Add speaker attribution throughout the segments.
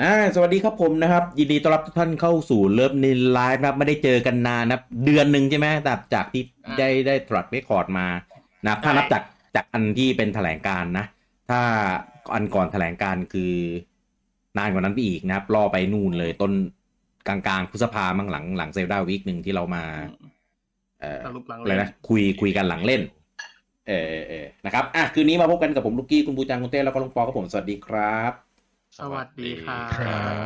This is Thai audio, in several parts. Speaker 1: อ่าสวัสดีครับผมนะครับ ยินดีต้อนรับทุกท่านเข้าสู่เลิฟนินไลฟ์นะครับ ไม่ได้เจอกันนานนะครับ เดือนหนึ่งใช่ไหมจากจากที่
Speaker 2: อ่า
Speaker 1: ได้ได้ตรัสได้คอร์ดมานะครับถ้า
Speaker 2: ใช่
Speaker 1: นับจากจากอันที่เป็นแถลงการณ์นะ ถ้าอันก่อนแถลงการณ์คือ นานกว่านั้นไปอีกนะครับรอไปนู่นเลยต้นกลางกลางๆพฤษภามั้งหลังหลังเซลดาวีคหนึ่งที่เรามา เอ่อ
Speaker 2: สรุปหลัง
Speaker 1: อะไร
Speaker 2: เล่น
Speaker 1: นะคุยคุยกันหลังเล่น เออเออเออนะครับอ่ะคืนนี้มาพบกันกับผมลูกกี้คุณบูจังคุณเต้แล้วก็ลุงปอครับผมสวัสดีครับ
Speaker 2: สวัสดีค่ะ
Speaker 3: ครับ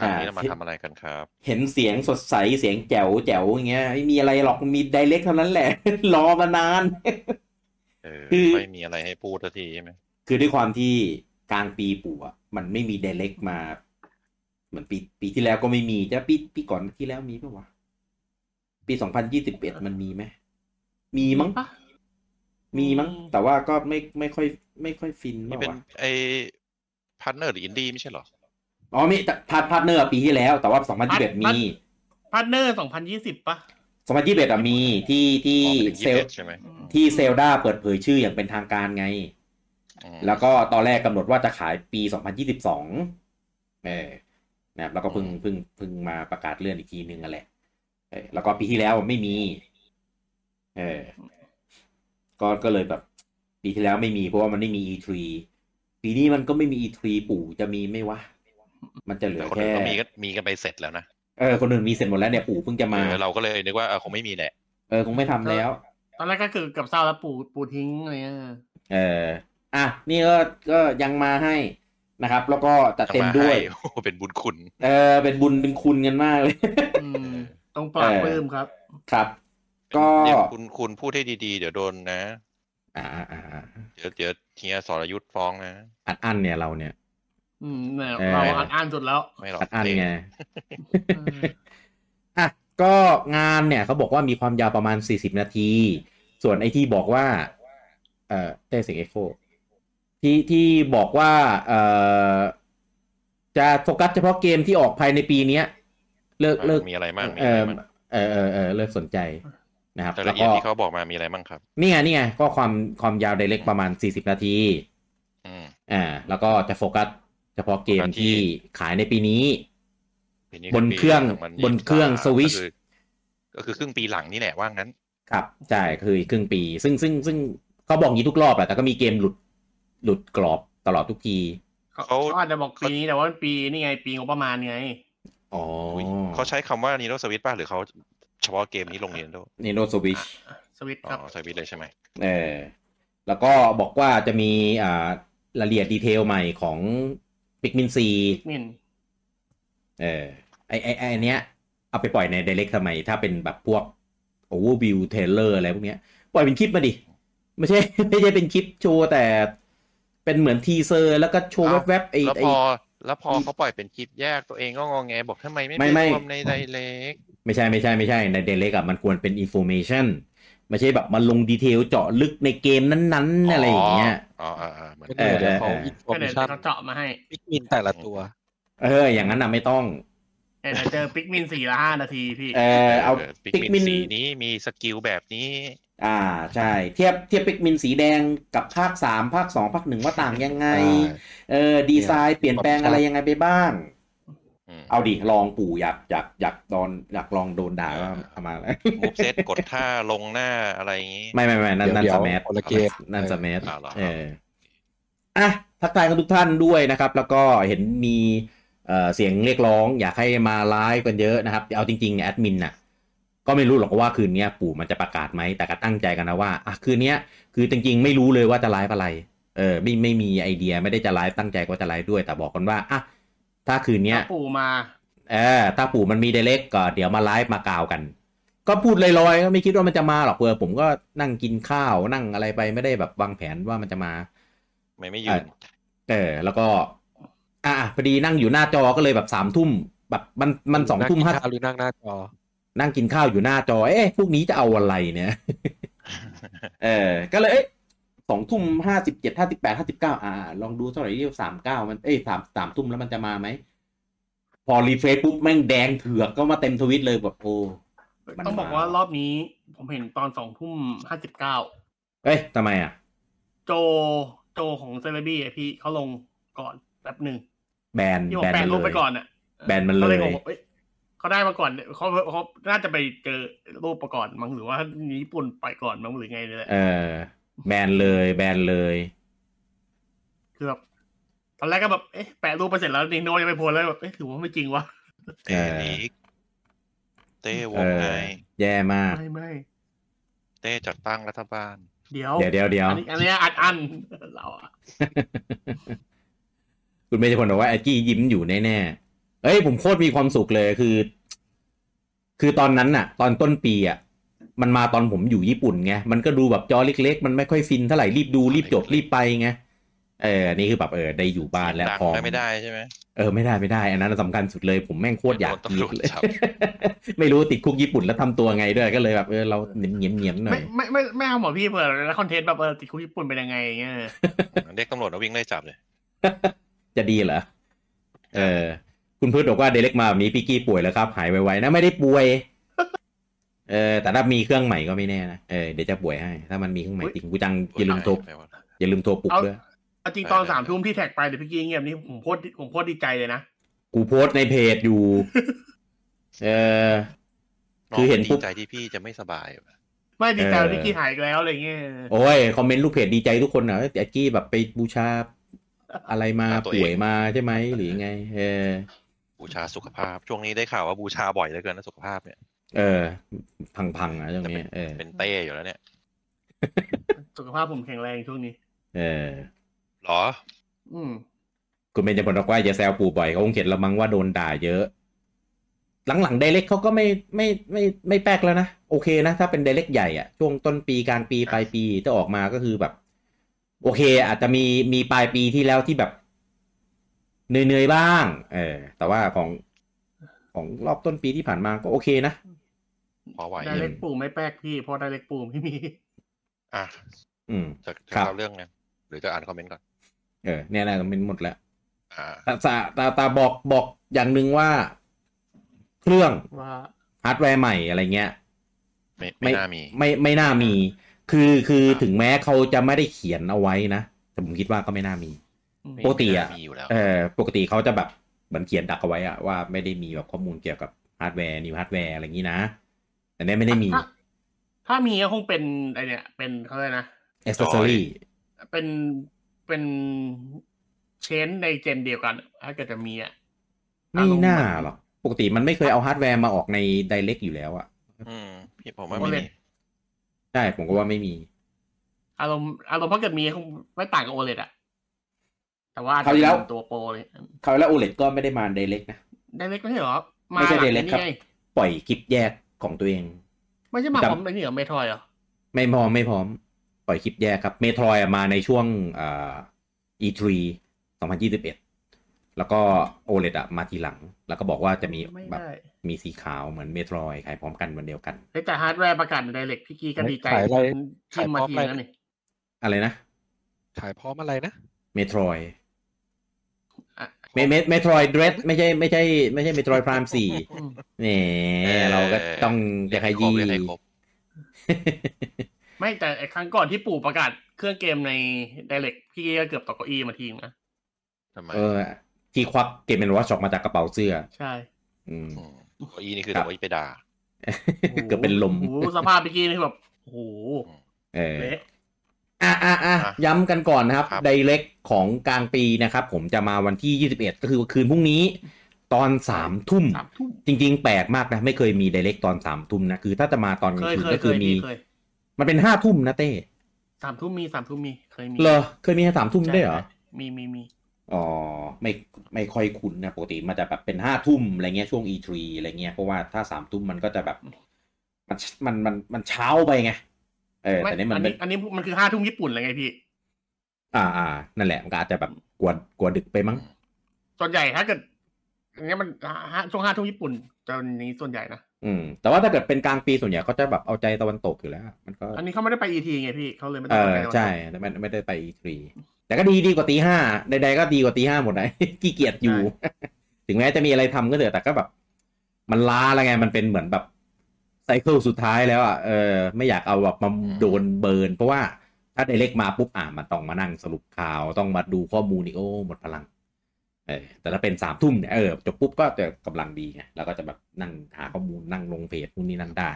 Speaker 1: อ่า
Speaker 3: วันนี้เรามาทำอะไรกันครับ
Speaker 1: เห็นเสียงสดใสเสียงแจ๋วแจ๋วอย่างเงี้ยไม่มีอะไรหรอกมีไดเรกเท่านั้นแหละ รอมานาน
Speaker 3: เออ
Speaker 1: คือ
Speaker 3: ไม่มีอะไรให้พูดสักทีใช่ไหม
Speaker 1: คือด้วยความที่กลางปีปู่อะมันไม่มีไดเรกมา เหมือนปีปีที่แล้วก็ไม่มีจะปีปีก่อนที่แล้วมีปะวะปีสองพันยี่สิบเอ็ดมันมีไหมมีมั้ง
Speaker 2: ปะ
Speaker 1: มีมั้ง แต่ว่าก็ไม่ไม่ค่อย ไม่ค่อยฟินมา
Speaker 3: นี่
Speaker 1: ก
Speaker 3: เป็น
Speaker 1: วะ
Speaker 3: ไอพาร์ทเนอร์หรืออินดี้ไม่ใช่เหรอ
Speaker 1: อ๋อมีแต่พาร์ทพาร์ทเนอร์ปีที่แล้ว แต่ว่า 2021 มี
Speaker 2: พาร์ทเนอร์สองพันยี่สิบปะ
Speaker 1: 2021อะมีที่ที่
Speaker 3: อ๋อเป็น
Speaker 1: เซล
Speaker 3: 21ใช่ไหม
Speaker 2: อืม
Speaker 1: ที่เซลดาเปิดเผยชื่ออย่างเป็นทางการไง
Speaker 3: อืม
Speaker 1: แล้วก็ตอนแรกกำหนดว่าจะขายปี 2022เออนะครับแล้วก็เพิ่งเพิ่งเพิ่งมาประกาศเลื่อนอีกทีนึงอ่ะแหละเออแล้วก็ปีที่แล้วไม่มี เออ ก็ก็เลยแบบ ปีที่แล้วไม่มีเพราะว่ามันไม่มี E3 ปีนี้มันก็ไม่มี E3 ปู่จะมีไหม่วะมันจะเหลื
Speaker 3: แต่
Speaker 1: อ
Speaker 3: คน
Speaker 1: แค่
Speaker 3: อื่นก็มีกันมีกันไปเสร็จแล้วนะ
Speaker 1: เออคนอื่นมีเสร็จหมดแล้วเนี่ยปู่เพิ่งจะมา
Speaker 3: เออเราก็เลยนึกว่าเออคงไม่มีแหละ
Speaker 1: เออคงไม่ทำแล้ว
Speaker 2: ตอนแรกก็คือเกับเศร้าแล้วปูปูทิ้งอะไรเงี้ย
Speaker 1: เอออ่ะนี่ก็ก็ยังมาให้นะครับ แล้วก็จัดเต็มด้วย
Speaker 3: ทำมาให้โอ้โหเป็นบุญคุณ
Speaker 1: เออเป็นบุญเป็นคุณกันมากเลย
Speaker 2: อืมต้องปราบปลื้มครับ
Speaker 1: ครับ ก็
Speaker 3: เดี๋ยวคุณคุณพูดให้ดีๆ เดี๋ยวโดนนะ
Speaker 1: อ่าอ่าอ่า
Speaker 3: เดี๋ยวเดี๋ยวเฮียสรยุทธ์ฟ้องนะ
Speaker 1: อัดอั้นเนี่ยเราเนี่ย
Speaker 2: อืมเนี่ย
Speaker 1: เออ
Speaker 2: เราอัดอ่านสุดแล้ว
Speaker 3: ไม่หรอก
Speaker 1: อัดอั้น
Speaker 3: เต้
Speaker 1: ไง
Speaker 2: เออ
Speaker 1: อ่ะก็งานเนี่ยเขาบอกว่ามีความยาวประมาณ 40 นาที ส่วนไอ้ที่บอกว่า เอ่อเต้เสียงเอ็โคที่ที่บอกว่า เอ่อจะโฟกัสเฉพาะเกมที่ออกภายในปีเนี้ย เลิกเลิก
Speaker 3: มีอะไรบ้างมี
Speaker 1: เอ
Speaker 3: อะไร
Speaker 1: อ
Speaker 3: บ้าง
Speaker 1: เออเออเออเลิกสนใจนะครับ
Speaker 3: แต่
Speaker 1: แล้
Speaker 3: ละ
Speaker 1: ว
Speaker 3: เอีย
Speaker 1: ก็
Speaker 3: ดที่เขาบอกมามีอะไรบ้างครับ
Speaker 1: นี่ไงนี่ไงก็ความความยาวไดเรกประมาณ 40 นาที
Speaker 3: อืม
Speaker 1: อ่า แล้วก็จะโฟกัสเฉพาะเกม
Speaker 3: โฟกัสที่
Speaker 1: ที่ขายในปีนี้
Speaker 3: ปีนี้
Speaker 1: บนเครื่อง
Speaker 3: ปี2023
Speaker 1: บนเครื่อง
Speaker 3: ก็
Speaker 1: Switch
Speaker 3: ก็คือครึ่งปีหลังนี่แหละว่างั้น
Speaker 1: ครับใช่คืออีกครึ่งปี ซึ่งซึ่งซึ่งเขาบอกงี้ทุกรอบแหละแต่ก็มีเกมหลุดหลุดกรอบตลอดทุกที
Speaker 2: เขา
Speaker 3: เขา
Speaker 2: เขาอาจจะบอกปีนี้แต่ว่ามันปีนี่ไงปีงบประมาณไง
Speaker 1: อ๋อ
Speaker 3: อุ๊ยเขาใช้คำว่า Nintendo Switch ป่ะ หรือเขาเฉพาะเกมนี้ลง Nintendo
Speaker 1: นโนสวิช
Speaker 2: สวิตช์
Speaker 3: อ๋
Speaker 2: ครับ
Speaker 3: อ Switch เลยใช่ไหม
Speaker 1: เออแล้วก็บอกว่าจะมีอ่ารายละเอียดดีเทลใหม่ของปิกมินซี
Speaker 2: มิน
Speaker 1: เออไอไอไออันเนี้ยเอาไปปล่อยใน d i เ e c t ทำไม ถ้าเป็นแบบพวก overview trailer อะไรพวกเนี้ย ปล่อยเป็นคลิปมาดิ ไม่ใช่ ไม่ใช่เป็นคลิปโชว์แต่เป็นเหมือนทีเซอร์ แล้วก็โชว์แวบๆไอ
Speaker 3: แล้ว
Speaker 1: ไอ
Speaker 3: พอแล้วพอเขาปล่อยเป็นคลิปแยกตัวเองก็งองแงบอกทำไมไม่
Speaker 1: ไม่
Speaker 3: ไป
Speaker 1: ไม่
Speaker 3: รวมในไดเล็ก
Speaker 1: ไม่ใช่ไม่ใช่ไม่ใช่ใน d i เ e c t อะมันควรเป็น information ไม่ใช่แบบมาลงดีเทลเจาะลึกในเกมนั้นๆ อะไรอย่างเงี้ย
Speaker 3: อ๋ออ๋ออ๋อเหมือน
Speaker 1: เออเอ
Speaker 4: เดี๋ยว
Speaker 1: อ
Speaker 4: เขาอินโฟ
Speaker 2: ก็
Speaker 4: ม
Speaker 2: เดี๋ยว
Speaker 4: ชั่น
Speaker 2: เขาเจาะมาให้
Speaker 4: พิกมินแต่ละตัว
Speaker 1: เออ อย่างนั้นอะไม่ต้อง
Speaker 2: เดี๋ยวเจอปิกมินสี่ละห้านาทีพี่
Speaker 1: เออเอา
Speaker 3: ปิก
Speaker 1: ปิก
Speaker 3: มิ
Speaker 1: มิ
Speaker 3: น
Speaker 1: น
Speaker 3: สีนี้มีสกิลแบบนี้
Speaker 1: อ่าใช่ เทียบเทียบปิกมินสีแดงกับภาคสามภาคสองภาคหนึ่งว่าต่างยังไง เออดีไซน์เปลี่ยนแปลงอะไรยังไงไปบ้าง
Speaker 3: อืม
Speaker 1: เอาดิ ลองปู่อยากอยากอยากโดนอยากลองโดนด่าว่า
Speaker 3: อ่า
Speaker 1: เอามา
Speaker 3: มูฟเซตกดท่าลงหน้าอะไรอย่างนี้
Speaker 1: ไม่ไม่ไม่นั่นนั่น
Speaker 4: เดี๋ยว
Speaker 1: สแมั
Speaker 4: คนละเกม
Speaker 1: นั่นสแมั
Speaker 3: อ่าเหรอ
Speaker 1: เอออ่ะทักทายกันทุกท่านด้วยนะครับ แล้วก็เห็นมีเอ่อเสียงเรียกร้อง อยากให้มาไลฟ์กันเยอะนะครับ เอาจริงๆเนี่ยแอดมินน่ะ ก็ไม่รู้หรอกว่าคืนเนี้ยปู่มันจะประกาศไหมแต่ก็ตั้งใจกันนะว่าอ่ะคืนเนี้ยคือจริงๆ ไม่รู้เลยว่าจะไลฟ์อะไรเออไม่ไม่มีไอเดียไม่ได้จะไลฟ์ตั้งใจว่าจะไลฟ์ด้วย แต่บอกกันว่าอ่ะถ้าคืนเนี้ย
Speaker 2: ถ้าปู่มา
Speaker 1: เออถ้าปู่มันมีเดเล็กก็เดี๋ยวมาไลฟ์มากล่าวกัน ก็พูดลอยๆก็ไม่คิดว่ามันจะมาหรอกเพื่อผมก็นั่งกินข้าวนั่งอะไรไปไม่ได้แบบวางแผนว่ามันจะมา
Speaker 3: ไม่ไม่ยืน
Speaker 1: เออ แล้วก็ อ่ะพอดีนั่งอยู่หน้าจอก็เลยแบบสามทุ่มแบบมันมันสองทุ่มห้า
Speaker 4: ห้าหรือนั่งหน้าจอ
Speaker 1: นั่งกินข้าวอยู่หน้าจอ เอ๊ะพวกนี้จะเอาอะไรเนี่ย เออ ก็เลยสองทุ่มห้าสิบเจ็ดห้าสิบแปดห้าสิบเก้าอ่า ลองดูเท่าไหร่เรียกสามเก้ามันเอ้ยสามสามทุ่มแล้วมันจะมาไหม พอรีเฟรชปุ๊บแม่งแดงเถือกก็มาเต็มทวิตเลยแบบโอ้ มัน
Speaker 2: ต้องบอก
Speaker 1: มา
Speaker 2: ว่ารอบนี้ผมเห็นตอนสองทุ่มห้าสิบเก้า
Speaker 1: เอ้ยทำไมอ่ะ
Speaker 2: โจโจของเซเลบี้อะพี่เขาลงก่อนแป๊บหนึ่ง
Speaker 1: แบน
Speaker 2: ที่ผม
Speaker 1: แบน
Speaker 2: แปะ
Speaker 1: มัน
Speaker 2: รูป
Speaker 1: เล
Speaker 2: ไป
Speaker 1: ย
Speaker 2: ก่อนอ่ะ
Speaker 1: แบนมันเลย
Speaker 2: ก็งงว่าอ้เขาได้มาก่อนเนี่ยเขาเขาน่าจะไปเจอรูปประกอบมั้งหรือว่าญี่ปุ่นไปก่อนมั้งหรือไงเลยแหละ
Speaker 1: เออแบนเลยแบนเลย
Speaker 2: คือแบบตอนแรกก็แบบเอ๊ะแปะรูปไปเสร็จแล้วนิโนยังไปโพลแล้วแบบเอ๊ะถือว่าไม่จริงวะ
Speaker 3: เตลิกเต้ว
Speaker 1: เอง อ
Speaker 3: ใน
Speaker 1: แย่มาก
Speaker 2: ไม่ไม่
Speaker 3: เต้จัดตั้งรัฐบาล
Speaker 2: เดี๋ยว
Speaker 1: เดี๋ยวเดี๋ยวเดี๋ยว
Speaker 2: อันนี้อันนี้อัดอันเราอะ
Speaker 1: คุณเมย์จะพลบอกว่าแอดกี้ยิ้มอยู่แน่ๆเอ้ยผมโคตรมีความสุขเลยคือ คือตอนนั้นน่ะ ตอนต้นปีอ่ะมันมาตอนผมอยู่ญี่ปุ่นไงมันก็ดูแบบจอเล็ก ๆ มันไม่ค่อยฟินเท่าไหร่รีบดูรีบจบรีบไปไงเอออันนี่คือแบบเออได้อยู่บ้านแล้ว
Speaker 3: ดัง
Speaker 1: พร้อม
Speaker 3: ได้ไม่ได้ใช่ไหม
Speaker 1: เออไม่ได้ไม่ได้ อันนั้นสำคัญสุดเลยผมแม่งโคตรอยาก
Speaker 3: โดนตำรวจ
Speaker 1: เลย
Speaker 3: จับ
Speaker 1: ไม่รู้ติดคุกญี่ปุ่นแล้วทำตัวไงด้วยก็เลยแบบเออเราเหนียมเหนียมเหนียมหน่อ
Speaker 2: ไม่
Speaker 1: ย
Speaker 2: ไม่ไม่ไม่เอาหมอพี่เปิดแล้วคอนเทนต์แบบเออติดคุกญี่ปุ่นเป็นยังไงอย่างเงี้ย
Speaker 3: เรียกตำรวจแล้ววิ่งไล่จับเลย
Speaker 1: จะดีเหรอเออ คุณพืชบอกว่าเดเล็กมาแบบนี้พี่กี้ป่วยแล้วครับ หายไวๆนะไม่ได้ป่วย เออแต่ถ้ามีเครื่องใหม่ก็ไม่แน่นะเออเดี๋ยวจะป่วยให้ ถ้ามันมีเครื่องใหม่จริงกูจังอย่าลืมโทรอย่าลืมโทรปลุกด้วย
Speaker 2: เอาจริงตอนสามทุ่มที่แท็กไปเดี๋ยวพี่กี้เงียบนี่ผมโคตรผมโคตรดีใจเลยนะ
Speaker 1: กูโพสต์ในเพจอยู่ เออ คื
Speaker 3: คือ อ
Speaker 1: เห็
Speaker 3: เห็
Speaker 1: น
Speaker 3: น
Speaker 1: ปุ๊
Speaker 3: ดี
Speaker 1: บ
Speaker 3: ใจที่พี่จะไม่สบายว่ะ
Speaker 2: ไม่ดีใจ
Speaker 1: เออ
Speaker 2: ว่าพี่กี้หายอีกแล้วอะไรเงี้ย
Speaker 1: โอ้ยคอมเมนต์ลูกเพจดีใจทุกคนนะแอดกี้แบบไปบูชาอะไรมาป่วยมาใช่ไหมหรือยังไง เออ
Speaker 3: บูชาสุขภาพ ช่วงนี้ได้ข่าวว่าบูชาบ่อยเหลือเกินนะสุขภาพเนี่ย
Speaker 1: เออ พังๆนะตรงนี้เออ
Speaker 3: เป็นเต้อยู่แล้วเนี่ย
Speaker 2: สุขภาพผมแข็งแรงช่วงนี้
Speaker 1: เออ
Speaker 3: หรอ
Speaker 2: อืม
Speaker 1: คุณเบนจะบอกว่าอย่าแซวปู่บ่อยเขาคงเห็นละมั้งว่าโดนด่าเยอะ หลังๆไดเล็กเขาก็ไม่ไม่ไม่ไม่แป๊กแล้วนะ โอเคนะ ถ้าเป็นไดเล็กใหญ่อะช่วงต้นปีกลางปีปลายปีจะออกมาก็คือแบบ โอเค อาจจะมีมีปลายปีที่แล้วที่แบบเหนื่อยๆบ้าง เออ แต่ว่าของของรอบต้นปีที่ผ่านมาก็โอเคนะ
Speaker 3: พอไหว
Speaker 2: ได้เล็กปูไม่แป๊กพี่เพราะได้เล็กปูไม่มี
Speaker 3: อ่ะ
Speaker 1: อืม
Speaker 3: จะจะ
Speaker 1: ครับ
Speaker 3: เข้าเรื่องไงหรือจะอ่านคอมเมนต์ก่อน
Speaker 1: เออเนี่ยนะเป็นหมดแล้ว
Speaker 3: อ่า
Speaker 1: แต่แต่แต่แต่บอกบอกอย่างหนึ่งว่า เครื่อง
Speaker 2: ว่า
Speaker 1: ฮาร์ดแวร์ใหม่อะไรเงี้ย
Speaker 3: ไม่ไม่น่ามี
Speaker 1: ไม่ไม่น่ามี คือคือ
Speaker 3: ครับ
Speaker 1: ถึงแม้เขาจะไม่ได้เขียนเอาไว้นะ แต่ผมคิดว่าก็ไม่น่ามี
Speaker 3: ไม่
Speaker 1: ปกติอะ
Speaker 3: น่ามีอยู่แล้ว
Speaker 1: เออปกติเขาจะแบบเหมือนเขียนดักเอาไว้อะว่าไม่ได้มีแบบข้อมูลเกี่ยวกับฮาร์ดแวร์นิวฮาร์ดแวร์อะไรอย่างนี้นะ แต่เนี่ยไม่ได้มี
Speaker 2: ถ้าถ้ามีก็คงเป็นไอเนี่ย เป็นเขาเลยกนะ
Speaker 1: เอ c เซอรี่
Speaker 2: เป็นเป็นเชนในเจนเดียวกัน ถ้าเกิดจะมีอ่ะ
Speaker 1: ไม่น่าหรอกปกติมันไม่เคยเอาฮาร์ดแวร์มาออกในไดเ c กอยู่แล้วอะ
Speaker 3: อืมพี่ผมว่าไม่มี
Speaker 1: ใช่ผมก็ว่าไม่มี
Speaker 2: อารมณ์อารมณ์ถ้าเกิดมีก็คงไม่ต่างกับโอเลดอ่ะ แต่ว่า
Speaker 1: คราวที่แล้ว
Speaker 2: ตัวโปรเลย
Speaker 1: เขาวแล้วโอเลก็ไม่ได้มาไดเ c กนะ
Speaker 2: ได้เล็กไม่ใช่เหรอ
Speaker 1: ไม่ใช่
Speaker 2: หง
Speaker 1: Direct ครับ
Speaker 2: นี่ง
Speaker 1: ปล่อยคลิปแยกของตัวเอง
Speaker 2: ไม่ใช่มา
Speaker 1: จำ
Speaker 2: ผมไอ้นี่เหรอเมทรอยเหรอ
Speaker 1: ไม่พร้อมไม่พร้อม ปล่อยคลิปแยกครับ เมโทรยมาในช่วงอ่า E3 2021 แล้วก็ OLED อะมาทีหลัง แล้วก็บอกว่าจะมี
Speaker 2: ไม่
Speaker 1: แบบ
Speaker 2: ได้
Speaker 1: มีสีขาวเหมือนเมโทรยขายพร้อมกันวันเดียวกัน
Speaker 2: เฮ้ยแต่ฮาร์ดแวร์ประกาศในไดเรกพี่กี้ก็ดีใจ
Speaker 4: ขายอะไร
Speaker 2: ชิมมาที
Speaker 4: ขายพร้อมอะไร
Speaker 2: แล้วนี่
Speaker 1: อะไรนะ
Speaker 4: ขายพร้อมอะไรนะ
Speaker 1: เมโทรย
Speaker 2: อ่ะ
Speaker 1: เมเมเมโทรยเดรสไม่ใช่ไม่ใช่ไม่ใช่เมโทรยพรามสี่
Speaker 2: อืม
Speaker 1: เนี่เราก็ต้องจะขยี้
Speaker 3: เรีกให้ครบ
Speaker 2: ไม่แต่ไอ้ครั้งก่อนที่ปู่ประกาศเครื่องเกมในไดเรกพี่กี้ก็เกือบตกเก้าอี้มาทีนะ
Speaker 3: ทำไม
Speaker 1: เออ ที่ควักเกมเป็นวอชออกมาจากกระเป๋าเสื้อ
Speaker 2: ใช่
Speaker 1: อืม
Speaker 3: มเก้าอี้นี่คือ
Speaker 1: ครับ
Speaker 3: เก้าอี้ไปด่า
Speaker 1: เกือบเป็นลม
Speaker 2: โอ้โหสภาพพี่กี้นี่แบบโอ้โห
Speaker 1: เออ
Speaker 2: เละ
Speaker 1: อ่ะอ่ะอ่ะ
Speaker 3: อ่ะ
Speaker 1: ย้ำกันก่อนนะครับ
Speaker 3: ครับ
Speaker 1: ไดเ c กของกลางปีนะครับ ผมจะมาวันที่ 21 ก็คือคืนพรุ่งนี้ ตอนสามทุ่ม
Speaker 2: สามทุ่ม
Speaker 1: จริง ๆ แปลกมากนะ ไม่เคยมีไดเ c กตอนสามทุ่มนะ คือถ้าจะมาตอนก
Speaker 2: เค
Speaker 1: ลาง
Speaker 2: ย
Speaker 1: คืน
Speaker 2: เคย
Speaker 1: ก็
Speaker 2: เค
Speaker 1: คือย มี
Speaker 2: มีเคย
Speaker 1: มันเป็นห้าทุ่มนะเต้
Speaker 2: สามทุ่มมีสามทุ่มมีเคยมี
Speaker 1: เหรอ เคยมีสามทุ่ม
Speaker 2: ใช่
Speaker 1: ได้วยเหรอ
Speaker 2: มีมีมี
Speaker 1: อ๋อ ไม่ไม่ค่อยคุ้นนะ ปกติมันจะแบบเป็นห้าทุ่มอะไรเงี้ยช่วง E3 อะไรเงี้ยเพราะว่าถ้าสามทุ่มมันก็จะแบบมันมันมันมันเช้าไปไงเออ
Speaker 2: ไม่
Speaker 1: แต่นี่มั
Speaker 2: อั
Speaker 1: น
Speaker 2: น
Speaker 1: เป็น
Speaker 2: นี้อันนี้มันคือห้าทุ่มญี่ปุ่นเลยไงพี่
Speaker 1: อ่าอ่านั่นแหละมันก็อาจจะแบบกลัวกลัวดึกไปมั้ง
Speaker 2: ส่วนใหญ่ถ้าเกิดอย่างเงี้ยมันห้าช่วงห้าทุ่มญี่ปุ่นจะนี้ส่วนใหญ่นะ
Speaker 1: อืมแต่ว่าถ้าเกิดเป็นกลางปีส่วนใหญ่เขาจะแบบเอาใจตะวันตกอยู่แล้ว มันก็
Speaker 2: อันนี้เขาไม่ได้ไป ET ไงพี่เขาเลยไม่
Speaker 1: เอ
Speaker 2: ได้อง
Speaker 1: อ
Speaker 2: ไป
Speaker 1: ใช่แต่ไม่ไม่ได้ไป E3 แต่ก็ดีดีกว่าตีห้าใดๆก็ดีกว่าตีห้าหมดนะ ขี้เกียจอยู่ ถึงแม้จะมีอะไรทำก็เถอะแต่ก็แบบ มันล้าแล้วไงมันเป็นเหมือนแบบไซเคิลสุดท้ายแล้วอ่ะเออไม่อยากเอาแบบมาโดนเบิร์น เพราะว่าถ้าไดเรกมาปุ๊บอ่ามันต้องมานั่งสรุปข่าวต้องมาดูข้อมูลอีกโอ้หมดพลัง เออแต่ถ้าเป็นสามทุ่มเนี่ยเออจบปุ๊บก็จะกำลังดีไงแล้วก็จะแบบนั่งหาข้อมูลนั่งลงเพจนู่นนี่นั่นได้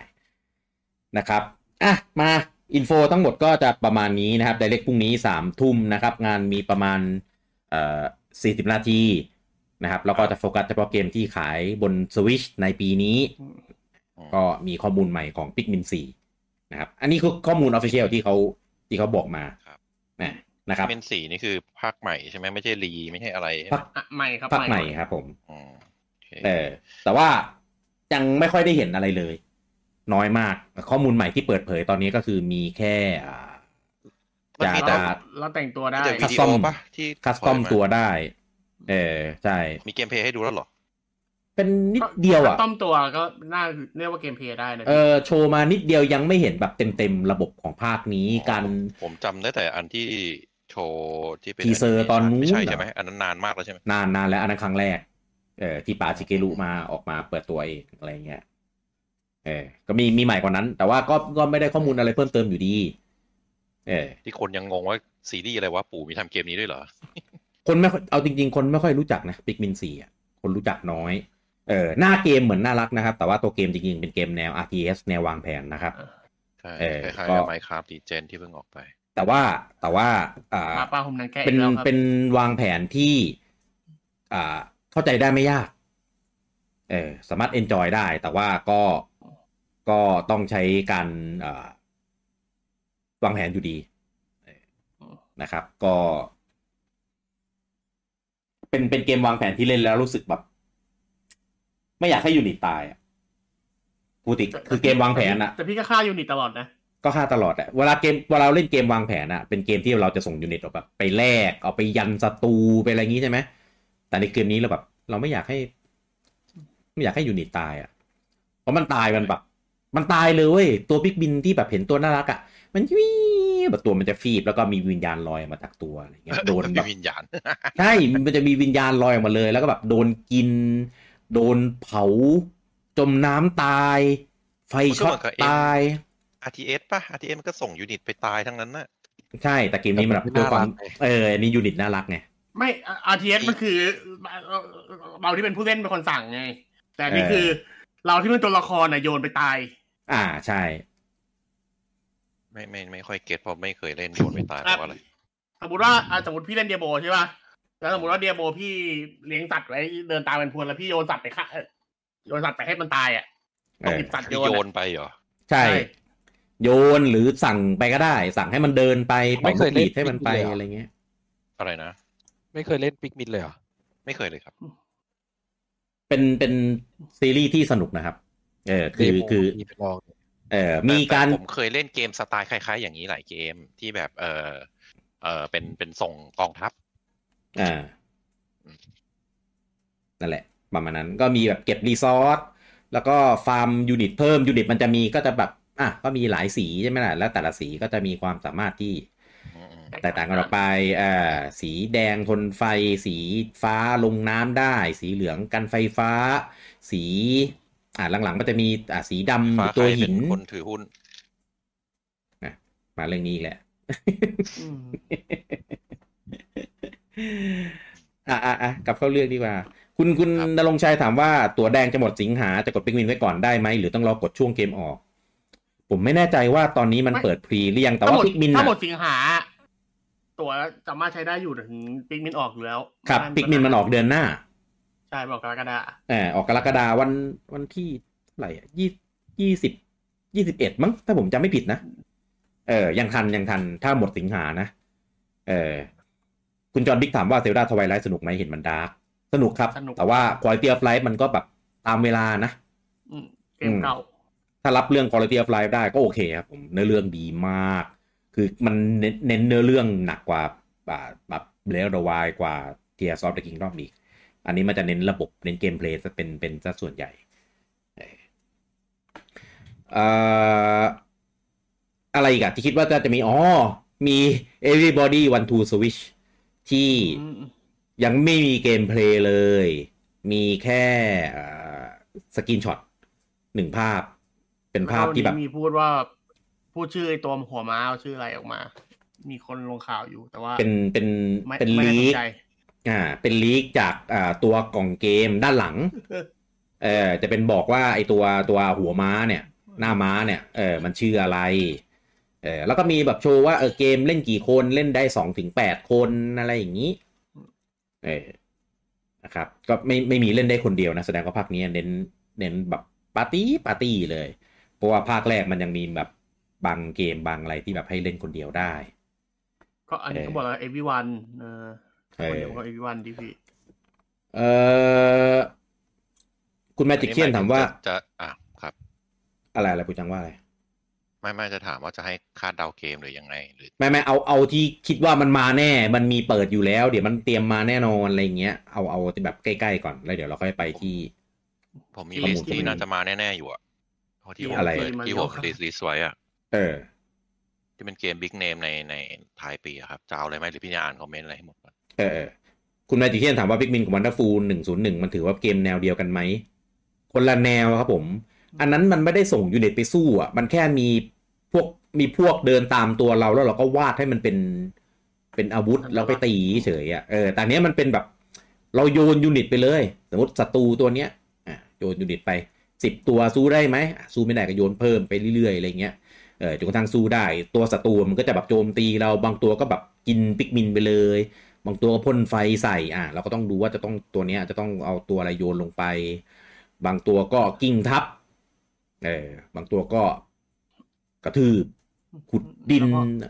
Speaker 1: นะครับอ่ะมาอินโฟทั้งหมดก็จะประมาณนี้นะครับไดเรกพรุ่งนี้สามทุ่มนะครับ งานมีประมาณเอ่อสี่สิบนาทีนะครับแล้วก็จะโฟกัสเฉพาะเกมที่ขายบน Switch ในปีนี้
Speaker 2: อืม
Speaker 1: ก็มีข้อมูลใหม่ของ p i กมิน4นะครับ อันนี้คือข้อมูล Official ที่เขาที่เขาบอกมา
Speaker 3: ครับ
Speaker 1: นะนะครับ
Speaker 3: เป็นสีนี่คือภาคใหม่ใช่ไหมไม่ใช่รีไม่ใช่อะไรใช่ไหม
Speaker 1: พัก
Speaker 2: อ่ะใหม่ครับ
Speaker 1: พักใหม่
Speaker 2: ก่อน
Speaker 1: ครับผม
Speaker 3: อืมโอเค
Speaker 1: เออแต่ว่ายังไม่ค่อยได้เห็นอะไรเลย น้อยมากข้อมูลใหม่ที่เปิดเผยตอนนี้ก็คือมีแค่อ่า
Speaker 2: เรา
Speaker 1: จะ
Speaker 2: เรา
Speaker 1: จะ
Speaker 2: เราแต่งตัวได้
Speaker 3: เดี๋ยววิ
Speaker 1: คั
Speaker 3: ดี
Speaker 1: สตอ
Speaker 3: โอ
Speaker 1: ม
Speaker 3: ปะที่
Speaker 1: คัสตอม
Speaker 3: ปล่ยา
Speaker 1: ตัวได้ เออใช่
Speaker 3: มีเกมเพลย์ให้ดูแล้วเหรอ
Speaker 1: เป็นนิดเดียวอ่ะ
Speaker 2: ต้อมตัวก็น่าเรียกว่าเกมเพลย์ได้นะ
Speaker 1: เออโชว์มานิดเดียวยังไม่เห็นแบบเต็มๆระบบของภาคนี้การ
Speaker 3: ผมจำได้แต่อันที่โชว์ที่เป็น
Speaker 1: ทีเซอร์ตอนนู้น
Speaker 3: ไม่ใช่
Speaker 1: เหรอ
Speaker 3: ใช่ไหมอันนั้นนานมากแล้วใช่ไหม
Speaker 1: นานนานแล้วอันนั้นครั้งแรก เออที่ป๋าชิเกรุมาออกมาเปิดตัวเองอะไรเงี้ย เออ ก็มีมีใหม่กว่านั้น แต่ว่าก็ก็ไม่ได้ข้อมูลอะไรเพิ่มเติมอยู่ดี เออ
Speaker 3: ที่คนยังงงว่าซีรีส์อะไรวะปู่มีทำเกมนี้ด้วยเหรอ
Speaker 1: คนไม่ค่อยเอาจริง ๆ คนไม่ค่อยรู้จักนะปิกมินสี่อ่ะ คนรู้จักน้อย เออ หน้าเกมเหมือนน่ารักนะครับ แต่ว่าตัวเกมจริงๆ เป็นเกมแนว RTS แนววางแผนนะครับ
Speaker 3: ใช่
Speaker 1: เออ
Speaker 3: คล้าย
Speaker 1: ก็
Speaker 3: ๆกับไมครับดีเจนที่เพิ่งออกไป
Speaker 1: แต่ว่าแต่ว่าอ่า
Speaker 2: ป้าป้าผมนังแก้
Speaker 1: เป็น
Speaker 2: อีกแล้วครับ
Speaker 1: เป็นวางแผนที่อ่าเข้าใจได้ไม่ยาก เออสามารถเอนจอยได้ แต่ว่าก็ก็ต้องใช้การอ่าวางแผนอยู่ดีเออนะครับ ก็ เป็นเป็นเกมวางแผนที่เล่นแล้วรู้สึกแบบ ไม่อยากให้ยูนิตตายอะปกติคือเกมวางแผนอะ
Speaker 2: แต่พี่ก็ฆ่ายูนิตตลอดนะ
Speaker 1: ก็ฆ่าตลอดอะเวลาเกมเวลาเราเล่นเกมวางแผนอะเป็นเกมที่เราจะส่งยูนิตออกแบบไปแลกเอาไปยันศัตรูไปอะไรอย่างงี้ใช่ไหมแต่ในเกมนี้เราแบบ เราไม่อยากให้ ไม่อยากให้ยูนิตตายอะเพราะมันตายมันแบบ มันตายเลยเว้ยตัวบิ๊กบินที่แบบเห็นตัวน่ารักอะมันวิ่งแบบตัวมันจะฟีบแล้วก็มีวิญญาณลอยมาจากตัวอะไรเงี้ยโดน
Speaker 3: มัน
Speaker 1: แบ
Speaker 3: มี
Speaker 1: บ
Speaker 3: วิญญาณ
Speaker 1: ใช่ มันจะมีวิญญาณลอยออกมาเลย แล้วก็แบบโดนกิน โดนเผา จมน้ำตาย ไฟช็อต
Speaker 3: มันก็เหมือนกับเอ็ม
Speaker 1: ตาย
Speaker 3: RTS ป่ะ RTS มันก็ส่งยูนิตไปตายทั้งนั้นน่ะ
Speaker 1: ใช่แต่เกมนี้มันแบบ
Speaker 4: แต่
Speaker 1: ด้วย
Speaker 4: มัน
Speaker 1: ค
Speaker 4: น่ารัก
Speaker 1: วาม
Speaker 4: ไง
Speaker 1: เอออันนี่ยูนิตน่ารักไง
Speaker 2: ไม่อาร์ทีเอสมันคือเราที่เป็นผู้เล่นเป็นคนสั่งไง แต่นี่
Speaker 1: เออ
Speaker 2: คือ เราที่เป็นตัวละครน่ะโยนไปตาย
Speaker 1: อ่าใช่
Speaker 3: ไม่ไม่ไม่ค่อยเก็ตเพราะไม่เคยเล่นโยนไปตายเพราะว่าอะไร
Speaker 2: สมมติว่าอ่ะสมมติพี่เล่นเดียโบใช่ป่ะ แล้วสมมติว่าเดียโบพี่เลี้ยงสัตว์ไว้เดินตามเป็นพวนแล้วพี่โยนสัตว์ไปฆ่าเอ่อโยนสัตว์ไปให้มันตายอ่ะ
Speaker 1: เอ
Speaker 2: ต้อง
Speaker 1: อ
Speaker 2: หยิบสัตว์
Speaker 3: คื
Speaker 2: โย
Speaker 3: อน โย
Speaker 2: อะ
Speaker 3: นไปเหรอ
Speaker 1: ใช่
Speaker 2: ใช่
Speaker 1: โยนหรือสั่งไปก็ได้ สั่งให้มันเดินไป
Speaker 4: ไม่
Speaker 1: เป่า
Speaker 4: เค
Speaker 1: ลูก
Speaker 4: ย
Speaker 1: บี
Speaker 4: เล่น
Speaker 1: ดให้มันไป
Speaker 4: เลยเหรออ
Speaker 1: อะไรเงี้ย
Speaker 3: อะไรนะ
Speaker 4: ไม่เคยเล่นปิกมินเลยเหรอ
Speaker 3: ไม่เคยเลยครับ
Speaker 1: เป็นเป็นซีรีส์ที่สนุกนะครับ เออคือ
Speaker 4: Demo
Speaker 1: คือ
Speaker 4: มีไปลอง
Speaker 1: เออมีการ
Speaker 3: แต่ผมเคยเล่นเกมสไตล์คล้าย ๆ อย่างนี้หลายเกมที่แบบเออเออเป็นเป็นส่งกองทัพ
Speaker 1: อ่านั่นแหละ ประมาณนั้นก็มีแบบเก็บรีซอสแล้วก็ฟาร์มยูนิตเพิ่มยูนิตมันจะมีก็จะแบบอ่ะก็มีหลายสีใช่ไหมล่ะแล้วแต่ละสีก็จะมีความสามารถที่
Speaker 3: อืม
Speaker 1: แตกต่างกันออกไปเอ่อสีแดงทนไฟ สีฟ้าลงน้ำได้ สีเหลืองกันไฟฟ้า สีอ่าหลังๆ มันจะมีอ่าสีด
Speaker 3: ๆฟ้า
Speaker 1: ำ
Speaker 3: ใค
Speaker 1: ตั
Speaker 3: ร
Speaker 1: ว
Speaker 3: เป็
Speaker 1: หิ
Speaker 3: น
Speaker 1: น
Speaker 3: คนถือหุ้น
Speaker 1: มาเรื่องนี้อีกแหละ
Speaker 2: อืม
Speaker 1: อ่ะอ่ะอ่ะกลับเข้าเรื่องดีกว่า คุณคุณ
Speaker 3: ครับ
Speaker 1: นรงค์ชัยถามว่าตั๋วแดงจะหมดสิงหาจะกดปิกวินไว้ก่อนได้ไหม หรือต้องรอกดช่วงเกมออก ผมไม่แน่ใจว่าตอนนี้มันเปิดพรีหรือยังแต่
Speaker 2: ถ้า
Speaker 1: ว่า
Speaker 2: หมด
Speaker 1: ปิกวิน
Speaker 2: ถ้า
Speaker 1: อะ
Speaker 2: หมดสิงหา ตัวสามารถใช้ได้อยู่ถึงปิกมินออกอยู่แล้ว
Speaker 1: ครับปิกมินมันออกเดือนหน้า
Speaker 2: ใช่บอกกรกฎา
Speaker 1: เออออกกรกฎาวันวันที่เท่าไหร่อะยี่ยี่สิบยี่สิบเอ็ดมั้งถ้าผมจำไม่ผิดนะ เออยังทันยังทันถ้าหมดสิงหานะ เออคุณจอห์นบิ๊กถามว่าเซลดาทวายไลท์สนุกไหมเห็นมันดาร์กสนุกครับ แต่ว่าคุณภาพไลท์มันก็แบบตามเวลานะ
Speaker 2: อืมเกมเก่า
Speaker 1: ถ้ารับเรื่อง quality of life ได้ก็โอเคครับผมเนื้อเรื่องดีมาก คือมันเน้นเน้นเนื้อเรื่องหนักกว่าแบบแบบเลเดอร์วายกว่า Tears of the Kingdom อีก อันนี้มันจะเน้นระบบเน้นเกมเพลย์จะเป็นเป็นซะส่วนใหญ่เออเอ่ออะไรอีกอะที่คิดว่าจะจะมีอ๋อมี everybody want to switch ที่
Speaker 2: อืม
Speaker 1: ยังไม่มีเกมเพลย์เลย มีแค่สกินช็อตหนึ่งภาพ เป็นภาพที่แบบ
Speaker 2: แล้ววันนี้มีพูดว่าพูดชื่อไอ้ตัวหัวม้าเอาชื่ออะไรออกมา มีคนลงข่าวอยู่แต่ว่า
Speaker 1: เป็นเป็น
Speaker 2: ไม่
Speaker 1: เป็น
Speaker 2: ไม่น่า
Speaker 1: ลี
Speaker 2: สน
Speaker 1: ก
Speaker 2: ใจ
Speaker 1: อ่าเป็นลีกจากอ่าตัวกล่องเกมด้านหลัง เออจะเป็นบอกว่าไอตัวตัวหัวม้าเนี่ย หน้าม้าเนี่ยเออมันชื่ออะไรเออแล้วก็มีแบบโชว์ว่าเออเกมเล่นกี่คนเล่นได้สองถึงแปดคนอะไรอย่างนี้เออนะครับก็ไม่ไม่มีเล่นได้คนเดียวนะแสดงว่าภาคนี้เน้นเน้นแบบปาร์ตี้ปาร์ตี้เลย เพราะว่าภาคแรกมันยังมีแบบบางเกมบางอะไรที่แบบให้เล่นคนเดียวได้
Speaker 2: ก็อันนี้
Speaker 1: เออ
Speaker 2: ก็บอกแล้วเอวีวันเออ
Speaker 1: เอ
Speaker 2: คน
Speaker 1: อ
Speaker 2: เดียวก็เอวีวันดีพี่
Speaker 1: เออคุณแมจิกเคียนถามว่า
Speaker 3: จะจะอ่ะครับ
Speaker 1: อะไรอะไรปูจังว่าอะไร
Speaker 3: ไม่ไม่จะถามว่าจะให้คาดเดาเกมหรือยังไง หรือ
Speaker 1: ไม่ไม่เอาเอาที่คิดว่ามันมาแน่ มันมีเปิดอยู่แล้ว เดี๋ยวมันเตรียมมาแน่นอนอะไรอย่างเงี้ยเอาเอาแบบใกล้ๆก่อนแล้วเดี๋ยวเราค่อยไปที่
Speaker 3: ผมมี
Speaker 1: ข้อมูล
Speaker 3: ลิสต์ที่
Speaker 1: ที่
Speaker 3: น่าจะมาแน่ ๆ อยู่อะเพราะที่ผม
Speaker 1: อะไร
Speaker 3: เปิดที่ผมลิสต์ลิสต์ไว้อะ
Speaker 1: เออ
Speaker 3: ที่เป็นเกมบิ๊กเนมในในท้ายปีอะครับจะเอาอะไรไหมหรือพี่จะอ่านคอมเมนต์อะไรให้หมดก่อน
Speaker 1: เออเออคุณนายจิเทียนถามว่าพิกมินกับวันเดอร์ฟูลหนึ่งศูนย์หนึ่งมันถือว่าเกมแนวเดียวกันไหม คนละแนวครับผม อันนั้นมันไม่ได้ส่งยูนิตไปสู้อ่ะ มันแค่มีพวกมีพวกเดินตามตัวเราแล้วเราก็วาดให้มันเป็นเป็นอาวุธแล้วไปตีเฉยอ่ะเออแต่อันเนี้ยมันเป็นแบบ เราโยนยูนิตไปเลย สมมติศัตรูตัวเนี้ยอ่ะโยนยูนิตไปสิบตัวสู้ได้ไหมอ่ะสู้ไม่ได้ก็โยนเพิ่มไปเรื่อยๆอะไรเงี้ย เออจนกระทั่งสู้ได้ ตัวศัตรูมันก็จะแบบโจมตีเราบางตัวก็แบบกินปิกมินไปเลย บางตัวก็พ่นไฟใส่อ่ะเราก็ต้องดูว่าจะต้องตัวเนี้ยจะต้องเอาตัวอะไรโยนลงไป บางตัวก็กิ้งทับเออบางตัวก็กระทืบขุดดิน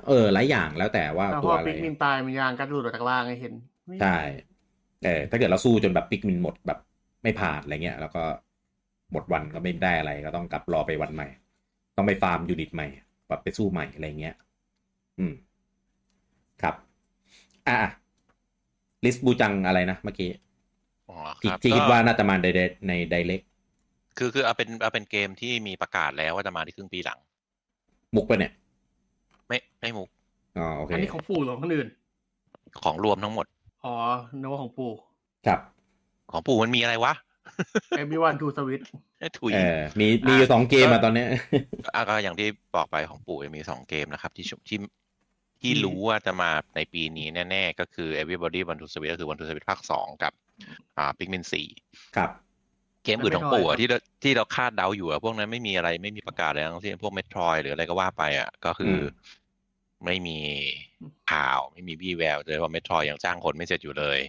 Speaker 1: เออหลายอย่างแล้วแต่ว่า
Speaker 2: แล้ว
Speaker 1: ตั
Speaker 2: พ
Speaker 1: ว
Speaker 2: อ
Speaker 1: อะไร
Speaker 2: ปิกมินตายมันยางกัดหลุดออกจากล่างให้เห็น
Speaker 1: ใช่เออถ้าเกิดเราสู้จนแบบปิกมินหมดแบบไม่ผ่านอะไรเงี้ย แล้วก็หมดวันก็ไม่ได้อะไรก็ต้องกลับรอไปวันใหม่ ต้องไปฟาร์มยูนิตใหม่แบบไปสู้ใหม่อะไรเงี้ย อืม ครับ อ่ะลิสบูจังอะไรนะเมื่อกี้
Speaker 3: อ๋อค
Speaker 1: ที่
Speaker 3: รับ
Speaker 1: ที่
Speaker 3: ก็
Speaker 1: คิดว่าน่าจะมาในในไดเล็ก
Speaker 3: คือคือเอาเป็นเอาเป็นเกมที่มีประกาศแล้วว่าจะมาที่ครึ่งปีหลัง
Speaker 1: มุกปะเนี่ย
Speaker 3: ไม่ไม่มุก
Speaker 1: อ๋อโอเค
Speaker 2: อันนี้ของปู่หรือของคนอื่น
Speaker 3: ของรวมทั้งหมด
Speaker 2: อ๋อนึกว่าของปู่
Speaker 1: ครับ
Speaker 3: ของปู่มันมีอะไรวะ
Speaker 2: เอวีวันทูสวิต
Speaker 3: ถุย
Speaker 1: เออมีมีอยู่สองเกมอะตอนเนี้ย
Speaker 3: อ่ะก็อย่างที่บอกไปของปู่จะมีสองเกมนะครับที่ชุที่ที่
Speaker 2: อืม
Speaker 3: รู้ว่าจะมาในปีนี้แน่ๆ ก็คือ Everybody Want to Switch ก็คือ Want to Switch ภาคสองกับอ่า Pikmin สี่
Speaker 1: ครับ
Speaker 3: เกมอื่นของปู่อะที่เราที่เราคาดเดาอยู่อะพวกนั้นไม่มีอะไรไม่มีประกาศอะไรทั้งสิ้นพวก Metroid หรืออะไรก็ว่าไปอ่ะก็คืออ
Speaker 1: ม
Speaker 3: ไม่มีข่าวไม่มีวี่แววเลยว่า Metroid ยังจ้างคนไม่เสร็จอยู่ เลย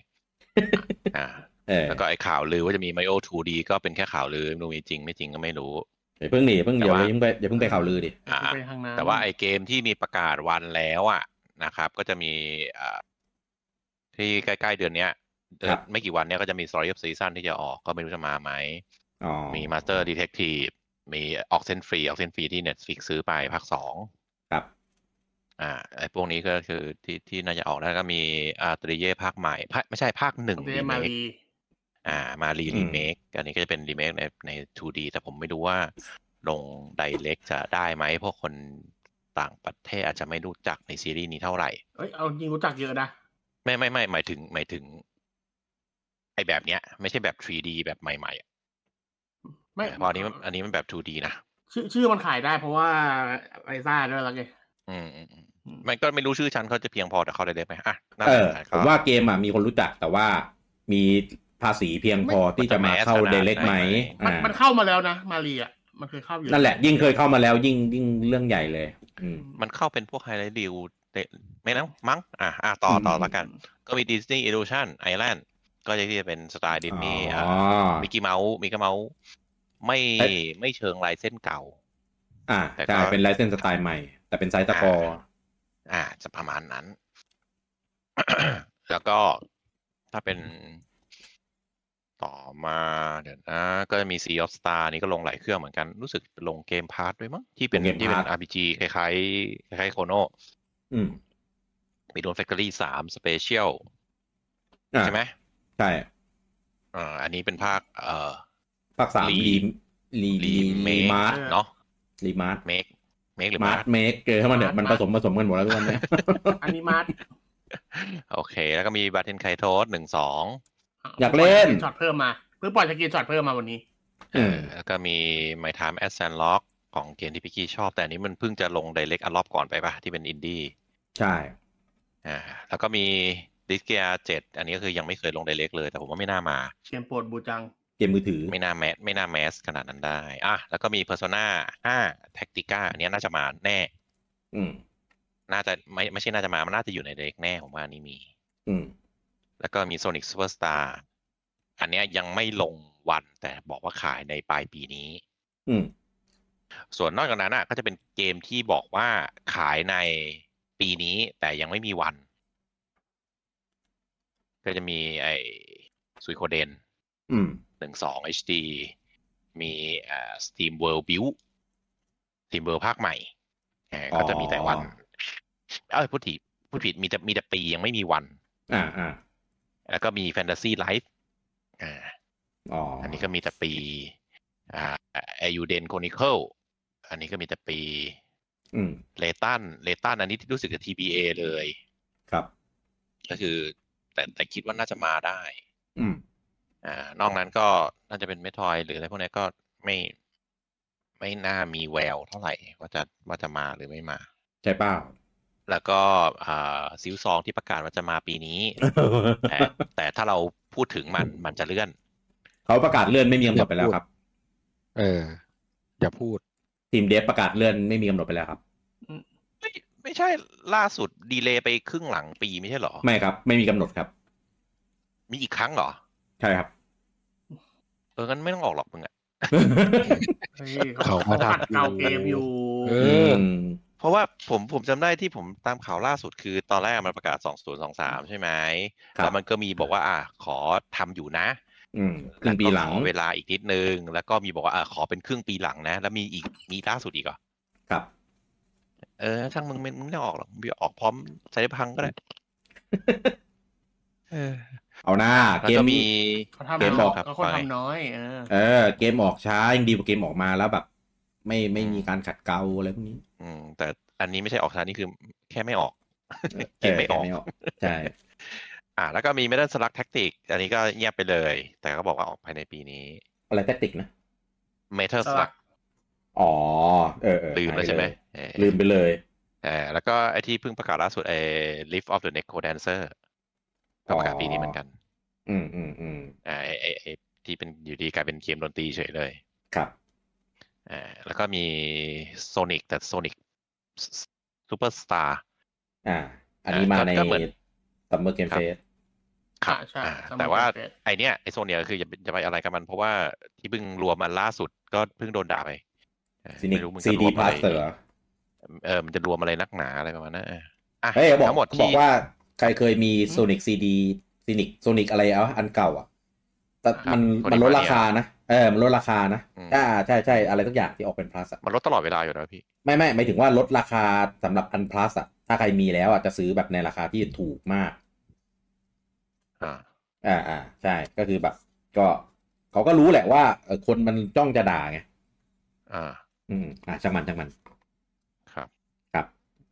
Speaker 3: อ่า
Speaker 1: เออ
Speaker 3: แล้วก็ไอ้ข่าวลือว่าจะมี Mario 2D ก็เป็นแค่ข่าวลือไม่รู้มีจริงไม่จริงก็ไม่รู้
Speaker 1: อย่าเพิ่งหนีอย่าเพิ่ง
Speaker 3: แต่
Speaker 1: เดี๋ยวอ
Speaker 3: ว่า
Speaker 1: ย่าเพิ่งไปอย่าเพิ่งไปข่าวลือดิ
Speaker 3: อ่า
Speaker 2: ไปทางน้ำ
Speaker 3: แต่ว่าไอเกมที่มีประกาศวันแล้วอ่ะนะครับ ก็จะมีอ่าที่ใกล้ๆเดือนเนี้ยเดือน
Speaker 1: ครับ
Speaker 3: ไม่กี่วันเนี้ยก็จะมี Story of Season ที่จะออกก็ไม่รู้จะมาไหม
Speaker 1: อ๋อ
Speaker 3: มี Master Detective มี Oxen Free Oxen Free ที่ Netflix ซื้อไปภาคสอง
Speaker 1: ครับ
Speaker 3: อ่าไอพวกนี้ก็คือที่ที่น่าจะออกแล้วก็มีอาตริเย่ภาคใหม่ภาคไม่ใช่ภาคหนึ่ง
Speaker 2: เดมา
Speaker 3: remake
Speaker 2: รี
Speaker 3: อ่ามารีรีเมคอันนี้ก็จะเป็นรีเมคในใน 2D แต่ผมไม่รู้ว่าลงไดเล็กจะได้ไหมเพราะคนต่างประเทศอาจจะไม่รู้จักในซีรีส์นี้เท่าไหร่
Speaker 2: เอ้ยเอาจริงรู้จักเยอะนะ
Speaker 3: ไม่ไม่ไม่หมายถึงหมายถึง ไอแบบเนี้ย ไม่ใช่แบบ 3D แบบใหม่ๆอะ
Speaker 2: ไม่
Speaker 3: เพราะอันนี้มันอันนี้มันแบบ 2D นะ
Speaker 2: ชื่อชื่อมันขายได้เพราะว่าไอซ่าด้วยแล้วไง
Speaker 3: อืมอืมอืมมันก็ไม่รู้ชื่อชั้นเขาจะเพียงพอแต่เขาไดเล็กไหมอ่ะน่า
Speaker 1: เอ
Speaker 3: สน
Speaker 1: อ
Speaker 3: ใจ
Speaker 1: ผม
Speaker 3: ก็
Speaker 1: ว่าเกมอ่ะมีคนรู้จักแต่ว่ามีภาษีเพียงพอที่จะมาเข้า
Speaker 3: มันจะ
Speaker 1: เด
Speaker 3: mass
Speaker 1: เล็ก
Speaker 3: ขนาด
Speaker 1: ไหม
Speaker 3: ไหน
Speaker 2: มัน
Speaker 1: อ่า
Speaker 2: มันเข้ามาแล้วนะ มารีอ่ะ มันเคยเข้าอยู่
Speaker 1: นั่นแหละ ยิ่งเคยเข้ามาแล้วยิ่งยิ่งเรื่องใหญ่เลย อืม
Speaker 3: มันเข้าเป็นพวกไฮไลท์ดิวไม่นะมั้งอ่ะอ่ะต่อต่อแล้วกัน ก็มี Disney Illusion Island ก็จะที่จะเป็นสไตล์ดิสนีย์
Speaker 1: อ๋อ
Speaker 3: อ่า มิกกี้เมาส์มิกกี้เมาส์ไม่
Speaker 1: เอ๊ะ
Speaker 3: ไม่เชิงลายเส้นเก่า
Speaker 1: อ่า
Speaker 3: แต่ก็
Speaker 1: ใช่เป็นไลเซนสไตล์ใหม่ แต่เป็นไซส์ตะกอ
Speaker 3: อ่า จะประมาณนั้น แล้วก็ถ้าเป็นต่อมาเดี๋ยวนะ ก็จะมี Sea of Star นี่ก็ลงหลายเครื่องเหมือนกัน รู้สึกลงเกมพาร์ทด้วยมั้ง ที่เป็นที่เป็น RPG คล้ายๆคล้ายๆโคโน
Speaker 1: อืม
Speaker 3: มีโดนแฟคเตอรี่สามสเปเชียล
Speaker 1: อ่า
Speaker 3: ใช่ไหม
Speaker 1: ใช่
Speaker 3: อ่าอันนี้เป็นภาค เอ่อ
Speaker 1: ภาคสาม
Speaker 3: รี
Speaker 1: รีรี
Speaker 3: รีเม
Speaker 1: รี
Speaker 3: ค
Speaker 1: มาร์ท
Speaker 3: เนาะ
Speaker 1: รีมาร์ท
Speaker 3: เมคเมคหรือ
Speaker 1: มา
Speaker 3: มา
Speaker 1: ร์
Speaker 3: ร์
Speaker 1: ทเมคเจอเข้ามาเนี่ยมันผสมผสมกันหมดแล้วทุกวันเนี่ย
Speaker 2: อันนี้มาร์ท
Speaker 3: โอเค แล้วก็มีบาเทนไคโทสหนึ่งสอง
Speaker 1: อยากเล่น
Speaker 2: ช็อตเพิ่มมาเพิ่งปล่อยสกินช็อตเพิ่มมาวันนี้
Speaker 1: เออ
Speaker 3: แล้วก็มี My Time at Sandlock ของเกมที่พี่กี้ชอบ แต่อันนี้มันเพิ่งจะลง Direct อัลล็อบก่อนไปปะที่เป็นอินดี้
Speaker 1: ใช่
Speaker 3: อ่าแล้วก็มี ดิสเกียเจ็ดอันนี้ก็คือยังไม่เคยลงไดเรกเลย แต่ผมว่าไม่น่ามา
Speaker 2: เกมโปรดบูจัง
Speaker 1: เกมมือถือ
Speaker 3: ไม่น่าแมสไม่น่าแมสขนาดนั้นได้ อ่ะ แล้วก็มี Persona 5 Tactica อันเนี้ยน่าจะมาแน่
Speaker 1: อืม
Speaker 3: น่าจะไม่ไม่ใช่น่าจะมา มันน่าจะอยู่ในเด็กแน่ผมว่านี่มี
Speaker 1: อืม
Speaker 3: แล้วก็มี Sonic Superstar อันเนี้ยยังไม่ลงวันแต่บอกว่าขายในปลายปีนี้
Speaker 1: อืม
Speaker 3: ส่วนนอกจากนั้นอ่ะก็จะเป็นเกมที่บอกว่าขายในปีนี้แต่ยังไม่มีวัน ก็จะมีไอ้ซุยโคเดน
Speaker 1: อืม
Speaker 3: หนึ่งสอง HD มีอ่า Steam World Build Steam World ภาคใหม่อ่าก็จะมีแต่วัน เอ้ยพูดผิดพูดผิดมีแต่มีแต่ปียังไม่มีวัน
Speaker 1: อ่าอ่า
Speaker 3: แล้วก็มี Fantasy Life อ่า
Speaker 1: อ๋อ
Speaker 3: อั
Speaker 1: อั
Speaker 3: นนี้ก็มีแต่ปีอ่า Ayuden Chronicle อันนี้ก็มีแต่ปี
Speaker 1: อืม
Speaker 3: เลตันเลตันอันนี้รู้สึกจะ TBA เลย
Speaker 1: ครับ
Speaker 3: ก็คือแต่แต่คิดว่าน่าจะมาได้
Speaker 1: อืม
Speaker 3: อ่านอกนั้นก็น่าจะเป็นเมทรอยหรืออะไรพวกนี้ก็ไม่ไม่น่ามีแววเท่าไหร่ว่าจะว่าจะมาหรือไม่มา
Speaker 1: ใช่เปล่า
Speaker 3: แล้วก็อ่าซิลซองที่ประกาศว่าจะมาปีนี้ แต่แต่ถ้าเราพูดถึงมันมันจะเลื่อน
Speaker 1: เขาประกาศเลื่อนไม่มีกำหนดไปแล้วครับ
Speaker 4: เออ อย่าพูด
Speaker 1: ทีมเดฟประกาศเลื่อนไม่มีกำหนดไปแล้วครับ
Speaker 3: ไม่ไม่ใช่ล่าสุดดีเลย์ไปครึ่งหลังปีไม่ใช่เหรอ
Speaker 1: ไม่ครับ ไม่มีกำหนดครับ
Speaker 3: มีอีกครั้งเหรอ
Speaker 1: ใช่ครับ
Speaker 3: เอองั้นไม่ต้องออกหรอกมึงอะ
Speaker 2: เฮ้ย
Speaker 4: เขาก็ทำ
Speaker 2: ขัดเก่าเกมอยู่
Speaker 4: เอ
Speaker 1: อื
Speaker 4: อ
Speaker 1: ม
Speaker 3: เพราะว่าผมผมจำได้ที่ผมตามข่าวล่าสุดคือตอนแรกมันประกาศ 2023 ใช่ไหม
Speaker 1: ครั
Speaker 3: แล้
Speaker 1: บ
Speaker 3: วมันก็มีบอกว่าอ่ะขอทำอยู่นะ
Speaker 1: อืมครึ่งปีหลัง
Speaker 3: แวก็ขอเวลาอีกนิดนึง แล้วก็มีบอกว่าเออขอเป็นครึ่งปีหลังนะ แล้วมีอีกมีล่าสุดอีกเหรอ
Speaker 1: ครับ
Speaker 3: เออช่างมึงมึงมึงไม่ต้องออกหรอกมึงออกพร้อมใช้พัง ก็ได้เออ
Speaker 1: เอาหน้า
Speaker 3: แล้ว
Speaker 1: เกม
Speaker 3: ก็
Speaker 1: มี
Speaker 3: มี
Speaker 2: เขา
Speaker 3: เก
Speaker 2: ทำ
Speaker 3: ม
Speaker 2: น้
Speaker 3: บ
Speaker 2: อ
Speaker 3: อย กครับ
Speaker 2: ก็คนทำน้อยเออ
Speaker 1: เออ เกมออกช้ายังดีกว่าเกมออกมาแล้วแบบ ไม่ไม่มีการขัดเกลาอะไรพวกนี้
Speaker 3: อืม แต่อันนี้ไม่ใช่ออกช้านี่คือแค่ไม่ ออก เกมไม่ออก
Speaker 1: เใช่
Speaker 3: อ่ะแล้วก็มี Metal Slug Tactics อันนี้ก็เงียบไปเลย แต่ก็บอกว่าออกภายในปีนี้
Speaker 1: อะไรแทคติกนะ
Speaker 3: Metal Slug
Speaker 1: อ๋อ เออเออ
Speaker 3: ลืมแล้วใช่ไหมเออ
Speaker 1: ลืมไปเลย
Speaker 3: เออแล้วก็ไอที่เพิ่งประกาศล่าสุดไอ Lift of the Necro Dancer ก็ประกาศปีนี้เหมือนกัน
Speaker 1: อืมอืมอืม
Speaker 3: อ่าไอไอไอที่เป็นอยู่ดีกลายเป็นเกมดนตรีเฉยเลย
Speaker 1: ครับ
Speaker 3: อ่าแล้วก็มีโซนิกแต่โซนิกซูเปอร์สตาร์
Speaker 1: อ่า อันนี้มา
Speaker 3: อ่ะก็
Speaker 1: ใน
Speaker 3: ก็เหมือน
Speaker 1: ซัมเมอร์เกม
Speaker 3: ครั
Speaker 1: เฟ
Speaker 3: บ
Speaker 1: ส
Speaker 2: อ่ะใช่สำหรับ
Speaker 3: แต่ว่า
Speaker 2: เกมเฟส
Speaker 3: ไอเนี้ยไอโซเนียคืออย่าอย่าไปอะไรกับมันเพราะว่าที่เพิ่งรวมมันล่าสุดก็เพิ่งโดนด่าไปเออ
Speaker 1: ซีนิก
Speaker 3: ไม่รู้มัน
Speaker 1: ซี
Speaker 3: จะร
Speaker 1: ดี
Speaker 3: วม
Speaker 1: พลา
Speaker 3: อะไร
Speaker 1: สเตอร์
Speaker 3: เออมันจะรวมอะไรนักหนาอะไรประมาณนั้นเอออ่ะ
Speaker 1: เฮ้ยบอก
Speaker 3: ทั้งหมด
Speaker 1: บอ
Speaker 3: ที่
Speaker 1: กว่าใครเคยมีโซนิกซีดีซ n นิกโซนิกอะไรเอาอันเก่าอ่ะแต่มัน
Speaker 3: ครับ
Speaker 1: มันลด
Speaker 3: คน
Speaker 1: รา
Speaker 3: ที่
Speaker 1: คา
Speaker 3: มา
Speaker 1: นะ เออ มันลดราคานะ
Speaker 3: อืม
Speaker 1: อ่าใช่ใช่อะไรทุกอย่างที่ออกเป็นพลัส
Speaker 3: มันลดตลอดเวลาอยู่แล้วพี่
Speaker 1: ไม่ไม่หมายถึงว่าลดราคาสำหรับอันพลัสอ่ะ ถ้าใครมีแล้วอ่ะจะซื้อแบบในราคาที่ถูกมาก
Speaker 3: อ่า
Speaker 1: อ่าอ่าใช่ก็คือแบบ ก็เขาก็รู้แหละว่าเออคนมันจ้องจะด่าไง
Speaker 3: อ่า
Speaker 1: อืมอ่าช่างมันช่างมัน
Speaker 3: ครับ
Speaker 1: ครับ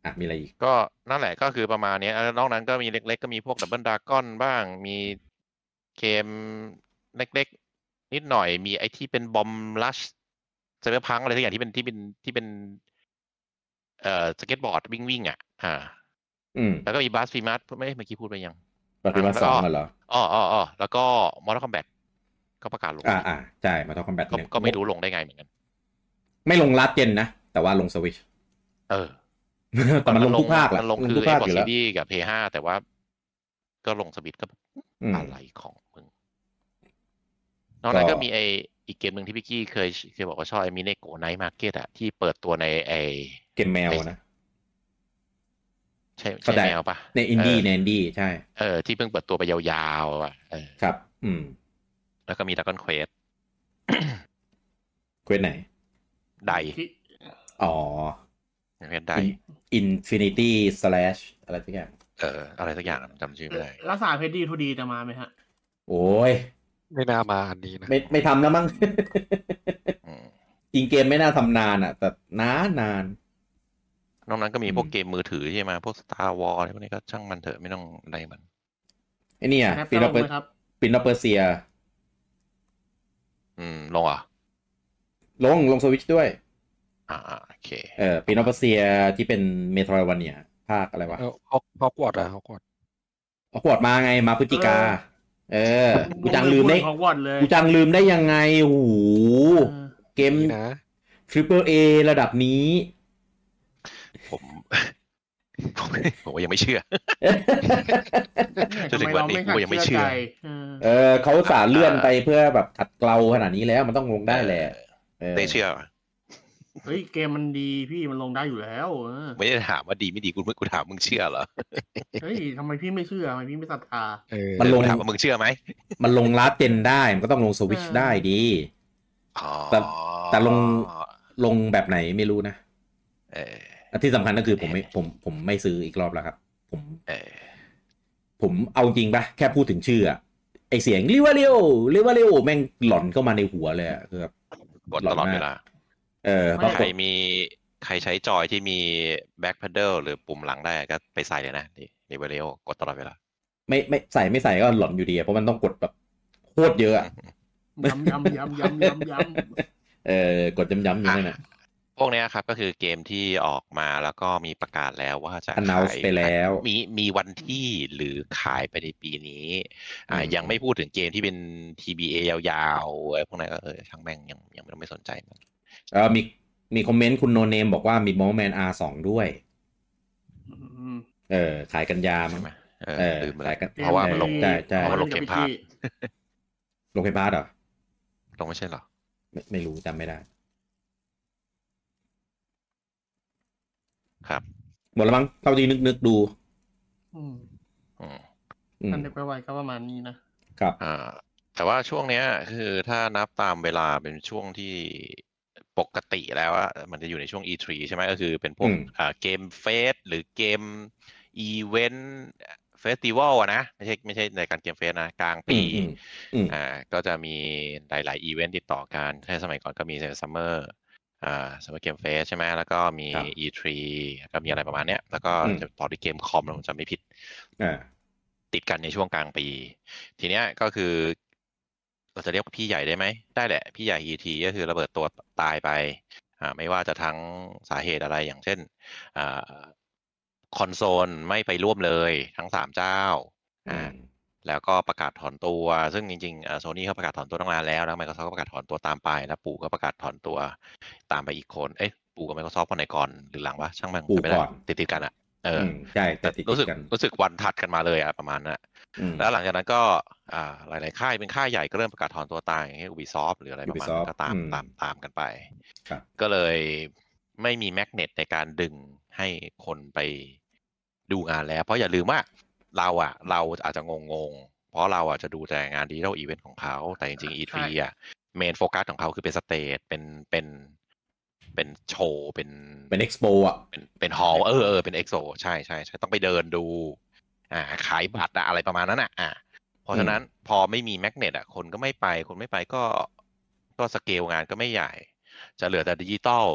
Speaker 1: อ่ะมีอะไรอีก
Speaker 3: ก็นั่นแหละก็คือประมาณเนี้ยแล้วนอกนั้นก็มีเล็ก ๆ ก็มีพวกดับเบิลดากอนบ้าง มีเกมเล็ก ๆ นิดหน่อย มีไอที่เป็นบอมลัชเซเบอร์พังอะไรทุกอย่างที่เป็นที่เป็นที่เป็น เอ่อสเก็ตบอร์ดวิ่งวิ่งๆอ่ะ อ่า
Speaker 1: อืม
Speaker 3: แล้วก็มีบาสฟิมัสไม่เมื่อกี้พูดไปยัง
Speaker 1: ปฏิมา
Speaker 3: แล้วก็
Speaker 1: สองกันเหรอ
Speaker 3: อ๋ออ๋ออ๋อแล้วก็มอร์ a l คอมแบทก็ประกาศลง
Speaker 1: อ่าอ่าใช่มาทอคอมแบท
Speaker 3: ก็
Speaker 1: เนี่ย
Speaker 3: ก็ไม่รู้ลงได้ไงเหมือนกัน
Speaker 1: ไม่ลงลัดเจนนะ แต่ว่าลงส วิช
Speaker 3: เออ
Speaker 1: แต่มันลงทุกภาคแหละ
Speaker 3: มันลงคือ
Speaker 1: ทุก
Speaker 3: เอ็
Speaker 1: ภาก ค
Speaker 3: ซ์บอ
Speaker 1: อยู่
Speaker 3: ร์
Speaker 1: แล้ว
Speaker 3: ซีกับเพย์ห้าแต่ว่า ก็ลงสวิตช์ก็
Speaker 1: อืม
Speaker 3: อะไรของมึง นอกนั้น
Speaker 1: ก็
Speaker 3: ก็มีไออีกเกมหนึ่งที่พี่กี้เคยเคยบอกว่าชอบไอมิเนโกไนท์มาร์เก็ตอะที่เปิดตัวในไอ
Speaker 1: เกมแมวนะ
Speaker 3: ใช่
Speaker 1: เข้า
Speaker 3: ใช่
Speaker 1: ใจ
Speaker 3: แนวปะ
Speaker 1: ในอินดี้
Speaker 3: เออ
Speaker 1: ในอินดี้ใช่
Speaker 3: เออที่เพิ่งเปิดตัวไปยาวๆอะเออ
Speaker 1: ครับ อืม
Speaker 3: แล้วก็มีดักอนเควส
Speaker 1: เควสไหน
Speaker 3: ใด
Speaker 2: ที่
Speaker 1: อ๋อ
Speaker 3: เควสใด
Speaker 1: Infinity Slash อะไรทุกอย่าง
Speaker 3: เออ อะไรสักอย่างอะจำชื่อไม่ได้
Speaker 2: รักษาเพชรดีทูดีจะมาไหมฮะ
Speaker 1: โอ้ย
Speaker 4: ไม่น่ามาอันนี้นะ
Speaker 1: ไม่ไม่ทำนะมั้ง
Speaker 3: อืม
Speaker 1: จริงเกมไม่น่าทำนานอ่ะ แต่นานนาน
Speaker 3: นอกนั้นก็มี
Speaker 1: อืม
Speaker 3: พวกเกมมือถือใช่ไหมพวก Star War อะไรพวกนี้ก็ช่างมันเถอะไม่ต้องอะไรมัน
Speaker 1: ไอเนี่ย
Speaker 2: ครับ
Speaker 1: ปินอเปอ
Speaker 2: จะลงไหมครับ
Speaker 1: ปินอเปอร์เซีย
Speaker 3: อืมลงเหรอ่ะ
Speaker 1: ลงลงสวิชด้วย
Speaker 3: อ่าอ่าโอเค
Speaker 1: เออปินอเปอร์เซียที่เป็นเมโทรวันเนี่ย ภาคอะไรวะ
Speaker 4: เออฮอกฮอกวอตส์อะฮอกวอต
Speaker 1: ออกวอดมาไงมาพฤศจิกา เออ กูจังลืมได้
Speaker 2: ของวอนเลย
Speaker 1: กูจังลืมได้ยังไงโอ้โห
Speaker 2: เออ
Speaker 1: เกม
Speaker 4: นี่นะ
Speaker 1: ทริปเปิลเอระดับนี้
Speaker 3: ผม ผมผมก็ยังไม่เชื่อ จนถึงวันนี้กูยังไม่เชื่อ
Speaker 2: ทำราไม่หักใจเอ
Speaker 1: เอ
Speaker 2: อ
Speaker 1: อเขาอุตสาห์เลื่อนไปเพื่อแบบขัดเกลาขนาดนี้แล้วมันต้องลงได้แหละเออ
Speaker 3: ได้เชื่อเหรอ
Speaker 2: เฮ้ยเกมมันดีพี่มันลงได้อยู่แล้วเออ
Speaker 3: ไม่ได้ถามว่าดีไม่ดีกูกูถามมึงเชื่อเหรอ
Speaker 2: เฮ้ยทำไมพี่ไม่เชื่อทำไมพี่ไม่ศรัทธา
Speaker 4: เออ
Speaker 1: มันลง
Speaker 3: กูถามว่ามึงเชื่อไหม
Speaker 1: มันลงลาสเจนได้มันก็ต้องลงสวิช
Speaker 2: เออ
Speaker 1: ได้ดี
Speaker 3: อ๋อ
Speaker 1: แต่แต่ลง ลงแบบไหนไม่รู้นะ
Speaker 3: เออ
Speaker 1: และที่สำคัญก็คือผมไม่ผมผมไม่ซื้ออีกรอบแล้วครับ ผม
Speaker 3: เออ
Speaker 1: ผมเอาจริงปะแค่พูดถึงชื่ออะไอเสียงริวาเรียวริวาเรียวแม่งหลอนเข้ามาในหัวเลยอะคือแบบ
Speaker 3: กดตลอดเวลา
Speaker 1: เออป
Speaker 2: ไม่
Speaker 1: รา
Speaker 3: ใค
Speaker 1: ก
Speaker 3: ร
Speaker 1: ฏ
Speaker 3: มีใครใช้จอยที่มีแบ็คพ d ดเดิลหรือปุ่มหลังได้ก็ไปใส่เลยนะนี่นี่เวเรโอกดตลอดเวลา
Speaker 1: ไม่ไม่ใส่ไม่ใส่ก็หลอนอยู่ดีอะเพราะมันต้องกดแบบโคตรเยอะอะ
Speaker 2: ย้ำย้ำย้ำย้ำย้ำย้ำ
Speaker 1: เออกดย้ำๆอยู่นั่นน่ะ
Speaker 3: พวกเนี้ยครับก็คือเกมที่ออกมาแล้วก็มีประกาศแล้วว่าจะ
Speaker 1: Announce
Speaker 3: ขาย
Speaker 1: ไปแล้ว
Speaker 3: มีมีวันที่หรือขายไปในปีนี้อ่า
Speaker 1: อืม
Speaker 3: ยังไม่พูดถึงเกมที่เป็น TBA ยาวๆอะไรพวกนั้นก็เออช่างแม่งยังยังไม่ต้องไม่สนใจมัน
Speaker 1: เออมีมีคอมเมนต์คุณโนเนมบอกว่ามีมอแมนอาสองด้วย
Speaker 2: อืม
Speaker 1: เออ ขายกันยามั้
Speaker 3: ใช่
Speaker 1: ง
Speaker 3: ไหมเอ
Speaker 1: เอ
Speaker 3: อ
Speaker 1: อ
Speaker 3: ลืม
Speaker 1: ขา
Speaker 3: ไปแล้
Speaker 1: ยว กัน
Speaker 3: เพราะว่ามันลง
Speaker 1: ใช่ใช่
Speaker 3: เพราะว่าลง เกพาร์ท
Speaker 1: ลงไฟฟ้าเหรอ
Speaker 3: ลงไม่ใช่เหรอ
Speaker 1: ไม่ไม่รู้จำไม่ได้
Speaker 3: ครับ
Speaker 1: หมดแล้วมั้งเท่าที่นึกนึกๆดู
Speaker 2: อืม
Speaker 3: อืม
Speaker 1: อืม
Speaker 2: นั่นเด็กไปไวๆก็ประมาณนี้นะครับ
Speaker 3: อ่าแต่ว่าช่วงเนี้ยคือถ้านับตามเวลาเป็นช่วงที่ปกติแล้วอะมันจะอยู่ในช่วง E3 ใช่ไหมก็คือเป็นพวก
Speaker 1: อืม
Speaker 3: อ่าเกมเฟสหรือเกมอีเวนต์เฟสติวัลอะนะ ไม่ใช่ไม่ใช่ในการเกมเฟสนะ กลาง
Speaker 1: อื
Speaker 3: ปี
Speaker 1: มอืม อืม
Speaker 3: อ่าก็จะมีหลาย ๆ อีเวนต์ติดต่อกันถ้าสมัยก่อนก็มีซัมเมอร์อ่าซัมเมอร์เกมเฟสใช่ไหมแล้วก็มี
Speaker 1: ครับ
Speaker 3: E3 แล้วก็มีอะไรประมาณเนี้ย แล้วก็จะต่อด้วยเกมคอมแล้วผมจำไม่ผิด
Speaker 1: อ่า
Speaker 3: ติดกันในช่วงกลางปี ทีเนี้ยก็คือ เราจะเรียกว่าพี่ใหญ่ได้ไหม ได้แหละ พี่ใหญ่ ET ก็คือระเบิดตัวตายไปอ่าไม่ว่าจะทั้งสาเหตุอะไรอย่างเช่นอ่าคอนโซลไม่ไปร่วมเลยทั้งสามเจ้า
Speaker 1: อื
Speaker 3: อ่าม แล้วก็ประกาศถอนตัว ซึ่งจริงๆโซนี่า Sony เขาประกาศถอนตัวตั้งนานแล้วแล้ว Microsoft ก็ประกาศถอนตัวตามไปแล้วปู่ก็ประกาศถอนตัวตามไปอีกคน เอ๊ะปู่กับ Microsoft คนไหนก่อนหรือหลังวะช่างแม่ง
Speaker 1: ปู่
Speaker 3: จำไม่ได้
Speaker 1: ก่อน
Speaker 3: ติดติดๆกันอะเอออ
Speaker 1: มใช่แต่
Speaker 3: แต่
Speaker 1: ติด
Speaker 3: รู้สึก
Speaker 1: กัน
Speaker 3: รู้สึกวันถัดกันมาเลยอะประมาณนั้นอะ
Speaker 1: อืม
Speaker 3: แล้วหลังจากนั้นก็อ่าหลาย ๆ ค่ายเป็นค่ายใหญ่ก็เริ่มประกาศถอนตัวตายอย่างเงี้ย Ubisoft หรืออะไรประมาณนั้
Speaker 1: Ubisoft
Speaker 3: นก็ตาม
Speaker 1: อืม
Speaker 3: ตามตามกันไป
Speaker 1: ครับ
Speaker 3: ก็เลยไม่มีแมกเนตในการดึงให้คนไปดูงานแล้ว เพราะอย่าลืมว่าเราอะเราอาจจะงง ๆ เพราะเราอะจะดูแต่งานดิจิทัลอีเวนต์ของเขา แต่จริง ๆ E3 อะเมนโฟกัสของเขาคือเป็นสเตจเป็นเป็นเป็นโชว์เป็น
Speaker 1: เป็นเอ็กซ์โปอ่ะ
Speaker 3: เป็นเป็นฮอลเออเออเป็นเอ็กโซใช่ใช่ใช่ต้องไปเดินดู อ่า ขายบัตรอะอะไรประมาณนั้นอ่ะอ่าเพราะฉะนั้นพอไม่มีแมกเนตอ่ะคนก็ไม่ไป คนไม่ไปก็ก็สเกลงานก็ไม่ใหญ่ จะเหลือแต่ดิจิตอล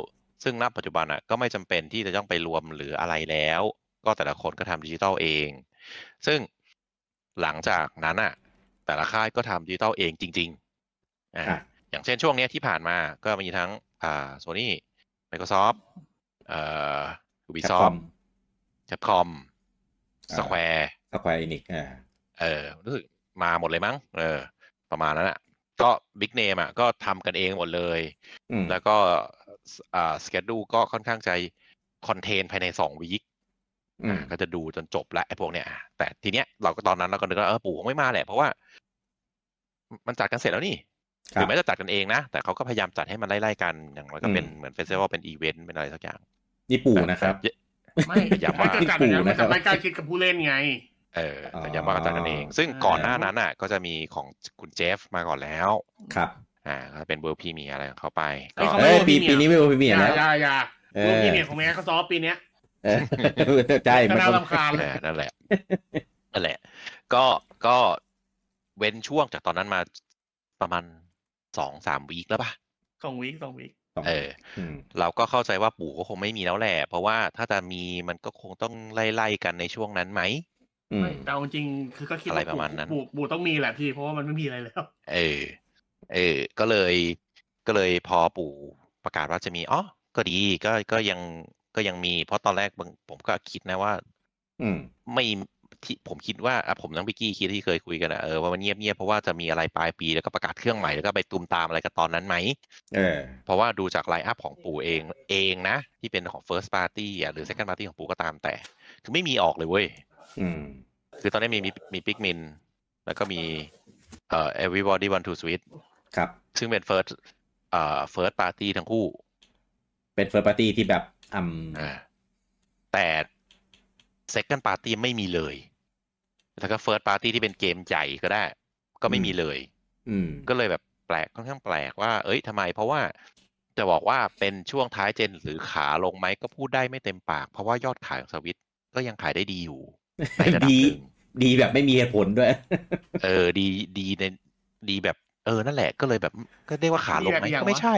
Speaker 3: ซึ่งณปัจจุบันอ่ะก็ไม่จำเป็นที่จะต้องไปรวมหรืออะไรแล้ว ก็แต่ละคนก็ทำดิจิตอลเอง ซึ่งหลังจากนั้นอ่ะ แต่ละค่ายก็ทำดิจิตอลเองจริง ๆอ่า
Speaker 1: อ่ะ
Speaker 3: อย่างเช่นช่วงเนี้ยที่ผ่านมาก็มีทั้งอ่า Sony Microsoft เอ่อ Ubisoft Capcom
Speaker 1: อ่า
Speaker 3: Square
Speaker 1: สแควร์อินิกอ่า
Speaker 3: เออรู้สึกมาหมดเลยมั้งเออ ประมาณนั้นอ่ะ ก็บิ๊กเนมอ่ะก็ทำกันเองหมดเลย
Speaker 1: อืม
Speaker 3: แล้วก็อ่าสเกดูก็ค่อนข้างใจคอนเทนภายในสองวีค
Speaker 1: อืม
Speaker 3: อ่ะก็จะดูจนจบแล้วไอ้พวกเนี้ยอ่ะแต่ทีเนี้ยเราก็ตอนนั้นเราก็นึกว่าเออปู่คงไม่มาแหละ เพราะว่า มันจัดกันเสร็จแล้วนี่
Speaker 1: ครับ
Speaker 3: ถึงแม้จะจัดกันเองนะ แต่เขาก็พยายามจัดให้มันไล่ๆกันอย่างไรก็เป็น
Speaker 1: อืม
Speaker 3: เหมือนเฟสติวัลเป็นอีเวนต์เป็นอะไรสักอย่าง
Speaker 1: นี่ปู่นะครับ
Speaker 3: แต่
Speaker 2: ไม่
Speaker 3: อย่ามา
Speaker 2: ถ้าจะจัดอย่างนั้น
Speaker 1: ปู่
Speaker 2: มัน
Speaker 1: นะครับ
Speaker 2: จะไม่ใกล้ชิดกับผู้เล่นไง
Speaker 3: เออแต่
Speaker 1: อ๋อ
Speaker 3: อย่ามาจัดกันเอง ซึ่งก่อนหน้านั้นอ่ะ ก็จะมีของคุณเจฟมาก่อนแล้ว
Speaker 1: ครับ
Speaker 3: อ่าก็เป็นเบอร์พี่มีอะไรของเขาไป
Speaker 2: ไอ้
Speaker 3: ก็
Speaker 2: เขา
Speaker 1: เอ้ยปีปีนี้ไม่เป็นพรี
Speaker 2: อ
Speaker 1: เมียร์
Speaker 2: ย่า
Speaker 1: แล้ว
Speaker 2: อย่าอย่า
Speaker 1: เออ
Speaker 2: ลูกพี่เมียของแม่เขาซอฟปีเนี้ย
Speaker 1: เออ ใช่ มั
Speaker 2: ก็
Speaker 1: น
Speaker 2: น่า
Speaker 1: ก็
Speaker 2: รำคาญ
Speaker 3: เออนั่นแหละนั่นแหละ ก็ก็เว้นช่วงจากตอนนั้นมาประมาณสองสามวีคแล้วป่ะ
Speaker 2: สองวิคสองวิค
Speaker 3: เออ
Speaker 1: ม
Speaker 3: เราก็เข้าใจว่าปู่ก็คงไม่มีแล้วแหละ เพราะว่าถ้าจะมีมันก็คงต้องไล่ๆกันในช่วงนั้นไหม
Speaker 1: อืม
Speaker 2: ไม่แต่เอาจริงๆคือก็คิด
Speaker 3: อะไร
Speaker 2: ว่า
Speaker 3: ประมาณนั้น
Speaker 2: ปู่ปู่ต้องมีแหละพี่ เพราะว่ามันไม่มีอะไรแล้ว
Speaker 3: เออ เออ ก็เลย ก็เลยพอปู่ประกาศว่าจะมี อ๋อ ก็ดี ก็ ก็ยัง ก็ยังมี เพราะตอนแรกบางผมก็คิดนะว่า
Speaker 1: อืม
Speaker 3: ไม่ ที่ผมคิดว่าอ่ะผมทั้งพิกกี้คิดที่เคยคุยกันอะเออว่ามันเงียบเงียบๆเพราะว่าจะมีอะไรปลายปีแล้วก็ประกาศเครื่องใหม่แล้วก็ไปตุมตามอะไรกันตอนนั้นไหม
Speaker 1: เออ
Speaker 3: เพราะว่าดูจากไลน์อัพของปู่เองเองนะ ที่เป็นของ First Party อ่ะหรือ Second Party ของปู่ก็ตามแต่ คือไม่มีออกเลยเว้ย
Speaker 1: อืม
Speaker 3: คือตอนนี้มีมีมีปิกมิน แล้วก็มีเอ่อ everybody want to switch
Speaker 1: ครับ
Speaker 3: ซึ่งเป็น first เอ่อ first party ทั้งคู่
Speaker 1: เป็นเฟิร์สปาร์ตี้ที่แบบอืม
Speaker 3: อ่าแต่ second party ไม่มีเลย แล้วก็ first party ที่เป็นเกมใหญ่ก็ได้ ก็ไม่มีเลย
Speaker 1: อืม
Speaker 3: ก็เลยแบบแปลกค่อนข้างแปลกว่า เอ้ยทำไม เพราะว่าจะบอกว่าเป็นช่วงท้ายเจนหรือขาลงไหมก็พูดได้ไม่เต็มปาก เพราะว่ายอดขายของสวิตก็ยังขายได้ดีอยู่ในระดับ
Speaker 1: ดี
Speaker 3: หนึ่ง
Speaker 1: ดีแบบไม่มีเหตุผลด้วย
Speaker 3: เออดีดีในดีแบบ เออนั่นแหละก็เลยแบบ ก็เรียกว่าขาลงไหม
Speaker 2: ดีแบบอย่าง
Speaker 3: ก็ไม่
Speaker 2: วะ
Speaker 3: ใช่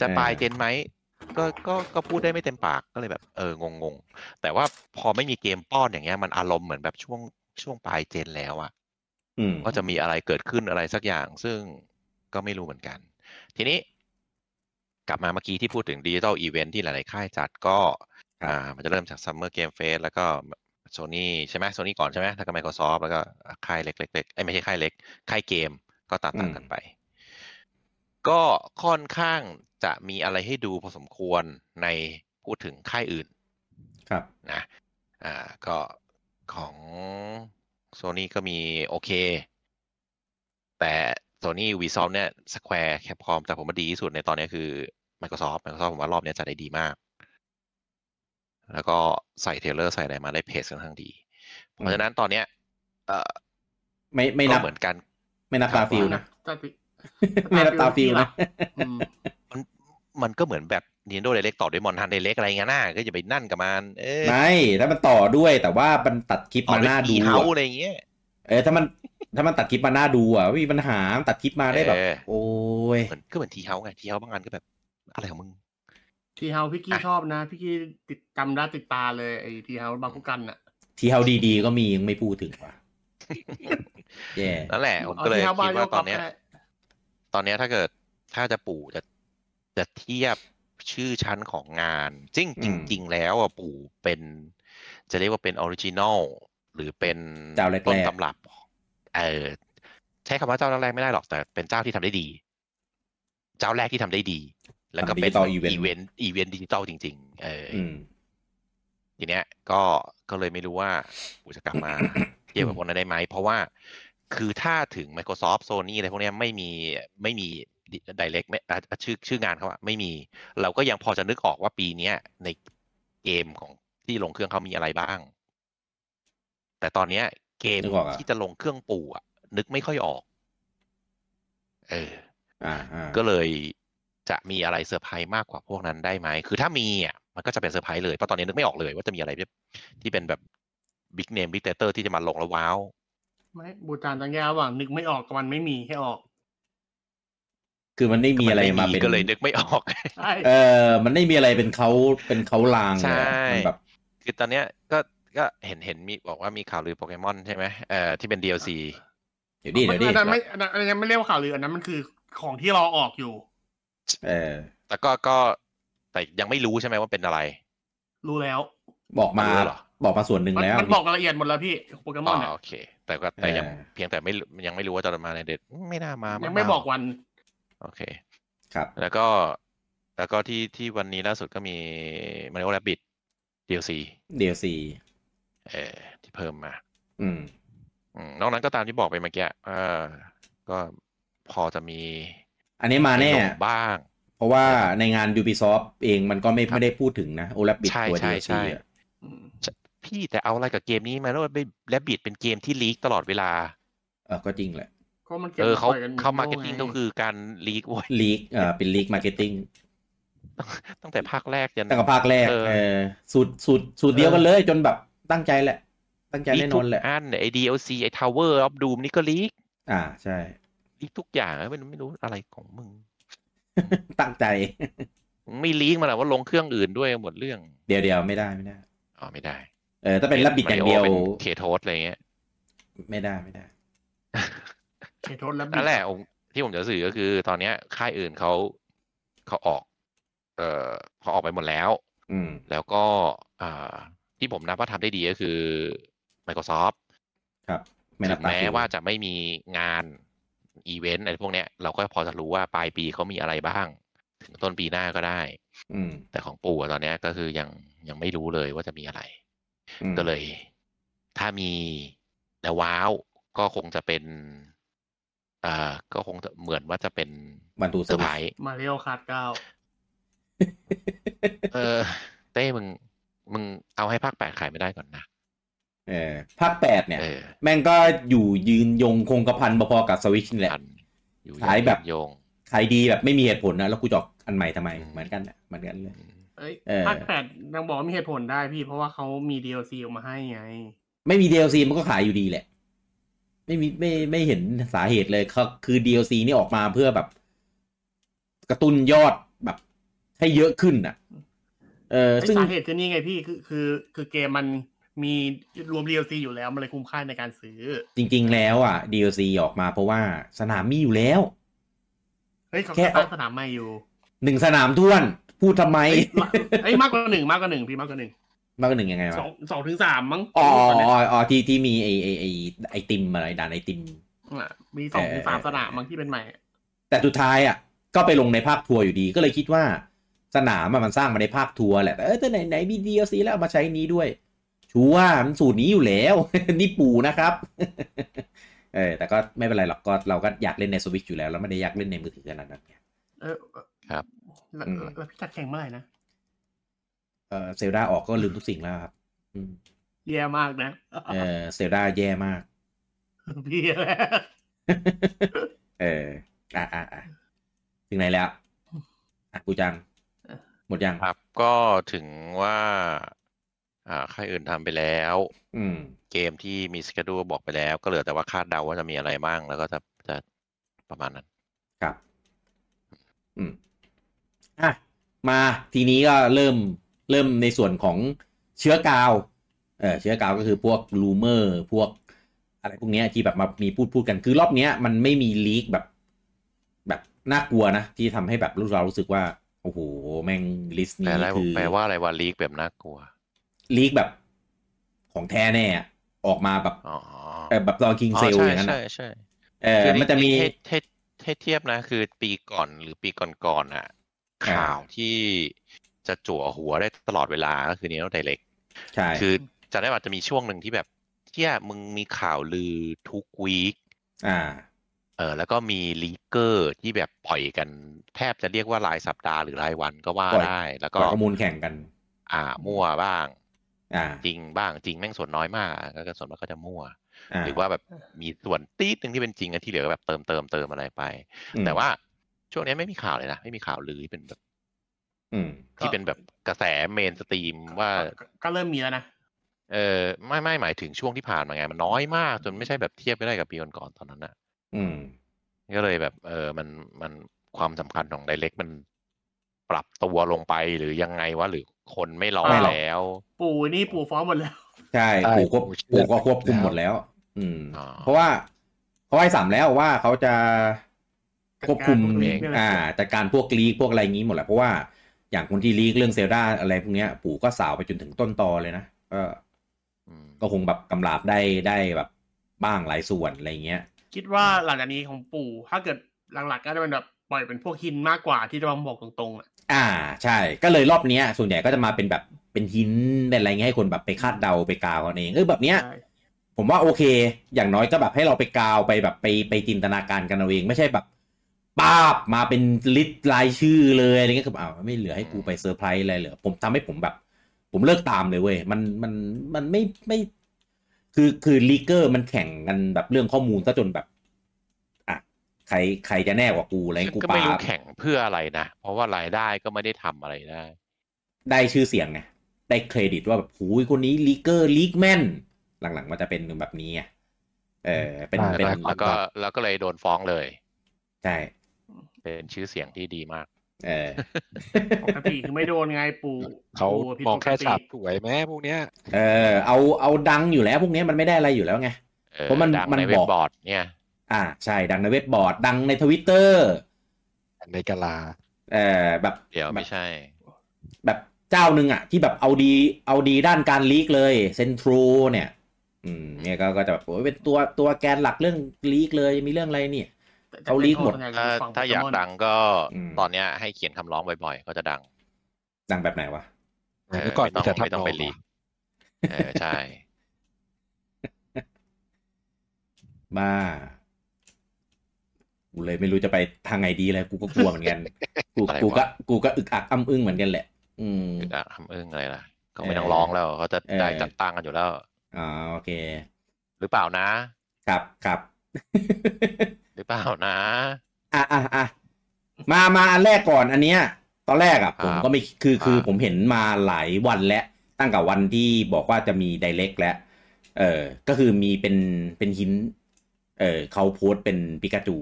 Speaker 3: จะ
Speaker 1: เออ
Speaker 3: ปลายเจนไหมก็ก็ก็พูดได้ไม่เต็มปากก็เลยแบบ เอองงงๆแต่ว่าพอไม่มีเกมป้อนอย่างเงี้ยมันอารมณ์เหมือนแบบช่วงช่วงปลายเจนแล้วอะ
Speaker 1: อืม
Speaker 3: ก็จะมีอะไรเกิดขึ้นอะไรสักอย่าง ซึ่งก็ไม่รู้เหมือนกัน ทีนี้ กลับมาเมื่อกี้ที่พูดถึงดิจิทัลอีเวนท์ที่หลาย ๆ ค่ายจัดก็
Speaker 1: ครับ
Speaker 3: อ่า มันจะเริ่มจากซัมเมอร์เกมเฟสแล้วก็โซนี่ใช่ไหมโซนี่ก่อนใช่ไหมแล้วก็ Microsoft แล้วก็ค่ายเล็กๆเอ้ยไม่ใช่ค่ายเล็ก ค่ายเกมก็ตามตามๆกันไป ก็ค่อนข้างจะมีอะไรให้ดูพอสมควรในพูดถึงค่ายอื่น
Speaker 1: ครับ
Speaker 3: นะอ่าก็ของโซนี่ก็มีโอเค แต่โซนี่วีซอฟเนี่ยสแควร์แคปคอมแต่ผมว่าดีที่สุดในตอนนี้คือ Microsoft Microsoft ผมว่ารอบเนี้ยจะได้ดีมาก แล้วก็ใส่เทรลเลอร์ใส่อะไรมาได้เพจค่อนข้างดี เพราะฉะนั้นตอนเนี้ยเออ
Speaker 1: ไม่ไม่
Speaker 3: ก็
Speaker 1: นับ
Speaker 3: เหมือนกัน
Speaker 1: ไม่นับตาฟิลนะ
Speaker 2: ตาฟิล
Speaker 1: ไม่นับตาฟิลนะ
Speaker 2: อืม
Speaker 3: มันมันก็เหมือนแบบ Nintendo Direct ต่อด้วยมอนทัน Direct อะไรเงี้ยนะก็จะไปนั่นกับมัน เอ้ย
Speaker 1: ไม่ ถ้ามันต่อด้วยแต่ว่ามันตัดคลิป
Speaker 3: ต่อ
Speaker 1: มาห
Speaker 3: ด้วย
Speaker 1: น้า
Speaker 3: อี
Speaker 1: ดู
Speaker 3: เฮา
Speaker 1: อะ
Speaker 3: อะไรเงี้ย
Speaker 1: เออถ้ามันถ้ามันตัดคลิปมาหน้าดูอ่ะไม่มีปัญหามันตัดคลิปมาได้แบบ
Speaker 3: เออ
Speaker 1: โอ้ย
Speaker 3: เหมือนก็เหมือนทีเฮาไงทีเฮาบางอันก็แบบอะไรของมึง
Speaker 2: ทีเฮาพี่กี้
Speaker 3: อ่ะ
Speaker 2: ชอบนะ พี่กี้ติดจำได้ติดตาเลยไอ้ทีเฮาบางกุกันอ่ะ
Speaker 1: ทีเฮาดีๆ ก็มียังไม่พูดถึง ว่ะแย่
Speaker 3: นั่นแหละผมก็เลย
Speaker 2: อ T-House
Speaker 3: คิด
Speaker 2: มโ
Speaker 3: ว่าตอนเนี้ย
Speaker 2: ก็ได้
Speaker 3: ตอนเนี้ยถ้าเกิดถ้าจะปู่จะจะเทียบชื่อชั้นของงานจริง
Speaker 1: อืม
Speaker 3: จริง ๆ แล้วอะปู่เป็น จะเรียกว่าเป็นออริจินอลหรือเป็น
Speaker 1: เจ้าแรกๆ
Speaker 3: ต้นตำรับเออใช้คำว่าเจ้าแรกๆไม่ได้หรอกแต่เป็นเจ้าที่ทำได้ดี เจ้าแรกที่ทำได้ดี แล้วก็เป็น
Speaker 1: ทำ digital event
Speaker 3: อีเวนต์อีเวนต์ดิจิตอลจริง ๆ เอออ
Speaker 1: อืม
Speaker 3: ทีเนี้ยก็ก็เลยไม่รู้ว่าปู่จะกลับ มา เทียบกับคนนั้นได้ไหม เพราะว่าคือถ้าถึง Microsoft Sony อะไรพวกเนี้ยไม่มีไม่มีดิเรกไม่อ่ะชื่อชื่องานเขาอะไม่มี เราก็ยังพอจะนึกออกว่าปีเนี้ยในเกมของที่ลงเครื่องเขามีอะไรบ้าง แต่ตอนเนี้ย เกม
Speaker 1: นึกออกอะ
Speaker 3: ที่จะลงเครื่องปู่อะนึกไม่ค่อยออก เออ
Speaker 1: อ่าอ่า
Speaker 3: ก็เลยจะมีอะไรเซอร์ไพรส์มากกว่าพวกนั้นได้ไหม คือถ้ามีอ่ะมันก็จะเป็นเซอร์ไพรส์เลย เพราะตอนนี้นึกไม่ออกเลยว่าจะมีอะไรที่ที่เป็นแบบบิ๊กเนมบิ๊กเตเตอร์ที่จะมาลงแล้วว้าว
Speaker 2: ไม่บูจานจังแย่ว่างนึกไม่ออกกับมันไม่มีให้ออก
Speaker 1: คือมันไม่มีอะไรมาเป็น
Speaker 3: ก็เลยนึกไม่ออก
Speaker 2: ใช่
Speaker 1: เออ มันไม่มีอะไรเป็นเขาเป็นเขาลางเลยอะ
Speaker 3: ใช่
Speaker 1: มันแบบ
Speaker 3: คือตอนเนี้ยก็ก็เห็นเห็นมีบอกว่ามีข่าวลือโปเกมอนใช่ไหมเอ่อที่เป็น DLC
Speaker 1: เดี๋ยวดิเดี๋ยวดิ
Speaker 2: อันนั้นไม่อันนั้นอันนั้นไม่เรียกว่าข่าวลืออันนั้นมันคือของที่รอออกอยู่
Speaker 1: เออ
Speaker 3: แต่ก็ก็แต่ยังไม่รู้ใช่ไหมว่าเป็นอะไร
Speaker 2: รู้แล้ว
Speaker 1: บอกมา
Speaker 3: รู้เหรอ
Speaker 1: บอกมาส่วนหนึ่ง
Speaker 2: มัน
Speaker 1: แล้ว
Speaker 2: มันบอกรายละเอียดหมดแล้วพี่โปเกม
Speaker 3: อ๋
Speaker 2: อน
Speaker 3: อ
Speaker 2: อ่ะ
Speaker 3: โอเค แต่ก็แต่ยัง
Speaker 1: เออ
Speaker 3: เพียงแต่ไม่รู้ยังไม่รู้ว่าจะมาในเด็ดไม่น่ามา
Speaker 2: ยั
Speaker 3: ยัง
Speaker 2: ไม่บอกวัน
Speaker 3: โอเค
Speaker 1: ครับ
Speaker 3: แล้วก็แล้วก็ที่ที่วันนี้ล่าสุดก็มี Mario Rabbit DLC
Speaker 1: DLC
Speaker 3: เออที่เพิ่มมา
Speaker 1: อืม
Speaker 3: อืมนอกนั้นก็ตามที่บอกไปเมื่อกี้เออก็พอจะมี
Speaker 1: อันนี้มาแน่
Speaker 3: ให้ลงบ้าง
Speaker 1: เพราะว่าในงาน Ubisoft เองมันก็ไม่ไม่ได้พูดถึงนะโอล b ปิด
Speaker 3: ใช่
Speaker 1: ตัว
Speaker 3: ใช่
Speaker 1: DLC
Speaker 3: ใช่
Speaker 1: อะ
Speaker 2: อืม
Speaker 3: พี่แต่เอาอะไรกับเกมนี้มาแล้วและบิดเป็นเกมที่ลีกตลอดเวลา
Speaker 1: เออก็จริงแหละ
Speaker 2: ก็มันก็บ
Speaker 3: เออเขา
Speaker 2: ปล่ยน
Speaker 3: เขามาร์เก็ตติ้งก็คือการลีกเว้ย
Speaker 1: ลีกเออเป็นลีกมาร์เก็ตติ้ง
Speaker 3: ตั้งแต่ภาคแรกยัน
Speaker 1: ตั้งแต่ภาคแรก
Speaker 3: เออ
Speaker 1: เออ สูตรสูตรสูตรเดียวกันเลย จนแบบตั้งใจแหละ ตั้งใจ
Speaker 3: ลีก
Speaker 1: แน่น
Speaker 3: ทุ
Speaker 1: อน
Speaker 3: ก
Speaker 1: แหละ
Speaker 3: อันไอ้ DLC ไอ้ Tower of Doom นี่ก็ลีก
Speaker 1: อ่าใช่
Speaker 3: ลีกทุกอย่างไม่ไม่รู้อะไรของมึง
Speaker 1: ตั้งใจ
Speaker 3: มึงไม่ลีกมาหรอกว่าลงเครื่องอื่นด้วยหมดเรื่อง
Speaker 1: เดี๋ยวเดียวไม่ได้ไม่ได้
Speaker 3: อ๋อไม่ได้
Speaker 1: เออถ้าเป็นลับบิดอย่างเดียว
Speaker 3: เคโทสอะไรเงี้ย
Speaker 1: ไม่ได้ไม่ได้
Speaker 2: เขตโทษแล้ว
Speaker 3: นั่นแหละผมที่ผมจะสื่อก็คือ ตอนเนี้ยค่ายอื่นเขาเขาออก เอ่อเขาออกไปหมดแล้ว
Speaker 1: อืม
Speaker 3: แล้วก็อ่าที่ผมนับว่าทำได้ดีก็คือ Microsoft
Speaker 1: ครับไม่นั
Speaker 3: ถึ
Speaker 1: บ
Speaker 3: ง
Speaker 1: ปาร์ตี้
Speaker 3: แม้ว่าจะไม่มีงานอีเวนต์อะไรพวกเนี้ย เราก็พอจะรู้ว่าปลายปีเขามีอะไรบ้าง ถึงต้นปีหน้าก็ได้
Speaker 1: อืม
Speaker 3: แต่ของปู่อะตอนเนี้ยก็คือยังยังไม่รู้เลยว่าจะมีอะไร
Speaker 1: อืม
Speaker 3: ก็เลย ถ้ามีแล้วว้าวก็คงจะเป็น อ่า ก็คงจะเหมือนว่าจะเป็น
Speaker 1: วันตู
Speaker 3: เซ
Speaker 1: เซอ
Speaker 3: อ
Speaker 1: ร์
Speaker 3: ร์
Speaker 1: ไพ
Speaker 3: ไพ
Speaker 1: ร
Speaker 3: ร
Speaker 1: ส์
Speaker 3: ส์
Speaker 2: มาเรียวคาดเก้า
Speaker 3: เออ เต้มึง มึงเอาให้ภาคแปดขายไม่ได้ก่อนนะ
Speaker 1: เออภาคแปดเนี่ย
Speaker 3: เออ
Speaker 1: แม่งก็อยู่ยืนยงคงกระพันพอๆกับสวิชนี่แหละ
Speaker 3: ทันอยู่
Speaker 1: ขายแบบ
Speaker 3: งโยง
Speaker 1: ขายดีแบบไม่มีเหตุผลนะ แล้วกูจะออกอันใหม่ทำไม
Speaker 3: อืม
Speaker 1: เหมือนกันน่ะเหมือนกันเลย
Speaker 2: เอ้ย
Speaker 1: เออ
Speaker 2: ภาคแปดนางบอกว่ามีเหตุผลได้พี่เพราะว่าเขามี DLC ออกมาให้ไง
Speaker 1: ไม่มี DLC มันก็ขายอยู่ดีแหละ ไม่มีไม่ไม่เห็นสาเหตุเลยเขาคือ DLC นี่ออกมาเพื่อแบบ กระตุ้นยอดแบบ ให้เยอะขึ้นอ่ะ เออ
Speaker 2: ไอ้
Speaker 1: ซึ่ง
Speaker 2: สาเหตุคือนี่ไงพี่คือคือคือเกมมันมีรวม DLC อยู่แล้ว มันเลยคุ้มค่าในการซื้อ
Speaker 1: จริง ๆ แล้วอ่ะ DLC ออกมาเพราะว่าสนามมีอยู่แล้ว
Speaker 2: เฮ้ยเขา
Speaker 1: แค่
Speaker 2: สร้างสนามใหม่อยู่
Speaker 1: หนึ่งสนามท้วน พูดทำไม
Speaker 2: เอ้ยมาเอ้ยมากกว่าหนึ่งมากกว่าหนึ่งพี่มากกว่าหนึ่ง
Speaker 1: มากกว่าหนึ่งยังไงวะ
Speaker 2: สองสองถึงสามมั้ง
Speaker 1: อ๋อ
Speaker 2: ตนเนี้ย
Speaker 1: อ๋ออ๋อที่ที่มีไอไอไอไอติมอะไรด่านไอติม
Speaker 2: อ่ะมีสองถึงสาม
Speaker 1: เออ
Speaker 2: สนามมั้งที่เป็นใหม่อะ
Speaker 1: แต่สุดท้ายอ่ะก็ไปลงในภาคทัวร์อยู่ดี ก็เลยคิดว่าสนามอะมันสร้างมาในภาคทัวร์แหละแต่เออแต่ไหนไหนมี DLC แล้วเอามาใช้นี้ด้วย ชัวร์มันสูตรนี้อยู่แล้ว นี่ปู่นะครับ เออแต่ก็ไม่เป็นไรหรอกก็เราก็อยากเล่นในสวิตอยู่แล้วเราไม่ได้อยากเล่นในมือถือขนาดนั้นไง
Speaker 2: เออเออ
Speaker 3: ครับ
Speaker 2: แล้ว
Speaker 1: อืม
Speaker 2: แล้วพี่จัดแข่งเมื่อไหร่นะ
Speaker 1: เออเซลดาออกก็ลืมทุกสิ่งแล้วครับอืม
Speaker 2: แย่มากนะ
Speaker 1: เออเซลดาแย่มาก
Speaker 2: พี่แหละ
Speaker 1: เอออ่ะอ่ะอ่ะถึงไหนแล้วอ่ะกูจัง หมดยัง
Speaker 3: ครับ ก็ถึงว่า อ่าค่ายอื่นทำไปแล้ว
Speaker 1: อืม
Speaker 3: เกมที่มีสเกดูบอกไปแล้ว ก็เหลือแต่ว่าคาดเดาว่าจะมีอะไรบ้าง แล้วก็จะจะประมาณนั้น
Speaker 1: ครับ อืม อ่ะ มาทีนี้ก็เริ่มเริ่มในส่วนของเชื้อกาว เออเชื้อกาวก็คือพวกรูเมอร์ พวกอะไรพวกเนี้ยที่แบบมามีพูดพูดกัน คือรอบเนี้ยมันไม่มีลีกแบบ แบบน่ากลัวนะ ที่ทำให้แบบรู้เรารู้สึกว่า โอ้โห แม่งลิสต์
Speaker 3: แปล
Speaker 1: นี้
Speaker 3: อะไร
Speaker 1: คือ
Speaker 3: แปลว่าอะไรว่าลีกแบบน่ากลัว
Speaker 1: ลีกแบบของแท้แน่อะออกมาแบบ
Speaker 3: อ๋อ
Speaker 1: เออแบบตอนคิงเซล
Speaker 3: ใช่
Speaker 1: อย่างนั้น
Speaker 3: ใช่
Speaker 1: อะ
Speaker 3: ใช่
Speaker 1: เออ
Speaker 3: คือ
Speaker 1: มันจะมี
Speaker 3: ให้ให้ให้เทียบนะ คือปีก่อนหรือปีก่อนๆน่ะ
Speaker 1: อ่า
Speaker 3: ข่าวที่จะจั่วหัวได้ตลอดเวลาก็คือเนี้ยไดเล็ก
Speaker 1: ใช่
Speaker 3: คือจะได้ว่าจะมีช่วงหนึ่งที่แบบเที่ยมึงมีข่าวลือทุกวีค
Speaker 1: อ่า
Speaker 3: เออแล้วก็มีลีกเกอร์ที่แบบปล่อยกันแทบจะเรียกว่ารายสัปดาห์หรือรายวันก็ว่า
Speaker 1: ปล่อย
Speaker 3: ได้ แล้ว
Speaker 1: ก็
Speaker 3: ก็
Speaker 1: ข้อมูลแข่งกัน
Speaker 3: อ่ามั่วบ้าง
Speaker 1: อ่า
Speaker 3: จริงบ้างจริงแม่งส่วนน้อยมากแล้วก็ส่วนมากก็จะมั่ว
Speaker 1: อ่า
Speaker 3: หรือว่าแบบมีส่วนตีดหนึ่งที่เป็นจริงอะที่เหลือก็แบบเติมเติมเติมอะไรไป
Speaker 1: อืม
Speaker 3: แต่ว่าช่วงนี้ไม่มีข่าวเลยนะ ไม่มีข่าวลือที่เป็นแบบ
Speaker 1: อืม
Speaker 3: ที่เป็นแบบกระแสเมนสตรีมว่า
Speaker 2: ก็ก็เริ่มมีแล้วนะ
Speaker 3: เออไม่ไม่หมายถึงช่วงที่ผ่านมาไงมันน้อยมากจนไม่ใช่แบบเทียบไม่ได้กับปีก่อนๆตอนนั้นอะ
Speaker 1: อืม
Speaker 3: ก็เลยแบบเออมันมันความสำคัญของไดเ c กมันปรับตัวลงไปหรือยังไงวะหรือคนไม่รอ
Speaker 2: ไม่หรอก
Speaker 3: แล้ว
Speaker 2: ปู่นี่ปู่ฟ้องหมดแล้ว
Speaker 1: ใช่
Speaker 4: ใช่
Speaker 1: ปู่ควบ
Speaker 4: ผมเชื่อ
Speaker 1: ปู่ก็ควบคุมหมดแล้ว อืม
Speaker 3: อ๋อ
Speaker 1: เพราะว่าเขาให้สามแล้วว่าเขาจะควบคุม
Speaker 2: จัดการพวกลีก
Speaker 1: อ่าจัดการพวกลีกพวกอะไรอย่างนี้หมดแหละเพราะว่าอย่างคนที่ลีกเรื่องเซลดาอะไรพวกเนี้ย ปู่ก็สาวไปจนถึงต้นตอเลยนะก็
Speaker 3: อืม
Speaker 1: ก็คงแบบกำลาบได้ได้แบบบ้างหลายส่วนอะไรอย่างเงี้ย
Speaker 2: คิดว่าหลังจากนี้ของปู่ ถ้าเกิดหลักๆก็จะเป็นแบบปล่อยเป็นพวกฮินมากกว่าที่จะมาบอกตรงๆอ่ะ
Speaker 1: อ่าใช่ ก็เลยรอบเนี้ย ส่วนใหญ่ก็จะมาเป็นแบบเป็นหินเป็นอะไรเงี้ยให้คนแบบไปคาดเดาไปกาวกันเองเออแบบเนี้ย
Speaker 2: ใช่
Speaker 1: ผมว่าโอเค อย่างน้อยก็แบบให้เราไปกาวไปแบบไปไปจินตนาการกันเอาเอง ไม่ใช่แบบป้าบมาเป็นลิสต์รายชื่อเลยอะไรเงี้ยก็แบบอ้าวไม่เหลือให้กูไปเซอร์ไพรส์อะไรเหลือผมทำให้ผมแบบ ผมเลิกตามเลยเว้ยมันมันมันไม่ไม่ คือคือลีเกอร์มันแข่งกันแบบเรื่องข้อมูลซะจนแบบอ่ะใครใครจะแน่กว่ากูอะไรเงี้ยกู
Speaker 3: ก็
Speaker 1: ปา
Speaker 3: ไม่รู้แข่งเพื่ออะไรนะ เพราะว่ารายได้ก็ไม่ได้ทำอะไรได้
Speaker 1: ได้ชื่อเสียงไงได้เครดิตว่าแบบหูยคนนี้ลีเกอร์ลีกแมนหลังๆมันจะเป็นแบบนี้ไงเออเป็น
Speaker 4: ได้
Speaker 1: เป็น
Speaker 4: ได้
Speaker 3: แล้วก็แล้วก็เลยโดนฟ้องเลย
Speaker 1: ใช่
Speaker 3: เป็นชื่อเสียงที่ดีมาก
Speaker 1: เออ
Speaker 2: ปกติคือไม่โดนไงปู่
Speaker 4: เขา
Speaker 2: ปู่ผิด
Speaker 4: มอง
Speaker 2: ปก
Speaker 4: แค่
Speaker 2: ติ
Speaker 4: ฉาบสวยแม้พวกเนี้ย
Speaker 1: เออ เอา เอาดังอยู่แล้วพวกนี้มันไม่ได้อะไรอยู่แล้วไง
Speaker 3: เออ
Speaker 1: เพราะมัน
Speaker 3: ดัง
Speaker 1: มัน
Speaker 3: ในเว็
Speaker 1: บ
Speaker 3: บอก บอร์ดเนี่ย
Speaker 1: อ่า ใช่ ดังในเว็บบอร์ด ดังในทวิตเตอร์
Speaker 4: ในกะลา
Speaker 1: เออแบบ
Speaker 3: เดี๋ยว
Speaker 1: แบบ
Speaker 3: ไม่ใช่
Speaker 1: แบบเจ้าหนึ่งอ่ะ ที่แบบเอาดี เอาดีด้านการลีกเลย เซนทรูเนี่ย อืมเนี่ยก็ก็จะแบบโอ้ยเป็นตัวตัวแกนหลักเรื่องลีกเลยมีเรื่องอะไรเนี่ย เอาลีกหมด
Speaker 3: ถ้าถ้าอยากดังก็
Speaker 1: อืม
Speaker 3: ตอนเนี้ยให้เขียนคำร้องบ่อยๆ ก็จะดัง
Speaker 1: ดังแบบไหนวะ
Speaker 4: เมื่อก่อน
Speaker 3: เไม่
Speaker 4: แต่
Speaker 3: ต้อง
Speaker 4: ทับ
Speaker 3: ไม่ต้องไปลีกเออใช่
Speaker 1: บ้ากูเลยไม่รู้จะไปทางไหนดีเลย กูก็กลัวเหมือนกัน กู
Speaker 3: อะไรวะ
Speaker 1: กูก็กูก็อึกอักอ้ำอึ้งเหมือนกันแหละ อืม
Speaker 3: คืออ่ะทำอึ้งอะไรล่ะก็ไม่
Speaker 1: เออ
Speaker 3: ต้องร้องแล้วเขาจะ
Speaker 1: เออ
Speaker 3: ได้จัดตั้งกันอยู่แล้ว
Speaker 1: อ่าโอเค
Speaker 3: หรือเปล่านะ
Speaker 1: ครับครับ
Speaker 3: หรือเปล่านะ
Speaker 1: อ่ะอ่ะอ่ะมามาอันแรกก่อนอันเนี้ย ตอนแรกอ่ะผม
Speaker 3: ครับ
Speaker 1: ก็ไม่คือคือ
Speaker 3: ครับ
Speaker 1: ผมเห็นมาหลายวันแล้ว ตั้งแต่วันที่บอกว่าจะมีไดเ c กแล้ว เออ ก็คือมีเป็นเป็นหิน เออเขาโพสต์เป็นปิกาจู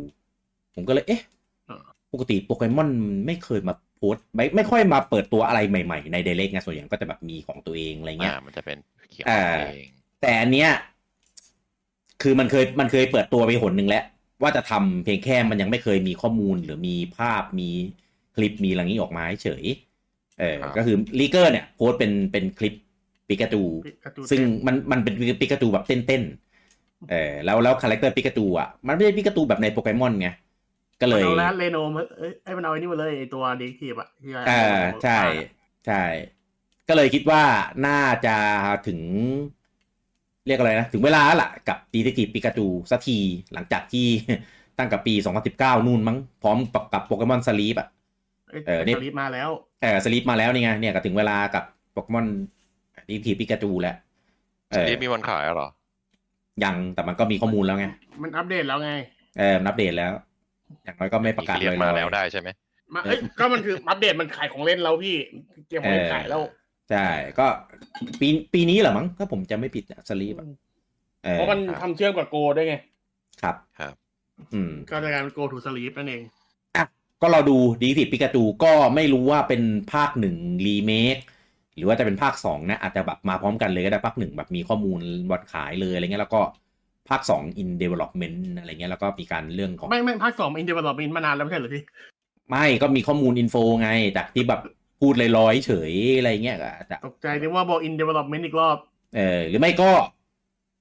Speaker 1: ผมก็เลย เอ๊ะ
Speaker 2: อ่า
Speaker 1: ปกติโปเกมอนไม่เคยมาโพสต์ไม่ไม่ค่อยมาเปิดตัวอะไรใหม่ๆในไดเ c กไงส่วนใหญ่ก็จะแบบมีของตัวเองอะไรเงี้ย
Speaker 3: อ่ามันจะเป็นเขียน
Speaker 1: อ่า
Speaker 3: เอง
Speaker 1: แต่อันเนี้ยคือมันเคยมันเคยเปิดตัวไปหนหนึ่งแล้ว ว่าจะทำเพียงแค่มันยังไม่เคยมีข้อมูลหรือมีภาพมีคลิปมีอะไรนี้ออกมาเฉยเออก็คือลีเกอร์เนี่ยโพสต์เป็นเป็นคลิปปิกาจู ซึ่งมันมันเป็นปิกาจูแบบเต้นๆเออแล้วแล้วคาแรคเตอร์ปิกาจูอ่ะ มันไม่ใช่ปิกาจูแบบในโปเกมอนไงก็เลย
Speaker 2: เอาแล้วเลโนมาเอ้ยไอ้มันเอาไอ้นี่มาเลยไอ้ตัวเด็กทีบอะที่ไ
Speaker 1: อ่าใช่ใช่ ก็เลยคิดว่าน่าจะถึง เรียกอะไรนะ ถึงเวลาแล้วล่ะ กับดีเทคทีฟปิกาจูสักที หลังจากที่ ตั้งกับปี 2019 นู่นมั้ง พร้อมกับกับโปเกมอนสลีปอ่ะ เอ
Speaker 2: เอ
Speaker 1: อ
Speaker 2: อ
Speaker 1: นี่
Speaker 2: นี่ลิปมาแล้ว
Speaker 1: เออสลีปมาแล้วนี่ไง เนี่ยก็ถึงเวลากับโปเกมอนดีเทคทีฟปิกาจูแล้วเออ
Speaker 3: นี่มีวันขายเหรอ
Speaker 1: ยังแต่มันก็มีข้อมูลแล้วไง
Speaker 2: มันอัปเดตแล้วไง
Speaker 1: เออมันอัปเดตแล้ว อย่างน้อยก็ไม่ประกาศ
Speaker 3: เรีย
Speaker 1: ล
Speaker 3: น
Speaker 1: อย
Speaker 3: มา
Speaker 1: ๆ
Speaker 3: แล้วได้ใช่ไหม
Speaker 2: มาเอ้ยก็มันคืออัปเดตมันขายของเล่นแล้วพี่เกมของเล่นขายแล้ว
Speaker 1: ใช่ ก็ปีปีนี้เหรอมั้ง ถ้าผมจะไม่ผิดสลีปอ่ะเออ
Speaker 2: เพราะมันทำเชื่อมกับโกด้วยไง
Speaker 1: ครับ
Speaker 3: ครับ
Speaker 1: อืม
Speaker 2: ก็จะกลายเป็นโกทูสลีปนั่นเอง
Speaker 1: ก็เราดูดีทีปิกาจูก็ไม่รู้ว่าเป็นภาคหนึ่งรีเมคหรือว่าจะเป็นภาคสองนะ อาจจะแบบมาพร้อมกันเลยก็ได้ภาคหนึ่งแบบมีข้อมูลวันขายเลยอะไรเงี้ยแล้วก็ภาคสอง in development อะไรเงี้ยแล้วก็มีการเรื่องของ
Speaker 2: ไม่ไม่ภาคสองอินเดียบอลมินมานานแล้วไม่ใช่เหรือพี่
Speaker 1: ไม่ก็มีข้อมูลอินโฟไง จากที่แบบพูดลอยๆเฉยอะไรเงี้ยก็อาจจะ
Speaker 2: ตกใจนึกว่าบอกอินเดียบอลมินอีกรอบ
Speaker 1: เออหรือไม่ก็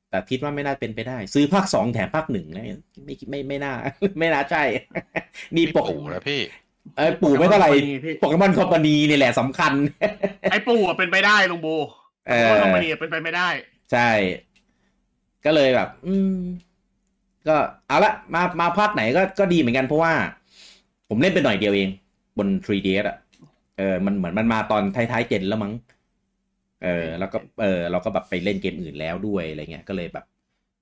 Speaker 1: แต่คิดว่าไม่น่าเป็นไปได้ ซื้อภาคสองแถมภาคหนึ่งนะไม่ไม่ไม่ไม่น่า ไม่น่าใช่ นี่
Speaker 3: พี่
Speaker 1: ปก
Speaker 3: ปู่นะพี่
Speaker 1: เออปู่ไม่เท่าไหร่
Speaker 2: Pokemon Company พี่
Speaker 1: โปเกมอนคอมพานีนี่แหละสำคัญ
Speaker 2: ไอ้ปู่อะเป็นไปได้ลุงโบ
Speaker 1: เออ
Speaker 2: โดนคอมพานีอะเป็นไปไม่ได้
Speaker 1: ใช่ ก็เลยแบบ อืม ก็เอาละมามาภาคไหนก็ก็ดีเหมือนกันเพราะว่า ผมเล่นไปหน่อยเดียวเอง บน 3DS อ่ะ เออ มันเหมือนมันมาตอนท้ายๆเจนแล้วมั้ง เออ แล้วก็ เออ เราก็แบบไปเล่นเกมอื่นแล้วด้วยอะไรเงี้ย ก็เลยแบบ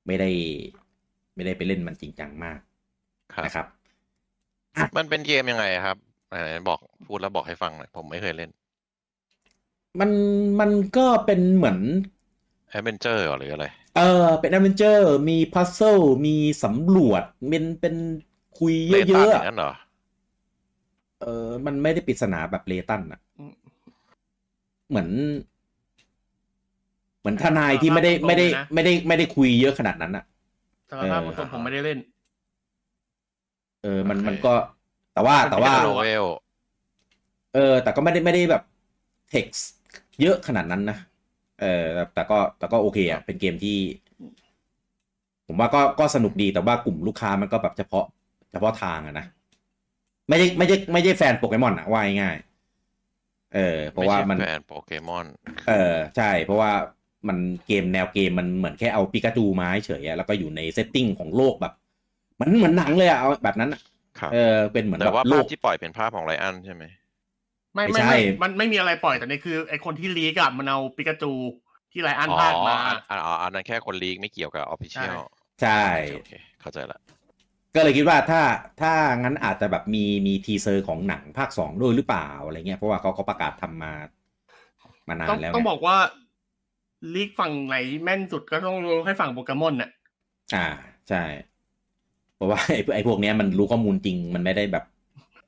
Speaker 1: ไม่ได้ ไม่ได้ไปเล่นมันจริงจังมาก
Speaker 3: ครับ
Speaker 1: นะครับ
Speaker 3: มันเป็นเกมยังไงครับไหนๆบอกพูดแล้วบอกให้ฟังหน่อยผมไม่เคยเล่น
Speaker 1: มันมันก็เป็นเหมือน
Speaker 3: แอดเวนเจอร์หรืออะไร
Speaker 1: เออเป็นแอดเวนเจอร์ มีพัซเซิลมีสำรวจเป็นเป็นคุย
Speaker 3: เล่น
Speaker 1: เย
Speaker 3: ตา
Speaker 1: อะ
Speaker 3: มอ
Speaker 1: ๆ
Speaker 3: ย่า
Speaker 1: อะ
Speaker 3: งนั้นเหรอ
Speaker 1: เออ มันไม่ได้ปริศนาแบบเลตันอะ
Speaker 2: อืม
Speaker 1: เหมือน เหมือนทนายที่
Speaker 2: อ่า
Speaker 1: ไม่ได้
Speaker 2: ตรงๆ
Speaker 1: ไม่ได้
Speaker 2: นะ
Speaker 1: ไม่ได้ไม่ได้คุยเยอะขนาดนั้นอะ
Speaker 2: สารภาพ
Speaker 1: เออ
Speaker 2: ตรงๆผมไม่ได้เล่น
Speaker 1: เออ มัน
Speaker 3: โอเค
Speaker 1: มันก็ แต่ว่าแต่ว่า
Speaker 2: อ่
Speaker 3: โนเวล
Speaker 1: เออ แต่ก็ไม่ได้ไม่ได้แบบเท็กซ์เยอะขนาดนั้นนะ เออแต่แต่ก็แต่ก็โอเคอะเป็นเกมที่ ผมว่าก็ก็สนุกดีแต่ว่ากลุ่มลูกค้ามันก็แบบเฉพาะ เฉพาะทางอะนะ ไม่ได้ไม่ได้ไม่ได้แฟนโปเกมอนอะว่าง่ายๆเออ เพราะว่ามัน
Speaker 3: ไใช่แฟนโปเกมอน
Speaker 1: เออใช่เพราะว่ามันเกมแนวเกมมันเหมือนแค่เอาปิกาจูมาให้เฉยอะแล้วก็อยู่ในเซตติ้งของโลกแบบมันเหมือนหนังเลยอะเอาแบบนั้นอะ
Speaker 3: ครับ
Speaker 1: เออเป็นเหมือนแบ
Speaker 3: แต่
Speaker 1: บ
Speaker 3: ว่า
Speaker 1: โล
Speaker 3: ภาพ
Speaker 1: ก
Speaker 3: ที่ปล่อยเป็นภาพของไรอันใช่ไหม
Speaker 2: ไม่
Speaker 1: ไม่
Speaker 2: ไม่
Speaker 1: ใช่
Speaker 2: ไม่มันไม่มีอะไรปล่อยแต่นี่คือไอ้คนที่ลีกอะมันเอาปิกาจูที่ไรอันพาดมา
Speaker 3: อ๋ออันอ๋ออันนั้นแค่คนลีกไม่เกี่ยวกับออฟฟิเชียล
Speaker 1: ใช่
Speaker 3: โอเคเข้าใจละ
Speaker 1: ก็เลยคิดว่าถ้าถ้างั้นอาจจะแบบมีมีทีเซอร์ของหนังภาค 2 ด้วยหรือเปล่าอะไรเงี้ยเพราะว่าเขาก็ประกาศทำมา มานาน
Speaker 2: ต้อง
Speaker 1: แล้ว
Speaker 2: ต้อง
Speaker 1: ไง
Speaker 2: บอกว่าลีกฝั่งไหนแม่นสุดก็ต้องให้ฝั่งโปเกมอนน่ะ
Speaker 1: อ่าใช่ เพราะว่าไอ้ไอ้พวกเนี้ยมันรู้ข้อมูลจริงมันไม่ได้แบบ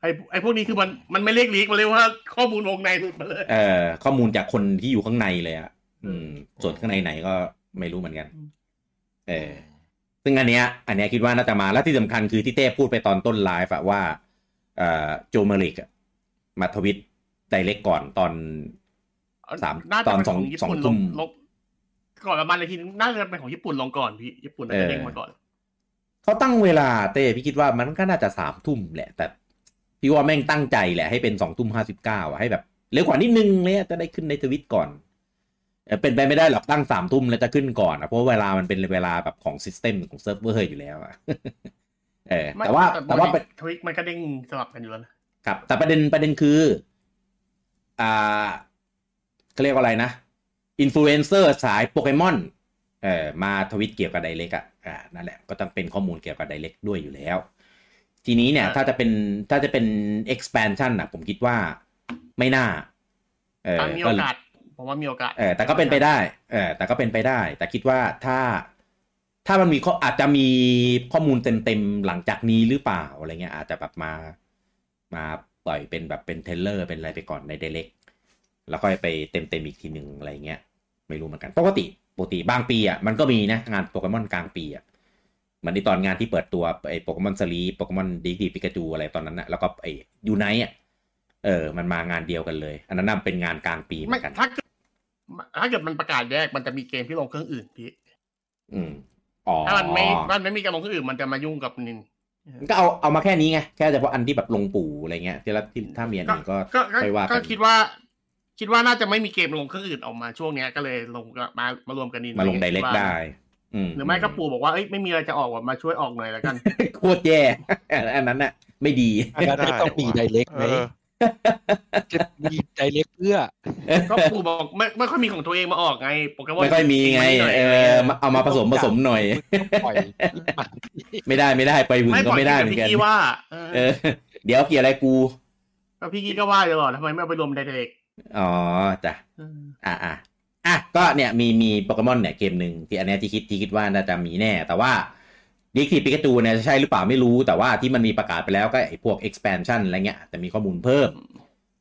Speaker 2: ไอ้ไอ้พวกนี้คือมันมันไม่เรียกลีกมันเรียกว่าข้อมูลวงในหลุดมาเลย
Speaker 1: เอ่อข้อมูลจากคนที่อยู่ข้างในเลยอ่ะอืม ส่วนข้างในไหนก็ไม่รู้เหมือนกัน เออ ซึ่งอันเนี้ยอันเนี้ยคิดว่าน่าจะมาและที่สำคัญคือที่เต้พูดไปตอนต้นไลฟ์อะว่าเอ่อโจเมริกอะมาทวิตไดเล็กก่อนตอน สาม
Speaker 2: น่จะ
Speaker 1: ตอน
Speaker 2: เป็
Speaker 1: สอง
Speaker 2: ขญี่ปุ่
Speaker 1: สอ
Speaker 2: น
Speaker 1: งทุ่ม
Speaker 2: ลบ ก่อนประมาณนาทีนึงน่าจะเป็นของญี่ปุ่นลงก่อนพี่ญี่ปุ่นน่าจะเด้งมาก่อน
Speaker 1: เขาตั้งเวลาเต้พี่คิดว่ามันก็น่าจะสามทุ่มแหละ แต่พี่ว่าแม่งตั้งใจแหละให้เป็นสองทุ่มห้าสิบเก้าให้แบบเร็วกว่านิดนึงเลยอะจะได้ขึ้นในทวิตก่อนเออเป็นไปไม่ได้หรอกตั้งสามทุ่มแล้วจะขึ้นก่อนอะเพราะเวลามันเป็นเวลาแบบของซิสเต็มของเซิร์ฟเวอร์อยู่แล้วอะ เออแต่ว่า
Speaker 2: ไม่
Speaker 1: แต่ว่า
Speaker 2: ป
Speaker 1: เป็น
Speaker 2: กติทวิกมันก็เด้งสลับกันอยู่แล้วนะครับ
Speaker 1: แต่ประเด็นประเด็นคือ อ่าเขาเรียกว่าอะไรนะ อินฟลูเอนเซอร์สายโปเกมอน เอ่อ มาทวิตเกี่ยวกับไดเล็กอ่ะ อ่า นั่นแหละ ก็ต้องเป็นข้อมูลเกี่ยวกับไดเล็กด้วยอยู่แล้ว ทีนี้เนี่ย ถ้าจะเป็น ถ้าจะเป็น expansion อ่ะ ผมคิดว่าไม่น่า เออ
Speaker 2: ถ้ามีโอกาส ผมว่ามีโอกาส
Speaker 1: เออ แต่ก็เป็นไปได้ เออ แต่ก็เป็นไปได้ แต่คิดว่าถ้า ถ้ามันมีข้ออาจจะมีข้อมูลเต็มๆหลังจากนี้หรือเปล่าอะไรเงี้ย อาจจะแบบมา มาปล่อยเป็นแบบเป็นเทรลเลอร์เป็นอะไรไปก่อนในเดเล็กแล้วค่อยไปเต็มๆอีกทีหนึ่งอะไรเงี้ย ไม่รู้เหมือนกันปกติปกติบางปีอ่ะมันก็มีนะงานโปเกมอนกลางปีอ่ะเหมือนที่ตอนงานที่เปิดตัวไอ้โปเกมอนสลีโปเกมอนดีดีปิกาจูอะไรตอนนั้นนะแล้วก็ไอ้ยูไนอ่ะเออ มันมางานเดียวกันเลย อันนั้นนะเป็นงานกลางปีเหมื
Speaker 2: ไม่
Speaker 1: อนกัน
Speaker 2: ถ้าเกิดถ้าเกิดมันประกาศแยกมันจะมีเกมที่ลงเครื่องอื่นพี่
Speaker 1: อืมอ๋อ
Speaker 2: ถ้ามันไม่มันไม่มีการลงเครื่องอื่นมันจะมายุ่งกับนิน
Speaker 1: ก็เอาเอามาแค่นี้ไง แค่เฉพาะอันที่แบบลงปู่อะไรเงี้ยที่ละที่ถ้ามีอันอื่นก็
Speaker 2: ก็ก็
Speaker 1: ค่อยว่า
Speaker 2: ก็
Speaker 1: กัน
Speaker 2: คิดว่า คิดว่าน่าจะไม่มีเกมลงเครื่องอื่นออกมาช่วงเนี้ยก็เลยลงมามารวมกันนิน
Speaker 1: มาลงไดเล็ก
Speaker 2: ว่า
Speaker 1: ได้ อืม
Speaker 2: หรือไม่ก็ปู่บอกว่าเอ้ยไม่มีอะไรจะออกว่ามาช่วยออกหน่อยแล้วกัน
Speaker 1: โคตรแย่ อันนั้นน่ะ ไม่ดี
Speaker 4: อันนั้นไม่ต้องมีไดเล็กไหม
Speaker 3: เออ
Speaker 4: จะมีไดเล็กเพื่อ
Speaker 2: ก็ปู่บอกไม่ไม่ค่อยมีของตัวเองมาออกไงโปเกมอน
Speaker 1: ไม่ค่อยมีไง
Speaker 2: ทิ้ว้หน่ย
Speaker 1: เออมาเอามาผสมผสมหน่อย
Speaker 4: ปล่อย
Speaker 1: ไม่ได้ไม่ได้ไปหึง
Speaker 2: ไม่
Speaker 1: ก็
Speaker 2: ปล่อย
Speaker 1: ไม่ได้เหมือน
Speaker 2: พี่
Speaker 1: กัน
Speaker 2: กี้ว่าเออ
Speaker 1: เออ เดี๋ยวเกี่ยวอะไรกู
Speaker 2: ก็พี่กี้ก็ว่าเลยบอกทำไมไม่เอาไปรวมไดเรก
Speaker 1: อ๋อจ้ะ อ่ะอ่ะอ่ะก็เนี่ยมีมีโปเกมอนเนี่ยเกมหนึ่งที่อันเนี้ยที่คิดที่คิดว่าน่าจะมีแน่ แต่ว่าดิกทีปิกาจูเนี่ยใช่หรือเปล่าไม่รู้แต่ว่าที่มันมีประกาศไปแล้วก็ไอ้พวก expansion อะไรเงี้ยอาจจะมีข้อมูลเพิ่ม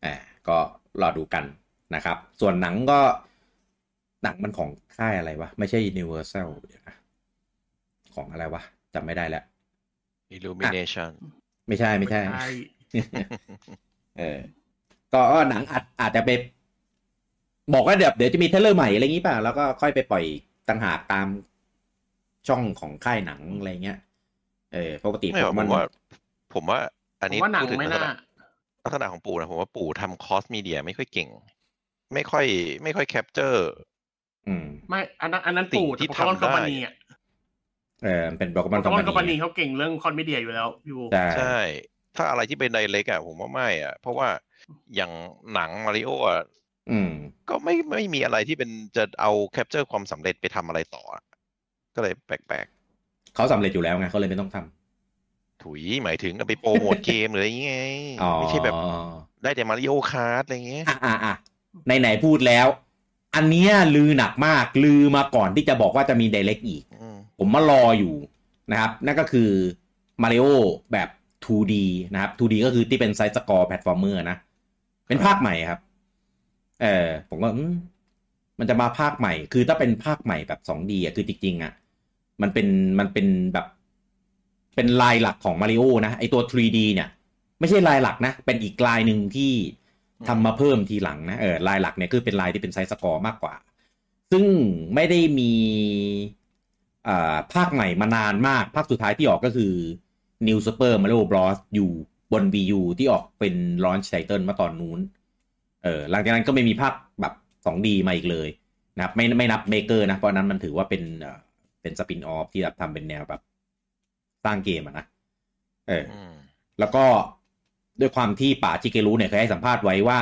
Speaker 1: อ่าก็รอดูกันนะครับ ส่วนหนังก็หนังมันของค่ายอะไรวะ ไม่ใช่ Universal เดี๋ยวนะของอะไรวะจำไม่ได้แล้ว
Speaker 3: Illumination
Speaker 1: ไม่ใช่ไม่ใช่
Speaker 2: ใช่
Speaker 1: เออ ก็หนังอาจอาจจะไปบอกว่าเดี๋ยวเดี๋ยวจะมีเทรลเลอร์ใหม่อะไรอย่างนี้ป่ะ แล้วก็ค่อยไปปล่อยต่างหากตามช่องของค่ายหนังอะไรเงี้ย เออปกติ
Speaker 3: ไม่หรอก
Speaker 1: โเก
Speaker 3: ผมว่า ผมว่า อัน
Speaker 2: ผม
Speaker 3: นี้
Speaker 2: ว่าหนัง
Speaker 3: พูดถึ
Speaker 2: ไม่
Speaker 3: ลักษ
Speaker 2: น่า
Speaker 3: ณะลักษณะของปู่นะผมว่าปู่ทำคอสมีเดียไม่ค่อยเก่ง ไม่ค่อย ไม่ค่อยแคปเจอร์
Speaker 1: อืม
Speaker 2: ไม่อันนั้นอันนั้น
Speaker 3: สิ่ง
Speaker 2: ปู่
Speaker 3: ที่
Speaker 2: ที่ทอน
Speaker 3: ทำ
Speaker 2: ค
Speaker 3: ได้
Speaker 2: อมพานีอ่ะ
Speaker 1: เออมันเป็นโปเกม
Speaker 2: ท
Speaker 1: อนคอม
Speaker 2: อนคอม
Speaker 1: พา
Speaker 2: พานี
Speaker 1: นี
Speaker 2: เขาเก่งเรื่องคอนมีเดียอยู่แล้วพี่บู
Speaker 1: ใช่
Speaker 3: ใช่ ถ้าอะไรที่เป็นไดเล็กอะผมว่าไม่อะเพราะว่าอย่างหนังมาริโออะ
Speaker 1: อืม
Speaker 3: ก็ไม่ไม่มีอะไรที่เป็นจะเอาแคปเจอร์ความสำเร็จไปทำอะไรต่ออะก็เลยแปลก
Speaker 1: เขาสำเร็จอยู่แล้วไงเขาเลยไม่ต้องทำ
Speaker 3: ๆ ถุยหมายถึงเอาไปโปรโมทเกมหรืออะไรอย่างเงี้ย
Speaker 1: อ๋อ
Speaker 3: ไม่ใช่แบบได้แต่มาริโอคาร์ดอะไรเงี้ย
Speaker 1: อ่ะอ่ะอ่ะไหนไหนๆพูดแล้ว อันเนี้ยลือหนักมาก ลือมาก่อนที่จะบอกว่าจะมีไดเรกอีก
Speaker 3: อืม
Speaker 1: ผมมารออยู่นะครับ นั่นก็คือ Mario แบบ 2D นะครับ 2D ก็คือที่เป็นไซส์สกอร์แพลตฟอร์มเมอร์นะ เป็นภาคใหม่ครับ เออผมก็อืมมันจะมาภาคใหม่ คือถ้าเป็นภาคใหม่แบบ 2D อ่ะคือจริงๆอ่ะมันเป็นมันเป็นแบบ เป็นลายหลักของ Mario นะ ไอตัว 3D เนี่ย ไม่ใช่ลายหลักนะ เป็นอีกลายหนึ่งที่ทำมาเพิ่มทีหลังนะเออลายหลักเนี่ยคือเป็นลายที่เป็นไซส์สกอร์มากกว่า ซึ่งไม่ได้มีอ่าภาคใหม่มานานมาก ภาคสุดท้ายที่ออกก็คือ New Super Mario Bros. U บน Wii U ที่ออกเป็น Launch Title มาตอนนู้นเออหลังจากนั้นก็ไม่มีภาคแบบ 2D มาอีกเลยนะครับไม่ไม่นับ Maker นะ เพราะอันนั้นมันถือว่าเป็นเอ่อเป็นสปินออฟที่แบบทำเป็นแนวแบบสร้างเกมอะนะเออ
Speaker 3: อืม
Speaker 1: แล้วก็ด้วยความที่ป่าชิเกรุเนี่ยเคยให้สัมภาษณ์ไว้ว่า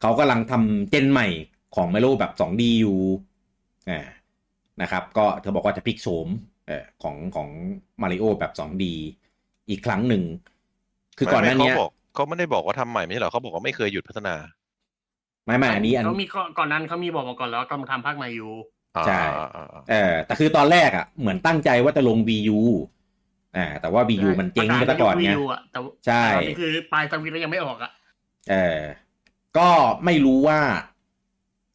Speaker 1: เขากำลังทำเจนใหม่ของเมโลแบบ 2D อยู่อ่านะครับ ก็เธอบอกว่าจะพลิกโฉมเอ่อของของมาริโอแบบ 2D อีกครั้งหนึ่ง คือก่อนหน้า
Speaker 3: ไม่
Speaker 1: เนี้ย
Speaker 3: ไม่เขาบอกเขาไม่ได้บอกว่าทำใหม่ไม่ใช่เหรอเขาบอกว่าไม่เคยหยุดพัฒนา
Speaker 1: ไม่ไม่อันนี้อัน
Speaker 2: เขามีก่อนก่อนนั้นเขามีบอกมาก่อนแล้วว่ากำลังทำภาคใหม่อยู่
Speaker 1: ใช่
Speaker 3: อ่าอ่าอ่า
Speaker 1: เออแต่คือตอนแรกอ่ะเหมือนตั้งใจว่าจะลง VU อ่าแต่ว่า VU มันเจ๊งไปซะก่อนไง
Speaker 2: Wii U อะแต่ว่า
Speaker 1: ใช่
Speaker 2: ตอนนี้คือปลายสวิตช์แล้วยังไม่ออกอ่ะ
Speaker 1: เออก็ไม่รู้ว่า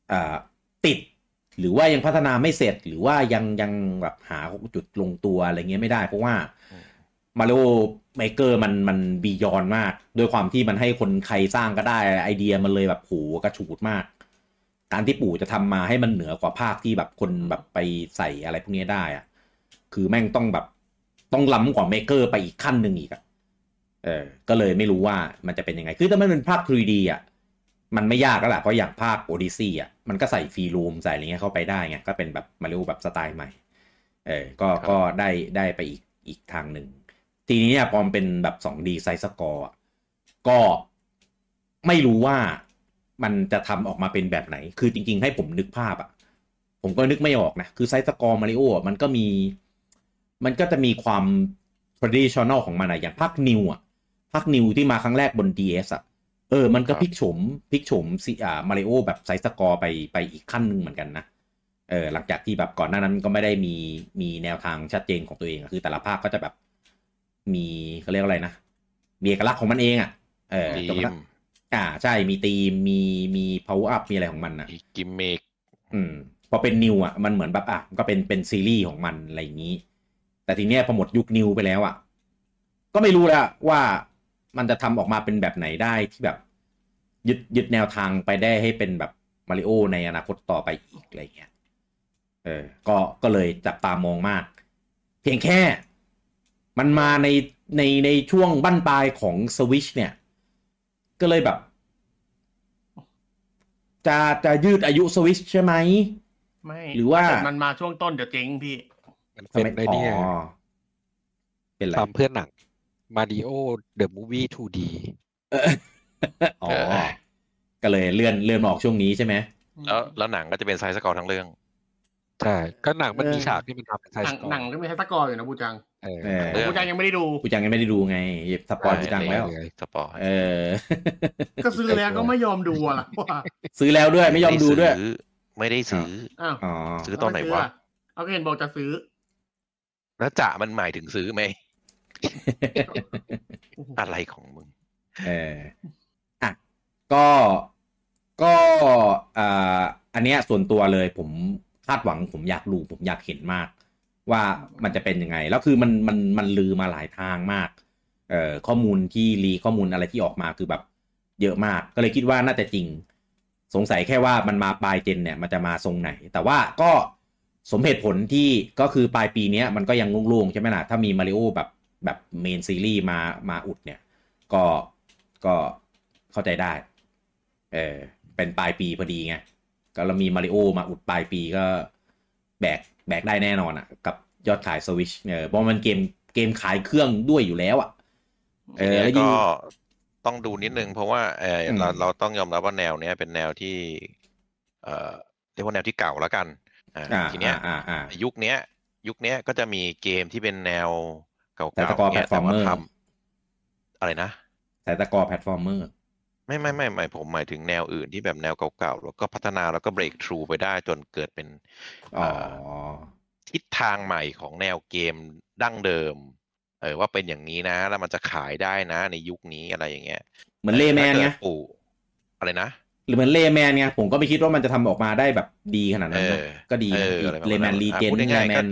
Speaker 1: เอ่อติด หรือว่ายังพัฒนาไม่เสร็จ หรือว่ายังยังแบบหาจุดลงตัวอะไรเงี้ยไม่ได้ เพราะว่ามาริโอเมเกอร์มันมันบียอนมาก ด้วยความที่มันให้คนใครสร้างก็ได้ไอเดียมันเลยแบบโหกระฉูดมาก การที่ปู่จะทำมาให้มันเหนือกว่าภาคที่แบบคนแบบไปใส่อะไรพวกนี้ได้อะคือแม่งต้องแบบต้องล้ำกว่าเมเกอร์ไปอีกขั้นหนึ่งอีกอะเออ ก็เลยไม่รู้ว่ามันจะเป็นยังไง คือถ้ามันเป็นภาค 3D อ่ะ มันไม่ยากแล้วล่ะ เพราะอย่างภาคโอดิซีอ่ะ มันก็ใส่ฟรีรูมใส่อะไรเงี้ยเข้าไปได้ไง ก็เป็นแบบมาเร็วแบบสไตล์ใหม่ เออ ก็
Speaker 3: ครับ
Speaker 1: ก็ได้ได้ไปอีกอีกทางหนึ่ง ทีนี้เนี่ยพอมันเป็นแบบ 2D ไซส์สกอร์อะก็ไม่รู้ว่ามันจะทำออกมาเป็นแบบไหน คือจริงๆ ให้ผมนึกภาพอะผมก็นึกไม่ออกนะ คือไซส์สกอร์มาริโอะมันก็มี มันก็จะมีความ traditional ของมันอะอย่างภาคนิวอะภาคนิวที่มาครั้งแรกบน DS อะเออ มันก็
Speaker 3: ครับ
Speaker 1: พลิกโฉมพลิกโฉมสิอ่ามาริโอแบบไซส์สกอร์ไปไปอีกขั้นหนึ่งเหมือนกันนะ เออหลังจากที่แบบก่อนหน้านั้นก็ไม่ได้มีมีแนวทางชัดเจนของตัวเองอะคือแต่ละภาคก็จะแบบมีเขาเรียกว่าอะไรนะมีเอกลักษณ์ของมันเองอ่ะเออ
Speaker 3: ที
Speaker 1: จนกระ
Speaker 3: ม
Speaker 1: ทั่งอ่าใช่มีธีมมีมี power up มีอะไรของมันนะ
Speaker 3: มีกิมมิก
Speaker 1: อืมพอเป็นนิวอ่ะมันเหมือนแบบอ่ะก็เป็นเป็นซีรีส์ของมันอะไรอย่างนี้ แต่ทีเนี้ยพอหมดยุคนิวไปแล้วอ่ะ ก็ไม่รู้แล้วว่ามันจะทำออกมาเป็นแบบไหนได้ที่แบบ ยึดยึดแนวทางไปได้ให้เป็นแบบมาริโอในอนาคตต่อไปอีกอะไรอย่างเงี้ยเออ ก็ก็เลยจับตามองมาก เพียงแค่มันมาในในในช่วงบั้นปลายของสวิชเนี่ย ก็เลยแบบ จะจะยืดอายุสวิชใช่ไหม
Speaker 2: ไม่
Speaker 1: หรือว่า
Speaker 2: แต่มันมาช่วงต้นเดี๋ยวเจ๊งพี่
Speaker 4: มันเป็นไอเนี่ย
Speaker 1: อ๋อเป็นอะไร
Speaker 4: ตามเพื่อนหนังมาริโอเดอะมูวี่ 2D
Speaker 1: เอออ๋อ ก็เลยเลื่อนเลื่อนมาออกช่วงนี้ใช่ไหม
Speaker 3: แล้วแล้วหนังก็จะเป็นไซส์สกอร์ทั้งเรื่อง
Speaker 4: ใช่ ก็หนังมัน
Speaker 2: เออ
Speaker 4: มีฉากที่มันทำเป็นไซ
Speaker 2: หนั
Speaker 4: ส์
Speaker 2: ง
Speaker 4: กอร์
Speaker 2: หนังก็มีไฮสกอร์อยู่นะบูจัง
Speaker 4: เออ
Speaker 1: เออ
Speaker 3: เออ
Speaker 2: บูจังยังไม่ได้ดู
Speaker 1: กูจังยังไม่ได้ดูไงสปอยกูจังแล้ว
Speaker 4: เลย
Speaker 3: สปอร์
Speaker 1: เออ
Speaker 2: ก็ซื้อแล้วก็ไม่ยอมดูอะ ล่ะว่า
Speaker 1: ซื้อแล้ว ด้วยไม่ยอมดูด้วย
Speaker 3: ซื้อไม่ได้ซื้อ
Speaker 2: อ้าว
Speaker 1: อ๋อ
Speaker 3: ซื้อตอนไหน
Speaker 2: แล้วป
Speaker 3: ะ
Speaker 2: ซื้เอาก็เห็นบอกจะซื้อ
Speaker 3: แล้วจะมันหมายถึงซื้อไหม อะไรของมึง
Speaker 1: เอออ่ะก็ก็อ่าอันเนี้ยส่วนตัวเลยผมคาดหวังผมอยากรู้ผมอยากเห็นมาก ว่ามันจะเป็นยังไง แล้วคือมันมันมันลือมาหลายทางมากเอ่อข้อมูลที่รีข้อมูลอะไรที่ออกมาคือแบบเยอะมาก ก็เลยคิดว่าน่าจะจริง สงสัยแค่ว่ามันมาปลายเจนเนี่ยมันจะมาทรงไหน แต่ว่าก็สมเหตุผลที่ก็คือปลายปีเนี้ยมันก็ยังโล่งๆใช่ไหมล่ะถ้ามีมาริโอแบบแบบเมนซีรีส์มามาอุดเนี่ย ก็ก็เข้าใจได้ เออ เป็นปลายปีพอดีไง ก็เรามีมาริโอมาอุดปลายปีก็แบกแบกได้แน่นอนอะ่ะ กับยอดขายสวิชเออเพราะมันเกมเกมขายเครื่องด้วยอยู่แล้วอะ่ะ เออ แล้วยิ่ง
Speaker 3: ก็ต้องดูนิดนึง เพราะว่าเอออ
Speaker 1: ม
Speaker 3: เราเราต้องยอมรับว่าแนวเนี้ยเป็นแนวที่ เออเรียกว่าแนวที่เก่าแล้วกันอ่า
Speaker 1: อ่า
Speaker 3: ทีเนี้ย
Speaker 1: อ่าอ่า
Speaker 3: ยุคเนี้ย ยุคเนี้ยก็จะมีเกมที่เป็นแนวเก่า
Speaker 1: แต่ตะกอ
Speaker 3: ๆเนี่ยแต่ว่า
Speaker 1: platformer
Speaker 3: ทำอะไรนะ
Speaker 1: สายตะกอแพลตฟอร์มเมอร์
Speaker 3: ไม่ไม่ไม่ไม่ผมหมายถึงแนวอื่นที่แบบแนวเก่าๆ แล้วก็พัฒนาแล้วก็เบรกทรูไปได้จนเกิดเป็น
Speaker 1: อ๋อ
Speaker 3: าทิศทางใหม่ของแนวเกมดั้งเดิม เออว่าเป็นอย่างนี้นะ แล้วมันจะขายได้นะ ในยุคนี้อะไรอย่างเงี้ย
Speaker 1: เหมือนเลแมน
Speaker 3: ถ้า
Speaker 1: ไง
Speaker 3: เกิดปู่อะไรนะ
Speaker 1: หรือเหมือนเลแมนไงผมก็ไม่คิดว่ามันจะทำออกมาได้แบบดีขนาดนั้นนะ
Speaker 3: เออ
Speaker 1: ก็ดี
Speaker 3: เอ
Speaker 1: นะ
Speaker 3: ออะไรประมาณ
Speaker 1: เลแมน
Speaker 3: นั้น
Speaker 1: รีเจน
Speaker 3: อ่ะพูด
Speaker 1: เล
Speaker 3: ง่ายๆ
Speaker 1: แม
Speaker 3: ก็
Speaker 1: น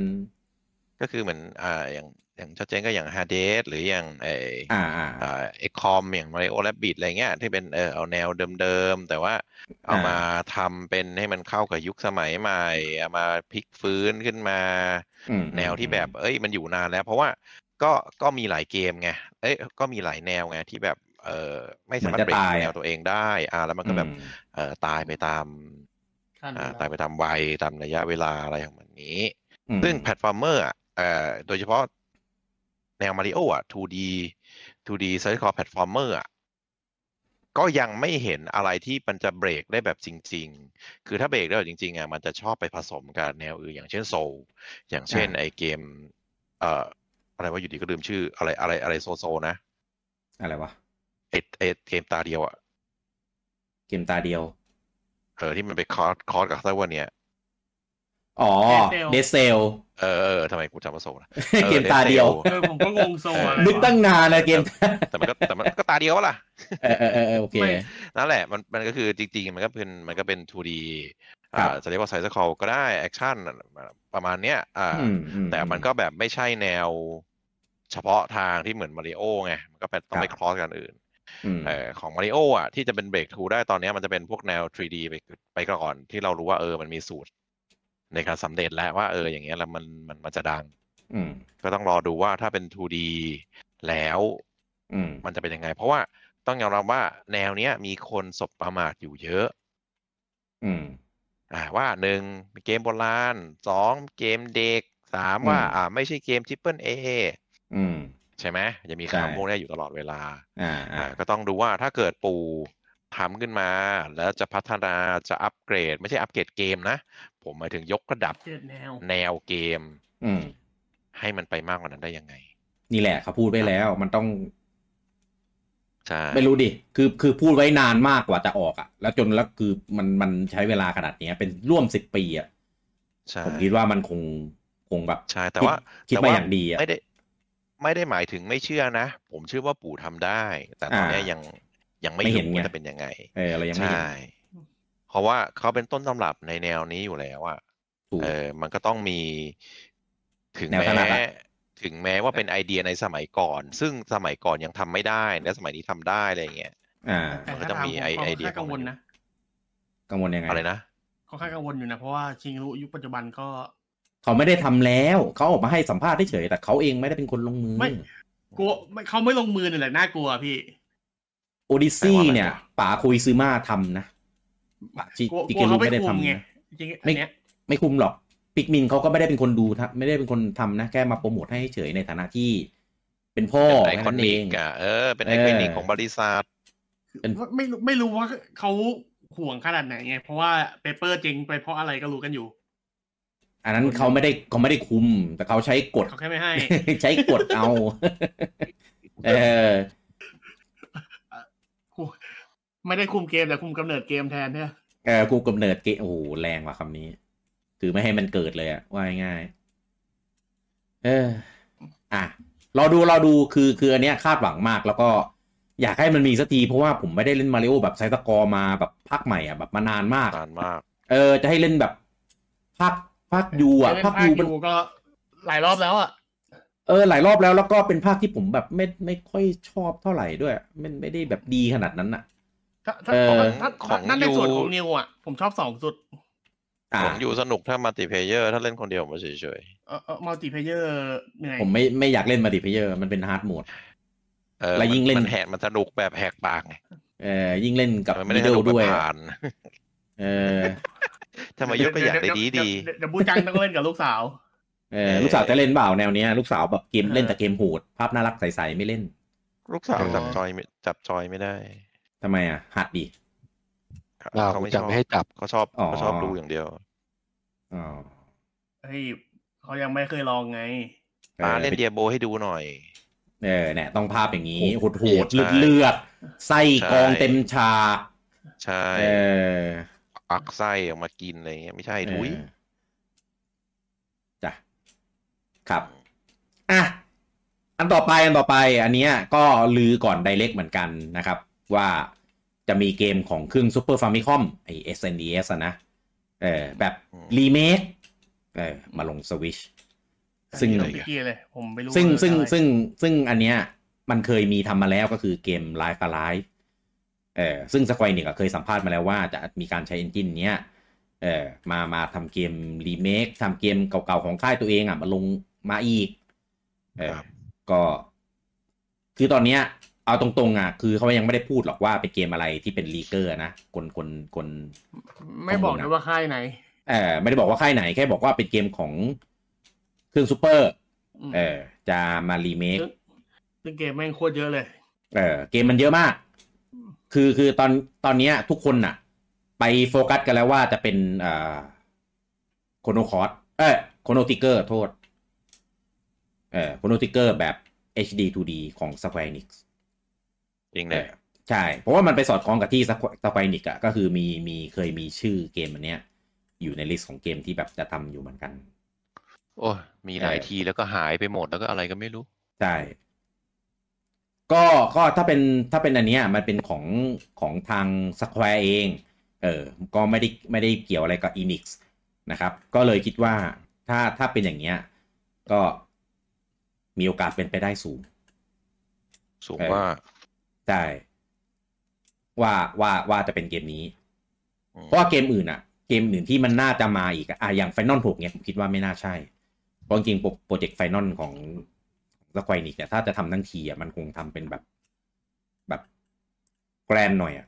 Speaker 3: ก็คือเหมือนอ่าอย่างอย่างชัดเจนก็อย่างฮาเดสหรืออย่างเออ
Speaker 1: อ่าอ่า
Speaker 3: อ่าเอ็กคอมอย่างมาริโอและบิดอะไรเงี้ยที่เป็นเออเอาแนวเดิมๆ แต่ว่าเอา
Speaker 1: อ่าม
Speaker 3: มาทำเป็นให้มันเข้ากับยุคสมัยใหม่เอามาพลิกฟื้นขึ้นมา
Speaker 1: อืม
Speaker 3: แนวที่แบบ เอ้ย มันอยู่นานแล้ว เพราะว่าก็ก็มีหลายเกมไง เอ้ย ก็มีหลายแนวไงที่แบบ เออไม่สามารถเบรกแนวตัวเองได้ อ่า แล้วมันก็แบบ
Speaker 1: อืม
Speaker 3: เออตายไปตาม
Speaker 2: ขั้น
Speaker 3: อ่า
Speaker 2: เวล
Speaker 3: ตายไปตามวัยตามระยะเวลาอะไรของมันนี้
Speaker 1: อืม
Speaker 3: ซึ่งแพลตฟอร์มเมอร์อ่ะเอ่อโดยเฉพาะแนวมาริโออ่ะ 2D 2D ไซส์คอแพลตฟอร์มเมอร์อ่ะ ก็ยังไม่เห็นอะไรที่มันจะเบรกได้แบบจริง ๆ คือถ้าเบรกได้แบบจริงๆอ่ะมันจะชอบไปผสมกับแนวอื่นอย่างเช่นโซลอย่างเช่น
Speaker 1: อ่า
Speaker 3: ไอเกม เอ่อ อะไรว่าอยู่ดีก็ลืมชื่ออะไรอะไรอะไรโซโซนะ
Speaker 1: อะไรวะ
Speaker 3: ไอไอเกมตาเดียวอ่ะ
Speaker 1: เกมตาเดียว
Speaker 3: เออที่มันไปคอร์สคอร์สกับไซเวอร์เนี่ย
Speaker 1: อ๋อ
Speaker 2: Dead Cell
Speaker 1: เดซเซล
Speaker 3: เออเออทำไมกูจำมาโซนะออ
Speaker 1: เกม
Speaker 3: Dead
Speaker 1: ตาเดียว
Speaker 3: Cell
Speaker 2: เออผมก็งงโซอะไร
Speaker 1: นึกตั้งนานนะเกม
Speaker 3: แต่มันก็แต่มันก็ตาเดียวอะล่ะ
Speaker 1: เออเออเออเออโอเค
Speaker 2: ไม่
Speaker 3: นั่นแหละมันมันก็คือจริงๆ มันก็เป็นมันก็เป็น 2D
Speaker 1: ครั
Speaker 3: อ่า
Speaker 1: บ
Speaker 3: จะเรียกว่าไซส์คอลก็ได้ แอคชั่นประมาณเนี้ยอ่า
Speaker 1: อืมอื
Speaker 3: แต่มันก็แบบไม่ใช่แนวเฉพาะทางที่เหมือนมาริโอไง มันก็เป็นต้องไปคลอสกันอื่น
Speaker 1: อืม
Speaker 3: เอ่อของมาริโออ่ะที่จะเป็นเบรกทูได้ตอนเนี้ยมันจะเป็นพวกแนว 3D ไปไปก่อนที่เรารู้ว่าเออมันมีสูตร ในการสำเร็จแล้วว่าเอออย่างเงี้ยแล้วมันมันมันจะดัง
Speaker 1: อืม
Speaker 3: ก็ต้องรอดูว่าถ้าเป็น 2D แล้ว
Speaker 1: อืม
Speaker 3: มันจะเป็นยังไง เพราะว่าต้องยอมรับว่าแนวเนี้ยมีคนสบประมาทอยู่เยอะ
Speaker 1: อืม
Speaker 3: อ่าว่าหนึ่งเกมโบราณสองเกมเด็กสามว่า
Speaker 1: อืม
Speaker 3: อ่าไม่ใช่เกมทริปเปิลเอ
Speaker 1: อืม
Speaker 3: ใช่ไหมจะมีข่าว
Speaker 1: ใช่
Speaker 3: พวกเนี้ยอยู่ตลอดเวลา
Speaker 1: อ่า
Speaker 3: อ่า
Speaker 1: อ่า
Speaker 3: ก็ต้องดูว่าถ้าเกิดปู่ทำขึ้นมา แล้วจะพัฒนาจะอัปเกรด ไม่ใช่อัปเกรดเกมนะ ผมหมายถึงยกระดับ
Speaker 2: เจ็ดแนว
Speaker 3: แนวเกม
Speaker 1: อืม
Speaker 3: ให้มันไปมากกว่านั้นได้ยังไง
Speaker 1: นี่แหละเขาพูดไว้แล้ว มันต้อง
Speaker 3: ใช่
Speaker 1: ไม่รู้ดิคือคือพูดไว้นานมากกว่าจะออกอะแล้วจนแล้วคือมันมันใช้เวลาขนาดเนี้ย เป็นร่วมสิบปีอะ
Speaker 3: ใช่
Speaker 1: ผมคิดว่ามันคงคงแบบ
Speaker 3: ใช่แต่ว่า
Speaker 1: คิด
Speaker 3: แต่
Speaker 1: มา
Speaker 3: ว่า
Speaker 1: อย่างดีอะ
Speaker 3: ไม่ได้ ไม่ได้หมายถึงไม่เชื่อนะ ผมเชื่อว่าปู่ทำได้ แต่ตอนเนี้ย
Speaker 1: อ่ายั
Speaker 3: ยังยังไม่
Speaker 1: ไม่เห็น
Speaker 3: รู้
Speaker 1: ไง
Speaker 3: ว่าจะเป็นยังไง
Speaker 1: เอออะไรยังไม่เห็น
Speaker 3: ใช่ เพราะว่าเขาเป็นต้นตำรับในแนวนี้อยู่แล้วอะ
Speaker 1: ถูก
Speaker 3: เออ มันก็ต้องมี ถึง
Speaker 1: แนวถนั
Speaker 3: แม้
Speaker 1: ดอะ
Speaker 3: ถึงแม้ว่าเป็นไอเดียในสมัยก่อน ซึ่งสมัยก่อนยังทำไม่ได้ และสมัยนี้ทำได้อะไรอย่างเงี้ย
Speaker 1: อ่า
Speaker 2: แต่
Speaker 3: มันก็จะมีไอ
Speaker 2: ถ้าถา
Speaker 3: ไอเดีย
Speaker 2: ค่ากังวลนะ
Speaker 1: กังวลยังไง
Speaker 3: อะไรนะ
Speaker 2: ค่อนข้างกังวลอยู่นะเพราะว่าชิงรุยุคปัจจุบันก็
Speaker 1: เขาไม่ได้ทำแล้วเขาออกมาให้สัมภาษณ์เฉยๆแต่เขาเองไม่ได้เป็นคนลงมือ
Speaker 2: ไม่ กลัวไม่เขาไม่ลงมือเนี่ยแหละน่ากลัวพี่
Speaker 1: โอดิซี่
Speaker 3: แปลว่าอะไร
Speaker 1: เนี่ยป๋าคุยซื้อมาทำนะป๋าจิ
Speaker 2: กลัว
Speaker 1: จิ
Speaker 2: ก
Speaker 1: เก
Speaker 2: ลัว
Speaker 1: รุ
Speaker 2: เขาไม่
Speaker 1: ไม่ได้
Speaker 2: คุม
Speaker 1: ทำ
Speaker 2: ไง
Speaker 1: นะ
Speaker 2: จริงๆ
Speaker 1: ไม่
Speaker 2: อันเนี้ย
Speaker 1: ไม่คุมหรอกปิกมินเขาก็ไม่ได้เป็นคนดูทำไม่ได้เป็นคนทำนะแค่มาโปรโมทให้เฉยในฐานะที่เป็นพ่อ
Speaker 3: เป็นไอ
Speaker 1: แค่
Speaker 3: คอ
Speaker 1: นั้น
Speaker 3: นิ
Speaker 1: เอก ง
Speaker 3: อะเออ เป็น
Speaker 1: เอ
Speaker 3: ไอ
Speaker 1: อ
Speaker 3: คอนิกของบริษัท
Speaker 1: เป็น
Speaker 2: ไม่ไม่รู้ไม่รู้ว่าเขาห่วงขนาดไหนไงเพราะว่าเปเปอร์เจงไปเพราะอะไรก็รู้กันอยู่
Speaker 1: อันนั้นเขาไม่ได้เขาไม่ได้คุม แต่เขาใช้กฎ
Speaker 2: เขาแค่ไม่ ให้
Speaker 1: ใช้กฎเอา เออ
Speaker 2: ไม่ได้คุมเกมแต่คุมกำเนิดเกมแทนเนี่ย
Speaker 1: เออกูกำเนิดเกโอ้โหแรงว่ะคำนี้ คือไม่ให้มันเกิดเลยอะว่าง่ายๆเออ อ่ะรอดูรอดูคือคืออันเนี้ยคาดหวังมากแล้วก็ อยากให้มันมีสักทีเพราะว่าผมไม่ได้เล่นมาริโอแบบไซต์ตะกอร์มาแบบภาคใหม่อ่ะแบบมานานมาก
Speaker 3: นานมาก
Speaker 1: เออ จะให้เล่นแบบภาคภาคยูอ่ะ
Speaker 2: เล่น
Speaker 1: ภาค
Speaker 2: ภาค
Speaker 1: ยู
Speaker 2: อ
Speaker 1: มัน
Speaker 2: ยูก็หลายรอบแล้วอ่ะ
Speaker 1: เออหลายรอบแล้วแล้วก็เป็นภาคที่ผมแบบไม่ไม่ค่อยชอบเท่าไหร่ด้วยไม่ไม่ได้แบบดีขนาดนั้นอ่ะ
Speaker 2: ถ้าถ้า
Speaker 1: เออ
Speaker 2: ถ้าถ้า
Speaker 3: ของ
Speaker 2: นั่นในส่วนของนิวอ่ะผมชอบสองสุด
Speaker 1: อ่ะ
Speaker 3: ผมอยู่สนุกถ้ามัลติเพเยอร์ถ้าเล่นคนเดียวผมเฉย
Speaker 2: เออเออมัลติเพเยอร์เหนื่อย
Speaker 1: ผมไม่ไม่อยากเล่นมาดิเพเยอร์มันเป็นฮาร์ดโหมด
Speaker 3: ๆเออ
Speaker 1: แล้วยิ่งเล่น
Speaker 3: มันแหกมันสนุกแบบแหกปากไง
Speaker 1: เออยิ่งเล่นกับ
Speaker 3: มันไม่
Speaker 1: มิ
Speaker 3: ได้
Speaker 1: ดเดิ
Speaker 3: ส
Speaker 1: ล
Speaker 3: นุกแบบ
Speaker 1: ด้วย
Speaker 3: ผ่าน
Speaker 1: เออ
Speaker 3: ทำไมยกตัวอย่างได้ดีดีๆ
Speaker 2: เยวเดี๋ยวบูจังต้องเล่นกับลูกสาว
Speaker 1: เออ
Speaker 3: เออ
Speaker 1: ลูกสาวจะเล่นเปล่าแนวเนี้ยลูกสาวแบบเกม
Speaker 2: เออ
Speaker 1: เล่นแต่เกมโหด ภาพน่ารักใสๆไม่เล่น
Speaker 3: ลูกสาว
Speaker 4: อ๋อ
Speaker 3: จับจอยไม่จับจอยไม่ได้
Speaker 1: ทำไมอ่ะ หัดดิ
Speaker 4: เรา
Speaker 3: เขาไม่ช
Speaker 4: จะ
Speaker 3: อบ
Speaker 4: ไม่ให้จับ
Speaker 3: เขาชอบ
Speaker 1: อ๋อ
Speaker 3: เขาชอบดูอย่างเดียว
Speaker 1: อ๋อ
Speaker 2: เฮ้ยเขายังไม่เคยลองไง
Speaker 1: เอ
Speaker 3: ป้า
Speaker 1: อ
Speaker 3: เล่นเดียโบให้ดูหน่อย
Speaker 1: เออเนี่ยต้องภาพอย่างนี้โหดๆ
Speaker 3: ใช่
Speaker 1: เลือดๆไส้กรอง
Speaker 3: ใช่
Speaker 1: เต็มฉาก
Speaker 3: ใช่
Speaker 1: เออ
Speaker 3: อักไส้ออกมากินอะไรเงี้ยไม่ใช่ทุย
Speaker 1: เออจ้ะครับ อ่ะ อันต่อไปอันต่อไป อันเนี้ยก็ลือก่อนไดเ c กเหมือนกันนะครับ ว่าจะมีเกมของเครื่องซูเปอร์ฟามิคอมไอ SNES อะนะเออแบบรีเมคเออมาลงสวิช ซึ่ง
Speaker 2: อันนี้ต้อพิกี้เลย ผมไม่รู้
Speaker 1: ซึ่ง
Speaker 2: ว่า
Speaker 1: ซึ่ง
Speaker 2: อะไร
Speaker 1: ซึ่งซึ่งอันเนี้ยมันเคยมีทำมาแล้วก็คือเกม Life Alive เออซึ่งสควอเนก็เคยสัมภาษณ์มาแล้วว่าจะมีการใช้เอนจินเนี้ยเออมามาทำเกมรีเมคทำเกมเก่าๆของค่ายตัวเองอ่ะมาลงมาอีกเออ
Speaker 3: ครับ
Speaker 1: ก็ คือตอนเนี้ย เอาตรงๆอ่ะคือเขายังไม่ได้พูดหรอกว่าเป็นเกมอะไรที่เป็นลีเกอร์นะคนคนคน
Speaker 2: ไม่บอ
Speaker 1: ข้
Speaker 2: ก
Speaker 1: อมูลนะ
Speaker 2: ด้วยว่าค่ายไหน
Speaker 1: เออไม่ได้บอกว่าค่ายไหนแค่บอกว่าเป็นเกมของเครื่องซูเปอร์
Speaker 2: ม
Speaker 1: เออจะมารีเมค
Speaker 2: ซึ่งซึ่งเกมแม่งโคตรเยอะเลย
Speaker 1: เออเกมมันเยอะมาก คือคือตอนตอนเนี้ยทุกคนน่ะ ไปโฟกัสกันแล้วว่าจะเป็นอ่าโคโนคอร์สเอ้ยโคโนติเกอร์โทษเออโคโนติเกอร์แบบ HD 2D ของ Square Enix
Speaker 3: จริง
Speaker 1: เอ
Speaker 3: เนี่ย
Speaker 1: อใช่ เพราะว่ามันไปสอดคล้องกับที่ Square- Square Enix อะก็คือมีมีเคยมีชื่อเกมอันเนี้ย อยู่ในลิสต์ของเกมที่แบบจะทำอยู่เหมือนกัน
Speaker 3: โอ้ยมีหลาย
Speaker 1: เออ
Speaker 3: ทีแล้วก็หายไปหมดแล้วก็อะไรก็ไม่รู้
Speaker 1: ใช่ ก็ก็ถ้าเป็นถ้าเป็นอันเนี้ยมันเป็นของของทางสแควร์เอง เออ ก็ไม่ได้ไม่ได้เกี่ยวอะไรกับ Enix นะครับ ก็เลยคิดว่าถ้าถ้าเป็นอย่างเงี้ย ก็มีโอกาสเป็นไปได้สูง
Speaker 3: สูง
Speaker 1: เออ
Speaker 3: ว่า
Speaker 1: ใช่ ว่าว่าว่าจะเป็นเกมนี้
Speaker 3: อืม
Speaker 1: เพราะว่าเกมอื่นอะเกมอื่นที่มันน่าจะมาอีกอะอ่ะอย่างไฟนอลหกเนี่ยผมคิดว่าไม่น่าใช่ เพราะจริงโปรเจกต์ไฟนอลของสควอนิกเนี่ยถ้าจะทำทั้งทีอะมันคงทำเป็นแบบแบบแกรนหน่อยอะ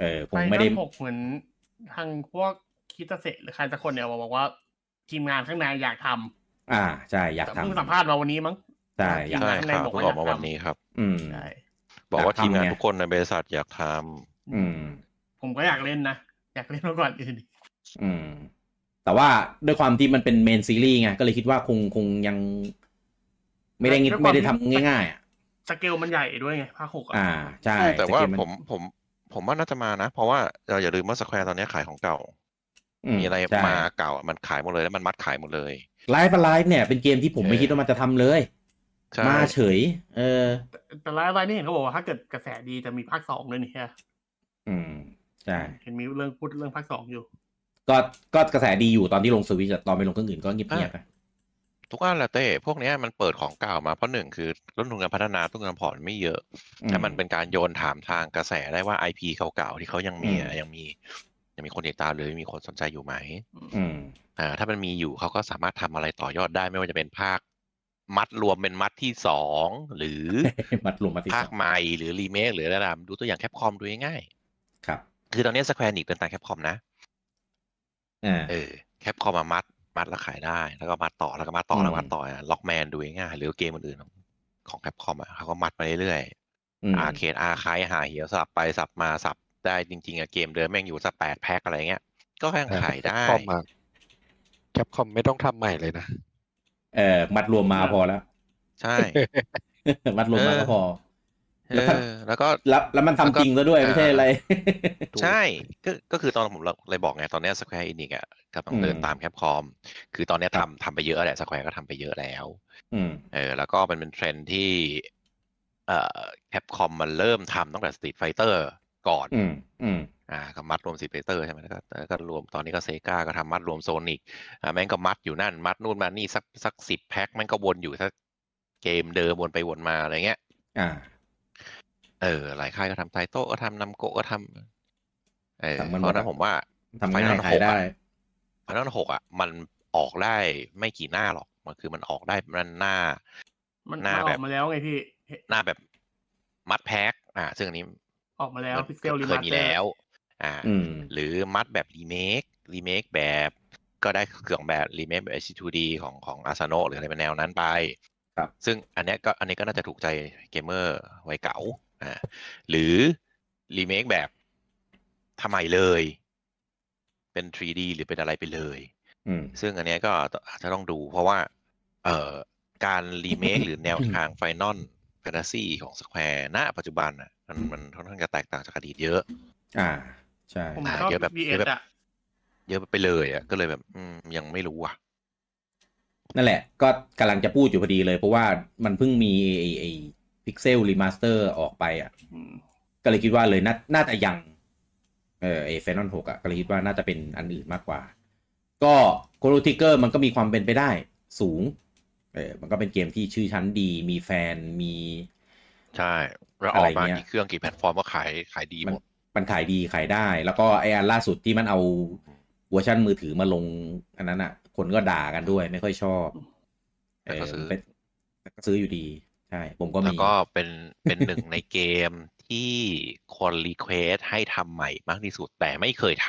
Speaker 1: เออคงไม่ได้
Speaker 2: ปนอนหกเหมือนทางพวกคิตาเซะหรือใครสักคนเนี่ยบอกว่า ทีมงานข้างในอยากท
Speaker 1: อ่าใช่อ
Speaker 2: ำ
Speaker 1: ยาก
Speaker 2: แต่
Speaker 1: ทำ
Speaker 2: เพิ่งสัมภาษณ์มาวันนี้มั้ง
Speaker 1: ใช่อยาก
Speaker 3: ใช่
Speaker 2: ข้าง
Speaker 3: ค
Speaker 2: ใน
Speaker 3: รับ
Speaker 2: บอก
Speaker 3: เพิ่
Speaker 2: ว่าง
Speaker 3: ออกมา
Speaker 2: อยากทำ
Speaker 3: วันนี้ครับ
Speaker 1: อืม
Speaker 2: ใช่
Speaker 3: บอกว่า
Speaker 1: อยากทำ
Speaker 3: ทีมงาน
Speaker 1: ไง
Speaker 3: ทุกคนในบริษัทอยากทำ
Speaker 1: อืม
Speaker 2: ผมก็อยากเล่นนะ อยากเล่นมาก่อนอื่น
Speaker 1: อืม แต่ว่าด้วยความที่มันเป็นเมนซีรีส์ไงก็เลยคิดว่าคงคงยัง ไม่ได้งิดไม่ได้ทำง่ายๆอ่ะ
Speaker 2: สเกลมันใหญ่ด้วยไงภาคหก
Speaker 1: อ่า
Speaker 2: อะ
Speaker 1: ใช่
Speaker 3: แต่ว่า
Speaker 1: เกน
Speaker 3: ผมผมผมว่าน่าจะมานะ เพราะว่าเราอย่าลืมว่าสแควร์ตอนนี้ขายของเก่า มีอะไร
Speaker 1: ใช่
Speaker 3: มาเก่าอ่ะมันขายหมดเลยแล้วมันมัดขายหมดเลย
Speaker 1: ไลฟ์ไลฟ์เนี่ย เป็นเกมที่ผมไม่คิดว่ามันจะทำเลย
Speaker 3: ใช่
Speaker 1: มาเฉย เออ
Speaker 2: แต่แต่ละรายนี่เห็นเขาบอกว่าถ้าเกิดกระแสดีจะมีภาคสองด้วยนี่ฮะ
Speaker 1: อืม ใช่
Speaker 2: เห็นมีเรื่องพูดเรื่องภาคสองอยู่
Speaker 1: ก็ก็กระแสดีอยู่ตอนที่ลงสวิตช์อะตอนไปลงเครื่องอื่นก็เงียบเงียบๆอะ
Speaker 3: ทุกอันแหละเต้พวกเนี้ยมันเปิดของเก่ามาเพราะหนึ่งคือต้นทุนการพัฒนาต้นทุนการผ่อนไม่เยอะ
Speaker 1: อื
Speaker 3: ถ้ามันเป็นการโยนถามทางกระแสได้ว่าไอพีเก่าๆที่เขายังมีอะยังมียังมีคนติดตามหรือมีคนสนใจอยู่ไหม
Speaker 1: อืม
Speaker 3: อ่าถ้ามันมีอยู่เขาก็สามารถทำอะไรต่อยอดได้ไม่ว่าจะเป็นภาค มัดรวมเป็นมัดที่สองหรือ
Speaker 1: มัดรวมมาที่
Speaker 3: ภา
Speaker 1: สอ
Speaker 3: ค
Speaker 1: ง
Speaker 3: ใหม่หรือรีเมคหรืออะไรตามดูตัวอย่างแคปคอมดูง่าย
Speaker 1: ครับ
Speaker 3: ๆคือตอนนี้สแควร์นิกเป็นตามแคปคอมนะ
Speaker 1: อ่า
Speaker 3: เออแคปคอมมามัดมัดแล้วขายได้ แล้วก็มาต่อแล้วก็มาต่อ
Speaker 1: อืม
Speaker 3: แล้วมาต่อล็อกแมนดูง่ายๆหรือเกมอื่นๆของของแคปคอมอ่ะเขาก็มัดมาเรื่อย
Speaker 1: อืม
Speaker 3: ๆอาเคนอาคายหาเหี่ยวสลับไปสลับมาสับได้จริงๆอะเกมเดิมแม่งอยู่สักแปดแพ็คอะไรเงี้ย ก็แค่งขาย ได้
Speaker 4: แคปคอมมาแคปคอมไม่ต้องทำใหม่เลยนะ
Speaker 1: เออมัดรวมมาพอแล้ว
Speaker 3: ใช่
Speaker 1: มัดรวมมาก็พอ
Speaker 3: เออแล้วก็
Speaker 1: แล้วแล้วมันทำจริงซะด้วยไม่ใช่อะไร
Speaker 3: ใช่ก็ก็คือตอนผมเลยบอกไง ตอนเนี้สแควร์อินิกอ่ะกำลังเดิน
Speaker 1: อืม
Speaker 3: ตามแคปคอมคือตอนเนี้ยทำทำไปเยอะแหละสแควร์ก็ทำไปเยอะแล้ว
Speaker 1: อืม
Speaker 3: เออแล้วก็มันเป็นเทรนด์ที่เอ่อแคปคอมมันเริ่มทำตั้งแต่สตรีทไฟเตอร์ก่อน
Speaker 1: อืม อืม
Speaker 3: อ่าก็มัดรวมสตรีทไฟเตอร์ใช่ไหมแล้วก็แล้วก็รวมตอนนี้ก็เซกาก็ทำมัดรวมโซนิกอ่าแม่งก็มัดอยู่นั่น มัดนู่นมานี่สักสักสิบแพ็คแม่งก็วนอยู่ถ้าเกมเดิมวนไปวนมาอะไรเงี้ย
Speaker 1: อ่า
Speaker 3: เออหลายค่ายก็ทำไทโต้ก็ทำนำโกะก็ทำเออ
Speaker 1: ทำกันห
Speaker 3: เพ
Speaker 1: มด
Speaker 3: ราะฉะนั้
Speaker 1: อะ
Speaker 3: นผมว่า
Speaker 1: ทำง่ายขายได้
Speaker 3: ไฟนอลหกอ่ะมันออกได้ไม่กี่หน้าหรอก มันคือมันออกได้มันหน้า
Speaker 2: มัน
Speaker 3: หน้า
Speaker 2: มันอ
Speaker 3: แบ
Speaker 2: อบ กมาแล้วไงพี่เห็น
Speaker 3: หน้าแบบมัดแพ็คอ่า ซึ่งอันนี้
Speaker 2: ออกมาแล้ว
Speaker 3: มัน
Speaker 2: พิกเซลรี
Speaker 3: เค
Speaker 2: มาย ส
Speaker 3: มี
Speaker 2: เตอ
Speaker 3: แล้ว
Speaker 2: ร์
Speaker 3: อ่า
Speaker 1: อืม
Speaker 3: หรือมัดแบบรีเมครีเมคแบบก็ได้เกืองแบบรีเมคแบบ H2D ของของอาซาโนหรืออะไรเป็นแนวนั้นไป
Speaker 1: ครับ
Speaker 3: ซึ่งอันเนี้ยก็อันนี้ก็น่าจะถูกใจเกมเมอร์วัยเก่าอ่าหรือรีเมคแบบทำไมเลย เป็น 3D หรือเป็นอะไรไปเลย
Speaker 1: อืม
Speaker 3: ซึ่งอันเนี้ยก็อาจจะต้องดูเพราะว่า เอ่อการรีเมค หรือแนวทางไฟนอลแฟนตาซีของสแควร์ณปัจจุบันอ่ะมันมันค่อนข้างจะแตกต่างจากอดีตเยอะ
Speaker 1: อ่า ใช่
Speaker 2: ผม
Speaker 3: อ่า
Speaker 2: ชอบ
Speaker 3: เยอะแบบ
Speaker 2: บี
Speaker 3: เย
Speaker 2: เอ็
Speaker 3: อะแบบ
Speaker 2: อ่ะ
Speaker 3: เยอะไปเลยอ่ะก็เลยแบบอืมยังไม่รู้อ่ะ
Speaker 1: นั่นแหละ ก็กำลังจะพูดอยู่พอดีเลย เพราะว่ามันเพิ่งมีไอไอพิกเซลรีมาสเตอร์ออกไปอ่ะ ก็เลยคิดว่าเลยน่าน่าจะยัง เออไอเฟนอนหกอ่ะ ก็เลยคิดว่าน่าจะเป็นอันอื่นมากกว่า ก็โคโรติเกอร์มันก็มีความเป็นไปได้สูง เออ มันก็เป็นเกมที่ชื่อชั้นดี มีแฟน มี
Speaker 3: ใช่แล้วอ
Speaker 1: อะ
Speaker 3: อ
Speaker 1: ไร
Speaker 3: กมา
Speaker 1: เงี้ย
Speaker 3: กี่เครื่องกี่แพลตฟอร์มก็ขายขายดีหมด
Speaker 1: มันขายดีขายได้ แล้วก็ไออันล่าสุดที่มันเอาเวอร์ชันมือถือมาลง อันนั้นอ่ะ คนก็ด่ากันด้วยไม่ค่อยชอบ
Speaker 3: แต่ก็ซื้อ
Speaker 1: เเป็นแต่ก็ซื้ออยู่ดี ใช่ ผมก็
Speaker 3: แล้
Speaker 1: มี
Speaker 3: วก็เป็นเป็นหนึ่งในเกมที่คนรีเควสให้ทำใหม่มากที่สุดแต่ไม่เคยท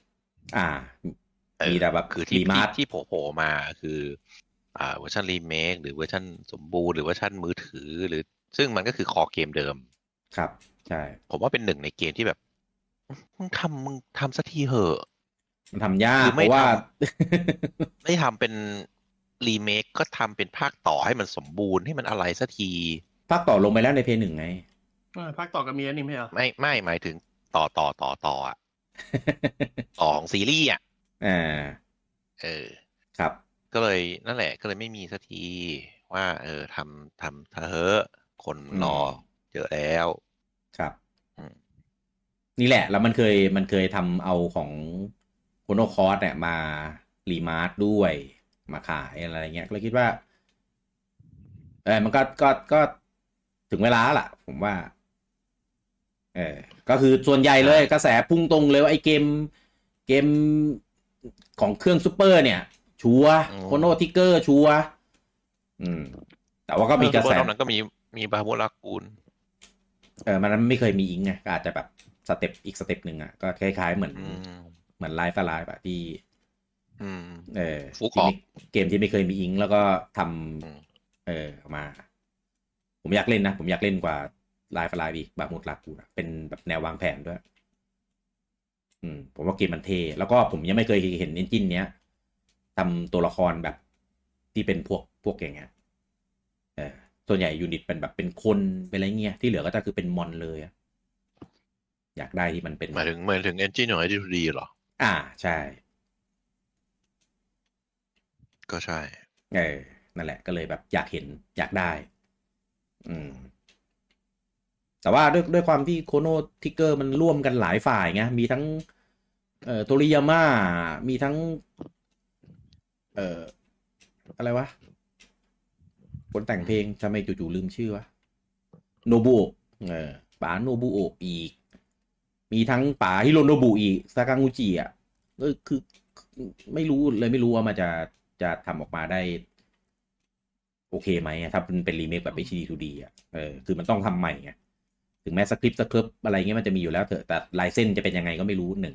Speaker 3: ำ
Speaker 1: อ่า
Speaker 3: เออ
Speaker 1: มีแต่แบบ
Speaker 3: คือที่
Speaker 1: รีมา
Speaker 3: ที่
Speaker 1: ส
Speaker 3: ที่โผล่ๆมาคือ อ่าเวอร์ชันรีเมคหรือเวอร์ชันสมบูรณ์หรือเวอร์ชันมือถือ หรือซึ่งมันก็คือคอเกมเดิม
Speaker 1: ครับ ใช่
Speaker 3: ผมว่าเป็นหนึ่งในเกมที่แบบมึงทำมึงทำสักทีเหอะ
Speaker 1: มันทำยาก
Speaker 3: คือ
Speaker 1: เพ
Speaker 3: ไม่
Speaker 1: ราะว่า
Speaker 3: ท ไม่ทำเป็นรีเมคก็ทำเป็นภาคต่อให้มันสมบูรณ์ให้มันอะไรสักที
Speaker 1: ภาคต่อลงไปแล้วในเพย์หนึ่ง ไง
Speaker 2: เออภาคต่อกับเมียนี่ไม่เหรอ
Speaker 3: ไม่ไม่หมายถึงต่อต่อต่อต่ออะต่อของซีรีส์อ่ะ
Speaker 1: อ่า
Speaker 3: เออ
Speaker 1: ครับ
Speaker 3: ก็เลยนั่นแหละก็เลยไม่มีสักทีว่า เออทำทำเธอะคนรอเยอะแล้ว
Speaker 1: ครับ
Speaker 3: อืม
Speaker 1: นี่แหละ แล้วมันเคยมันเคยทำเอาของโคโนคอร์สเนี่ยมารีมาร์ทด้วยมาขายอะไรเงี้ยก็เลยคิดว่า เออมันก็ก็ก็ถึงเวลาละผมว่า เออก็คือส่วนใหญ่เลยกระแสพุ่งตรงเลยว่าไอ้เกมเกมของเครื่องซูเปอร์เนี่ย ชัว
Speaker 3: อืม
Speaker 1: โคโนทิกเกอร์ชัวร์อืม แต่ว่าก็มีกระแส
Speaker 3: รอบนั้นก็มีมีบาโบลากูล
Speaker 1: เออมันไม่เคยมีอิงไงก็อาจจะแบบสเต็ปอีกสเต็ปหนึ่งอ่ะก็คล้ายๆเหมือน
Speaker 3: อืม
Speaker 1: เหมือนไลฟ์สไลฟ์อะที่
Speaker 3: อืม
Speaker 1: เออ
Speaker 3: ฟุกออก
Speaker 1: ที่ไม่เกมที่ไม่เคยมีอิงแล้วก็ทำ
Speaker 3: อืม
Speaker 1: เออออกมา ผมอยากเล่นนะ ผมอยากเล่นกว่าไลฟ์ไลฟ์อีกบาหมุดลากูนะเป็นแบบแนววางแผนด้วย อืม ผมว่าเกมมันเท แล้วก็ผมยังไม่เคยเห็นเอนจินเนี้ยทำตัวละครแบบที่เป็นพวกพวกอย่างเงี้ยเออส่วนใหญ่ยูนิตเป็นแบบเป็นคนเป็นอะไรเงี้ยที่เหลือก็จะคือเป็นมอนเลยอะอยากได้ที่มันเป็น
Speaker 3: หมายถึงหมายถึงเอนจินของไอทีดีเหรอ
Speaker 1: อ่าใช่
Speaker 3: ก็ใช่
Speaker 1: เออ นั่นแหละก็เลยแบบอยากเห็นอยากได้ อืม แต่ว่าด้วยด้วยความที่โคโนทิกเกอร์มันร่วมกันหลายฝ่ายไงมีทั้ง เอ่อโทริยาม่ามีทั้ง เอ่อ อะไรวะ คนแต่งเพลงทำไมจู่ๆลืมชื่อวะ โนบุโอะเออป๋าโนบุโอะอีก มีทั้งป๋าฮิโรโนบุอีกซากางูจิอ่ะ เออคือคือไม่รู้เลยไม่รู้ว่ามันจะจะทำออกมาได้ โอเคไหมอะถ้าเป็นเป็นรีเมคแบบ HD 2D อ่ะเออคือมันต้องทำใหม่ไงถึงแม้สคริปต์สคริปต์อะไรเงี้ยมันจะมีอยู่แล้วเถอะแต่ลายเส้นจะเป็นยังไงก็ไม่รู้หนึ่ง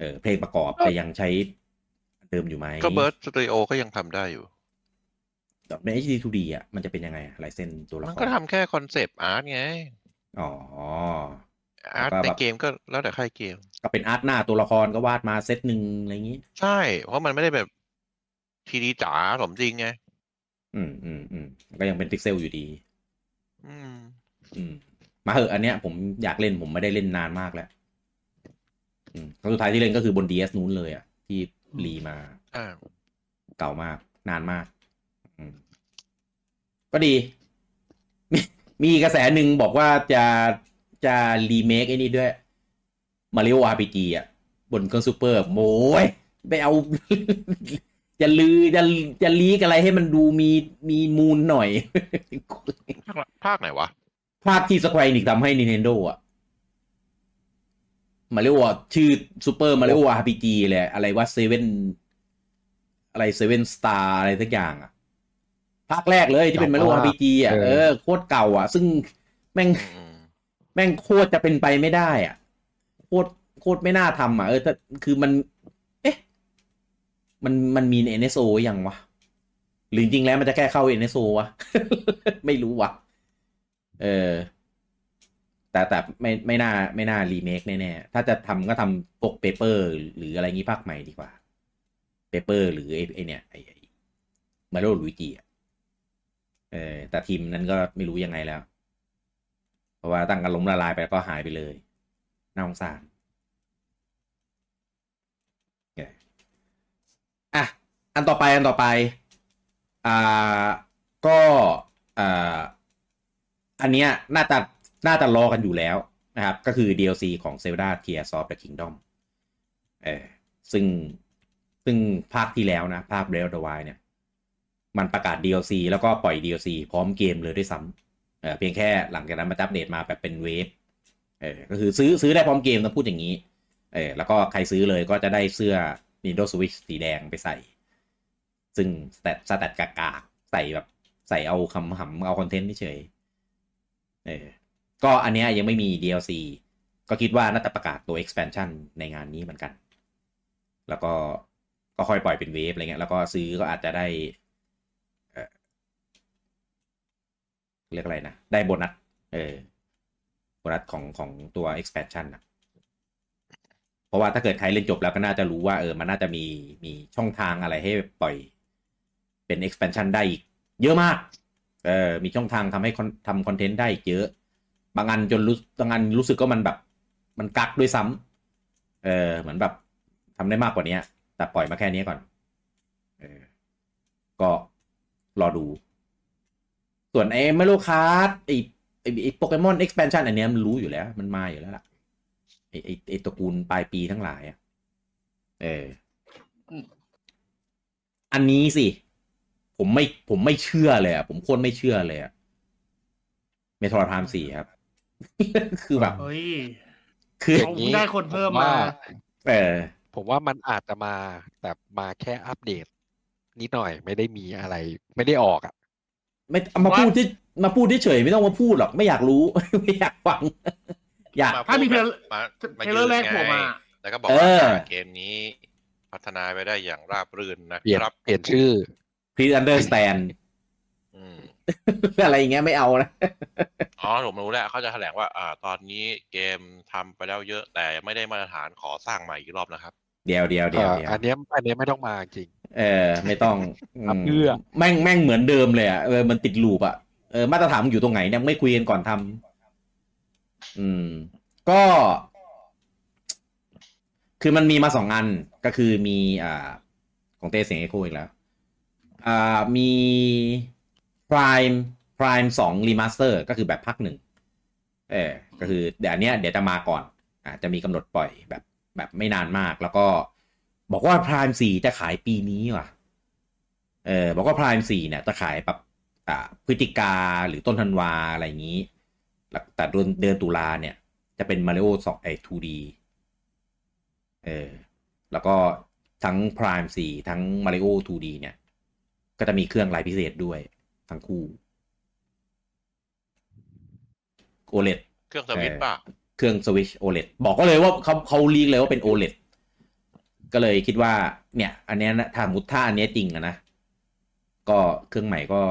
Speaker 1: เออเพลงประกอบจะยังใช้เดิมอยู่ไหม
Speaker 3: ก็เบิร์ดสตูดิโอก็ยังทำได้อยู่
Speaker 1: แต่ใน HD 2D อ่ะมันจะเป็นยังไงอะลายเส้นตัวละค
Speaker 3: มัน
Speaker 1: ร
Speaker 3: ก็ทำแค่คอนเซปต์อาร์ตไง
Speaker 1: อ๋อ
Speaker 3: อาร์ต
Speaker 1: แล้วก็
Speaker 3: ใน
Speaker 1: แบบ
Speaker 3: เกมก็แล้วแต่ค่ายเกม
Speaker 1: ก็เป็นอาร์ตหน้าตัวละครก็วาดมาเซตหนึ่งอะไรอย่างงี้
Speaker 3: ใช่ เพราะมันไม่ได้แบบทีดีจ๋าสมจริงไง
Speaker 1: อืมอืมอืมมันก็ยังเป็นพิกเซลอยู่ดี
Speaker 3: อืม
Speaker 1: อืมมาเหอะอันเนี้ยผมอยากเล่นผมไม่ได้เล่นนานมากแล้วอืมครั้งสุดท้ายที่เล่นก็คือบน DS นู้นเลยอ่ะ ที่รีมา
Speaker 3: อ่า
Speaker 1: เก่ามาก นานมาก อืม ก็ดี มีมีกระแสหนึ่งบอกว่าจะจะรีเมคไอ้นี่ด้วยมาริโอ RPG อ่ะ บนเครื่องซูเปอร์โม้ยไปเอา จะลือจะจะลีกอะไรให้มันดูมีมีมูลหน่อย
Speaker 3: ภาคภาคไหนวะ
Speaker 1: ภาคที่สแควร์นิกทำให้ Nintendo อะมาเรียกว่าชื่อซูเปอร์มาเรียกว่า RPG เลย อะไรว่าเซเว่นอะไรเซเว่นสตาร์อะไรสักอย่างอะภาคแรกเลยที่เป็นมาเรียกว่า RPG อะ
Speaker 4: เออ
Speaker 1: เออโคตรเก่าอะซึ่งแม่ง
Speaker 3: อืม
Speaker 1: แม่งโคตรจะเป็นไปไม่ได้อ่ะ โคตรโคตรไม่น่าทำอ่ะ เออถ้าคือมัน เอ๊ะ มันมันมีใน NSO หรือยังวะ หรือจริงๆแล้วมันจะแค่เข้า NSO วะ ไม่รู้วะเออ แต่แต่ไม่ไม่น่าไม่น่ารีเมคแน่ๆ ถ้าจะทำก็ทำปกเปเปอร์ หรืออะไรงี้ภาคใหม่ดีกว่า เปเปอร์ หรือไอ้ไอ้เนี่ยไอ้ไอ้มาโรลุยจีอ่ะ เออ แต่ทีมนั้นก็ไม่รู้ยังไงแล้ว เพราะว่าตั้งกันล้มละลายไปแล้วก็หายไปเลยน่าสงสารโอเคอ่ะ อันต่อไปอันต่อไป อ่า ก็อ่าอันเนี้ยน่าจะน่าจะรอกันอยู่แล้วนะครับ ก็คือ DLC ของ Zelda Tears of the Kingdom เออซึ่งซึ่งภาคที่แล้วนะ ภาค Breath of the Wild เนี่ย มันประกาศ DLC แล้วก็ปล่อย DLC พร้อมเกมเลยด้วยซ้ำ เออเพียงแค่หลังจากนั้นมันจะอัปเดตมาแบบเป็นเวฟเออก็คือซื้อซื้อได้พร้อมเกมต้องพูดอย่างนี้เออแล้วก็ใครซื้อเลยก็จะได้เสื้อ Nintendo Switch สีแดงไปใส่ ซึ่งสแตทสแตทกากๆใส่แบบใส่เอาคำหำเอาคอนเทนต์เฉยๆเออก็อันเนี้ยยังไม่มี DLC ก็คิดว่าน่าจะประกาศตัว expansion ในงานนี้เหมือนกัน แล้วก็ก็ค่อยปล่อยเป็นเวฟอะไรเงี้ยแล้วก็ซื้อก็อาจจะได้ เรียกอะไรนะ ได้โบนัส เออ โบนัสของของตัว expansion นะเพราะว่าถ้าเกิดใครเล่นจบแล้วก็น่าจะรู้ว่าเออ มันน่าจะมีมีช่องทางอะไรให้ปล่อยเป็น expansion ได้อีก เยอะมาก เออ มีช่องทางทำให้คอนทำคอนเทนต์ได้อีกเยอะ บางอันจนรู้บางอันรู้สึกก็มันแบบ มันกักด้วยซ้ำเออ เหมือนแบบทำได้มากกว่านี้ แต่ปล่อยมาแค่นี้ก่อน เออ ก็รอดู ส่วนไอ้เมโลคาร์ดไอ้ไอ้ไอ้โปเกมอนเอ็กซ์แพนชันอันเนี้ยมันรู้อยู่แล้ว มันมาอยู่แล้วล่ะไอ้ไอ้ไอ้ตระกูลปลายปีทั้งหลายอ่ะเอออ
Speaker 2: ม
Speaker 1: อันนี้สิ ผมไม่ผมไม่เชื่อเลยอ่ะ ผมโคตรไม่เชื่อเลยอ่ะเมโทรพามสี่ครับ คือแบบ
Speaker 2: เฮ้ย
Speaker 1: คือ
Speaker 2: เอาได้คนเพิ่มมา
Speaker 1: เออ
Speaker 4: ผมว่ามันอาจจะมาแต่มาแค่อัปเดต นิดหน่อยไม่ได้มีอะไร ไม่ได้ออกอ่ะ
Speaker 1: ไม่เอามาพูดที่มาพูดเฉยๆไม่ต้องมาพูดหรอกไม่อยากรู้ ไม่อยากฟัง อยาก
Speaker 3: มพูด
Speaker 2: ถ้ามีเทรล
Speaker 3: มา
Speaker 2: เทเลอร์แรกโผล่มา
Speaker 3: ไงแล้วก็บอกว่า
Speaker 1: เออ
Speaker 3: เกมนี้พัฒนาไปได้อย่างราบรื่นนะ
Speaker 4: เปลี่ยน
Speaker 3: ครับ
Speaker 4: เปลี่ยนชื่อ
Speaker 1: please understand
Speaker 3: อืม
Speaker 1: อะไรอย่างเงี้ยไม่เอานะ
Speaker 3: อ๋อผมรู้แล้วเขาจะแถลงว่า อ่า ตอนนี้เกมทำไปแล้วเยอะ แต่ไม่ได้มาตรฐานขอสร้างใหม่อีกรอบนะครับ
Speaker 1: เดียวเดียวเดียว
Speaker 4: อ่า
Speaker 1: เดียว
Speaker 4: อันเนี้ยอันเนี้ยไม่ต้องมาจริง
Speaker 1: เออ ไม่ต้องม
Speaker 4: ครับเพื่อ
Speaker 1: แม่งแม่งเหมือนเดิมเลยอ่ะเออมันติดลูปอ่ะเออมาตรฐานมันอยู่ตรงไหนเนี่ยไม่คุยกันก่อนทำอืม ก็ คือมันมีมาสองอันก็คือมีอ่า ของเตเสียงเอโคอีกแล้ว อ่ามี Prime Prime สอง Remaster ก็คือแบบภาคหนึ่งเออก็คือเดี๋ยวอันเนี้ยเดี๋ยวจะมาก่อน อ่าจะมีกำหนดปล่อยแบบแบบไม่นานมาก แล้วก็บอกว่า Prime สี่จะขายปีนี้ว่ะเออบอกว่า Prime สี่เนี่ยจะขายแบบอ่าพฤศจิกาหรือต้นธันวาอะไรอย่างนี้แล้วแต่เดือนเดือนตุลาเนี่ย จะเป็น Mario 2ไอ้ 2D เออ แล้วก็ทั้ง Prime 4 ทั้ง Mario 2D เนี่ย ก็จะมีเครื่องลายพิเศษด้วย ทั้งคู่ OLED
Speaker 3: เครื่องสวิตช์ป่ะ
Speaker 1: เครื่อง Switch OLED บอกก็เลยว่าเขาเขาลีกเลยว่าเป็น OLED ก็เลยคิดว่า เนี่ย อันเนี้ยนะถ้ามุดถ้าอันเนี้ยจริงอะนะ ก็เครื่องใหม่ก็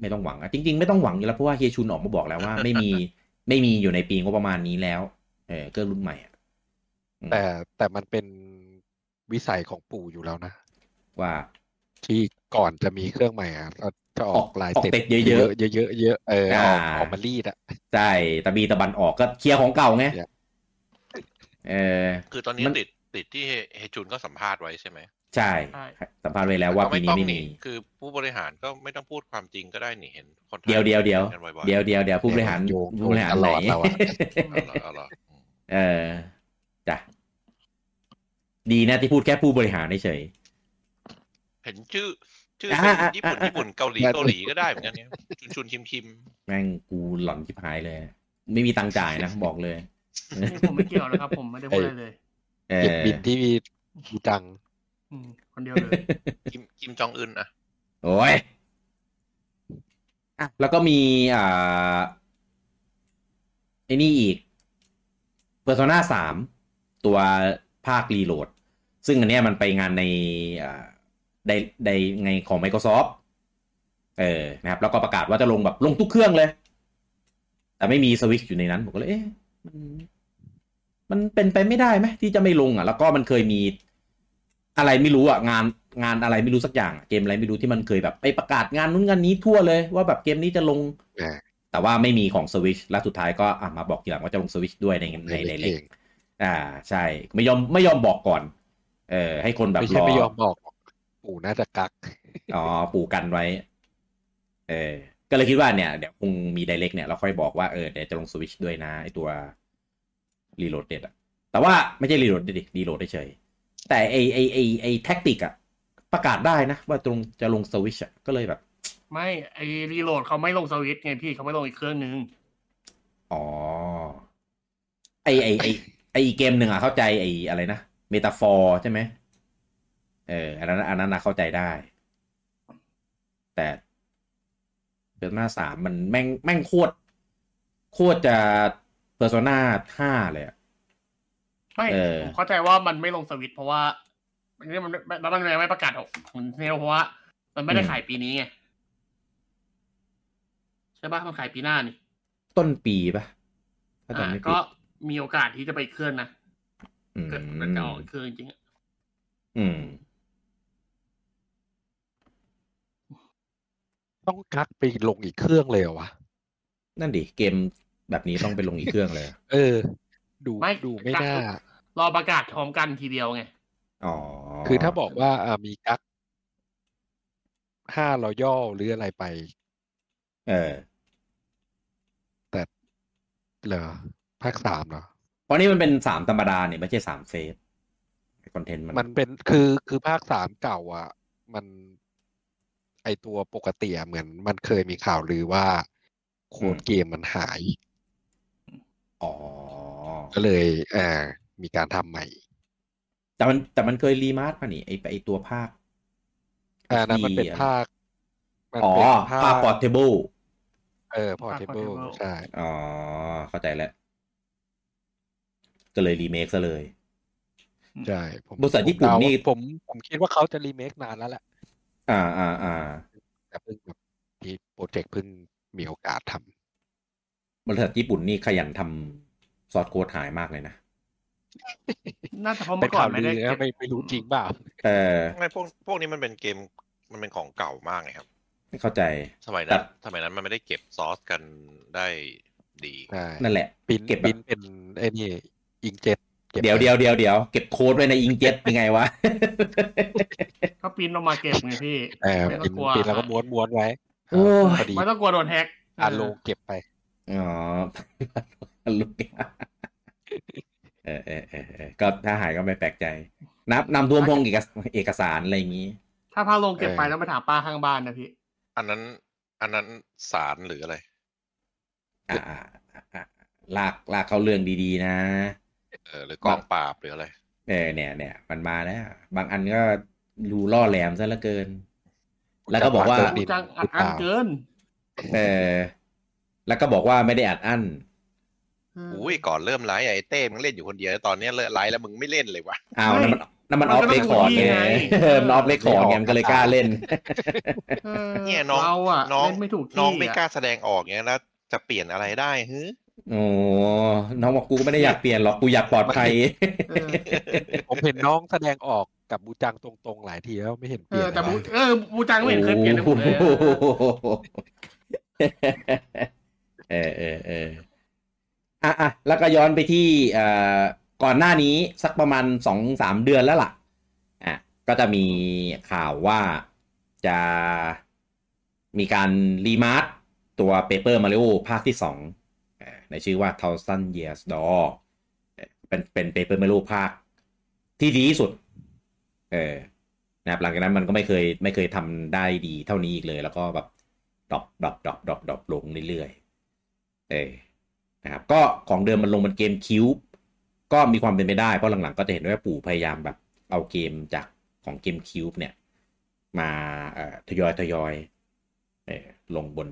Speaker 1: ไม่ต้องหวังอะจริง ๆ ไม่ต้องหวังอยู่แล้วเพราะว่าเฮียชุนออกมาบอกแล้วว่า ไม่มี ไม่มีอยู่ในปีงบประมาณนี้แล้ว เออเครื่องรุ่นใหม่อะอืม
Speaker 4: แต่แต่มันเป็นวิสัยของปู่อยู่แล้วนะ
Speaker 1: ว่า
Speaker 4: ที่ก่อนจะมีเครื่องใหม่อะเราจะอ
Speaker 1: อ
Speaker 4: อ
Speaker 1: อก
Speaker 4: กลาย
Speaker 1: ออกเต็ดเยอะๆ
Speaker 4: เยอะๆเยอะๆเยอะๆเออออก
Speaker 1: อ่า
Speaker 4: ออกมารีดอ่ะ
Speaker 1: ใช่ตะบีตะบันออกก็เคลียร์ของเก่าไง
Speaker 4: Yeah.
Speaker 1: เออ
Speaker 3: คือตอนนี้
Speaker 1: มัน
Speaker 3: ติดติดที่เฮเฮจุนก็สัมภาษณ์ไว้ใช่ไหม
Speaker 1: ใช่
Speaker 2: ใช่
Speaker 1: สัมภาษณ์ไว้แล้วว่า
Speaker 3: ก็
Speaker 1: ปี
Speaker 3: ไม่
Speaker 1: นี้
Speaker 3: ต้อง
Speaker 1: ไม่
Speaker 3: นี่
Speaker 1: มี
Speaker 3: คือผู้บริหารก็ไม่ต้องพูดความจริงก็ได้นี่เห็นคนไท
Speaker 1: เดียวเดียวเดียว
Speaker 3: กันบ่อยๆ
Speaker 1: เดียวเดียวเดียวผู้บริหาร
Speaker 4: โยง
Speaker 1: ผู้บริหาร
Speaker 4: ต
Speaker 1: ไหน
Speaker 4: ลอดเราอะ
Speaker 3: เอาเหรอเอาเหรออืม
Speaker 1: เออจ้ะดีนะที่พูดแค่ผู้บริหารเฉย
Speaker 3: เห็นชื่อ ชื่อ
Speaker 1: อ่า
Speaker 3: เป็น
Speaker 1: อ่า
Speaker 3: ญี่ปุ่น
Speaker 1: อ่า
Speaker 3: ญี่ปุ่นเกาหลีเกาหลีก็ได้เหมือนกันเนี่ยชุนชุนคิมคิม
Speaker 1: ๆแม่งกูหล่อนชิบหายเลย ไม่มีตังค์จ่าย นะ บอกเลย
Speaker 2: นี่ผมไม่เกี่ยวนะครับ ผมไม่ได้พูดอะไรเลย
Speaker 1: เอ
Speaker 4: เก็บ
Speaker 1: อ
Speaker 4: บินที่มีมีตังค์
Speaker 2: อืมคนเดียวเลย
Speaker 3: คิมคิมจองอึนอะ
Speaker 1: โอ้ยอ่ะแล้วก็มีอ่าไอ้นี่อีก Persona 3 ตัวภาครีโหลด ซึ่งอันเนี้ยมันไปงานในอ่าในในในของ Microsoft เออนะครับ แล้วก็ประกาศว่าจะลงแบบลงทุกเครื่องเลย แต่ไม่มีสวิ t อยู่ในนั้น ผมก็เลยเอ๊ะมันมันเป็นไปไม่ได้ไหมที่จะไม่ลงอ่ะ แล้วก็มันเคยมีอะไรไม่รู้อ่ะ งานงานอะไรไม่รู้สักอย่างอะเกมอะไรไม่รู้ที่มันเคยแบบไปประกาศงานนู้นงานนี้ทั่วเลย ว่าแบบเกมนี้จะลง
Speaker 4: อ่า
Speaker 1: แต่ว่าไม่มีของสวิ t และสุดท้ายก็อ่ะมาบอกทีหลังว่าจะลงสวิ t ด้วยในในในเล็ก
Speaker 4: เอง
Speaker 1: อ่าใช่ไม่ยอมไม่ยอมบอกก่อน เออให้คนแบบ
Speaker 4: ไม่
Speaker 1: ร
Speaker 4: ใช่
Speaker 1: อ
Speaker 4: ไม่ยอมบอก ปู่น่าจะกัก
Speaker 1: อ๋อปูกันไว้ เออ ก็เลยคิดว่าเนี่ยเดี๋ยวคงมีไดเรกเนี่ยเราค่อยบอกว่าเออเดี๋ยวจะลงสวิชด้วยนะไอตัวรีโหลดเด็ดอะแต่ว่าไม่ใช่รีโหลดดิรีโหลดเฉยๆแต่ไอไอไอไอแท็กติกอะประกาศได้นะ ว่าตรงจะลงสวิชอะก็เลยแบบ
Speaker 2: ไม่ไอรีโหลดเขาไม่ลงสวิตช์ไงพี่เขาไม่ลงอีกเครื่องนึง
Speaker 1: อ๋อ ไอไอไอไออีกเกมหนึ่งอ่ะเข้าใจไออะไรนะเมตาฟอร์ใช่ไหมเออ อันนั้นอันนั้นนะเข้าใจได้ แต่เ e r ร์ n นาสามมันแม่งแม่งโคตรโคตรจะเ e อร์ n นาห้าเลยอะ
Speaker 2: ไม่
Speaker 1: เออ
Speaker 2: ผมเข้าใจว่ามันไม่ลงสวิตช์เพราะว่ามันมันแล้วมันยังไม่ประกาศออกผมเนเพราะว่า มันไม่ได้ขายปีนี้ไงใช่ปะมันขายปีหน้านี่
Speaker 1: ต้นปีปะถ้าจำ
Speaker 2: อ่ะ
Speaker 1: ไม่ผิด
Speaker 2: ก็มีโอกาสที่จะไปอีกเครื่องนะ
Speaker 1: อื
Speaker 2: เกิดมันจะออก
Speaker 1: ม
Speaker 2: อีกเครื่องจริงๆอะ
Speaker 1: อืม
Speaker 4: ต้องกักไปลงอีกเครื่องเลยเหรอวะ
Speaker 1: นั่นดิ เกมแบบนี้ต้องไปลงอีกเครื่องเลยอะ
Speaker 4: เออ ดูดูไม่น่า
Speaker 2: รอประกาศพร้อมกันทีเดียวไง
Speaker 1: อ๋อ
Speaker 4: คือถ้าบอกว่าอ่ามีกักห้ารอย่อหรืออะไรไป
Speaker 1: เออ
Speaker 4: แต่เหรอภาคสามเหรอ
Speaker 1: เพราะนี่มันเป็นสามธรรมดาเนี่ยไม่ใช่สามเฟสคอนเทนต์มัน
Speaker 4: มันเป็นคือคือภาคสามเก่าอ่ะ มันไอตัวปกติอะเหมือน มันเคยมีข่าวลือว่าโค้ดเกมมันหาย ก็เลยอ่ามีการทำใหม่
Speaker 1: แต่มันแต่มันเคยรีมาสมานี่ไอไอตัวภาค
Speaker 4: อ่านั้นมันเป็นภาคมัน
Speaker 1: อ๋อ
Speaker 4: เป็น
Speaker 1: ภาค p o r t a b l e
Speaker 4: เออพอร์ตเทเบิล
Speaker 2: Portable
Speaker 4: ใช่
Speaker 1: อ๋อ เข้าใจแล้ว ก็เลยรีเมคซะเลย
Speaker 4: ใช่ผม
Speaker 1: บริษัทญี่ปุ่นนี่
Speaker 4: ผม ผมคิดว่าเขาจะรีเมคนานแล้วแหละ
Speaker 1: อ่าอ่าอ่า
Speaker 4: แต่เพิ่งแบบที่โปรเจกต์เพิ่งมีโอกาสท
Speaker 1: บริษัทญี่ปุ่นนี่ขยันทำซอสโค้ดหายมากเลยนะ
Speaker 2: น่าจะเพราะ
Speaker 4: ำเป็
Speaker 2: เมื่อ
Speaker 4: น
Speaker 2: ก่อ
Speaker 4: ข่าน ว
Speaker 2: ไม่
Speaker 4: ลื
Speaker 2: ได้
Speaker 4: อ
Speaker 2: เก็
Speaker 4: นะ
Speaker 2: บ
Speaker 4: ไม่ไม่รู้จริงเปล่า
Speaker 1: เออ
Speaker 3: ไม่พวกพวกนี้มันเป็นเกมมันเป็นของเก่ามากไงครับ
Speaker 1: เข้าใจ
Speaker 3: สมัยนั้น
Speaker 1: ครับ
Speaker 3: สมัยนั้นมันไม่ได้เก็บซอสกันได้ดี
Speaker 4: ใช่
Speaker 1: นั่นแหละ
Speaker 4: ปริ้น
Speaker 1: เก็บแบบ
Speaker 4: ปริ้นเป็นไอ้นี่อิงเจ็ตก็บ
Speaker 1: เดี๋ยวเดี๋ยวเดี๋ยวเดี๋ยวเก็บโค้ดไว้ในอิงเจ็ตเป็นไงวะ
Speaker 2: ก็ปริ้นออกมาเก็บไงพี่
Speaker 4: เออ
Speaker 2: ไม่ต้
Speaker 4: ป
Speaker 2: อน งก
Speaker 4: ริ้
Speaker 2: ลัว
Speaker 4: ปริ้นแล้วก็ม้วนม้วนไว้
Speaker 1: โอ้ย
Speaker 4: พอดี
Speaker 2: ไม่ต้องกลัวโดนแฮก
Speaker 4: อาโลเก็บไป
Speaker 1: อ๋อลูกเออเออเออเออก็ถ้าหายก็ไม่แปลกใจ นับนำท่วมพงเอกสเอกสารอะไรอย่างนี้
Speaker 2: ถ้าพาลงเก็บไป
Speaker 4: เออ
Speaker 2: ต้องไปถามป้าข้างบ้านนะพี่
Speaker 3: อันนั้นอันนั้นสารหรืออะไร
Speaker 1: อ่าอ่าอ่าลากลากเข้าเรื่องดีๆนะ
Speaker 3: เออหรือกองปราบหรืออะไร
Speaker 1: เออเนี่ยเนี่ยมันมาแล้วบางอันก็รูล่อแหลมซะเหลือเกิน แล้วก็บอกว่า
Speaker 4: จังหวะ
Speaker 2: พู
Speaker 4: เกิ
Speaker 2: ดจังอัดอั้นเกิน
Speaker 1: เออ แล้วก็บอกว่าไม่ได้อัดอั้น
Speaker 3: อุ้ยก่อนเริ่มไลฟ์ไอ้เต้มึงเล่นอยู่คนเดียวตอนเนี้ยเลิกไลฟ์แล้วมึงไม่เล่นเลยวะ
Speaker 1: อ้าวนั่นมันนั่นมันออฟเลคคอร์ดไงเออมันออฟเลคคอร์ดไงมันก็เลยกล้าเล่น
Speaker 2: ออ
Speaker 3: เนี่ยน้อง
Speaker 2: เราอะ
Speaker 3: น้อง
Speaker 2: เล่นไม่ถูกที่
Speaker 3: น้องไม่กล้า
Speaker 2: อะ
Speaker 3: แสดงออกเงี้ยแล้วจะเปลี่ยนอะไรได้ฮึ
Speaker 1: โอ้น้องบอกกูก็ไม่ได้อยากเปลี่ยนหรอกกูอยากปลอดภัย
Speaker 2: เออ
Speaker 4: ผมเห็นน้องแสดงออกกับบูจังตรงๆหลายทีแล้วไม่เห็นเป
Speaker 2: เอ
Speaker 4: ลี่ย
Speaker 2: อนแต่บู
Speaker 4: เลยนะ
Speaker 2: เออบูจังไม่เห็นเคยเปลี่ยนเลยผมเลย
Speaker 1: โอ้โห
Speaker 2: อะ
Speaker 1: เออเออเอออ่ะอ่ะแล้วก็ย้อนไปที่เอ่อก่อนหน้านี้สักประมาณสองสามเดือนแล้วล่ะอ่ะก็จะมีข่าวว่าจะมีการรีมาร์ตตัว Paper Mario ภาคที่สองเอ่อในชื่อว่า Thousand Years Door เอ่อเป็นเป็น Paper Mario ภาคที่ดีที่สุด เออ นะครับหลังจากนั้นมันก็ไม่เคยไม่เคยทำได้ดีเท่านี้อีกเลย แล้วก็แบบดรอปดรอปดรอปดรอปดรอปลงเรื่อยๆเออนะครับก็ของเดิมมันลงเป็นเกมคิวบ์ก็มีความเป็นไปได้ เพราะหลังๆก็จะเห็นว่าปู่พยายามแบบเอาเกมจากของเกมคิวบ์เนี่ย มาเอ่อทยอยทยอยเออลงบน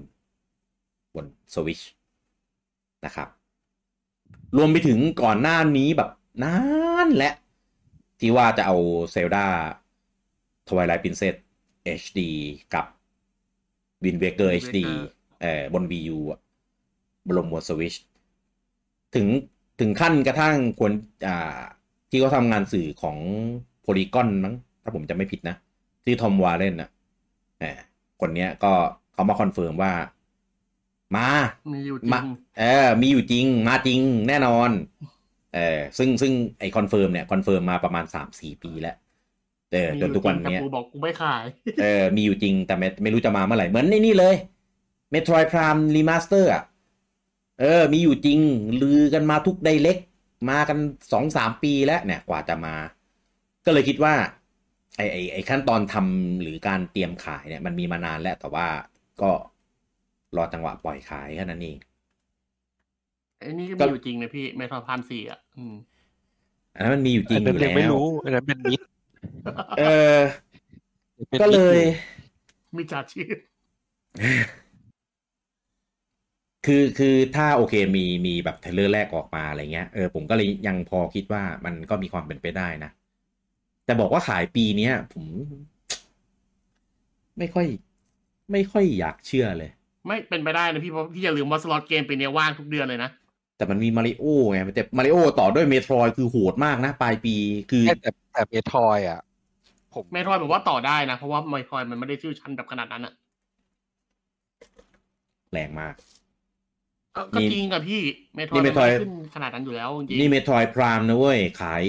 Speaker 1: บนสวิชนะครับ รวมไปถึงก่อนหน้านี้แบบนานและ ที่ว่าจะเอาเซลดาทวายไลท์ p ินเซส HD กับวินเวเกอร์ HD เอ่อบน VU อะบนลงบนสวิชถึงถึงขั้นกระทั่งควรอ่าที่เขาทำงานสื่อของโพลีกอนมั้งถ้าผมจะไม่ผิดนะ ที่ทอมวาเลนอ่ะเอ่อคนเนี้ยก็เขามาคอนเฟิร์มว่า มา
Speaker 2: มีอยู่จริ
Speaker 1: มาง เออ มีอยู่จริง มาจริงแน่นอน เออ ซึ่งซึ่งไอคอนเฟิร์มเนี่ยคอนเฟิร์มมาประมาณสามสี่ปีแล้ว เออ จนทุกวันเนี้ย
Speaker 2: มีอยู่จริงแต่กูบอกกูไม่ขาย
Speaker 1: เออ มีอยู่จริงแต่ไม่ไม่รู้จะมาเมื่อไหร่ เหมือนในนี่เลย Metroid Prime Remaster อ่ะ เออ มีอยู่จริง ลือกันมาทุกไดเล็ก มากันสองสามปีแล้วเนี่ย กว่าจะมา ก็เลยคิดว่า ไอไอไอขั้นตอนทำหรือการเตรียมขายเนี่ย มันมีมานานแล้วแต่ว่าก็รอจังหวะปล่อยขายแค่นั้นเอง
Speaker 2: ไอ้นี่ก็
Speaker 1: ก็
Speaker 2: มีอยู่จริงนะพี่เมทัลพันสี่อ่ะอืม
Speaker 1: อันนั้นมันมีอยู่จริง
Speaker 4: อัน
Speaker 1: อ
Speaker 4: นั้น
Speaker 1: ยู่
Speaker 4: ยั
Speaker 1: แล้
Speaker 4: งไม่
Speaker 1: ว
Speaker 4: รู้อันนั้นเป็นมิด
Speaker 1: เออ
Speaker 4: ป็นมิด
Speaker 1: ก็เลย
Speaker 4: อ
Speaker 2: มีจาชีพ
Speaker 1: คือคือถ้าโอเคมีมีแบบเทรลเลอร์แรกออกมาอะไรเงี้ยเออผมก็เลยยังพอคิดว่ามันก็มีความเป็นไปได้นะ แต่บอกว่าขายปีเนี้ยผม ไม่ค่อย ไม่ค่อยอยากเชื่อเลย
Speaker 2: ไม่เป็นไปได้นะพี่เพราะพี่อย่าลืมว่าสล็อตเกมเป็นเนี่ยว่างทุกเดือนเลยนะ
Speaker 1: แต่มันมีมาริโอไงแต่มาริโอต่อด้วยเมโทรยคือโหดมากนะ ปลายปีคือยู่
Speaker 4: แต่แต่เมทอยอ่ะ ผม
Speaker 2: เมทรอยผมว่าต่อได้นะ เพราะว่าเมทรอยมันไม่ได้ชื่อชั้นแบบขนาดนั้นอ่ะ
Speaker 1: แรงมาก
Speaker 2: ก็ก็
Speaker 1: นี่
Speaker 2: จริงกับพี่เมทรอ
Speaker 1: นี่
Speaker 2: ยมันไม่
Speaker 1: Metroid
Speaker 2: ได้ขึ้นขนาดนั้นอยู่แล้วจริง
Speaker 1: นี่เมโทรยพรามนะเว้ย ขาย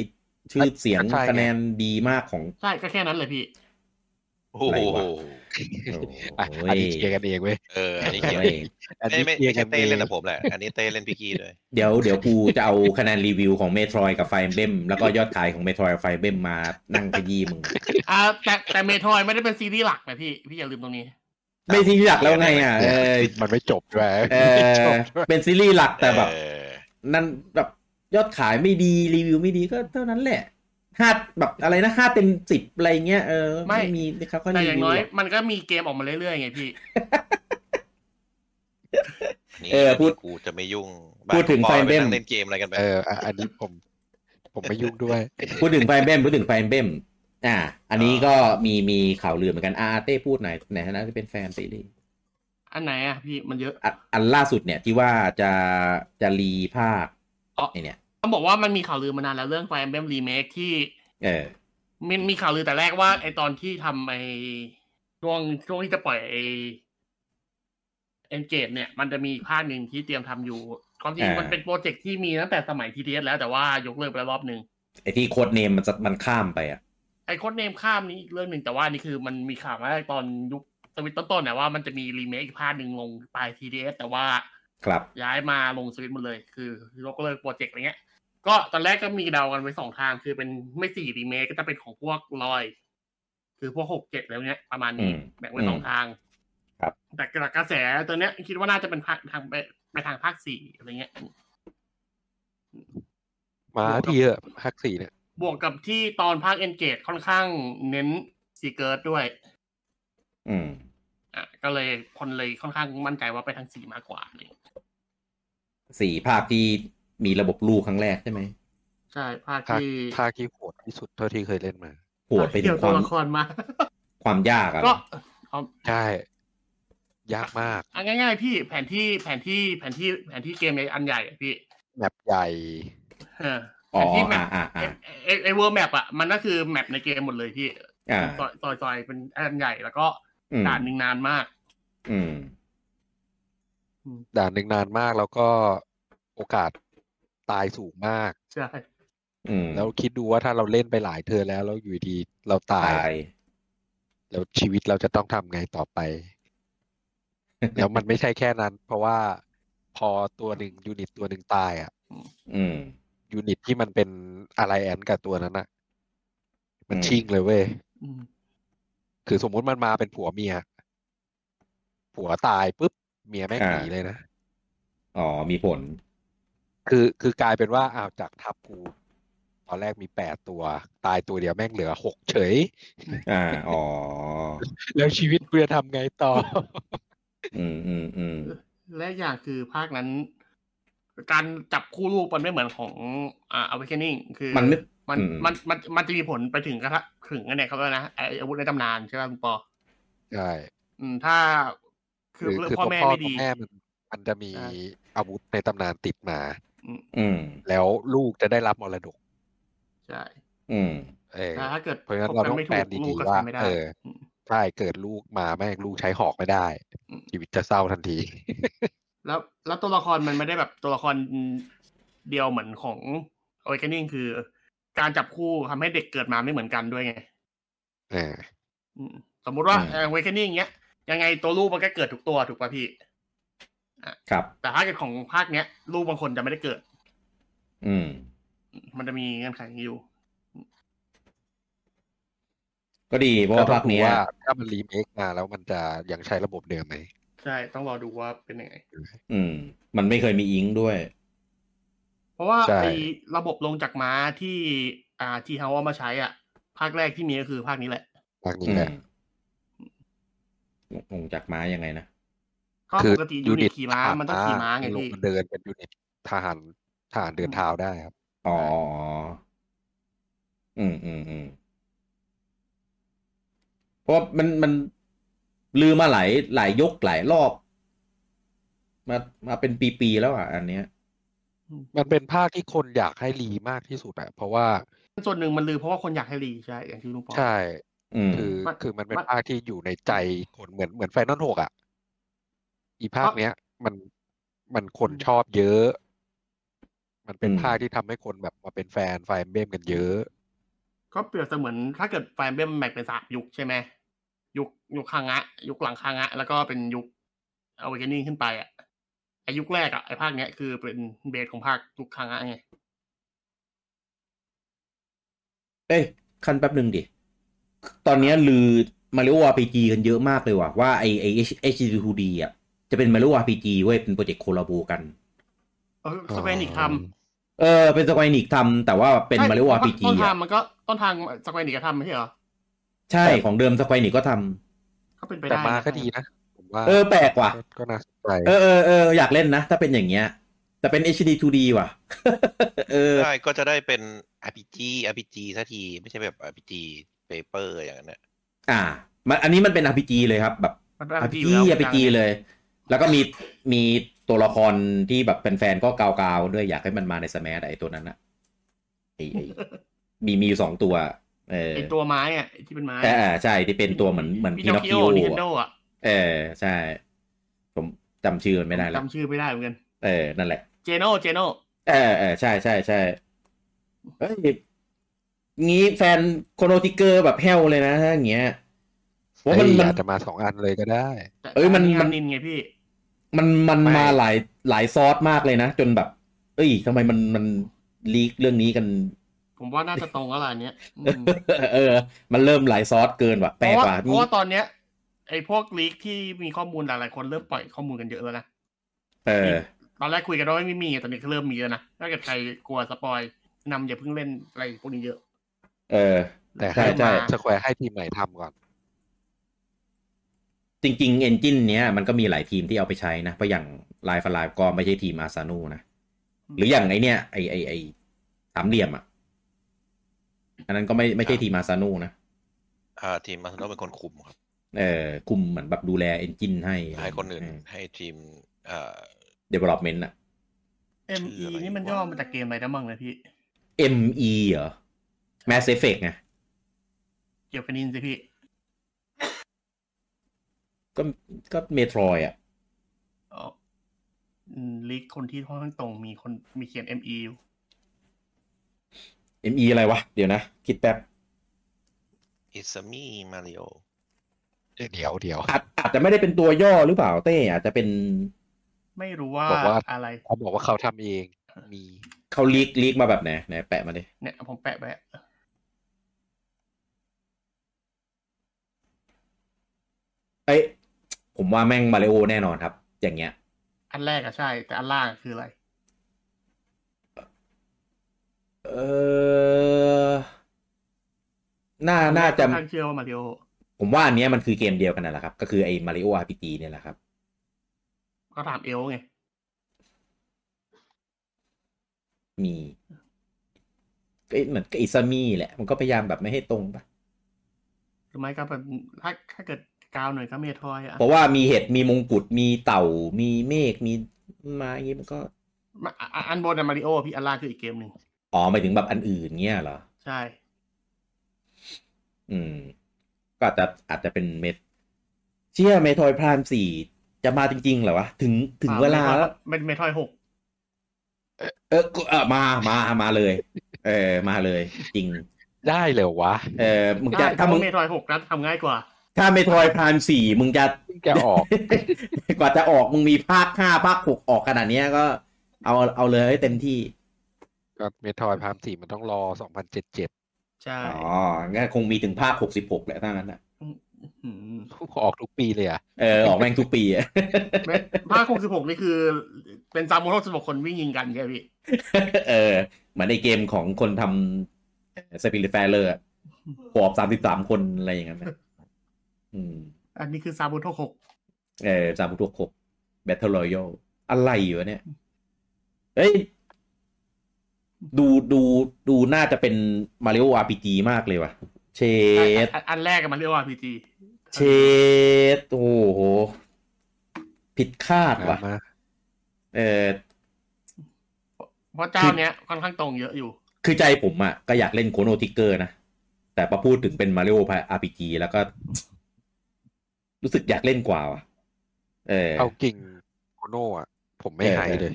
Speaker 1: ชื่อเสียงคะแนนดีมากของ
Speaker 2: ใช่ก็แค่นั้นเลยพี่
Speaker 3: โอ้โห
Speaker 1: อะไรวะ
Speaker 4: อ่ะอันนี้เชียร์กันเองเว้ย
Speaker 3: เอออันนี้
Speaker 1: โอ้
Speaker 3: เขีย
Speaker 1: ย
Speaker 3: น
Speaker 4: อัน
Speaker 3: ไม่
Speaker 4: นี้
Speaker 3: ไม่
Speaker 4: เชียร์กั
Speaker 3: ใช่
Speaker 4: นเอ
Speaker 3: เต้
Speaker 4: ง
Speaker 3: เล่นกับผมแหละอันนี้เต้เล่นพี่กี้เลย
Speaker 1: เดี๋ยวเดี๋ยวกูจะเอาคะแนนรีวิวของเมโทรยกับไฟเบมแล้วก็ยอดขายของเมโทรยกับไฟเบมมานั่งขยี้มึง
Speaker 2: อ่าแต่แต่เมทรอยไม่ได้เป็นซีรีส์หลักนะพี่ พี่อย่าลืมตรงนี้
Speaker 1: ไม่ซีรีส์หลักแล้วไงอ่ะ เออ
Speaker 4: มันไม่จบด้วย
Speaker 1: เอ
Speaker 4: ไม่จ
Speaker 1: อบ
Speaker 4: ด้วย
Speaker 1: เป็นซีรีส์หลักแต่แบบ
Speaker 3: เออ
Speaker 1: นั่นแบบ ยอดขายไม่ดีรีวิวไม่ดีก็เท่านั้นแหละห้าแบบอะไรนะห้าเต็มสิบอะไรเงี้ยเออ
Speaker 2: ไม่
Speaker 1: มีเขาก็
Speaker 2: แต่
Speaker 1: รี
Speaker 2: อย่าง
Speaker 1: วิว
Speaker 2: น้อย
Speaker 1: หรอก
Speaker 2: มันก็มีเกมออกมาเรื่อยๆไงพี่
Speaker 3: นนี้
Speaker 1: เออพูด
Speaker 3: กูจะไม่ยุ่ง
Speaker 1: พูดถึง
Speaker 3: บ้านกูปล่อย
Speaker 1: Fire
Speaker 3: ไป
Speaker 1: Emblem
Speaker 3: นั่งเล่นเกมอะไรกันไป
Speaker 4: เอออ่ะอันนี้ผมผมไม่ยุ่งด้วย
Speaker 1: พูดถึงไฟเบมพูดถึงไฟเบมอ่า อันนี้ก็มีมีข่าวลือเหมือนกันอาเต้พูดหน่อยในฐานะที่เป็นแฟนซีรีส์
Speaker 2: อันไหนอ่ะพี่มันเยอะ
Speaker 1: อ่ะอันล่าสุดเนี่ยที่ว่าจะจะรีภาค
Speaker 2: อ๋อ
Speaker 1: ไอ้เนี่ย
Speaker 2: ต้องบอกว่ามันมีข่าวลือมานานแล้วเรื่องไฟแอมเบมรีเมคที่
Speaker 1: เออ
Speaker 2: มันมีข่าวลือแต่แรกว่าไอตอนที่ทำไอช่วงช่วงที่จะปล่อยไอเอนเกตเนี่ย มันจะมีอีกภาคหนึ่งที่เตรียมทำอยู่ความจริง
Speaker 1: อ่ามั
Speaker 2: มันเป็นโปรเจกต์ที่มีตั้งแต่สมัยทีเสแล้วแต่ว่ายกเลิกไปแล้วรอบหนึ่ง
Speaker 1: ไอที่โคดเนมมันจะมันข้ามไปอ่ะ
Speaker 2: ไอโค้ดเนมข้ามนี้อีกเรื่องหนึ่งแต่ว่านี่คือมันมีข่าวมาตั้งแต่ตอนยุคสวิตต้นๆนะว่ามันจะมีรีเมคอีกภาคหนึ่งลงปลายทีเสแต่ว่า
Speaker 1: ครับ
Speaker 2: ย้ายมาลงสวิตช์หมดเลย คือยกเลิกโปรเจกต์อะไรเงี้ย ก็ตอนแรกก็มีเดากันไว้สองทาง คือเป็นไม่สี่รีเมคก็จะเป็นของพวกลอย คือพวกหกเจ็ดแล้วเนี้ยประมาณนี้
Speaker 1: อืม
Speaker 2: แบ่งไว้สองทาง
Speaker 1: ครับ
Speaker 2: แต่กระแสตัวเนี้ยคิดว่าน่าจะเป็นภาคทางไปไปทางภาคสี่อะไรเงี้ย
Speaker 4: มาที่เยอะภาคสี่เนี่ย
Speaker 2: บวกกับที่ตอนภาคเอนเกตค่อนข้างเน้นซีเกิร์ดด้วย
Speaker 1: อืม
Speaker 2: อ่ะก็เลยคนเลยค่อนข้างมั่นใจว่าไปทางสี่มากกว่าอะไรเลย
Speaker 1: สี่ภาคที่มีระบบลูกครั้งแรกใช่ไหม
Speaker 2: ใช่ภาค
Speaker 4: ภาค
Speaker 2: ที่
Speaker 4: ภาคที่โหดที่สุดเท่าที่เคยเล่นมา
Speaker 1: โหดไปถึ
Speaker 2: เกี่ย
Speaker 1: ง
Speaker 2: วตัว
Speaker 1: คาว ม
Speaker 2: ละครมา
Speaker 1: ความยากอะ
Speaker 2: ก็
Speaker 4: ใช่ ยากมาก
Speaker 2: อ่ะง่ายๆพี่แผนที่แผนที่แผนที่แผนที่เกมในอันใหญ่อะพี่
Speaker 4: แมปใหญ่
Speaker 2: เออ
Speaker 1: อ๋
Speaker 2: แผ
Speaker 1: อน
Speaker 2: ที่แม
Speaker 1: อ่า
Speaker 2: ป
Speaker 1: อ่าอ่า
Speaker 2: ไอไอเวอร์แมปอะมันก็คือแมปในเกมหมดเลยพี่
Speaker 1: อ่า
Speaker 2: ซอยซอยซอยเป็นอันใหญ่แล้วก็
Speaker 1: อืม
Speaker 2: ด่านหนึ่งนานมาก
Speaker 1: อืม
Speaker 4: ด่านหนึ่งนานมากแล้วก็โอกาสตายสูงมาก
Speaker 2: ใช่
Speaker 1: อืม
Speaker 4: แล้วคิดดูว่าถ้าเราเล่นไปหลายเธอแล้วแล้วอยู่ดีเราตาย
Speaker 1: ตาย
Speaker 4: แล้วชีวิตเราจะต้องทำไงต่อ ไป แล้วมันไม่ใช่แค่นั้น เพราะว่าพอตัวหนึ่งยูนิตตัวหนึ่งตายอ่ะ
Speaker 1: อืม
Speaker 4: ยูนิตที่มันเป็นอะไรแอนกับตัวนั้นอ่ะ มัน
Speaker 1: อืม
Speaker 4: ชิ่งเลยเว้ย
Speaker 2: อืม
Speaker 4: คือสมมุติมันมาเป็นผัวเมีย ผัวตายปุ๊บเมียแม่ง
Speaker 1: อ่า
Speaker 4: หนีเลยนะ
Speaker 1: อ๋อมีผล
Speaker 4: คือคือกลายเป็นว่าอ้าวจากทับกูตอนแรกมีแปดตัว ตายตัวเดียวแม่งเหลือหกเฉย
Speaker 1: อ่าอ๋อ
Speaker 4: แล้วชีวิตกูจะทำไง ต่อ
Speaker 1: อืมอืมอืม
Speaker 2: และอย่างคือภาคนั้น การจับคู่ลูกมันไม่เหมือนของอ่า awakening คือ
Speaker 1: มันไม่
Speaker 2: มัน
Speaker 1: อืม
Speaker 2: มันมันมันจะมีผลไปถึงกระทะถึงอันเนี่ยเขาเรียกว่านะไออาวุธในตำนานใช่ไหมคุณปอ
Speaker 4: ใช่
Speaker 2: อืม ถ้าคือ
Speaker 4: หรื
Speaker 2: พ่อ
Speaker 4: ตัว
Speaker 2: แม่
Speaker 4: พ่อ
Speaker 2: ไม่
Speaker 4: ตั
Speaker 2: ดี
Speaker 4: วแม่มันมันจะมี
Speaker 2: ใช่
Speaker 4: อาวุธในตำนานติดมา
Speaker 1: อืม
Speaker 4: แล้วลูกจะได้รับมรดก
Speaker 2: ใช่
Speaker 1: อืม
Speaker 4: เออ
Speaker 2: แต่ถ้าเกิด
Speaker 4: เพราะฉะนั้
Speaker 2: ค
Speaker 4: น
Speaker 2: บ
Speaker 4: เรา
Speaker 2: กั
Speaker 4: ต้อง
Speaker 2: ไม่
Speaker 4: แปล
Speaker 2: ถูก
Speaker 4: ดี
Speaker 2: ลูกก็
Speaker 4: ๆว่า
Speaker 2: ทำไม่ได้
Speaker 4: เออใช่เกิดลูกมาแม่งลูกใช้หอกไม่ได้
Speaker 2: อืม
Speaker 4: ชีวิตจะเศร้าทันที
Speaker 2: แล้วแล้วตัวละครมันไม่ได้แบบตัวละครเดียวเหมือนของโอเ a นิ่งคือ การจับคู่ทำให้เด็กเกิดมาไม่เหมือนกันด้วยไง
Speaker 4: เออ
Speaker 2: อืมสมมุติว่า
Speaker 1: อืม
Speaker 2: โอเ a นิ่งเนี้ย ยังไงตัวลูกมันก็เกิดทุกตัวถูกป่ะพี่
Speaker 1: ครับ
Speaker 2: แต่ถ้าเกิดของภาคเนี้ย ลูกบางคนจะไม่ได้เกิด
Speaker 1: อืม
Speaker 2: มันจะมีเงื่อนไขอย่างนี้อยู่
Speaker 1: ก็ดีเพราะว่าภาคเนี้ย
Speaker 4: ก็ต้องดูว่าถ้ามันรีเมคมาแล้วมันจะยังใช้ระบบเดิมไหม
Speaker 2: ใช่ ต้องรอดูว่าเป็นยังไง
Speaker 1: อืม มันไม่เคยมีอิงด้วย
Speaker 2: เพราะว่า
Speaker 4: ใช่
Speaker 2: ไอ้ระบบลงจากม้าที่อ่าที่เฮาเอามาใช้อ่ะ ภาคแรกที่มีก็คือภาคนี้แหละ
Speaker 4: ทางนี้แหละ
Speaker 1: อืมลงจากม้ายังไงนะ
Speaker 2: ก็
Speaker 4: คือ
Speaker 2: ปกติยูนิตขี่ม้า
Speaker 4: ทหร
Speaker 2: มันต้องขี่ม้าไง
Speaker 4: ลง
Speaker 2: พี่
Speaker 4: มาเดินเป็นยูนิตทหารทหารเดินเท้าได้ครับ
Speaker 1: อ๋อ อืมอืมอืมเพราะมันมันลือมาหลายหลายยกหลายรอบ มามาเป็นปีๆแล้วอ่ะ อันเนี้ย
Speaker 4: มันเป็นภาคที่คนอยากให้รีมากที่สุดอะเพราะว่า
Speaker 2: ส่วนหนึ่งมันลือเพราะว่าคนอยากให้รีใช่อย่างที่ลุงปอก
Speaker 4: ใช่
Speaker 1: อืม
Speaker 4: คือ
Speaker 2: มัน
Speaker 4: คือมันเป็น
Speaker 2: มัน
Speaker 4: ภาคที่อยู่ในใจคนเหมือนเหมือนไฟนอลหกอะอีภาคเนี้ย มันมันคนชอบเยอะ มันเป็นภาคที่ทำให้คนแบบมาเป็นแฟนไฟเบมกันเยอะ
Speaker 2: ก็เปรียบเสมือนถ้าเกิดไฟเบมแบ่งเป็นสามยุคใช่ไหมยุคยุคคางะ ยุคหลังคางะ แล้วก็เป็นยุคเอาเวกนิ่งขึ้นไปอ่ะไอยุคแรกอ่ะไอภาคเนี้ยคือเป็นเบสของภาคยุคคางะไง
Speaker 1: เอ้ยคันแป๊บหนึ่งดิ ตอนเนี้ยลือมาริโอ r p พีจีกันเยอะมากเลยว่ะ ว่าไอไอเอชดีทูดีอ่ะ จะเป็นมาริโอ r p พีจีเว้ย เป็นโปรเจกต์โคลาโบกัน
Speaker 2: สเปนิกท
Speaker 1: เออเป็นสควอนิกทำแต่ว่าเป็น
Speaker 2: ใช่
Speaker 1: มาริโออาร์พีจี
Speaker 2: ต้นทางมันก็ต้นทางสแควร์นิกก็ทำไม่ใช่เหรอ
Speaker 1: ใช่ของเดิมสควอนิกก็ท
Speaker 2: ก็เป็นไป
Speaker 4: แต่
Speaker 2: ได้
Speaker 4: มาก็
Speaker 2: นะ
Speaker 4: ดีนะ ผมว่า
Speaker 1: ำเออแปลกว่ะ
Speaker 4: ก็ก็น่าสนใจ
Speaker 1: เออเออเอออยากเล่นนะ ถ้าเป็นอย่างเงี้ย แต่เป็น HD 2D ว่ะ เออ
Speaker 3: ได้ก็จะได้เป็น RPG RPG สักทีไม่ใช่แบบ RPG paper อย่างนั้นน่ะ
Speaker 1: อ่า มันอันนี้มันเป็น RPG เลยครับ แบบ
Speaker 2: มันเป็น
Speaker 1: RPG
Speaker 2: RPG อยู่แล้ว
Speaker 1: RPG เลย แล้วก็มีมีตัวละครที่แบบแฟนๆก็กาวๆด้วยอยากให้มันมาในสมัยไอตัวนั้นนะไอไอ้ มีมีอยู่สองตัว เออ
Speaker 2: ไอตัวไม้อะไอ้ที่เป็นไม้
Speaker 1: แต่อ่าใช่ที่เป็นตัวเหมือนเหมือน
Speaker 2: พี่
Speaker 1: พิน
Speaker 2: น
Speaker 1: อค
Speaker 2: อคิ
Speaker 1: คิ
Speaker 2: โอ
Speaker 1: โอ
Speaker 2: นิเทนโด
Speaker 1: ะ
Speaker 2: อ่ะ
Speaker 1: เออใช่ ผมจำชื่อมันไม่ได้แล้ว
Speaker 2: จำชื่อไม่ได้เหมือนกัน
Speaker 1: เออนั่นแหละ
Speaker 2: เจโนเจโน
Speaker 1: เออเออใช่ใช่ใช่เอ้ยงี้แฟนโคโนติเกอร์แบบแฮวเลยนะถ้าอย่างเงี้ยเพราะมัน
Speaker 4: เอ้ย
Speaker 1: มัน
Speaker 4: อาจจะมาสองอันเลยก็ได้
Speaker 2: แต่
Speaker 1: เอ้ยมัน
Speaker 2: แต่
Speaker 1: มั
Speaker 2: อั
Speaker 1: น
Speaker 2: นินไงพี่
Speaker 1: มันมัน
Speaker 4: ไม่
Speaker 1: มาหลายหลายซอสมากเลยนะ จนแบบ เอ้ยทำไมมันมันลีกเรื่องนี้กัน
Speaker 2: ผมว่าน่าจะตรงแล้วล่ะอันเนี้ยอืม
Speaker 1: เออ มันเริ่มหลายซอสเกินว่ะแปลกว่ะ
Speaker 2: เพราะว่าเพราะว่าตอนเนี้ยไอ้พวกลีกที่มีข้อมูลหลายๆคนเริ่มปล่อยข้อมูลกันเยอะแล้วนะ
Speaker 1: เออ
Speaker 2: ตอนแรกคุยกันว่าไม่มีไงตอนนี้ก็เริ่มมีแล้วนะ ถ้าเกิดใครกลัวสปอยนำอย่าเพิ่งเล่นอะไรพวกนี้เยอะ
Speaker 1: เออ
Speaker 4: แต่
Speaker 1: ใช่
Speaker 4: ให้
Speaker 1: ใช่
Speaker 4: สแควร์ให้ทีมไหนทำก่อน
Speaker 1: จริงๆเอนจินเนี้ยมันก็มีหลายทีมที่เอาไปใช้นะ เพราะอย่างไลฟ์ไลฟ์ก็ไม่ใช่ทีมอาซานูนะ หรืออย่างไอเนี้ยไอไอไอสามเหลี่ยมอ่ะ อันนั้นก็ไม่ไม่ใช่ทีมอาซานูนะ
Speaker 3: อ่าทีมมาสโนเป็นคนคุมครับ
Speaker 1: เอ่อคุมเหมือนแบบดูแลเอนจินให้
Speaker 3: ให้คนอื่นให้ทีมเอ่อ
Speaker 1: เดเวล็อปเมนต์อะ
Speaker 2: ME
Speaker 3: ชื่ออะไร
Speaker 2: นี่มันย่อมาจากเกมอะไรนะมั่งนะพี่
Speaker 1: ME เหรอ Mass Effect ไง
Speaker 2: เกี่ยวกับนินสิพี่
Speaker 1: ก็ก็เมโทรยอ่ะ
Speaker 2: อ๋ออืมลีกคนที่ค่อนข้างตรงมีคนมีเขียน ME อยู่
Speaker 1: ME อะไรวะ เดี๋ยวนะ คิดแป๊บ
Speaker 3: It's a me Mario
Speaker 4: เดี๋ยวเดี๋ยวเดี๋ยว
Speaker 1: อาจอาจจะไม่ได้เป็นตัวย่อหรือเปล่าเต้อาจจะเป็น
Speaker 2: ไม่รู้ว่า
Speaker 4: บอกว่า
Speaker 2: อะไร
Speaker 4: เขาบอกว่าเขาทำเองมี
Speaker 1: เขาลีกลีกมาแบบไหนไหนแปะมาดิ
Speaker 2: เนี่ย ผมแปะไปอะ
Speaker 1: เอ้ยผมว่าแม่งมาริโอแน่นอนครับ อย่างเงี้ย
Speaker 2: อันแรกอะใช่ แต่อันล่างอะคืออะไร
Speaker 1: เออน่าน่าจะ
Speaker 2: ค่อข้างเชื่อว่ามาริโอ
Speaker 1: ผมว่าอันเนี้ยมันคือเกมเดียวกันนั่นแหละครับ ก็คือไอ้มาริโอ RPG เนี่ยแหละครับ
Speaker 2: ก็ถามเอลไง
Speaker 1: มีก็เหมือนกับอิซามีแหละ มันก็พยายามแบบไม่ให้ตรงปะ
Speaker 2: หรือไม่ก็เป็นถ้าถ้าเกิดกาวหน่อยก็เมโทรยอะ
Speaker 1: เพราะว่ามีเห็ดมีมงกุฎมีเต่ามีเมฆมีมาอย่างงี้มันก็
Speaker 2: มาอ่ะอ่ะอันบนอะมาริโอพี่อันล่างคืออีกเกมหนึ่ง
Speaker 1: อ๋อหมายถึงแบบอันอื่นเงี้ยเหรอ
Speaker 2: ใช่
Speaker 1: อืม ก็อาจจะอาจจะเป็นเมทเชี่ยเมทอยพรามสี่จะมาจริงๆเหรอวะ ถึงถึงเวลาแล้ว
Speaker 2: เป็นเมโทรยหก
Speaker 1: เออก็เออมามามาเลย เออ มาเลย จริง
Speaker 4: ได้เหรอวะ
Speaker 1: เออมึงจะ
Speaker 2: ใช่
Speaker 1: ถ้า
Speaker 2: ถ้า
Speaker 1: มึ
Speaker 2: มึ
Speaker 1: ง
Speaker 2: งเมโทรยหกนั้นทำง่ายกว่า
Speaker 1: ถ้าเมทอยพรามสี่มึงจะ
Speaker 4: เพิ่งจะออก
Speaker 1: กว่าจะออกมึงมีภาคห้าภาคหกออกขนาดเนี้ยก็ เอาเอาเลยให้เต็มที่
Speaker 4: ก็เมทรอยพามสี่มันต้องรอสองพันเจ็ดเจ็ด
Speaker 2: ใช่
Speaker 1: อ๋องั้นคงมีถึงภาคหกสิบหกแหละถ้างั้นนะ
Speaker 2: ม
Speaker 4: ออกทุกปีเลยอ่ะ
Speaker 1: เออ ออกแม่งทุกปีอะ
Speaker 2: แม้ภาคหกสิบหกนี่คือ เป็นซามูโร่สิบหกคนวิ่งยิงกันใช่ไหมพี่
Speaker 1: เออ เหมือนในเกมของคนทำสปิริตแฟร์เลอร์ปอบสามสิบสามคนอะไรอย่างเงี้ยอืม
Speaker 2: อันนี้คือซามูโร่หก
Speaker 1: เออสามทุกหกแบทเทิลรอยัลอะไรอยู่วะเนี่ย เฮ้ย ดูดูดูน่าจะเป็นมาริโออาร์พีจีมากเลยว่ะ เชด
Speaker 2: อันอันแรกอะมันเรียกว่า RPG
Speaker 1: เชดโอ้โห ผิดคาดว่ะ
Speaker 4: มา
Speaker 1: เออ
Speaker 2: เพราะเจ้าเนี้ยค่อนข้างตรงเยอะอยู่
Speaker 1: คือใจผมอะ่ะ ก็อยากเล่นโคโนติกเกอร์นะ แต่พอพูดถึงเป็นมาริโอพาอาร์พีจีแล้วก็ รู้สึกอยากเล่นกว่าว่ะ เออ
Speaker 4: เอากิ่งโคโน่อะผมไม่
Speaker 1: เออ
Speaker 4: หายเลย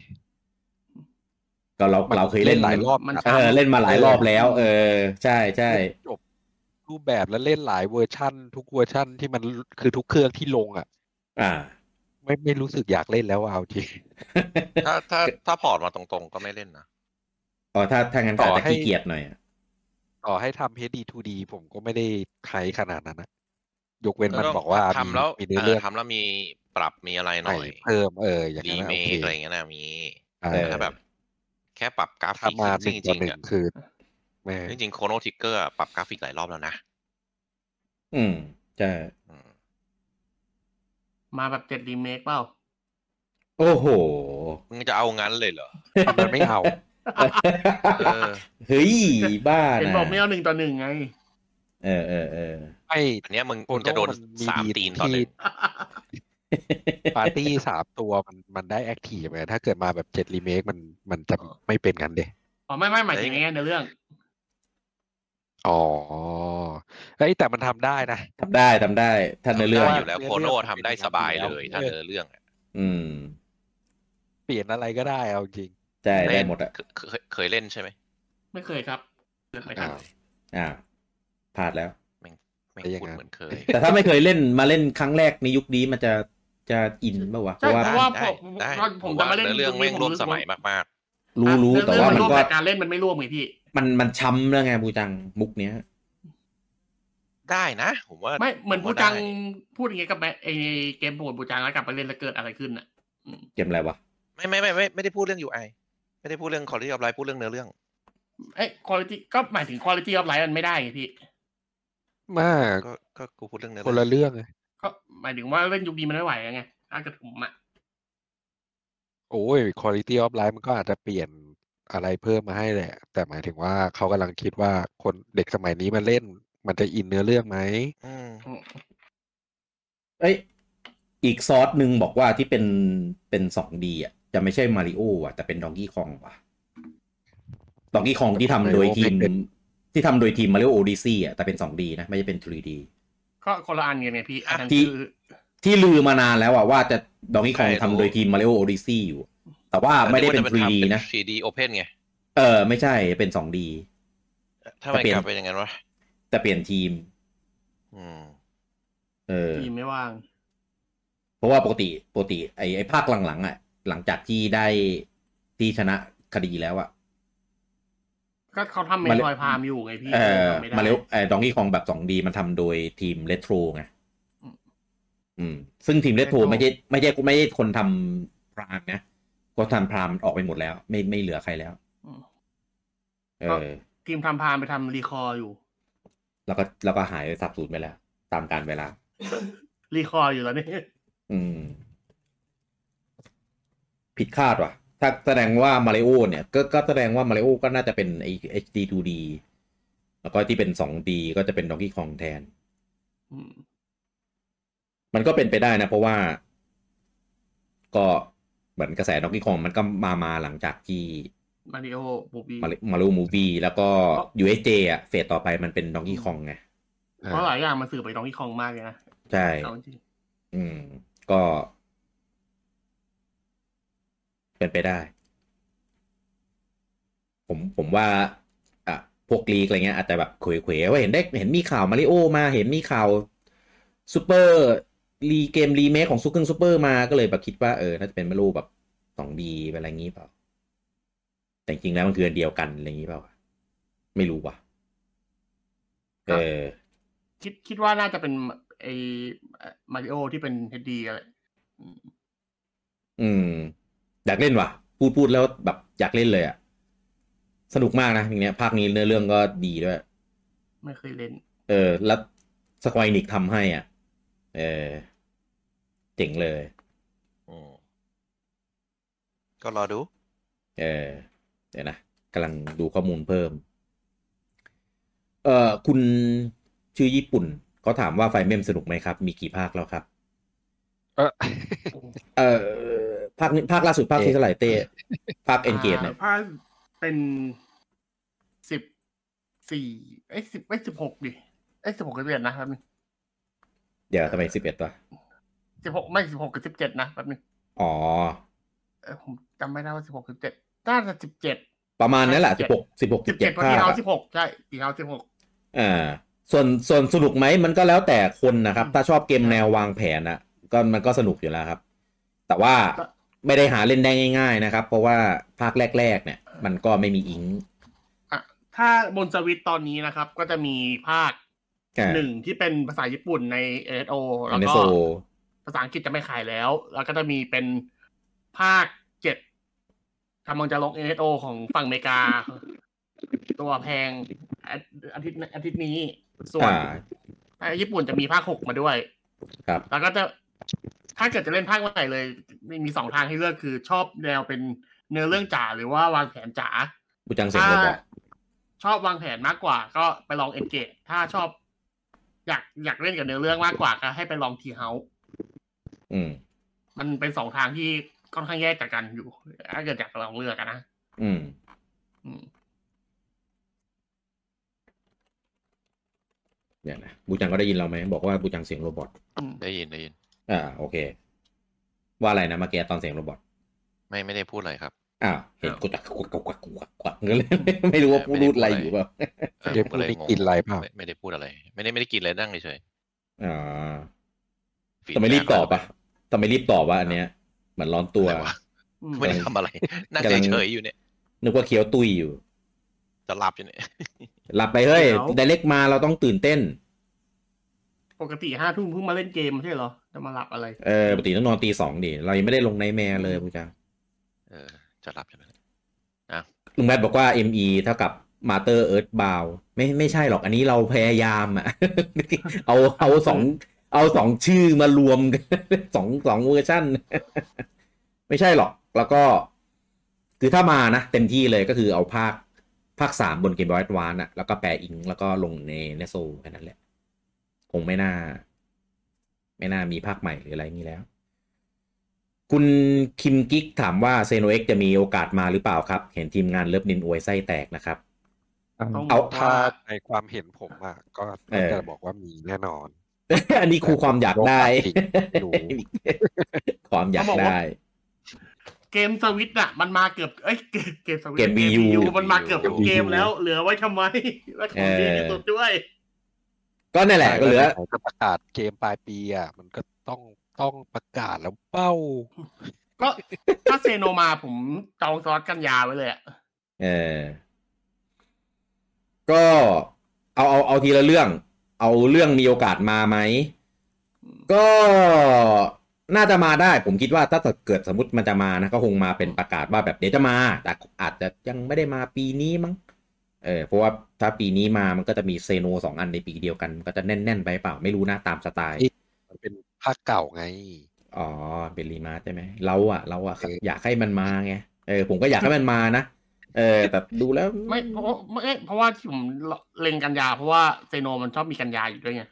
Speaker 1: ก็เราเราเคยเล่น
Speaker 4: หลายรอบ
Speaker 2: มัน
Speaker 4: นะ
Speaker 1: เออเล่นมาหลายรอบแล้ว เออ ใช่ใช่
Speaker 4: จบรูปแบบแล้วเล่นหลายเวอร์ชั่น ทุกเวอร์ชั่นที่มันคือทุกเครื่องที่ลงอ่ะ
Speaker 1: อ่า
Speaker 4: ไม่ไม่รู้สึกอยากเล่นแล้วอะเอาจริง
Speaker 3: ถ้าถ้าถ้าพอร์ตมาตรงๆก็ไม่เล่นนะ
Speaker 1: อ๋อถ้าถ้างั้นก็
Speaker 4: ต่อ
Speaker 1: อาจจะ
Speaker 4: ให้
Speaker 1: ขี้เกียจหน่อยอะ
Speaker 4: ต่อให้ทำ HD2D ผมก็ไม่ได้ใครขนาดนั้นนะยกเว้นมัน
Speaker 3: ก็
Speaker 4: บอกว่า
Speaker 3: ทำแล้ว
Speaker 4: มีเนื้อ
Speaker 3: เอ
Speaker 4: เรื่
Speaker 3: อ
Speaker 4: อง
Speaker 3: ทำแล้วมีปรับมีอะไรห
Speaker 4: ใหม่
Speaker 3: น่อย
Speaker 4: เพิ่มเอออย่าง
Speaker 3: รี
Speaker 4: นั้นอะ
Speaker 3: เม
Speaker 4: โอเค
Speaker 3: คอะไรอย่างเงี้ยนะมี
Speaker 4: อ่า
Speaker 3: แต่ถ้าแบบ แค่ปรับกรา
Speaker 4: ถ้า
Speaker 3: ฟิก
Speaker 4: มาห
Speaker 3: ซึ่ง
Speaker 4: นึ่ง
Speaker 3: จ
Speaker 4: ต่อ
Speaker 3: ริง
Speaker 4: ห
Speaker 3: ๆ
Speaker 4: นึ่ง
Speaker 3: อะ
Speaker 4: คือแม่
Speaker 3: จริงโคโนทิกเกอร์ปรับกราฟิกหลายรอบแล้วนะ
Speaker 1: อืมใช่
Speaker 3: อืม
Speaker 2: มาแบบเจ็ดรีเมคเปล่า
Speaker 1: โอ้โห
Speaker 3: มึงจะเอางั้นเลยเหรอ
Speaker 4: มันไม่ เอา
Speaker 3: เอ อ
Speaker 1: เฮ้ย บ้า
Speaker 2: เห็น
Speaker 1: นะ
Speaker 2: บอกไม่เอาหนึ่งต่อหนึ่ง ไง
Speaker 1: เออเออเออ
Speaker 4: ไอ้
Speaker 3: อันเนี้ยมึง
Speaker 4: โค
Speaker 3: มึงจะโดน
Speaker 4: มันมี
Speaker 3: สาม
Speaker 4: ดี
Speaker 3: ตีนต่อ
Speaker 4: ที่
Speaker 3: หนึ่ง
Speaker 4: ปาร์ตี้สามตัวมันมันได้แอคทีฟไงถ้าเกิดมาแบบเจ็ดรีเมคมันมันจะ
Speaker 2: อ๋อ
Speaker 4: ไม่เป็นกันเดะ
Speaker 2: อ๋อไม่ไม่หมายถึงไงในเรื่อง
Speaker 4: อ๋อไอ้ยแต่มันทำได้นะ
Speaker 1: ทำได้ทำได้ท่านในเรื่อง
Speaker 3: ได้
Speaker 1: อ
Speaker 3: อยู่ ยู่แล้ว
Speaker 4: เรื่
Speaker 3: โค
Speaker 4: อง
Speaker 3: โนทำได้สบายเลย
Speaker 4: เออ
Speaker 3: ถ้าเนื้อเรื่องอะ
Speaker 1: อืม
Speaker 4: เปลี่ยนอะไรก็ได้เอาจริง
Speaker 1: ใช่ได้หมดอะ
Speaker 3: เคเคเคยเคยเล่นใช่ไหม
Speaker 2: ไม่เคยครับเกิดไม่ทัน
Speaker 4: อ้าว
Speaker 1: อ่าพลาดแล้ว
Speaker 3: ไม่
Speaker 4: ได้ยัง
Speaker 3: คุ้น
Speaker 4: ไง
Speaker 3: เหมือนเคย
Speaker 1: แต่ถ้าไม่เคยเล่นมาเล่นครั้งแรกในยุคนี้มันจะจะอินป่าวะเพ
Speaker 2: ใช่
Speaker 1: ราะว่า
Speaker 2: เพราะว่า
Speaker 3: ได้
Speaker 2: ผม
Speaker 3: ได้
Speaker 2: ผมจะมาเล่น
Speaker 3: เนื้อเรื่องแม่งร่วมสมัยมาก
Speaker 1: รู้รู้แต่ว่ามัน
Speaker 2: ร่วม
Speaker 1: ก็
Speaker 2: แต่การเล่นมันไม่ร่วมไงพี่
Speaker 1: มันมันช้ำแล้วไงบูจังมุกเนี้ย
Speaker 3: ๆ ได้นะ ผมว่า
Speaker 2: ไม่เหมือน
Speaker 3: ผ
Speaker 2: บู
Speaker 3: ว่า
Speaker 2: จัง
Speaker 3: ได้
Speaker 2: พูดอย่างเงี้ยกับแม่ไอเกมโปรดบูจังแล้วกลับไปเล่นแล้วเกิดอะไรขึ้นอ่ะ
Speaker 1: เกมอะไรวะ
Speaker 3: ไม่ไม่ไม่ไม่ไม่ได้พูดเรื่อง UI ไม่ได้พูดเรื่อง quality of life พูดเรื่องเนื้อเรื่อง
Speaker 2: เอ้คุณภาพก็หมายถึงคุณภาพออฟไลน์มันไม่ได้ไงพี่
Speaker 4: มาก
Speaker 3: ก็ก็กูพูดเรื่องเนื้อ
Speaker 4: คน
Speaker 3: เรื่
Speaker 4: ละ
Speaker 3: อง
Speaker 4: เรื่องเลย
Speaker 2: ก็หมายถึงว่าเล่นยุคนี้มันไม่ไหวแล้วไงถ้าเกิดผมอ่ะ
Speaker 4: โอ้ยคุณภาพออฟไลน์มันก็อาจจะเปลี่ยนอะไรเพิ่มมาให้แหละ แต่หมายถึงว่าเขากำลังคิดว่าคนเด็กสมัยนี้มันเล่น มันจะอินเนื้อเรื่องไหม
Speaker 3: อืม
Speaker 1: เอ้ย อีกซอสหนึ่งบอกว่าที่เป็นเป็นสองดีอ่ะ จะไม่ใช่มาริโออ่ะ แต่เป็นดองกี้คองว่ะดองกี้คองที่ทำโดยทีม ที่ทำโดยทีมมาริโอโอดิซี่อ่ะแต่เป็นสองดีนะ ไม่ใช่เป็น 3D
Speaker 2: ก็คนละอันกันไงพี่อันนั้น
Speaker 1: ที่
Speaker 2: คือ
Speaker 1: ที่ลือมานานแล้วอ่ะว่าจะดองกี้คองทำโดยทีมมาริโอโอดิซี่อยู่ แต่ว่าไม่ได้เป็น
Speaker 3: แต่ว่าจะ
Speaker 1: 3D
Speaker 3: ทำ
Speaker 1: นะ
Speaker 3: 3D open ไง
Speaker 1: เออ ไม่ใช่เป็นสองดี
Speaker 3: ถ้ามัน
Speaker 1: แต่เปลี่ยน
Speaker 3: กลับเป็นอย่างนั้นวะ
Speaker 1: แต่เปลี่ยนทีม
Speaker 3: อืม
Speaker 1: เออ
Speaker 2: ทีมไม่ว่าง
Speaker 1: เพราะว่าปกติปกติ ไอ้ไอ้ภาคหลังๆอ่ะ หลังจากที่ได้ที่ชนะคดีแล้วอ่ะ
Speaker 2: ก็เขาทำเม
Speaker 1: มาเล
Speaker 2: ทอยพามอยู่ไงพี่
Speaker 1: เอ่อ
Speaker 2: ทำไได้
Speaker 1: มาเร็วเอ่อดองกี้คองแบบสองดีมันทำโดยทีมเลโทรไง
Speaker 2: อืม
Speaker 1: อืม ซึ่งทีมเลโทร
Speaker 4: Retro
Speaker 1: ไม่ใช่ไม่ใช่ไม่ใช่คนทำพรามนะก็ทำพรามออกไปหมดแล้ว ไม่ไม่เหลือใครแล้ว
Speaker 2: อืม
Speaker 1: เอ
Speaker 2: ก็
Speaker 1: อ
Speaker 2: ทีมทำพามไปทำรีคอร์อยู่
Speaker 1: แล้วก็แล้วก็หายไปสับสูญไปแล้ว ตามการเวลา
Speaker 2: รีคอร์อยู่แล้วนี่
Speaker 1: อืม ผิดคาดว่ะ ถ้าแสดงว่ามาริโอเนี่ยก็ก็แสดงว่ามาริโอก็น่าจะเป็นไอ้ HD 2D แล้วก็ที่เป็น 2D ก็จะเป็นดองกี้คองแทน
Speaker 2: อืม
Speaker 1: มันก็เป็นไปได้นะ เพราะว่า ก็เหมือนกระแสด็อกกี้คองมันก็มามาหลังจากที่
Speaker 2: มาริโอบูบี้
Speaker 1: มามารูมูฟี่แล้วก็
Speaker 2: เพราะ
Speaker 1: USJ อ่ะ เฟสต่อไปมันเป็นด็อกกี้คองไง
Speaker 2: เพราะหลายอย่างมันสื่อไปน้องที่คองมากเลยนะ
Speaker 1: ใช่
Speaker 2: เอาจริง
Speaker 1: อืม ก็ เป็นไปได้ ผมผมว่า อ่ะ พวกลีกอะไรเงี้ยอาจจะแบบเขวๆว่าเห็นได้เห็นมีข่าวมาริโอมาเห็นมีข่าวซูเปอร์รีเกมรีเมคของซูเปอร์ซูเปอร์มาก็เลยแบบคิดว่าเออน่าจะเป็นมาริโอแบบสองดีอะไรอย่างงี้เปล่า แต่จริงๆแล้วมันคืออันเดียวกันอะไรอย่างงี้เปล่าวะไม่รู้ว่ะ เออ
Speaker 2: คิดคิดว่าน่าจะเป็นไอมาริโอที่เป็นเฮดดีอะไรอืม
Speaker 1: อืม อยากเล่นว่ะ พูดพูดแล้วแบบอยากเล่นเลยอะสนุกมากนะอย่างเนี้ยภาคนี้เนื้อเรื่องก็ดีด้วย
Speaker 2: ไม่เคยเล่น
Speaker 1: เออ แล้วสควอนิกทำให้อ่ะ เออ เจ๋งเลย
Speaker 3: อืมก็รอดู
Speaker 1: เออ เดี๋ยวนะกำลังดูข้อมูลเพิ่ม เออคุณชื่อญี่ปุ่นเขาถามว่าไฟเมมสนุกไหมครับ มีกี่ภาคแล้วครับ
Speaker 4: เออ
Speaker 1: เออภาคนี้ภาคล่าสุดภาคที่เท่าไหร่เต้ภาคเอนเกตเนี่ย
Speaker 2: อ่าภาคเป็นสิบสี่เอ้ยสิบเอ้ยสิบหกดิเอ้ยสิบหกกับเจ็ดนะแป๊บนึง
Speaker 1: เดี๋ยวทำไมสิบเอ็ดวะ
Speaker 2: สิบหกไม่สิบหกกับสิบเจ็ดนะแป๊บนึง
Speaker 1: อ๋อ
Speaker 2: เออผมจำไม่ได้ว่าสิบหกสิบเจ็ดน่าจะสิบเจ็ด
Speaker 1: ประมาณนั้นแหละสิบหกสิบหก
Speaker 2: สิ
Speaker 1: สิ
Speaker 2: บบ เจ็
Speaker 1: เจ็
Speaker 2: ด
Speaker 1: ด
Speaker 2: พอ
Speaker 1: ภาค
Speaker 2: ที่เอา
Speaker 1: อะ
Speaker 2: สิบหกใช่ตีเอาสิบหก
Speaker 1: อ่าส่วนส่วนสนุกไหมมันก็แล้วแต่คนนะครับ ถ้าชอบเกมแนววางแผนนะก็มันก็สนุกอยู่แล้วครับ แต่ว่าไม่ได้หาเล่นได้ง่าย ๆ นะครับ เพราะว่าภาคแรก ๆ เนี่ย มันก็ไม่มีอิงค์
Speaker 2: ถ้าบนสวิตตอนนี้นะครับ ก็จะมีภาค
Speaker 1: อ่า
Speaker 2: หนึ่งที่เป็นภาษาญี่ปุ่นใน ASO
Speaker 1: อั
Speaker 2: แล้
Speaker 1: น
Speaker 2: ว
Speaker 1: นี้
Speaker 2: ก็
Speaker 1: โซ
Speaker 2: ภาษาอังกฤษจะไม่ขายแล้ว แล้วก็จะมีเป็นภาคเจ็ดท กำลังจะลง NSO ของฝั่งอเมริกา ตัวแพงอาอาทิตย์อาทิตย์นี้ ส่วน
Speaker 1: อ่า
Speaker 2: ไอ้ญี่ปุ่นจะมีภาคหกมาด้วย
Speaker 1: ครับ
Speaker 2: แล้วก็จะถ้าเกิดจะเล่นภาคใหม่เลย มีมีสองทางให้เลือกคือชอบแนวเป็นเนื้อเรื่องจ๋าหรือว่าวางแผนจ๋า
Speaker 1: กูจังเสียง
Speaker 2: ถ้า
Speaker 1: โรบอท
Speaker 2: ชอบวางแผนมากกว่า ก็ไปลองเอ็นเกตถ้าชอบ อยากอยากเล่นกับเนื้อเรื่องมากกว่าก็ให้ไปลองทีเฮา
Speaker 1: อืม
Speaker 2: มันเป็นสองทางที่ค่อนข้างแยกจากกันอยู่ถ้าเกิดอยากลองเลือกอะนะ
Speaker 1: อืม
Speaker 2: อืม
Speaker 1: เนี่ยนะบูจังก็ได้ยินเราไหมบอกว่าบูจังเสียงโรบอท
Speaker 2: อืม
Speaker 3: ได้ยินได้ยิน
Speaker 1: อ่าโอเค ว่าอะไรนะเมื่อกี้ตอนเสียงโรบอท
Speaker 3: ไม่ไม่ได้พูดอะไรครับ
Speaker 1: อ้าวเห็นกดกักกวักกวักกวักกวักก วักเลยไม่รู้ว่าพูดอะไรอยู่เปล่า
Speaker 3: เออ
Speaker 4: เดี๋ยว
Speaker 3: ผมก็เลย
Speaker 4: พูด
Speaker 3: งง
Speaker 4: กินอะไรเปล่า
Speaker 3: ม่ไม่ได้พูดอะไร ไม่ได้ไม่ได้กินอะไรนั่งเฉย
Speaker 1: อ่า
Speaker 3: ๆฟีด
Speaker 1: แต่ไม่รีบตอบ
Speaker 3: แก
Speaker 1: อ่ะแต่ไม่รีบตอบว่าอันเนี้ยเหมือนร้อนตัว
Speaker 3: อะไระ
Speaker 2: อืม
Speaker 3: ไม่ได้ทำอะไร นั่ง
Speaker 1: กำลัง
Speaker 3: เฉยๆอยู่เนี่ย
Speaker 1: นึกว่าเคี้ยวตุยอยู่
Speaker 3: จะหลับอยู่เนี่ย
Speaker 1: หลับไปเฮ้ยไดเล็กมาเราต้องตื่นเต้น
Speaker 2: ปกติห้าทุ่มเพิ่งมาเล่นเกมไม่ใช่เหรอ จะมาหลับอะไร
Speaker 1: เออปกติต้องนอนตีสองดิเรายังไม่ได้ลงในแมร์เลยบูจัง
Speaker 3: เออจะหลับอยู่เนี่ย
Speaker 1: ลุงแบทบอกว่า ME เท่ากับ Master Earth Bound ไม่ไม่ใช่หรอกอันนี้เราพยายามอะ เอาเอาสองเอาสองชื่อมารวมกัน สองสองเวอร์ชัน ไม่ใช่หรอก แล้วก็ คือถ้ามานะ เต็มที่เลยก็คือเอาภาค ภาคสามบนเกมบอยส์วานอะแล้วก็แปลอิง แล้วก็ลงในเนโซแค่นั้นแหละ คงไม่น่า ไม่น่ามีภาคใหม่หรืออะไรอย่างนี้แล้ว คุณคิมกิกถามว่าเซโนเอ็กจะมีโอกาสมาหรือเปล่าครับ เห็นทีมงานเลิฟนินอวยไส้แตกนะครับ
Speaker 2: ต้อง
Speaker 1: เอา
Speaker 2: ถ้า
Speaker 4: ถ้าในความเห็นผมอ่ะก็
Speaker 1: เออ
Speaker 4: จะบอกว่ามีแน่นอน
Speaker 1: อันนี้ครูความอยากได้
Speaker 4: รู้
Speaker 1: ความอยากได้
Speaker 2: เกมสวิตช์อะมันมาเกือบเอ้ยเกมเกมสวิตช์
Speaker 1: เกม Wii U
Speaker 2: มันมาเกือบทุกเกมแล้ว เหลือไว้ทำไม แล้วของดีที่สุดด้วย
Speaker 1: ก็นั่นแหละก็เหลือ
Speaker 4: ใช่ก็ประกาศเกมปลายปีอ่ะมันก็ต้องต้องประกาศแล้วเป้า
Speaker 2: ก็ถ้าเซโนมาผมจองซอสกันยาไว้เลยอะ
Speaker 1: เออ ก็เอาเอาเอาทีละเรื่อง เอาเรื่องมีโอกาสมาไหม ก็น่าจะมาได้ ผมคิดว่าถ้าเกิดสมมติมันจะมานะ ก็คงมาเป็นประกาศว่าแบบเดี๋ยวจะมา แต่อาจจะยังไม่ได้มาปีนี้มั้ง เออเพราะว่าถ้าปีนี้มามันก็จะมีเซโนสองอันในปีเดียวกันมันก็จะแน่น ๆ ไปเปล่าไม่รู้นะตามสไตล์
Speaker 4: อีก มันเป็นภาคเก่าไง
Speaker 1: อ๋อเป็นรีมาร์คใช่ไหมเราอะเราอะ
Speaker 4: เออ
Speaker 1: อ
Speaker 4: อ
Speaker 1: ยากให้มันมาไงเออผมก็อยากให้มันมานะเออแต่ดูแล้ว
Speaker 2: ไม่เพราะไม่เพราะว่าที่ผมเล็งกันยา เพราะว่าเซโนมันชอบมีกันยาอยู่ด้วยไง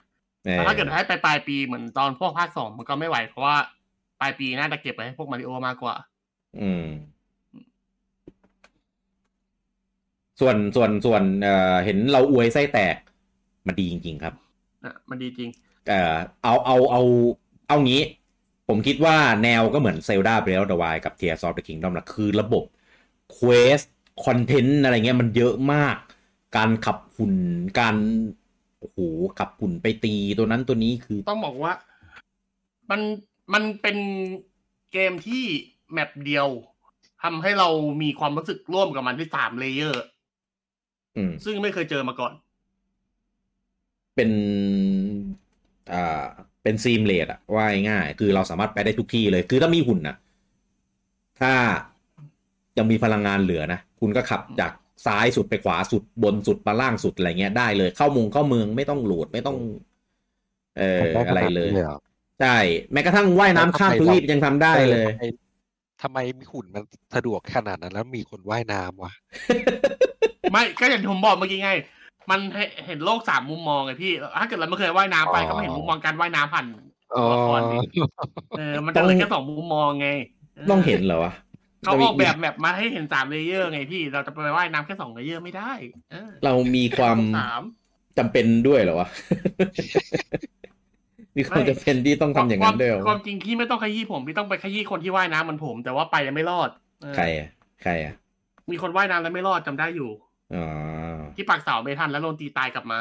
Speaker 1: เออ
Speaker 2: แต่ถ้าเกิดให้ไปปลายปีเหมือนตอนพวกภาคสองมันก็ไม่ไหว เพราะว่าปลายปีน่าจะเก็บไปให้พวกมาริโอมากกว่า
Speaker 1: อืม ส่วนส่วนส่วนเออเห็นเราอวยไส้แตก มันดีจริง ๆ ครับ
Speaker 2: อ่ะ มันดีจริง
Speaker 1: เออเอาเอาเอาเอางี้ ผมคิดว่าแนวก็เหมือน Zelda Breath of the Wild กับ Tears of the Kingdom ละคือระบบเควสคอนเทนต์อะไรเงี้ยมันเยอะมาก การขับหุ่นการโอ้โหขับหุ่นไปตีตัวนั้นตัวนี้คือ
Speaker 2: ต้องบอกว่า มันมันเป็นเกมที่แมปเดียวทำให้เรามีความรู้สึกร่วมกับมันที่สามเลเยอร์
Speaker 1: อืม
Speaker 2: ซึ่งไม่เคยเจอมาก่อน
Speaker 1: เป็น อ่า เป็นซีมเลดอะว่าง่ายๆคือเราสามารถไปได้ทุกที่เลย คือถ้ามีหุ่นอะถ้ายังมีพลังงานเหลือนะ คุณก็ขับจากซ้ายสุดไปขวาสุดบนสุดมาล่างสุดอะไรเงี้ยได้เลย เข้ามุงเข้าเมืองไม่ต้องโหลดไม่ต้อง เอ่อ
Speaker 4: มันด้
Speaker 1: อะไร
Speaker 4: ขาด
Speaker 1: เล
Speaker 4: นี้
Speaker 1: ย
Speaker 4: หรอ
Speaker 1: ใช่ แม้กระทั่งว่ายน้ำข้ามทวีปยังทำได้เลย
Speaker 4: ออทำไมทำไมหุ่นมันสะดวกขนาดนั้น แล้วมีคนว่ายน้ำวะ
Speaker 2: ไม่ก็อย่างที่ผมบอกเมื่อกี้ไง มันให้เห็นโลกสามมุมมองไงพี่ ถ้าเกิดเราไม่เคยว่ายน้ำไปก็ไม่เห็นมุมมองการว่ายน้ำผ่าน
Speaker 4: อ๋อ
Speaker 2: ละครนี่ เออมันจะเหลยแค่สองมุมมองไง
Speaker 1: ต้องเห็นเหรอวะ
Speaker 2: เขาออกแบบแบบมาให้เห็นสามเลเยอร์ไงพี่ เราจะไปว่ายน้ำแค่สองเลเยอร์ไม่ได้ เออ
Speaker 1: เรามีความ
Speaker 2: สาม
Speaker 1: จำเป็นด้วยเหรอวะ มีความจำเป็นที่ต้องทำอย่างนั้นด้วยเหร
Speaker 2: คว
Speaker 1: อะ
Speaker 2: วามจริงที่ไม่ต้องขยี้ผมพี่ต้องไปขยี้คนที่ว่ายน้ำเหมันผม แต่ว่าไปแล้วไม่รอดเออ
Speaker 1: ใครอะใครอะ
Speaker 2: มีคนว่ายน้ำแล้วไม่รอดจำได้อยู่
Speaker 1: อ๋อ
Speaker 2: ที่ปากเสาไม่ทันแล้วโดนตีตายกลับ มา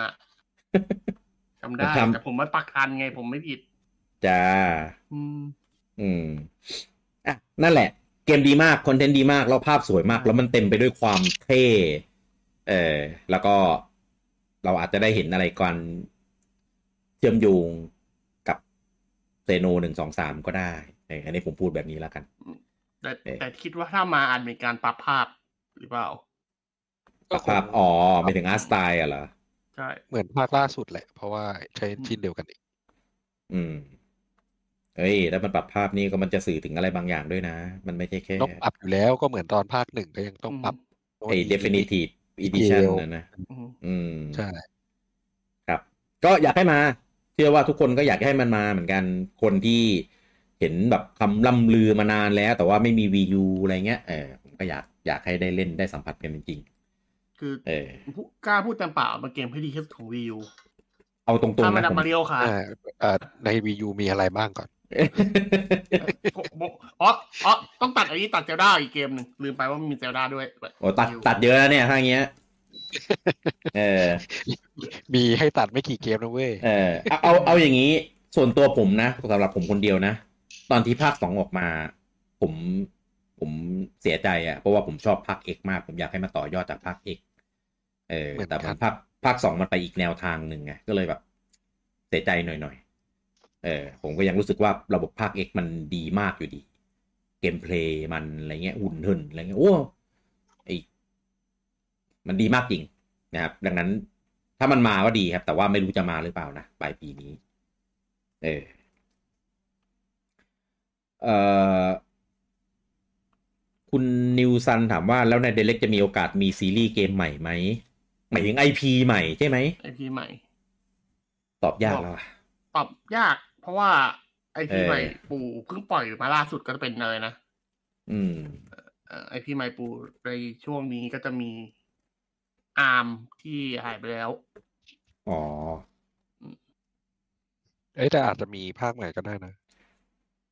Speaker 2: จำได้
Speaker 1: ทำ
Speaker 2: แต่ผมไม่ปักทันไง ผมไม่ผิด
Speaker 1: จ้า
Speaker 2: อืม
Speaker 1: อืมอ่ะนั่นแหละ เกมดีมาก คอนเทนต์ดีมาก แล้วภาพสวยมาก แล้วมันเต็มไปด้วยความเท่ เออ แล้วก็เราอาจจะได้เห็นอะไรก่อนเชื่อมโยงกับเซโนหนึ่งสองสามก็ได้เอออันนี้ผมพูดแบบนี้แล้วกัน
Speaker 2: แต่
Speaker 1: เอ๊ะ
Speaker 2: แต่คิดว่าถ้ามาอาจมีการปรับภาพหรือเปล่า
Speaker 4: ก็ค
Speaker 1: ค
Speaker 4: ง
Speaker 1: รับอ๋อไม่ถึงอาร์ตสไตล์อะเหรอ
Speaker 2: ใช่
Speaker 4: เหมือนภาคล่าสุดแหละ เพราะว่าใช้ชิ้นเดียวกันอีก
Speaker 1: อืมเอ้ยถ้ามันปรับภาพนี่ก็มันจะสื่อถึงอะไรบางอย่างด้วยนะ มันไม่ใช่แค่
Speaker 4: ต้องปรับอยู่แล้วก็เหมือนตอนภาคหนึ่งก็ยังต้องปรับโน่น
Speaker 1: ไอ้
Speaker 4: นี่
Speaker 1: definitive edition
Speaker 4: เดียว
Speaker 1: นะนะ
Speaker 2: อืม
Speaker 1: อืม
Speaker 4: ใช่
Speaker 1: ครับก็อยากให้มาเชื่อว่าทุกคนก็อยากให้มันมาเหมือนกันคนที่เห็นแบบคำล่ำลือมานานแล้ว แต่ว่าไม่มี VU อะไรเงี้ยเออผมก็อยากอยากให้ได้เล่นได้สัมผัสกันจริง
Speaker 2: คือ
Speaker 1: ๆเออ
Speaker 2: พูดกล้าพูดเต็มปากมันเกมที่ดีที่สุดของวีู
Speaker 1: เอาตรง
Speaker 2: ถ้า
Speaker 1: ๆ
Speaker 2: มัน
Speaker 1: นะ
Speaker 2: ดับ
Speaker 1: ผม
Speaker 2: มาเรียวค่ะ
Speaker 4: อ่าเอ่อในวียูมีอะไรบ้างก่อน
Speaker 2: ผมผมอ๋ออ๋อต้องตัดอันนี้ตัดเซลดาอีกเกมหนึ่งลืมไปว่ามันมีเซลดาด้วย
Speaker 1: โอ้ตัดตัดเยอะแล้วเนี่ยถ้าอย่างเงี้ยเออ
Speaker 4: มีให้ตัดไม่กี่เกมนะเว้ย
Speaker 1: เออเอาเอาเอาอย่างนี้ ส่วนตัวผมนะสำหรับผมคนเดียวนะ ตอนที่ภาคสองออกมา ผมผมเสียใจอะ่ะเพราะว่าผมชอบภาคเอกมาก ผมอยากให้มาต่อยอดจากภาคเอกเออ
Speaker 4: เหมือนกัน
Speaker 1: แต่มันภาคภาคสองมันไปอีกแนวทางหนึ่งไงก็เลยแบบ เสียใจหน่อยหน่อยๆเออ ผมก็ยังรู้สึกว่าระบบภาคเอกมันดีมากอยู่ดี เกมเพลย์มันอะไรเงี้ยหุ่นเหินอะไรเงี้ยโอ้ไอมันดีมากจริงนะครับ ดังนั้น ถ้ามันมาก็ดีครับ แต่ว่าไม่รู้จะมาหรือเปล่านะปลายปีนี้ เออ เอ่อ คุณนิวซันถามว่าแล้วในเดเล็กจะมีโอกาสมีซีรีส์เกมใหม่ไหมหมายถึงไอพีใหม่ใช่ไหม
Speaker 2: ไอพีใหม่
Speaker 1: ตอบยากแล้วอะ
Speaker 2: ตอบยาก เพราะว่าไอพี
Speaker 1: เออ
Speaker 2: ใหม่ปู่เพิ่งปล่อยมาล่าสุดก็จะเป็นเนยนะ
Speaker 1: อืม
Speaker 2: ไอพีใหม่ปู่ในช่วงนี้ก็จะมีอาร์มที่หายไปแล้ว
Speaker 1: อ๋อ
Speaker 4: เอ้ยแต่อาจจะมีภาคใหม่ก็ได้นะ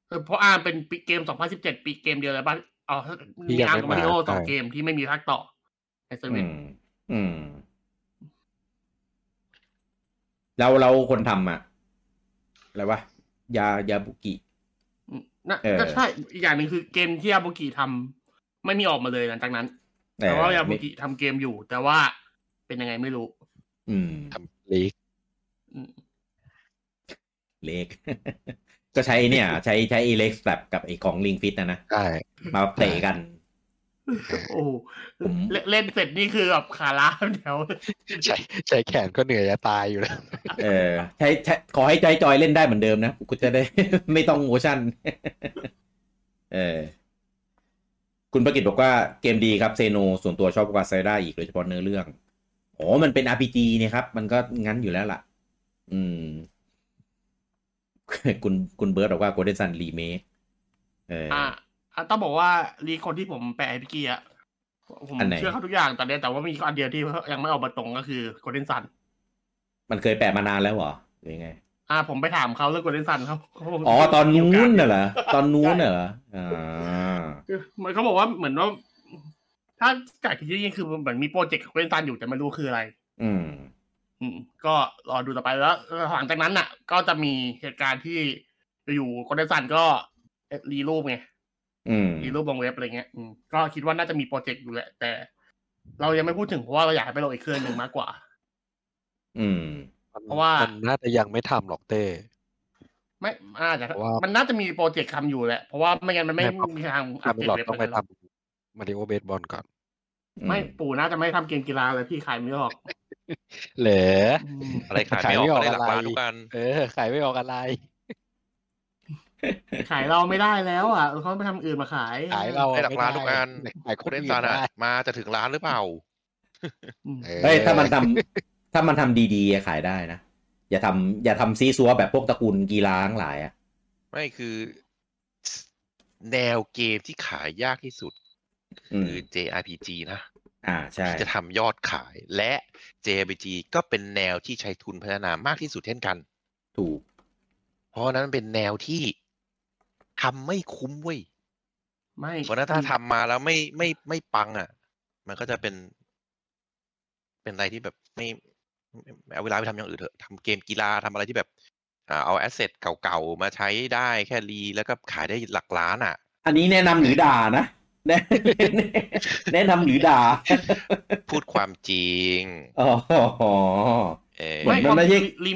Speaker 2: เออเพราะอาร์มเป็นปีเกม 2017 ปีเกมเดียวเลยบ้านอ๋อมี
Speaker 4: ที่ยัง
Speaker 2: อาร์ม
Speaker 4: ไม่
Speaker 2: กับมาริโอ
Speaker 4: มา
Speaker 2: สอง
Speaker 4: ใช่
Speaker 2: เกมที่ไม่มีภาคต่อในสวิ
Speaker 1: อื
Speaker 2: ต
Speaker 1: ม อืม เราเราคนทำอะอะไรวะ ยายาบุกิ
Speaker 2: นะ
Speaker 1: เออ
Speaker 2: ก็ใช่อีกอย่างหนึ่งคือเกมที่ยาบุกิทำไม่มีออกมาเลยหลังจากนั้น แต่ว่ายาบุกิทำเกมอยู่ แต่ว่าเป็นยังไงไม่รู้
Speaker 1: อืม
Speaker 4: ทำลีก
Speaker 2: อืม
Speaker 1: เล็ก ก็ใช้เนี่ย ใช้ใช้ไอเล็กแบบกับไอของลิงฟิตนะนะ
Speaker 4: ได้
Speaker 1: มาเตะกัน
Speaker 2: โอ้โห
Speaker 1: ผม
Speaker 2: เล่นเล่นเสร็จนี่คือแบบขาล้าแถว
Speaker 4: ใช้ใช้แขนก็เหนื่อยจะตายอยู่แล้ว
Speaker 1: เออใช้ใช้ขอให้ใจจอยเล่นได้เหมือนเดิมนะกูจะได้ ไม่ต้องโมชั่น เออคุณประกิตบอกว่าเกมดีครับเซโนส่วนตัวชอบกว่าไซด้าอีกโดยเฉพาะเนื้อเรื่องอ๋อมันเป็น RPG เนี่ยครับ มันก็งั้นอยู่แล้วล่ะ อืม คุณคุณเบิร์ดบอกว่าโกลเด้นซันรีเมคเอออ
Speaker 2: อ่ะอ่ะต้องบอกว่ารีคนที่ผมแปะไอพิกี้อะผม
Speaker 1: อันไหน
Speaker 2: เชื่อเขาทุกอย่างตอนเนี้ยแต่ว่ามีอันเดียวที่ยังไม่ออกมาตรงก็คือโกลเด้นซัน
Speaker 1: มันเคยแปะมานานแล้วเหรอหรือยังไง
Speaker 2: อ่ะผมไปถามเขาเรื่องโกลเด้นซันเขาเขาบกว่า
Speaker 1: อ๋อ ตอนนู้นน่ะเหรอตอนนู้นน่ะเหรออ่า
Speaker 2: คือมันเขาบอกว่าเหมือนว่า ถ้าจากที่ยิงคือเหมือนมีโปรเจกต์โกลเด้นซันอยู่แต่ไม่รู้คืออะไร
Speaker 1: อืม
Speaker 2: อืม ก็รอดูต่อไปแล้วหลังจากนั้นน่ะ ก็จะมีเหตุการณ์ที่อยู่โกลเด้นซันก็รีรูปไง
Speaker 1: อืม
Speaker 2: มีรูปวงเว็บอะไรเงี้ยอืมก็คิดว่าน่าจะมีโปรเจกต์อยู่แหละ แต่ เรายังไม่พูดถึงเพราะว่าเราอยากให้ไปลงอีกเครื่องหนึ่งมากกว่า
Speaker 1: อืม
Speaker 4: มัน
Speaker 2: เพราะว่า
Speaker 4: นน่าจะยังไม่ทำหรอกเต้
Speaker 2: ไม่อาจจะ
Speaker 4: เพราะว่า
Speaker 2: มันน่าจะมีโปรเจกต์ทำอยู่แหละ เพราะว่าไม่งั้นมันไม่มีทางอั
Speaker 4: ทำ
Speaker 2: ป
Speaker 4: ไม่
Speaker 2: เดต
Speaker 4: หรอก
Speaker 2: เว็บ
Speaker 4: ต้องไป
Speaker 2: เลยหรอก
Speaker 4: ทำมาริโอเบสบอลก่อน
Speaker 2: ไม่ปู่น่าจะไม่ทำเกมกีฬาเลยพี่ขายไม่ออก
Speaker 4: เหลอ
Speaker 2: อืม
Speaker 3: อะไรขายไม่ออกก็ได้ราคาทุกอัน
Speaker 4: เออขายไม่ออกอะไร
Speaker 2: ขายเราไม่ได้แล้วอ่ะเขาไปทำอื่นมาขาย
Speaker 4: ขายเรา
Speaker 3: ได้หลักล้านทุกอัน
Speaker 4: ขายค
Speaker 3: โกล
Speaker 4: น
Speaker 3: เด้น
Speaker 4: อื่น
Speaker 3: ซันอะ
Speaker 4: ได้
Speaker 3: มาจะถึงร้านหรือเปล่า
Speaker 2: อืม
Speaker 4: ออ
Speaker 1: เฮ้ยถ้ามันทำถ้ามันทำดีๆอะขายได้นะ อย่าทำอย่าทำซีซัวแบบพวกตระกูลกีฬาทั้งหลายอ่ะ
Speaker 3: ไม่คือ แนวเกมที่ขายยากที่สุด
Speaker 1: อืม
Speaker 3: คือ JRPG นะ
Speaker 1: อ่าใช่
Speaker 3: ที่จะทำยอดขายและ JRPG ก็เป็นแนวที่ใช้ทุนพัฒนามากที่สุดเช่นกัน
Speaker 1: ถูก
Speaker 3: เพราะฉะนั้นเป็นแนวที่ทำไม่คุ้มเว้ย
Speaker 2: ไม่
Speaker 3: เพราะฉะนั้นถ้าทำมาแล้วไม่ไม่ไม่ปังอ่ะ มันก็จะเป็น เป็นอะไรที่แบบไม่ไม่ไม่เอาเวลาไปทำอย่างอื่นเถอะทำเกมกีฬาทำอะไรที่แบบอ่าเอาแอสเซทเก่าๆ มาใช้ได้แค่รีแล้วก็ขายได้หลักล้านอ่ะ
Speaker 1: อันนี้แนะนำหรือด่านะ แนะแนะนำหรือด่า
Speaker 3: พูดความจริง
Speaker 1: อ๋อ
Speaker 3: เออ
Speaker 1: ไม่ มันใช่
Speaker 2: รี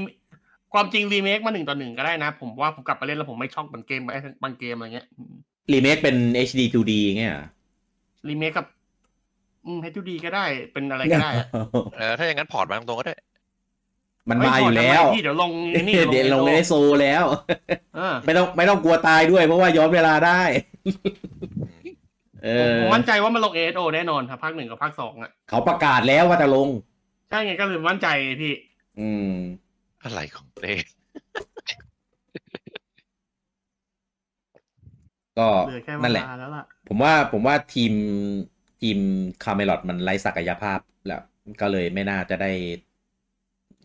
Speaker 2: ความจริงรีเมคมาหนึ่งต่อหนึ่งก็ได้นะ ผมว่าผมกลับไปเล่นแล้วผมไม่ช็อกเหมือนเกมบางเกมอะไรเงี้ยอืม
Speaker 1: รีเมคเป็น HD 2D เงี้ยเหรอ
Speaker 2: รีเมคกับ อืมให้ดูดีก็ได้เป็นอะไรก็ได้อะ
Speaker 3: เออถ้าอย่างนั้นพอร์ตมาตรงๆก็ได้
Speaker 1: มัน
Speaker 2: เฮ้
Speaker 1: มาอยู่แล้ว
Speaker 2: ขทำไมพี่เดี๋ยวลงไอ้นี่
Speaker 1: เดี๋ยวลงในโซแล้ว
Speaker 2: เออ
Speaker 1: ไม่ต้องไม่ต้องกลัวตายด้วยเพราะว่าย้อนเวลาได้ เออ
Speaker 2: ผมมั่นใจว่ามันลงเอสโอแน่นอนครับภาคหนึ่งกับภาคสองอ่ะ
Speaker 1: เขาประกาศแล้วว่าจะลง
Speaker 2: ใช่ไงก็เลยมั่นใจพี่
Speaker 1: อืม
Speaker 3: อะไรของเต้
Speaker 1: ก็
Speaker 2: เหลือแค่เว
Speaker 1: นั่นแหละ
Speaker 2: ลาแล้วล่ะ
Speaker 1: ผมว่าผมว่าทีมทีมคาเมลอดมันไร้ศักยภาพแล้วก็เลยไม่น่าจะได้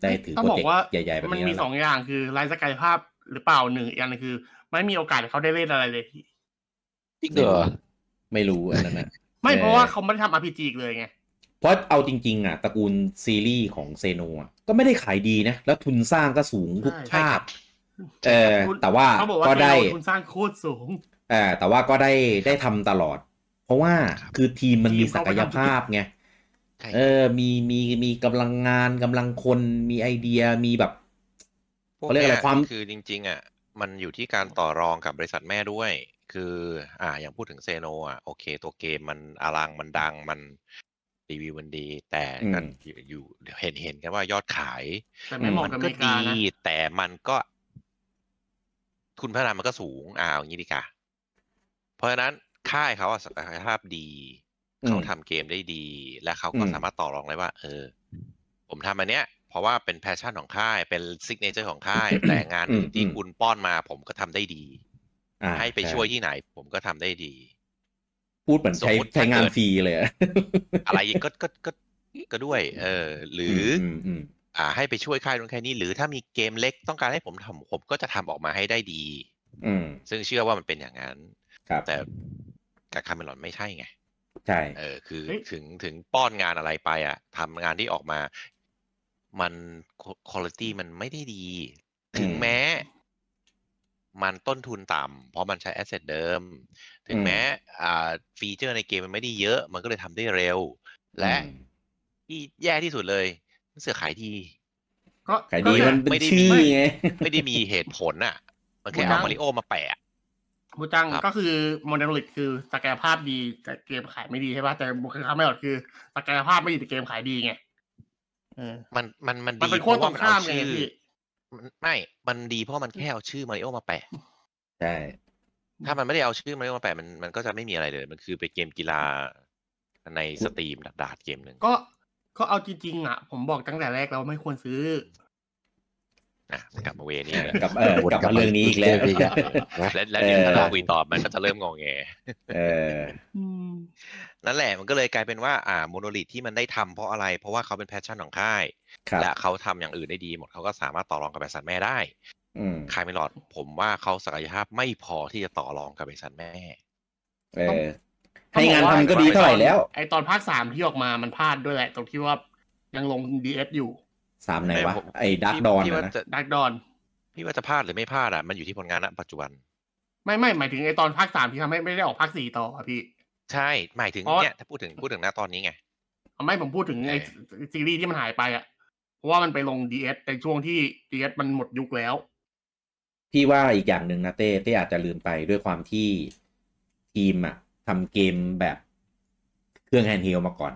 Speaker 1: ได้ถือ
Speaker 2: ต้อ
Speaker 1: โป
Speaker 2: ง
Speaker 1: ร
Speaker 2: บอก
Speaker 1: เจก
Speaker 2: ว่า
Speaker 1: ต์ใหญ่ๆแบบ
Speaker 2: มัน
Speaker 1: นี้
Speaker 2: มี
Speaker 1: แล้ว
Speaker 2: ส
Speaker 1: ล่ะ
Speaker 2: องอย่างคือไร้สกายภาพหรือเปล่าหนึ่งอีกอันหนึงคือ ไม่มีโอกาสให้เขาได้เล่นอะไรเลย
Speaker 4: จริงเหรอ
Speaker 1: ไม่รู้อันนั้นนะ
Speaker 2: ไม่
Speaker 1: เอ่อ
Speaker 2: เพราะว่าเขาไม่ได้ทำอาร์พีจีกเลยไง
Speaker 1: เพราะเอาจริง ๆ อ่ะตระกูลซีรีส์ของเซโนะก็ไม่ได้ขายดีนะ แล้วทุนสร้างก็สูงทุก
Speaker 3: ใช่
Speaker 1: ภา
Speaker 3: ครั
Speaker 1: พ
Speaker 3: บ
Speaker 1: เออแต่ว่า
Speaker 2: เขาบอกว่า
Speaker 1: ก็ได้
Speaker 2: เทคโนโลยีทุนสร้างโคตรสูง
Speaker 1: เออแต่ว่าก็ได้ได้ทำตลอด เพราะว่าคือทีมมันมีศักยภาพไง
Speaker 3: ใช่
Speaker 1: เออ มีมีมีกำลังงานกำลังคนมีไอเดียมีแบบ
Speaker 3: พวก
Speaker 1: เขาเรียกอะไร
Speaker 3: นี้ย
Speaker 1: ความ
Speaker 3: คือจริง ๆ อ่ะ มันอยู่ที่การต่อรองกับบริษัทแม่ด้วย คือ อ่า อย่างพูดถึงเซโนอ่ะ โอเค ตัวเกมมันอลังมันดังมันรีวิวมันดี แต่
Speaker 1: อืม
Speaker 3: กันอยู่อยู่เห็นเห็นกันว่ายอดขาย
Speaker 2: แต่ไม่เหมาะ
Speaker 3: มัน
Speaker 2: กับอ
Speaker 3: ก็
Speaker 2: เมริกา
Speaker 3: ดี
Speaker 2: นะ
Speaker 3: แต่มันก็ทุนพัฒนามันก็สูงอ่าอย่างนี้ดีกว่าเพราะฉะนั้นค่ายเขาอะศักยภาพดี
Speaker 1: อืม
Speaker 3: เขาทำเกมได้ดี และเขาก็
Speaker 1: อืม
Speaker 3: สามารถต่อรองได้ว่า เออ ผมทำอันเนี้ย เพราะว่าเป็นแพชชั่นของค่าย เป็นซิกเนเจอร์ของค่าย แต่งานอื่นที่คุณป้อนมา ผมก็ทำได้ดี
Speaker 1: อ่า
Speaker 3: ให้ไป
Speaker 1: ช่
Speaker 3: ช่วยที่ไหน ผมก็ทำได้ดี
Speaker 1: พูดเหมือนใช้
Speaker 3: สมมุติ
Speaker 1: ใช้งาน
Speaker 3: ถ้าเกิด
Speaker 1: ฟรีเลยอะ
Speaker 3: อะไรก็ก็ก็ก็ด้วย เออ หรืออ
Speaker 1: มอืม
Speaker 3: อ่าให้ไปช่วยค่ายนู้นค่ายนี้หรือถ้ามีเกมเล็กต้องการให้ผมทำผมก็จะทำออกมาให้ได้ดี
Speaker 1: อืม
Speaker 3: ซึ่งเชื่อว่ามันเป็นอย่างนั้น
Speaker 1: ครับ
Speaker 3: แต่กับคาเมลอนไม่ใช่ไง
Speaker 1: ใช่
Speaker 3: เออคือ
Speaker 2: เฮ้ย
Speaker 3: ถึงถึงป้อนงานอะไรไปอ่ะทำงานที่ออกมา มันคุณภาพมันไม่ได้ดี ถึงแม้ มันต้นทุนต่ำเพราะมันใช้แอสเซทเดิม ถึงแม้อ่าฟีเจอร์ในเกมมันไม่ได้เยอะ มันก็เลยทำได้เร็ว และ
Speaker 1: อืม
Speaker 3: ที่แย่ที่สุดเลยมันเสือกขายดี
Speaker 2: ก็
Speaker 1: ขายดี
Speaker 2: ก็
Speaker 1: มัน
Speaker 2: เนี่ย
Speaker 1: เป็
Speaker 3: ไม่
Speaker 1: น
Speaker 3: ได้
Speaker 1: ชื่อ
Speaker 2: มี
Speaker 1: ไง
Speaker 3: ไม่ได้มีเหตุผลอ่ะ มันแค่
Speaker 2: ไม่
Speaker 3: เอา
Speaker 2: ได้
Speaker 3: มาริโอมาแปะ
Speaker 2: บูจัง
Speaker 3: ครับ
Speaker 2: ก็คือโมเดลลิกคือศักยภาพดีแต่เกมขายไม่ดีใช่ป่ะแต่บุคลิกไม่หรอกคือศักยภาพไม่ดีแต่เกมขายดีไงเออ
Speaker 3: มันมันมัน
Speaker 2: มัน
Speaker 3: ดี
Speaker 2: เป็น
Speaker 3: เพ
Speaker 2: ขั้ว
Speaker 3: ราะ
Speaker 2: ตร
Speaker 3: ว่าง มัน
Speaker 2: ข้า
Speaker 3: เอา
Speaker 2: มไง
Speaker 3: ชื่อ
Speaker 2: พี่
Speaker 3: มันไม่ มันดีเพราะมันแค่เอาชื่อมาริโอมาแปะ
Speaker 1: ใช่
Speaker 3: ถ้ามันไม่ได้เอาชื่อมาริโอมาแปะมันมันก็จะไม่มีอะไรเลย มันคือไปนเกมกีฬาในสตรีมดาดๆเกมหนึ่ง
Speaker 2: ก็ก็เอาจริงๆอ่ะ ผมบอกตั้งแต่แรกแล้ววาไม่ควรซื้อ
Speaker 3: นะกลับมาเวนี่เลย
Speaker 1: กับเออกลับมาเรื่องนี้อีกแล้ว
Speaker 3: และและเดี๋ยวถ้าเรา
Speaker 1: เออ
Speaker 3: คุยตอบมันก็จะเริ่มงองแง
Speaker 1: เออ
Speaker 2: อืม
Speaker 3: นั่นแหละมันก็เลยกลายเป็นว่าอ่าโมโนลิทที่มันได้ทำเพราะอะไรเพราะว่าเขาเป็นแพชชั่นของค่าย
Speaker 1: ครับ
Speaker 3: และเขาทำอย่างอื่นได้ดีหมดเขาก็สามารถต่อรองกับบริษัทแม่ได้
Speaker 1: อืม
Speaker 3: คายไม่หลอดผมว่าเขาศักยภาพไม่พอที่จะต่อรองกับบริษัทแม่
Speaker 1: เออ
Speaker 2: ต้อง
Speaker 1: ให้งาน
Speaker 2: บอกว่า
Speaker 1: ทำก็ดีเท่าไหร่แล้ว
Speaker 2: ไอตอนภาคสามที่ออกมามันพลาดด้วยแหละ ตรงที่ว่ายังลง DS อยู่
Speaker 1: สามไหนวะ
Speaker 3: ผม
Speaker 1: ไอ้ดัก
Speaker 3: พี่
Speaker 1: ดอน
Speaker 3: พี่ว่า
Speaker 1: นะ
Speaker 3: จะ
Speaker 2: ดักดอน
Speaker 3: พี่ว่าจะพลาดหรือไม่พลาดอ่ะมันอยู่ที่ผลงานณปัจจุบัน
Speaker 2: ไม่ไม่หมายถึงไอตอนภาคสามที่ทำให้ไม่ได้ออกภาคสี่ต่ออะพี่
Speaker 3: ใช่ หมายถึง
Speaker 2: อ๋อ
Speaker 3: เนี่ยถ้าพูดถึงพูดถึงณตอนนี้ไง
Speaker 2: ไม่ผมพูดถึงไอซีรีส์ที่มันหายไปอ่ะ เพราะว่ามันไปลง DS ในช่วงที่ DS มันหมดยุคแล้ว
Speaker 1: พี่ว่าอีกอย่างหนึ่งนะเต้เต้อาจจะลืมไปด้วยความที่ทีมอะทำเกมแบบเครื่องแฮนด์เฮลมาก่อน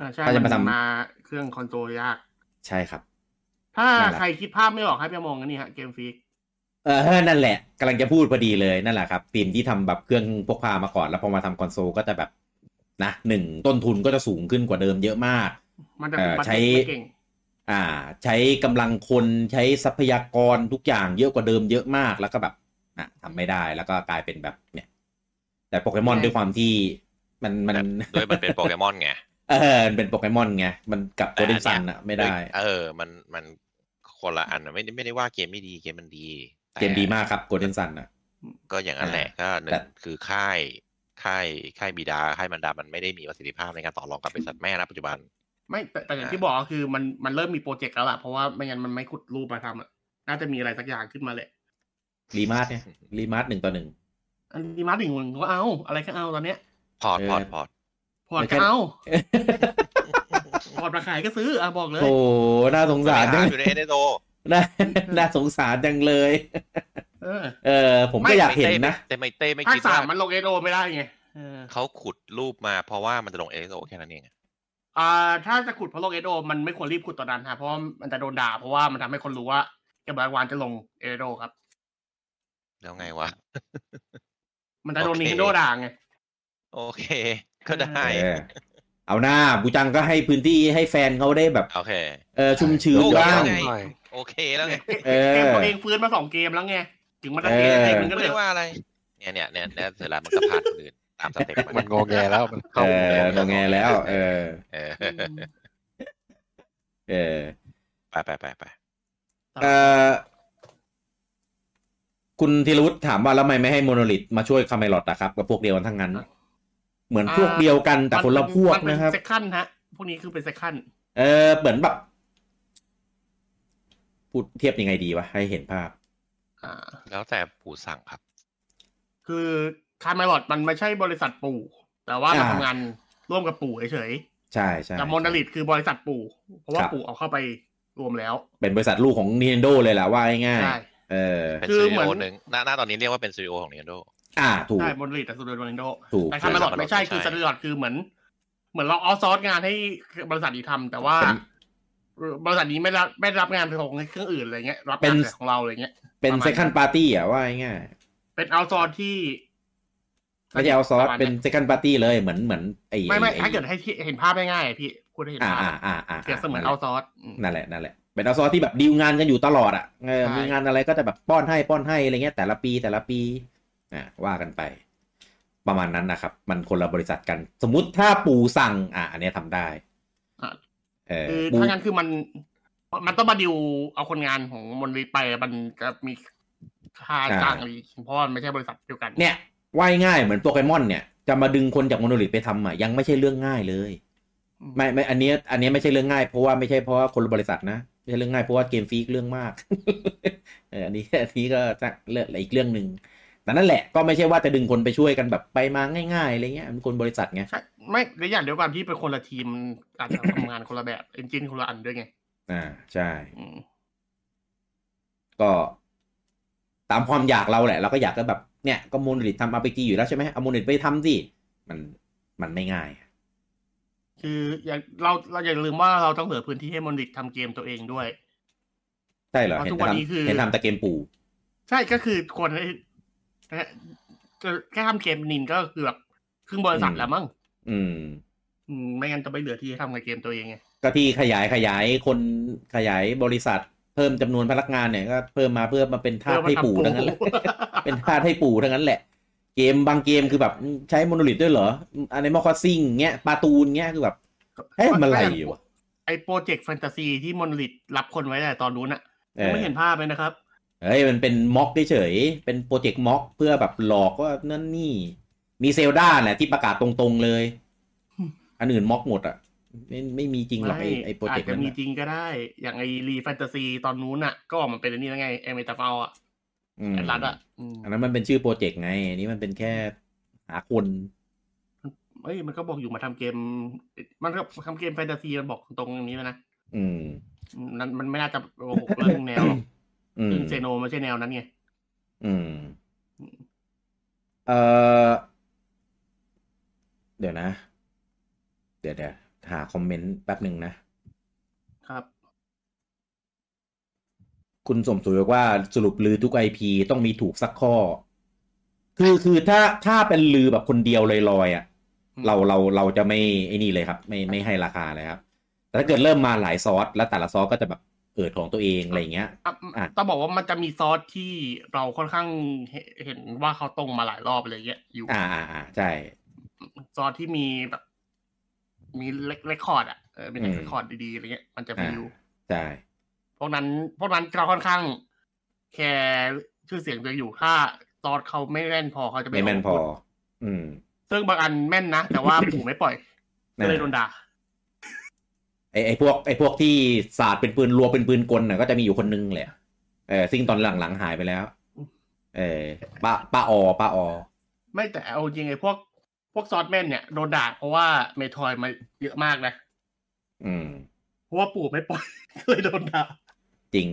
Speaker 2: อ่าใช่
Speaker 1: ถ้าจะ
Speaker 2: มั
Speaker 1: มาน ทำ
Speaker 2: มาเครื่องคอนโซลยาก
Speaker 1: ใช่ครับ
Speaker 2: ถ้า
Speaker 1: นั่นแหละ
Speaker 2: ใครคิดภาพไม่ออกให้ไปมองอันนี่ฮะเกมฟิก
Speaker 1: เออนั่นแหละกำลังจะพูดพอดีเลยนั่นแหละครับทีมที่ทำแบบเครื่องพกพามาก่อน แล้วพอมาทำคอนโซลก็จะแบบนะหนึ่งต้นทุนก็จะสูงขึ้นกว่าเดิมเยอะมาก
Speaker 2: มันจะ
Speaker 1: เอ่
Speaker 2: เป็น
Speaker 1: อ
Speaker 2: บัตร
Speaker 1: ใช้
Speaker 2: ไม่เก่ง
Speaker 1: อ่า ใช้กำลังคนใช้ทรัพยากรทุกอย่างเยอะกว่าเดิมเยอะมากแล้วก็แบบนะทำไม่ได้แล้วก็กลายเป็นแบบเนี่ย แต่โปเกมอน
Speaker 2: ใช่
Speaker 1: ด้วยความที่มันมัน
Speaker 3: ด้วยมันเป็นโปเกมอนไง
Speaker 1: เออมันเป็นโปเกมอนไงมันกับโกลเด้น
Speaker 3: แต่
Speaker 1: ซั
Speaker 3: อั
Speaker 1: น
Speaker 3: นเนี้ย
Speaker 1: อะไม่ได้
Speaker 3: ด้วยเออ มันมันคนละอันอะไม่ได้ไม่ได้ว่าเกมไม่ดีเกมมันดีแต่
Speaker 1: เกมดีมากครับโกลเด้นซันอะ
Speaker 3: ก็อย่างนั้นแหละก็หนึ่
Speaker 1: แต่
Speaker 3: งคือค่ายค่ายค่ายบิดาค่ายมันดามันไม่ได้มีประสิทธิภาพในการต่อรองกับบริษัทแม่ณปัจจุบัน
Speaker 2: ไม่แต่แต่อย่าง
Speaker 3: อ่า
Speaker 2: ที่บอกก็คือมันมันเริ่มมีโปรเจกต์แล้วล่ะ เพราะว่าไม่งั้นมันไม่ขุดรูปมาทำอะน่าจะมีอะไรสักอย่างขึ้นมาแหละ
Speaker 1: รีมาร์เนี่ยรีมาร์หนึ่งต่อหนึ่ง
Speaker 2: อันนี้มาถึงหนึ่งก็เอา อะไรก็เอาตอนเนี้ย
Speaker 3: พอร์ต
Speaker 1: เออ
Speaker 3: พอร์ตพอร์ต
Speaker 2: พอร์ตก็ เอาพอร์ตมาขายก็ซื้ออ่ะบอกเลย
Speaker 1: โอ้โหน่าสงสาร
Speaker 3: ไป
Speaker 1: จั
Speaker 3: หาง อยู่ในเอเดโด
Speaker 1: น่าน่าสงสารจังเลย
Speaker 2: เ เออ
Speaker 1: เออผมก็อยากเห็นนะ
Speaker 3: แต่ไม่เต้ไม่
Speaker 2: ภา
Speaker 3: คิ
Speaker 2: ค
Speaker 3: ด
Speaker 2: สา
Speaker 3: ว่าม
Speaker 2: มันลงเอโดไม่ได้ไงเออ
Speaker 3: เขาขุดรูปมาเพราะว่ามันจะลงเอสโอแค่นั้นเองอะ
Speaker 2: อ่า ถ้าจะขุดเพราะลงเอโดมันไม่ควรรีบขุดตอนนั้นฮะเพราะมันจะโดนด่า เพราะว่ามันทำให้คนรู้ว่าเกมบายวานจะลงเอโดครับ
Speaker 3: แล้วไงวะ
Speaker 2: มันจะโดน
Speaker 3: โอเค
Speaker 2: นินโดด่าไง
Speaker 3: โอเค ก็ได้
Speaker 1: เออเอาหน้าบูจังก็ให้พื้นที่ให้แฟนเขาได้แบบ
Speaker 3: โอเค
Speaker 1: เออชุ่มชื้น
Speaker 3: โอเค
Speaker 1: บ้าง
Speaker 3: ไง
Speaker 4: หน่อย
Speaker 3: โอเคแล้วไง
Speaker 1: เออ
Speaker 2: เกมตัวเองฟื้นมาสองเกมแล้วไง ถึงมันจะ
Speaker 1: เออ
Speaker 2: เกมเองมันก็
Speaker 3: ไม่
Speaker 2: เลย
Speaker 3: ได้ว่าอะไร เนี่ยเนี่ยเนี่ยเนี่ยเสร็จแล้วมันก็ผ่านคนอื่นตามสเต็ป
Speaker 4: มันงอแงแล้วมัน
Speaker 1: เอ
Speaker 4: เข้า
Speaker 1: อตรงไงแล้ว เออ
Speaker 3: เออ
Speaker 1: เออ
Speaker 3: ไปไปไปไป
Speaker 1: เออคุณธีรวุฒิถามว่าแล้วทำไมไม่ให้โมโนลิทมาช่วยคาเมลอดอะครับกับพวกเดียวกันทั้งนั้น เหมือนพวกเดียวกันแต่คนละพวกนะครับ
Speaker 2: เซคันฮะ พวกนี้คือเป็นเซคัน
Speaker 1: เออเหมือนแบบพูดเทียบยังไงดีวะให้เห็นภาพ
Speaker 2: อ่า
Speaker 3: แล้วแต่ปู่สั่งครับ
Speaker 2: คือคาร์เมลอดมันไม่ใช่บริษัทปู่ แต่ว่ามัน
Speaker 1: อ่า
Speaker 2: ทำงานร่วมกับปู่เฉย
Speaker 1: ใช่ใช่
Speaker 2: ๆแต่โมนาลิทคือบริษัทปู่ เพราะว่า
Speaker 1: ครับ
Speaker 2: ปู่เอาเข้าไปรวมแล้ว
Speaker 1: เป็นบริษัทลูกของ Nintendo เลยแหละว่าง่าย
Speaker 2: ใช่
Speaker 1: ๆเออ
Speaker 3: เป็น
Speaker 2: คื
Speaker 3: ซี
Speaker 2: อ
Speaker 3: อี
Speaker 2: เหมื
Speaker 3: โอ
Speaker 2: อน
Speaker 3: หนึ่งหน้าหน้าตอนนี้เรียกว่าเป็นซีอีโอของ Nintendo
Speaker 1: อ่าถูก
Speaker 2: ใช่โมนาลิทแต่สุดโดยโรนลโด
Speaker 1: ถูก
Speaker 2: แต่คาร์เมลอดไม่ใช่
Speaker 3: ไม่ใช่
Speaker 2: คือคาร์เมลอดคือเหมือน เหมือนเราเอาซอร์สงานให้บริษัทนี้ทำแต่ว่า
Speaker 1: เป็น
Speaker 2: บริษัทนี้ไม่รับไม่รับงานไปของเครื่องอื่นอะไรเงี้ยรับ
Speaker 1: เป็
Speaker 2: งาน
Speaker 1: น
Speaker 2: แต่ของเราอะไรเงี้ย
Speaker 1: เป็น
Speaker 2: ประมาณ
Speaker 1: second party อ่ะว่าง่าย
Speaker 2: เป็นเอาซอร์ที่
Speaker 1: ๆไม่ใช่เอาซอส
Speaker 2: ปะมณ
Speaker 1: เป็น second party เลยเหมือนเหมือนไอ้
Speaker 2: ไม่ไม่
Speaker 1: อ้
Speaker 2: ถ้าเกิดให้ที่เห็นภาพง่ายๆอะพี่พูดให้เห็น
Speaker 1: อ่า
Speaker 2: ภาพ
Speaker 1: อ่าอ่าอ่า
Speaker 2: เปรียบเสมือนเอาซอร์สอืม
Speaker 1: นั่นแหละนั่นแหละเป็นเอาซอสที่แบบดีลงานกันอยู่ตลอดอ่ะเออ
Speaker 2: ใช่
Speaker 1: มีงานอะไรก็จะแบบป้อนให้ป้อนให้อะไรเงี้ยแต่ละปีแต่ละปีอ่าว่ากันไป ประมาณนั้นนะครับ มันคนละบริษัทกัน สมมติถ้าปู่สั่ง อ่ะอันเนี้ยทำได้
Speaker 2: อ่ะ
Speaker 1: เออ
Speaker 2: คือ
Speaker 1: ปู่
Speaker 2: ถ้างั้นคือมันมันต้องมาดิวเอาคนงานของมนรีไปมันจะมีค่าจ้างอะไรอีกเพราะว่ามันไม่ใช่บริษัทเดียวกัน
Speaker 1: เนี่ยว่ายง่ายเหมือนโปเกมอนเนี่ยจะมาดึงคนจากโมโนลิทไปทำอ่ะยังไม่ใช่เรื่องง่ายเลย
Speaker 2: อื
Speaker 1: ไม่ไม่อันเนี้ยอันเนี้ยไม่ใช่เรื่องง่ายเพราะว่าไม่ใช่เพราะว่าคนละบริษัทนะไม่ใช่เรื่องง่ายเพราะว่าเกมฟรีกเรื่องมาก เอออันนี้อันนี้ก็จะเลือกอีกเรื่องหนึ่งแต่นั่นแหละก็ไม่ใช่ว่าจะดึงคนไปช่วยกันแบบไปมาง่ายๆอะไรเงี้ยมันคนบริษัทไง
Speaker 2: ใช่ไม่ในอย่างเดียวกันที่เป็นคนละทีมอาจจะทำงานคนละแบบเอนจินคนละอันด้วยไง
Speaker 1: อ่าใช่
Speaker 2: อืม
Speaker 1: ก็ตามความอยากเราแหละ เราก็อยากก็แบบเนี่ยก็มูลนิธิทำอาร์พีจีอยู่แล้วใช่ไหมเอามูลนิธิไปทำสิมันมันไม่ง่าย
Speaker 2: คืออย่างเราเราอย่าลืมว่าเราต้องเหลือพื้นที่ให้มนรีทำเกมตัวเองด้วย
Speaker 1: ใช่เหรอ
Speaker 2: เพราะ
Speaker 1: เห็น
Speaker 2: ทุกวันนี้คือ
Speaker 1: ทำเห็นทำแต่เกมปู่
Speaker 2: ใช่ก็คือคนไอ้จะแค่ทำเกมนินก็เกือบครึ่งบริษัทแล้วมั้ง
Speaker 1: อืม
Speaker 2: อืมไม่งั้นจะไม่เหลือที่ให้ทำกับเกมตัวเองไง
Speaker 1: ก็ที่ขยายขยายคนขยายบริษัทเพิ่มจำนวนพนักงานเนี่ยก็เพิ่มมาเพื่อมาเป็นทาสให้ปู่ทั้งนั้นแหละ เป็นทาสให้ปู่ทั้งนั้นแหละ เกมบางเกมคือแบบใช้โมโนลิทด้วยเหรออันนี้มอคอซิงเงี้ยปาตูนเงี้ยคือแบบเฮ้ยมันอะไรอยู่วะ
Speaker 2: ไอโปรเจกต์แฟนตาซีที่มอนลิทรับคนไว้แต่ตอนนู้นอะ
Speaker 1: เอ
Speaker 2: ยัง
Speaker 1: อ
Speaker 2: ไม่เห็นภาพเลยนะครับ
Speaker 1: เฮ้ยมันเป็นม็อกเฉยๆเป็นโปรเจกต์ม็อกเพื่อแบบหลอกว่านั่นนี่ มีเซลดาแหละที่ประกาศตรงๆเลย อันอื่นม็อกหมดอ่ะไม่ไม่มีจริงหรอกไอ้ไอ้โปร
Speaker 2: อา
Speaker 1: เจก
Speaker 2: จ
Speaker 1: ต์
Speaker 2: จะ
Speaker 1: นั้น
Speaker 2: มี
Speaker 1: อะ
Speaker 2: จริงก็ได้ อย่างไอรีแฟนตาซีตอนนู้นอะก็ออกมาเป็นอันนี้แล้วไงเอเมตาฟาอะ
Speaker 1: อืม
Speaker 2: แอดลัสอะอืม
Speaker 1: อันนั้นมันเป็นชื่อโปรเจกต์ไงอันนี้มันเป็นแค่หาคน
Speaker 2: เอ้ยมันก็บอกอยู่มาทำเกม มันก็ทำเกมแฟนตาซีมันบอกตรงๆอย่างนี้แล้วนะ
Speaker 1: อืม
Speaker 2: อืมนั้นมันไม่น่าจะโกหกเรื่องแนวหรอก
Speaker 1: อืม
Speaker 2: ซึ่งเซโนไม่ใช่แนวนั้นไง
Speaker 1: อืม เออเดี๋ยวนะ เดี๋ยวเดี๋ยวหาคอมเมนต์แป๊บหนึ่งนะ
Speaker 2: ครับ
Speaker 1: คุณสมศรีบอกว่าสรุปลือทุกไอพีต้องมีถูกสักข้อ คือคือถ้าถ้าเป็นลือแบบคนเดียวลอยๆอ่ะ
Speaker 2: อืม
Speaker 1: เราเราเราจะไม่ไอ้นี่เลยครับ ไม่ไม่ให้ราคาเลยครับ แต่ถ้าเกิดเริ่มมาหลายซอสแล้วแต่ละซอสก็จะแบบเอิดของตัวเองอะไรอย่างเงี้ย
Speaker 2: อ่ะ
Speaker 1: อ่ะ
Speaker 2: ต้องบอกว่ามันจะมีซอสที่เราค่อนข้างเห็นเห็นว่าเขาตรงมาหลายรอบเลยเงี้ยอยู่
Speaker 1: อ่าอ่าอ่าใช่
Speaker 2: ซอสที่มีแบบ มีเล็กเรคคอร์ดอ่ะเออเป็น
Speaker 1: อืม
Speaker 2: เรคคอร์ดดีๆอะไรเงี้ยมันจะมีอยู่
Speaker 1: ใช่
Speaker 2: พวกนั้นพวกนั้นเราค่อนข้าง แคร์ชื่อเสียงตัวเองอยู่ถ้าซอสเขาไม่แม่นพอเขาจะ
Speaker 1: ไม่แม่นพอ อืม
Speaker 2: ซึ่งบางอันแม่นนะ แต่ว่า ปู่ไม่ปล่อยก็เลยโดนด่า
Speaker 1: ไอ้ไอ้พวกไอ้พวกที่ศาสตร์เป็นปืนรัวเป็นปืนกลน่ะก็จะมีอยู่คนนึงแหละเออซึ่งตอนหลังๆหายไปแล้ว เออป้าป้าออป้าออ
Speaker 2: ไม่แต่เอาจริงไอ้พวก พวกซอสแม่นเนี่ยโดนด่าเพราะว่าเมทอยมาเยอะมากนะ
Speaker 1: อืม
Speaker 2: เพราะว่าปู่ไม่ปล่อย ก็เลยโดนด่า
Speaker 1: จริง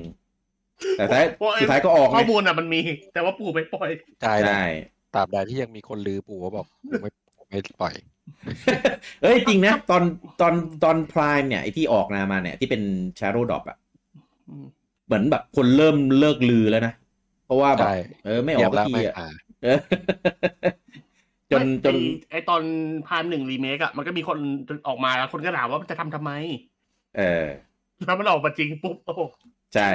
Speaker 1: แต่ท้าย
Speaker 2: เพราะไอ้
Speaker 1: สุดท้ายก็ออก
Speaker 2: ข้
Speaker 1: ไง
Speaker 2: อมูลอ่ะมันมี แต่ว่าปู่ไปปล่อย
Speaker 4: ใช่นะ
Speaker 1: ได้
Speaker 4: ตราบใดที่ยังมีคนลือปู่ว่าบอกกูไม่กูไม่ปล่อย
Speaker 1: เอ้ยจริงนะตอนตอนตอนพรายเนี่ยไอที่ออกนามาเนี่ยที่เป็น Shadow Drop อะ
Speaker 2: อืม
Speaker 1: เหมือนแบบคนเริ่มเลิกลือแล้วนะ เพราะว่าแบบ
Speaker 4: ใช่
Speaker 1: เออไม่อ
Speaker 4: เยี่
Speaker 1: อย กสัก
Speaker 4: มแล้ว
Speaker 1: ที
Speaker 4: ไม่
Speaker 1: อะ
Speaker 4: อ่า
Speaker 1: เอ อจน
Speaker 2: ไม่
Speaker 1: จน
Speaker 2: ไอ้ไอตอนพาร์ทหนึ่งรีเมคอะมันก็มีคนออกมาแล้วคนก็ถามว่ามันจะทำทำไม
Speaker 1: เออ
Speaker 2: แล้วมันออกมาจริงปุ๊บโอ้โห
Speaker 1: ใช่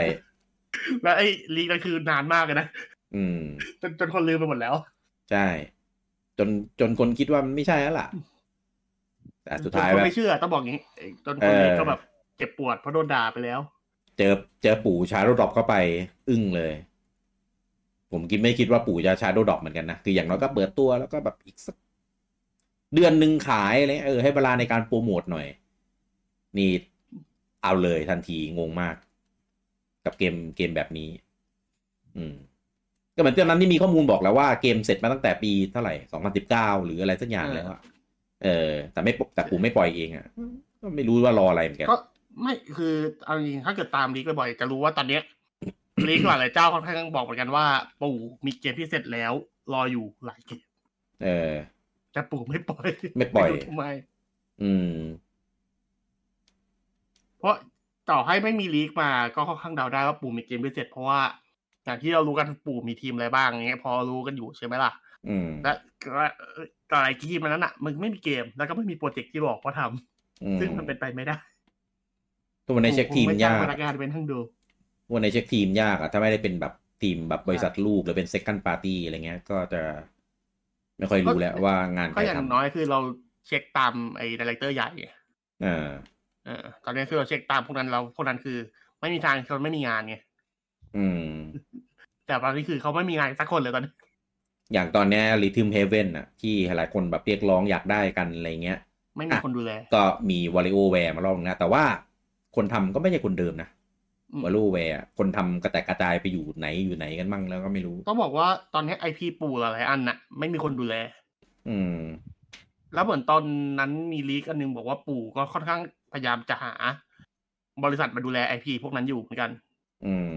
Speaker 2: แล้วไอ้รีก็คือนานมากเลยนะ
Speaker 1: อืม
Speaker 2: จนจนคนลืมไปหมดแล้ว
Speaker 1: ใช่ จนจนคนคิดว่ามันไม่ใช่แล้วล่ะ แต่สุดท้าย
Speaker 2: จนคน
Speaker 1: แบบ
Speaker 2: ไม่เชื่อต้องบอกอย่างนี้ไอ้จนคน
Speaker 1: เอ
Speaker 2: รี
Speaker 1: อ
Speaker 2: ก็แบบเจ็บปวดเพราะโดนด่าไปแล้ว
Speaker 1: เจอเจอปู่ชาโดดอปเข้าไป อึ้งเลย ผมคิดไม่คิดว่าปู่จะชาโดดอปเหมือนกันนะ คืออย่างน้อยก็เปิดตัวแล้วก็แบบอีกสัก เดือนหนึ่งขายอะไรเออให้เวลาในการโปรโมทหน่อย นี่เอาเลยทันทีงงมาก กับเกมเกมแบบนี้ อืม ก็เหมือนตอนนั้นที่มีข้อมูลบอกแล้วว่าเกมเสร็จมาตั้งแต่ปีเท่าไหร่สองพันสิบเก้าหรืออะไรสักอย่างแล้วอะเออ แต่ไม่ปกแต่ปู่ไม่ปล่อยเองอะก็ไม่รู้ว่ารออะไรเหมือนกัน
Speaker 2: ก็ไม่คือเอาจริงๆถ้าเกิดตามลีกบ่อยๆจะรู้ว่าตอนเนี้ย ลีกหลายๆเจ้าค่อนข้างบอกเหมือนกันว่า ปู่มีเกมที่เสร็จแล้ว รออยู่หลายเกม
Speaker 1: เออ
Speaker 2: แต่ปู่ไม่ปล่อย
Speaker 1: ไม่ปล่อย
Speaker 2: รู้ทำไม
Speaker 1: อืม
Speaker 2: เพราะต่อให้ไม่มีลีกมาก็ค่อนข้างเดาได้ว่าปู่มีเกมพิเศษเพราะว่าอย่างที่เรารู้กันปู่มีทีมอะไรบ้างเงี้ยพอรู้กันอยู่ใช่ไหมล่ะ
Speaker 1: อืม
Speaker 2: และและแต่ไอทีมอันนั้นอ่ะ มันไม่มีเกมแล้วก็ไม่มีโปรเจกต์ที่บอกว่าทำ
Speaker 1: อืม
Speaker 2: ซึ่งมันเป็นไปไม่ได้
Speaker 1: ทุกวันในเช็คทีม
Speaker 2: ปู่ไจ้ง
Speaker 1: ยาก
Speaker 2: พนักงานเป็นทั้งดู
Speaker 1: ทุกวันในเช็คทีมยากอะถ้าไม่ได้เป็นแบบทีมแบบบริษัทลูกหรือเป็นเซ็ก o ันปาร์ตี้อะไรเงี้ย ก็จะไม่ค่อยรู้
Speaker 2: ก็
Speaker 1: แล้วว่างานใค
Speaker 2: ก็
Speaker 1: ร
Speaker 2: อย่าง
Speaker 1: ทำ
Speaker 2: น้อยคือเราเช็คตามไอ้ดีเลกเตอร์ใหญ่
Speaker 1: เออ
Speaker 2: เออตอนนี้คือเราเช็คตามพวกนั้นเราพวกนั้นคือ ไม่มีทางเขาไม่มีงานไง
Speaker 1: อืม
Speaker 2: แต่ตอนนี้คือเขาไม่มีงานสักคนเลยตอนนี้
Speaker 1: อย่างตอนเนี้ริทึมเฮเว่นอะที่หลายคนแบบเรียกร้องอยากได้กันอะไรเงี้ย
Speaker 2: ไม่มีคนดูแล
Speaker 1: ก็มีวอล i o โอแวร์มาลองนะ แต่ว่าคนทำก็ไม่ใช่คนเดิมนะ
Speaker 2: อืม
Speaker 1: วอล i o โอแวร์คนทำกระแตกกระจายไปอยู่ไหนอยู่ไหนกันบ้างแล้วก็ไม่รู้
Speaker 2: ต้องบอกว่าตอนนี้ไอพีปู่หลายๆอันน่ะไม่มีคนดูแล
Speaker 1: อืม
Speaker 2: แล้วเหมือนตอนนั้นมีลีกอันหนึงบอกว่าปู่ก็ค่อนข้างพยายามจะหา บริษัทมาดูแลไอพีพวกนั้นอยู่เหมือนกัน
Speaker 1: อืม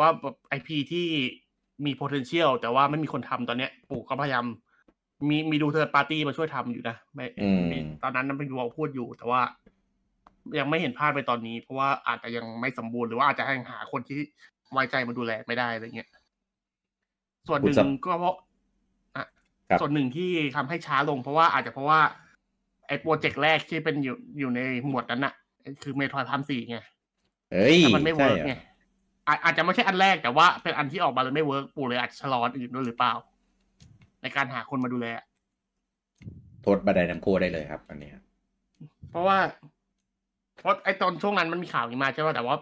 Speaker 2: ว่าไอพีที่มี potential แต่ว่าไม่มีคนทำตอนเนี้ย ปู่ก็พยายาม มีมีดูเธอปาร์ตี้มาช่วยทำอยู่นะไม่
Speaker 1: อืม
Speaker 2: มีตอนนั้นมันเป็นวอลพูดอยู่ แต่ว่า ยังไม่เห็นภาพไปตอนนี้ เพราะว่าอาจจะยังไม่สมบูรณ์หรือว่าอาจจะยังหาคนที่ไว้ใจมาดูแลไม่ได้อะไรเงี้ยส่วนหนึ่งก็เพราะ
Speaker 1: ครับ
Speaker 2: ส่วนหนึ่งที่ทำให้ช้าลงเพราะว่าอาจจะเพราะว่า ไอ้โปรเจกต์แรกที่เป็นอยู่อยู่ในหมวดนั้นอะคือเมทรอยพามสี่ไง
Speaker 1: เอ้ย
Speaker 2: แต่มันไม่เวิ
Speaker 1: ใช่
Speaker 2: ร์ก
Speaker 1: เหรอ
Speaker 2: ไงอาจอาจจะไม่ใช่อันแรกแต่ว่าเป็นอันที่ออกมาแล้วไม่เวิร์กปู่เลยอาจจะชะลออันอื่นด้วยหรือเปล่า ในการหาคนมาดูแล
Speaker 1: โทษบันไดน้ำโคได้เลยครับ อันเนี้ย
Speaker 2: เพราะว่า เพราะไอ้ตอนช่วงนั้นมันมีข่าวนี้มาใช่ป่ะแต่ว่า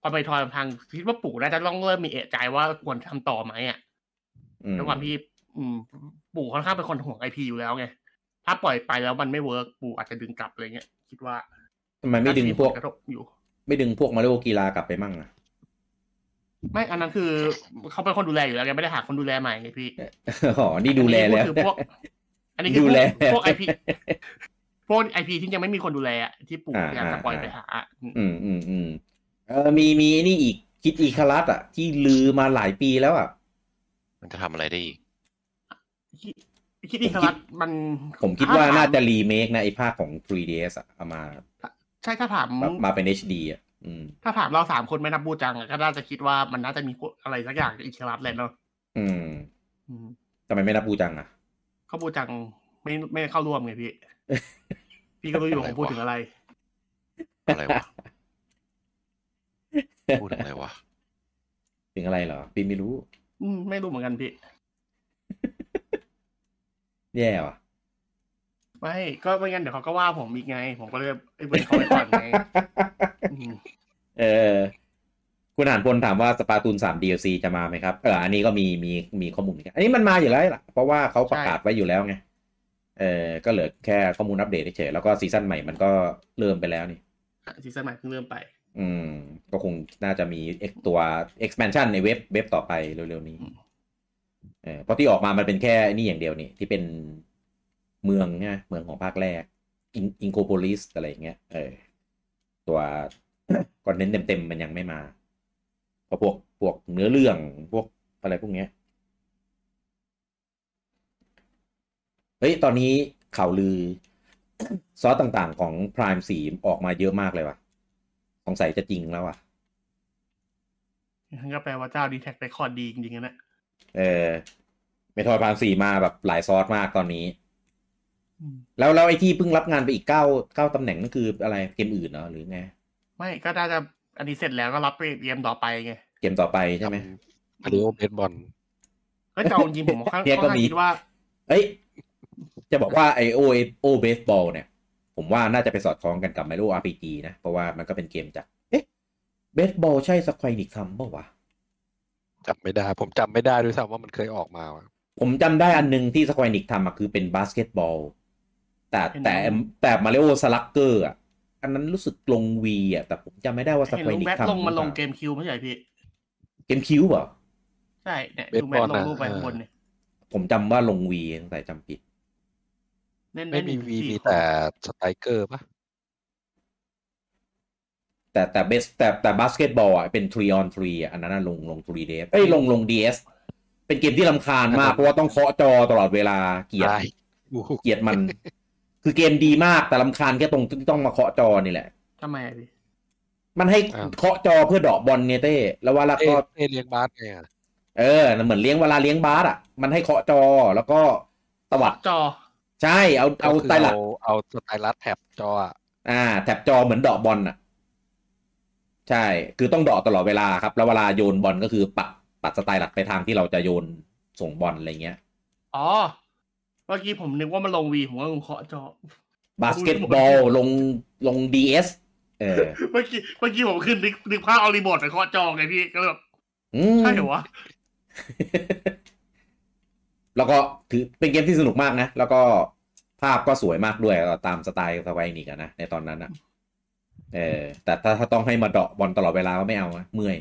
Speaker 2: พอไปทอยทางคิดว่าปู่น่าจะต้องเริ่มมีเอะใจว่าควรทำต่อไหมอ่ะ
Speaker 1: อืม
Speaker 2: ด้วยความที่อืม ปู่ค่อนข้างเป็นคนห่วงไอพีอยู่แล้วไง ถ้าปล่อยไปแล้วมันไม่เวิร์กปู่อาจจะดึงกลับอะไรเงี้ย คิดว่า
Speaker 1: ทำไมไม่ดึงพวก
Speaker 2: น่าจะผลระทบอยู่
Speaker 1: ไม่ดึงพวกมาริโอกีฬากลับไปมั่งอะ
Speaker 2: ไม่อันนั้นคือเขาเป็นคนดูแลอยู่แล้วไงไม่ได้หาคนดูแลใหม่ไงพี่
Speaker 1: อ๋อ นี่ดูแลแล้ว
Speaker 2: อันนี้คือพวก อันนี้คือ
Speaker 1: ดู
Speaker 2: พว
Speaker 1: แล
Speaker 2: กพวก ไอพีพวกไอพีที่ยังไม่มีคนดูแลอะที่ปู่
Speaker 1: อ่า
Speaker 2: พยายามจะปล่อย
Speaker 1: อ่า
Speaker 2: ไปหาอืม
Speaker 1: อืมอืมอืมเออมีมีไอ้นี่อีกคิดอีคารัสอ่ะ ที่ลือมาหลายปีแล้วอ่ะ
Speaker 3: มันจะทำอะไรได้อีก
Speaker 2: คิดคิดอีกครั้งมัน
Speaker 1: ผมคิดว่าน่าจะรีเมคนะไอภาคของ 3ds อ่ะเอามา
Speaker 2: ใช่ถ้าถาม
Speaker 1: มามาเป็น HD อ่ะ อืม
Speaker 2: ถ้าถามเราสามคนไม่นับบูจังอะก็น่าจะคิดว่ามันน่าจะมีพวกอะไรสักอย่างอีกครั้งแหละเนาะ
Speaker 1: อืม
Speaker 2: อืม
Speaker 1: ทำไมไม่รับบูจังอ่ะ
Speaker 2: เขาพูดจังไม่ไม่เข้าร่วมไง พี่ พี่ก็รู้อยู่
Speaker 3: อะไร
Speaker 2: ผ
Speaker 3: วะ
Speaker 2: มพูดถึงอะไร
Speaker 3: อะไรวะ พูดถึงอะไรวะ
Speaker 1: ถึงอะไรเหรอปีไม่รู้
Speaker 2: อืมไม่รู้เหมือนกันพี่
Speaker 1: แย่ว่ะ
Speaker 2: ไม่ก็ไม่งั้นเดี๋ยวเขาก็ว่าผมอีกไง ผมก็เลยไอ้ยเว้ยเขาไปก่อนไงอืม
Speaker 1: เออ คุณอ่านพลถามว่าสปาตูน3 DLC จะมาไหมครับ เออ อันนี้ก็มีมีมีข้อมูลเหมือนกันอันนี้มันมาอยู่แล้วล่ะ เพราะว่าเขาประกาศไว้อยู่แล้วไง เออ ก็เหลือแค่ข้อมูลอัปเดตเฉยๆแล้วก็ซีซั่นใหม่มันก็เริ่มไปแล้วนี่
Speaker 2: อ่ะซีซั่นใหม่เพิ่งเริ่มไป
Speaker 1: อืม ก็คงน่าจะมีเอ็กตัว expansion ในเว็บเว็บต่อไปเร็วๆนี้
Speaker 2: อืม
Speaker 1: เออเพราะที่ออกมามันเป็นแค่นี่อย่างเดียวนี่ ที่เป็นเมืองใช่ไหมเมืองของภาคแรก อิงโคโพลิสอะไรอย่างเงี้ย เออ ตัว คอนเทนต์เต็มๆมันยังไม่มา กับพวกพวกเนื้อเรื่องพวกอะไรพวกเนี้ยเฮ้ย ตอนนี้ข่าวลือ ซอสต่างๆของ Prime 4 ออกมาเยอะมากเลยว่ะสงสัยจะจริงแล้วว่ะ
Speaker 2: นั่นก็แปลว่าเจ้าดีแท็กไปคอร์ดดีจริงๆนะ
Speaker 1: เออเมทรอยพามสี่มาแบบหลายซอสมากตอนนี้
Speaker 2: อืม
Speaker 1: แล้วแล้วไอ้ที่เพิ่งรับงานไปอีกเก้าเก้าตำแหน่งนั่นคืออะไรเกมอื่นเนาะหรือไง
Speaker 2: ไม่ก็น่าจะอันนี้เสร็จแล้วก็รับไปเตรียมต่อไปไง
Speaker 1: เกมต่อไปใช่ไหม
Speaker 4: มาริโอเบสบอล
Speaker 2: ก็จะเอาจริงๆผมค่อน
Speaker 1: เนี่ยก็
Speaker 2: ข้าง
Speaker 1: มี
Speaker 2: คิดว่า
Speaker 1: เอ้ย จะบอกว่าไอโอโอเบสบอลเนี่ย ผมว่าน่าจะไปสอดคล้องกันกับไมโลอาร์พีจีนะ เพราะว่ามันก็เป็นเกมจาก เอ๊ะเบสบอลใช่สควอนิกทำเปล่าวะ
Speaker 4: จำไม่ได้ ผมจำไม่ได้ด้วยซ้ำว่ามันเคยออกมาว่ะ
Speaker 1: ผมจำได้อันหนึงที่สควอนิกทำอะคือเป็นบาสเกตบอล แต่
Speaker 2: เป็น
Speaker 1: แต่
Speaker 2: น้อง
Speaker 1: แต่มาริโอสลักเกอร์อ่ะ อันนั้นรู้สึกลงวีอ่ะ แต่ผมจำไม่ได้ว่าส
Speaker 2: เห็น
Speaker 1: ควอ
Speaker 2: ลุง
Speaker 1: นิก
Speaker 2: แบท
Speaker 1: ทำ
Speaker 2: ลงมาลง
Speaker 1: หรือ
Speaker 2: เก
Speaker 1: เปล่
Speaker 2: มคิวไม่ใช่เหรอพี่
Speaker 1: เกมคิวเหรอ
Speaker 2: ใช่เนี่ยลุงแบทลงรูปไปข้างบนเนี่ย
Speaker 1: ผมจำว่าลงวีแต่จำผิด
Speaker 2: เล่น
Speaker 4: ไม่
Speaker 2: เล่นอยู่
Speaker 4: มีวี
Speaker 2: สี่
Speaker 4: มี
Speaker 2: คน
Speaker 4: แต่สไตรเกอร์ปะ
Speaker 1: แต่แต่เบสแต่แต่บาสเกตบอลอ่ะเป็น3 on 3อ่ะอันนั้นนะลงลง3 d s เอ้ยลงลง DS เป็นเกมที่ลำคาญมาก เพราะว่าต้องเคาะจอตลอดเวลาเกลียด
Speaker 4: ใช่อู้หู
Speaker 1: เกลียดมัน คือเกมดีมากแต่ลำคาญแค่ตรงที่ต้องมาเคาะจอนี่แหละ
Speaker 2: ทำไมอะพี่
Speaker 1: มันให้เคาะจอเพื่อเดอกบอลไงเต้แล้วว่าแล้ว
Speaker 4: เอ้ย
Speaker 1: ก็
Speaker 4: เอ้ยเลี้ยงบาสไงอะ
Speaker 1: เออ เหมือนเลี้ยงเวลาเลี้ยงบาสอ่ะ มันให้เคาะจอแล้วก็ตวัด
Speaker 2: จอ
Speaker 1: ใช่ เอาเอา
Speaker 4: ก็คื
Speaker 1: ไตรลัด
Speaker 4: เอาเอาสไตรลัดแท็บจออะ
Speaker 1: อ่า แถบจอเหมือนเดอกบอลอ่ะ ใช่ คือต้องเดอกตลอดเวลาครับ แล้วเวลาโยนบอลก็คือปัดปัดสไตล์หลัดไปทางที่เราจะโยนส่งบอลอะไรเงี้ย
Speaker 2: อ๋อเมื่อกี้ผมนึกว่ามันลงวีผมก็งงเคาะจอ
Speaker 1: บาสเกตบอลลงลงดีเอสเออ
Speaker 2: เมื่อกี้เมื่อกี้ผมขึ้นนึกนึกภาพเอารีโมทไปเคาะจอไงพี่ก็เลยแบบ
Speaker 1: อืม
Speaker 2: ใช่เหรอวะ
Speaker 1: แล้วก็ถือเป็นเกมที่สนุกมากนะ แล้วก็ภาพก็สวยมากด้วยก็ตามสไตล์สไวนิกอะนะในตอนนั้นอะเออ แต่ถ้าถ้าต้องให้มาเดาะบอลตลอดเวลาก็ไม่เอานะเมื่อย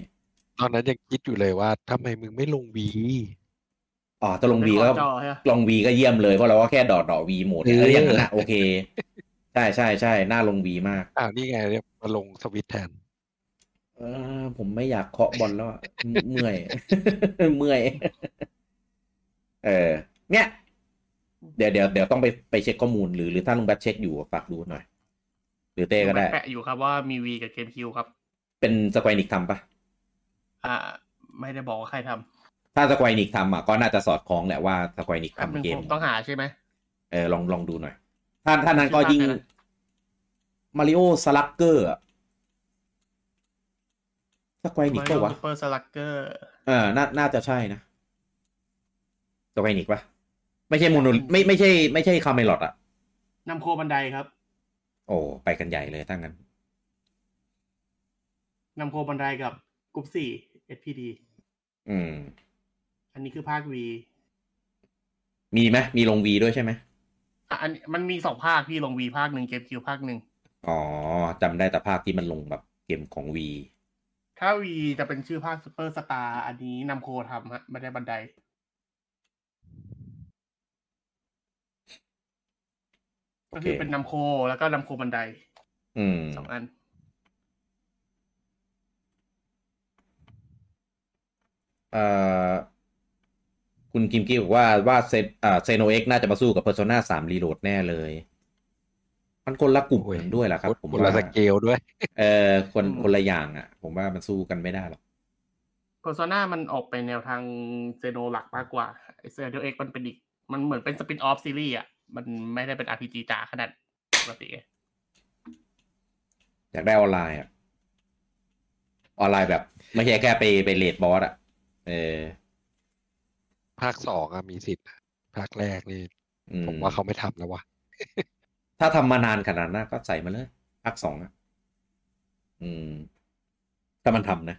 Speaker 4: ตอนนั้นยังคิดอยู่เลยว่าทำไมมึงไม่ลงวี
Speaker 1: อ๋อจะลงวีก็
Speaker 2: ไปเคาะจอใช่ปะ
Speaker 1: ลองวีก็เยี่ยมเลย เพราะเราก็แค่ดอดดอวีโหมดเนี่ยเอออย่างนั้นนะโอเค ใช่ใช่ใช่น่าลงวีมาก
Speaker 4: อ้าวนี่ไงเรียกมาลงสวิตช์แทน
Speaker 1: เออผมไม่อยากเคาะบอลแล้วอะเมื่เมื่อย เมื่อย เออ เนี่ย เดี๋ยวเดี๋ยวเดี๋ยวต้องไปไปเช็คข้อมูลหรือหรือถ้าลุงแบทเช็คอยู่ฝากดูหน่อย หรือเต้ก็ได้
Speaker 2: แปะอยู่ครับว่ามีวีกับเกมคิวครับ
Speaker 1: เป็นสควอนิกทำปะ
Speaker 2: อ่า ไม่ได้บอกว่าใครท
Speaker 1: ถ้าสควอนิกทำอ่ะก็น่าจะสอดคล้องแหละว่าสควอนิก
Speaker 2: ำแป๊บนึง
Speaker 1: ทำเกม
Speaker 2: ผมต้องหาใช่ไหม
Speaker 1: เออลองลองดูหน่อย ถ้าถ้านั้นก็ยิ่ง
Speaker 2: ชื่อภาคอะไรนะ
Speaker 1: มาริโอสลักเกอร์สควอนิกก็วะ
Speaker 2: ซูเปอร์สลักเกอร์
Speaker 1: เออน่าน่าจะใช่นะสควอนิกปะไม่ใช่โมโนไม่ไม่ใช่ไม่ใช่คาเมลอดอะ
Speaker 2: นำโคบันไดครับ
Speaker 1: โอ้ไปกันใหญ่เลยถ้างั้น
Speaker 2: นำโคบันไดกับกลุ่มสี่ SPD
Speaker 1: อืม
Speaker 2: อันนี้คือภาควี
Speaker 1: มีไหมมีลงวีด้วยใช่ไหม
Speaker 2: อ่ะอันนี้มันมีสองภาคพี่ลงวีภาคหนึ่งเกมคิวภาคหนึ่ง
Speaker 1: อ๋อจำได้แต่ภาคที่มันลงแบบเกมของวี
Speaker 2: ถ้าวีจะเป็นชื่อภาคซูเปอร์สตาร์อันนี้นำโคทำฮะไม่ได้บันได
Speaker 1: โอ
Speaker 2: ก็
Speaker 1: เค
Speaker 2: คือเป็นนำโคแล้วก็นำโคบันได
Speaker 1: อืม
Speaker 2: สองอัน
Speaker 1: เอ่อคุณกิมกี้บอกว่าว่าเซนอ่าเซโนเอ็กน่าจะมาสู้กับ Persona 3 Reload แน่เลย มันคนละกลุ่ม
Speaker 4: โอ้ย
Speaker 1: กันด้วยแหละครับ ผม
Speaker 4: คน
Speaker 1: ว่า
Speaker 4: ละสเกลด้วย
Speaker 1: เออคน
Speaker 2: อืม
Speaker 1: คนละอย่างอ่ะ ผมว่ามันสู้กันไม่ได้หรอก
Speaker 2: โพซนามันออกไปแนวทางเซโนหลักมากกว่าเซโนเอ็กมันเป็นอีก มันเหมือนเป็นสปินออฟซีรีส์อ่ะ มันไม่ได้เป็น RPG จ๋าขนาดปกติไง
Speaker 1: อยากได้ออนไลน์อ่ะ ออนไลน์แบบ ไม่ใช่แค่ไปไปเลดบอสอ่ะ เออ
Speaker 4: ภาคสองอะมีสิทธิ์นะภาคแรกนี่
Speaker 1: อื
Speaker 4: ผมว่าเขาไม่ทำแล้ววะ
Speaker 1: ถ้าทำมานานขนาดนั้นก็ใส่มาเลยภาคสองอ่ะ อืม ถ้ามันทำนะ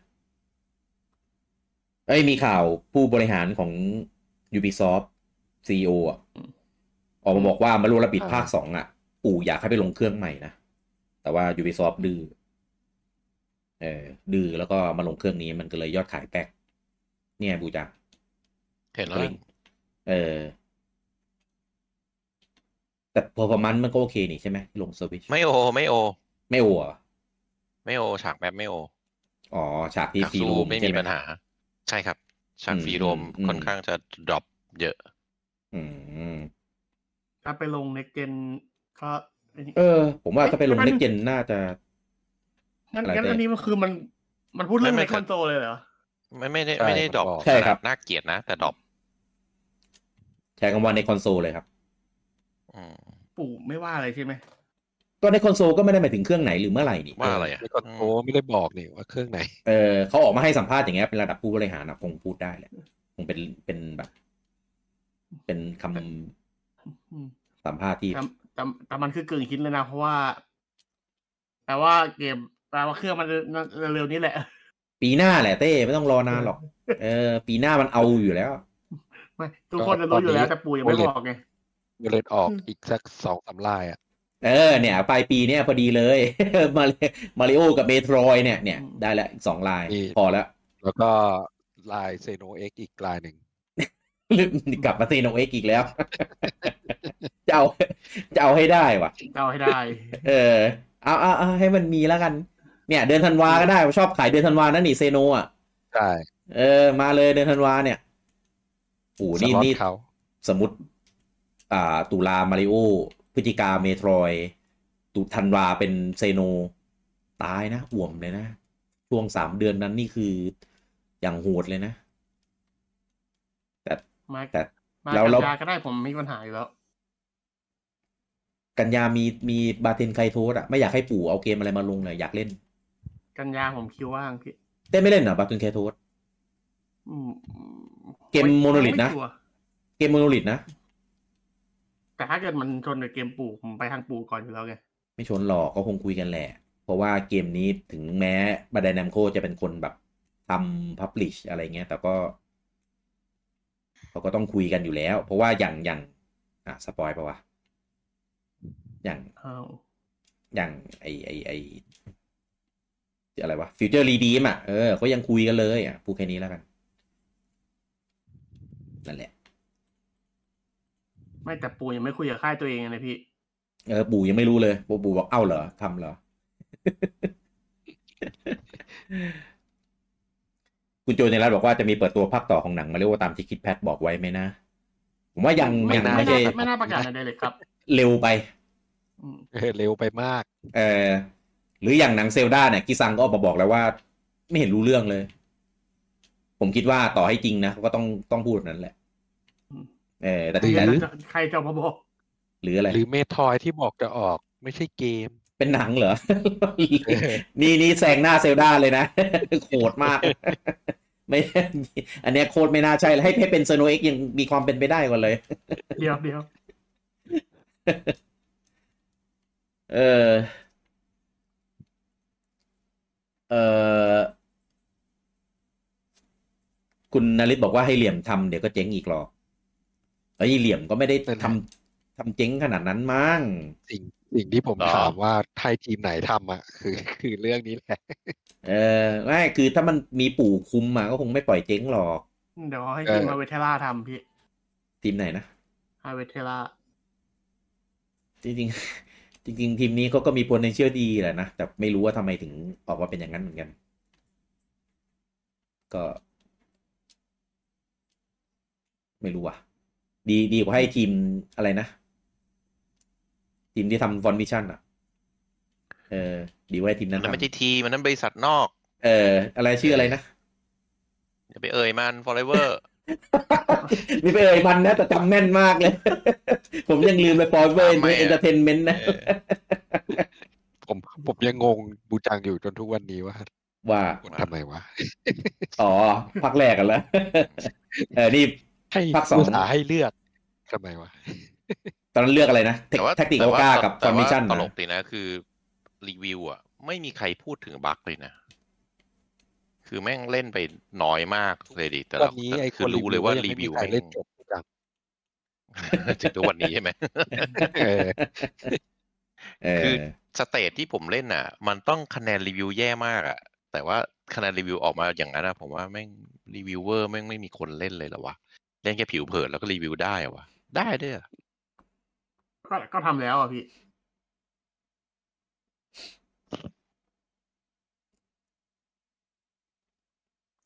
Speaker 1: เอ้ย มีข่าวผู้บริหารของ Ubisoft CEO อ่ะ ออกมาบอกว่ามารูระบิดภาคสองอ่ะ ปู่อยากให้ไปลงเครื่องใหม่นะ แต่ว่า Ubisoft ดื้อเออดื้อแล้วก็มาลงเครื่องนี้มันก็เลยยอดขายแป๊กเนี่ยบูจัง
Speaker 3: เห็นแล้วลิง
Speaker 1: เออ แต่ performance มันก็โอเคนี่ใช่ไหมลง Switch
Speaker 3: ไม่โอ ไม่โอ
Speaker 1: ไม่โอเหรอ
Speaker 3: ไม่โอ ฉากแมปไม่โอ
Speaker 1: อ๋อฉากที่
Speaker 3: ฉาก
Speaker 1: ฟรี
Speaker 3: สู้
Speaker 1: รูม
Speaker 3: ไม่
Speaker 1: ใช่
Speaker 3: มี
Speaker 1: ไหม
Speaker 3: ปัญหา ใช่ครับฉาก
Speaker 1: อืม
Speaker 3: ฟรีโรม
Speaker 1: อืม
Speaker 3: ค่อนข้างจะดรอปเยอะ
Speaker 1: อืม
Speaker 2: ถ้าไปลงในเกนก็อันนี้
Speaker 1: เออ ผมว่า
Speaker 2: เอ๊ะ
Speaker 1: ถ้าไปลง
Speaker 2: มัน
Speaker 1: เล็กเจนน่าจะ
Speaker 2: งั้น
Speaker 1: อะไร
Speaker 2: งั้น
Speaker 1: เต้
Speaker 2: อันนี้มันคือมันมันพูดเรื่อง
Speaker 3: ไม่
Speaker 2: ใน
Speaker 3: ไม่ค
Speaker 2: ครับ อนโซลเลยเหรอ
Speaker 3: ไม่ไม่ได้
Speaker 4: ใช่
Speaker 3: ไม่ได้
Speaker 4: ผม
Speaker 3: ดรอป
Speaker 4: บอก
Speaker 1: ใช่ครับ
Speaker 3: น่าเกลียดนะ แต่ดรอป
Speaker 1: แชร์กันว่าในคอนโซลเลยครับ
Speaker 3: อืม
Speaker 2: ปู่ไม่ว่าอะไรใช่ไหม
Speaker 1: ก็ในคอนโซลก็ไม่ได้หมายถึงเครื่องไหนหรือเมื่อไหร่นี่
Speaker 3: ว่าอะไรอ่ะ
Speaker 4: ไม่ก็โอ้ไม่ได้บอกนี่ว่าเครื่องไหน
Speaker 1: เออเขาออกมาให้สัมภาษณ์อย่างเงี้ยเป็นระดับผู้บริหารนะคงพูดได้แหละคงเป็นเป็นแบบ เป็นคำ
Speaker 2: อืม
Speaker 1: สัมภาษณ์ที่
Speaker 2: แต่แต่แต่มันคือกึ่งคิดเลยนะ เพราะว่าแปลว่าเกมแปลว่าเครื่องมันเร็วๆนี้แหละ
Speaker 1: ปีหน้าแหละเต้ไม่ต้องรอนานหรอก เออ ปีหน้ามันเอาอยู่แล้ว
Speaker 2: ไม่ทุกคนจะรู้อยู่แล้วแต่ปู่ยังไม่บอกไง
Speaker 4: ก็เลยออก
Speaker 2: อืม
Speaker 4: อีกสักสองสามลายอ่ะ
Speaker 1: เออเนี่ยปลายปีเนี่ยพอดีเลย มาริมาริโอกับเมโทรยเนี่ยเนี่ยได้ละอีกสองลายพอแล้ว
Speaker 4: แล้วก็ลายเซโนเอ็กอีกลายหนึ่ง
Speaker 1: กลับมาตีนกเอ็กอีกแล้ว จะเอาจะเอาให้ได้วะ
Speaker 2: เดาให้ได้
Speaker 1: เออเอาเอาเอาให้มันมีแล้วกัน เนี่ย เดือนธันวาก็ได้ผมชอบขายเดือนธันวานั่นนี่เซโนอ่ะ
Speaker 4: ใช่
Speaker 1: เออ มาเลยเดือนธันวาเนี่ยโอ้โห
Speaker 4: ส
Speaker 1: นี่
Speaker 4: ล็อต
Speaker 1: นี่
Speaker 4: เขา
Speaker 1: สมมติ อ่า ตุลามาริโอ พฤศจิกาเมโทรยตุธันวาเป็นเซโน ตายนะอ่วมเลยนะ ช่วงสามเดือนนั้นนี่คืออย่างโหดเลยนะ
Speaker 2: มา
Speaker 1: แต่
Speaker 2: มา
Speaker 1: แล้วเรา
Speaker 2: กัญญาก็ได้ผมไม่มีปัญหาอยู่แล้ว
Speaker 1: กันยามีมีบาเทนไคโทสอะไม่อยากให้ปู่เอาเกมอะไรมาลงเลยอยากเล่น
Speaker 2: กันยาผมคิวว่างพี่
Speaker 1: เต้นไม่เล่นเหรอบาเทนไคโทส
Speaker 2: อืม
Speaker 1: เกมโมโนลิทนะ
Speaker 2: ไชัวร์
Speaker 1: เกมโมโนลิทนะ
Speaker 2: แต่ถ้าเกิดมันชนกับเกมปู่ผมไปทางปู่ก่อนอยู่แล้วไง
Speaker 1: ไม่ชวนหรอกก็คงคุยกันแหละ เพราะว่าเกมนี้ถึงแม้บาดานามโคจะเป็นคนแบบทำพับลิชอะไรเงี้ย แต่ก็เขาก็ต้องคุยกันอยู่แล้ว เพราะว่าอย่างอย่างอ่ะสปอยปะวะอย่าง
Speaker 2: อ้าว
Speaker 1: อย่างไอไอไออะไรวะฟิวเจอร์รีดีมอ่ะเออเขายังคุยกันเลยอ่ะพูดแค่นี้แล้วกัน นั่นแหละ
Speaker 2: ไม่แต่ปู่ยังไม่คุยกับค่ายตัวเองเลยพี่
Speaker 1: เออปู่ยังไม่รู้เลยปู่ปู่บอกเอ้าเหรอทำเห รอ คุณโจเนรัตบอกว่าจะมีเปิดตัวภาคต่อของหนังมาเรียกว่าตามที่คิดแพทบอกไว้ไหมนะ ผมว่ายัง
Speaker 2: ไม่
Speaker 1: ยัง
Speaker 2: น่า
Speaker 1: ไม่ใช่
Speaker 2: ไม่น่าประกาศอะไรเลยครับ
Speaker 1: เร็วไป
Speaker 2: อืม
Speaker 4: เออเร็วไปมาก
Speaker 1: เออหรืออย่างหนังเซลดาเนี่ยกิซังก็ออกมาบอกแล้วว่า ไม่เห็นรู้เรื่องเลย ผมคิดว่าต่อให้จริงนะก็ต้องต้องพูดแบบนั้นแหละเออแต่
Speaker 4: หรื
Speaker 1: แต่
Speaker 2: ใครจะมาบอก
Speaker 1: หรืออะไร
Speaker 4: หรือเมทอยที่บอกจะออกไม่ใช่เกม
Speaker 1: เป็นหนังเหรอ
Speaker 4: เออ
Speaker 1: นี่นี่แซงหน้าเซลดาเลยนะ โหดมาก ไม่ อันเนี้ยโคตรไม่น่าใช่เลยให้ให้เป็นเซโนเอ็กยังมีความเป็นไปได้กว่าเลย
Speaker 2: เดี๋ยวเดี๋ยว
Speaker 1: เออ เออคุณนริศบอกว่าให้เหลี่ยมทำเดี๋ยวก็เจ๊งอีกหรอกไอ้ยเหลี่ยมก็ไม่ได้
Speaker 4: นั่นแหละ
Speaker 1: ทำทำเจ๊งขนาดนั้นมั้ง
Speaker 4: สิ่งสิ่งที่ผม
Speaker 3: หรอ
Speaker 4: ถามว่าไทยทีมไหนทำอ่ะคือคือเรื่องนี้แหละ
Speaker 1: เออไม่คือถ้ามันมีปู่คุมมาก็คงไม่ปล่อยเจ๊งหรอก
Speaker 2: เดี๋ยวให้
Speaker 4: เออ
Speaker 2: ทีมฮาเวเทล่าทำพี่
Speaker 1: ทีมไหนนะ
Speaker 2: ฮาเวเทล่า
Speaker 1: จริงๆ จริง ๆ ทีมนี้เขาก็มี potential ดีแหละนะ แต่ไม่รู้ว่าทำไมถึงออกมาเป็นอย่างนั้นเหมือนกัน ก็ ไม่รู้ว่ะ ดีดีกว่าให้ทีมอะไรนะ ทีมที่ทำฟอนมิชั่นอ่ะ เออ ดีกว่าให้ทีมนั้น
Speaker 3: นั่นไม่ใช่
Speaker 1: ทำ
Speaker 3: ทีมมันนั่นบริษัทนอก
Speaker 1: เออ อะไรชื่ออะไรนะ
Speaker 3: อย่าไปเอ่ยมัน forever
Speaker 1: นี่ไปเอ่ยมันนะ แต่จำแม่นมากเลย ผมยังลืมเลยฟอนเวอร์เอนเตอร์เทนเมนต์นะ
Speaker 3: เออ
Speaker 4: ผมผมยังงงบูจังอยู่จนทุกวันนี้ว่า
Speaker 1: ว่า
Speaker 4: กดทำไมวะ
Speaker 1: อ๋อพักแรกกันแล้ว เออนี่
Speaker 4: ให้
Speaker 1: ภาคสอง
Speaker 4: อุตส่าห์ให้เลือกทำไมวะ
Speaker 1: ตอนนั้นเลือกอะไรนะ
Speaker 3: แต่ว่า
Speaker 1: แท็กติก
Speaker 3: แต่
Speaker 1: โอ
Speaker 3: ว่
Speaker 1: กากับค
Speaker 3: แต่
Speaker 1: อน
Speaker 3: ว่า
Speaker 1: มิชั่น
Speaker 3: ตลกดี นะคือรีวิวอ่ะ ไม่มีใครพูดถึงบั๊กเลยนะ คือแม่งเล่นไปน้อยมากเลยดิแต่
Speaker 4: วั
Speaker 3: เรา
Speaker 4: นนี้
Speaker 3: แต่
Speaker 4: ไอ้
Speaker 3: คือรู้เลยว่ารีวิว
Speaker 4: ใคร
Speaker 3: แม่ง
Speaker 4: เล่นจบบูจัง
Speaker 3: ถึงทุกวันนี้ใช่ไหม
Speaker 4: เออ
Speaker 1: เอ
Speaker 3: คือ
Speaker 1: อ
Speaker 3: สเตจที่ผมเล่นอ่ะ มันต้องคะแนนรีวิวแย่มากอ่ะ แต่ว่าคะแนนรีวิวออกมาอย่างนั้นนะผมว่าแม่งรีวิวเวอร์แม่งไม่มีคนเล่นเลยเหรอวะ เล่นแค่ผิวเผินแล้วก็รีวิวได้เหรอวะ ได้ด้วยเหรอ
Speaker 2: ก็ก็ทำแล้วอ่ะพี่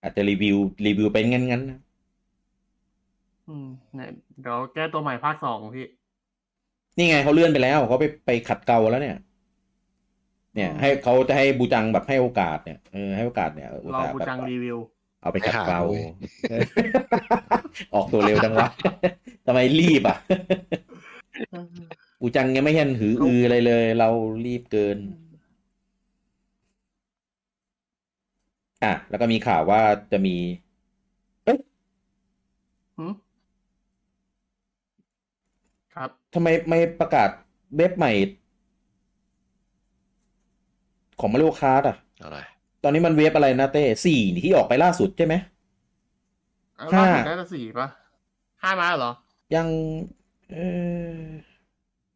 Speaker 1: อาจจะรีวิวรีวิวเป็นงั้นงั้นๆนะ
Speaker 2: อืมเนี่ยเดี๋ยวแก้ตัวใหม่ภาคสองพี่
Speaker 1: นี่ไงเขาเลื่อนไปแล้วเขาไปไปขัดเกลาแล้วเนี่ย เนี่ย
Speaker 2: อืม
Speaker 1: ให้เขาจะให้บูจังแบบให้โอกาสเนี่ยเออให้โอกาสเนี่ยอุต
Speaker 2: รอ
Speaker 1: ส่าห์
Speaker 2: บู
Speaker 1: แบบ
Speaker 2: จังรีวิว
Speaker 1: เอาไปขัดเกลา
Speaker 4: ไปหาเว้ย
Speaker 1: เออ ออกตัวเร็วจังวะ ทำไมรีบอ่ะ อูจังยังไม่เห็นหืออืออะไรเลย เรารีบเกิน อ่ะ แล้วก็มีข่าวว่าจะมี
Speaker 2: หืมครับ
Speaker 1: ทำไมไม่ประกาศเว็บใหม่ ของมาริโอคาร์ดอ่ะ
Speaker 3: อะไร
Speaker 1: ตอนนี้มันเว็บอะไรนะเต้สี่ที่ออกไปล่าสุดใช่ไหม
Speaker 2: เอา
Speaker 1: ห้า
Speaker 2: ล่าสุดได้ละสี่ปะห้ามาเหรอ
Speaker 1: ยัง เออ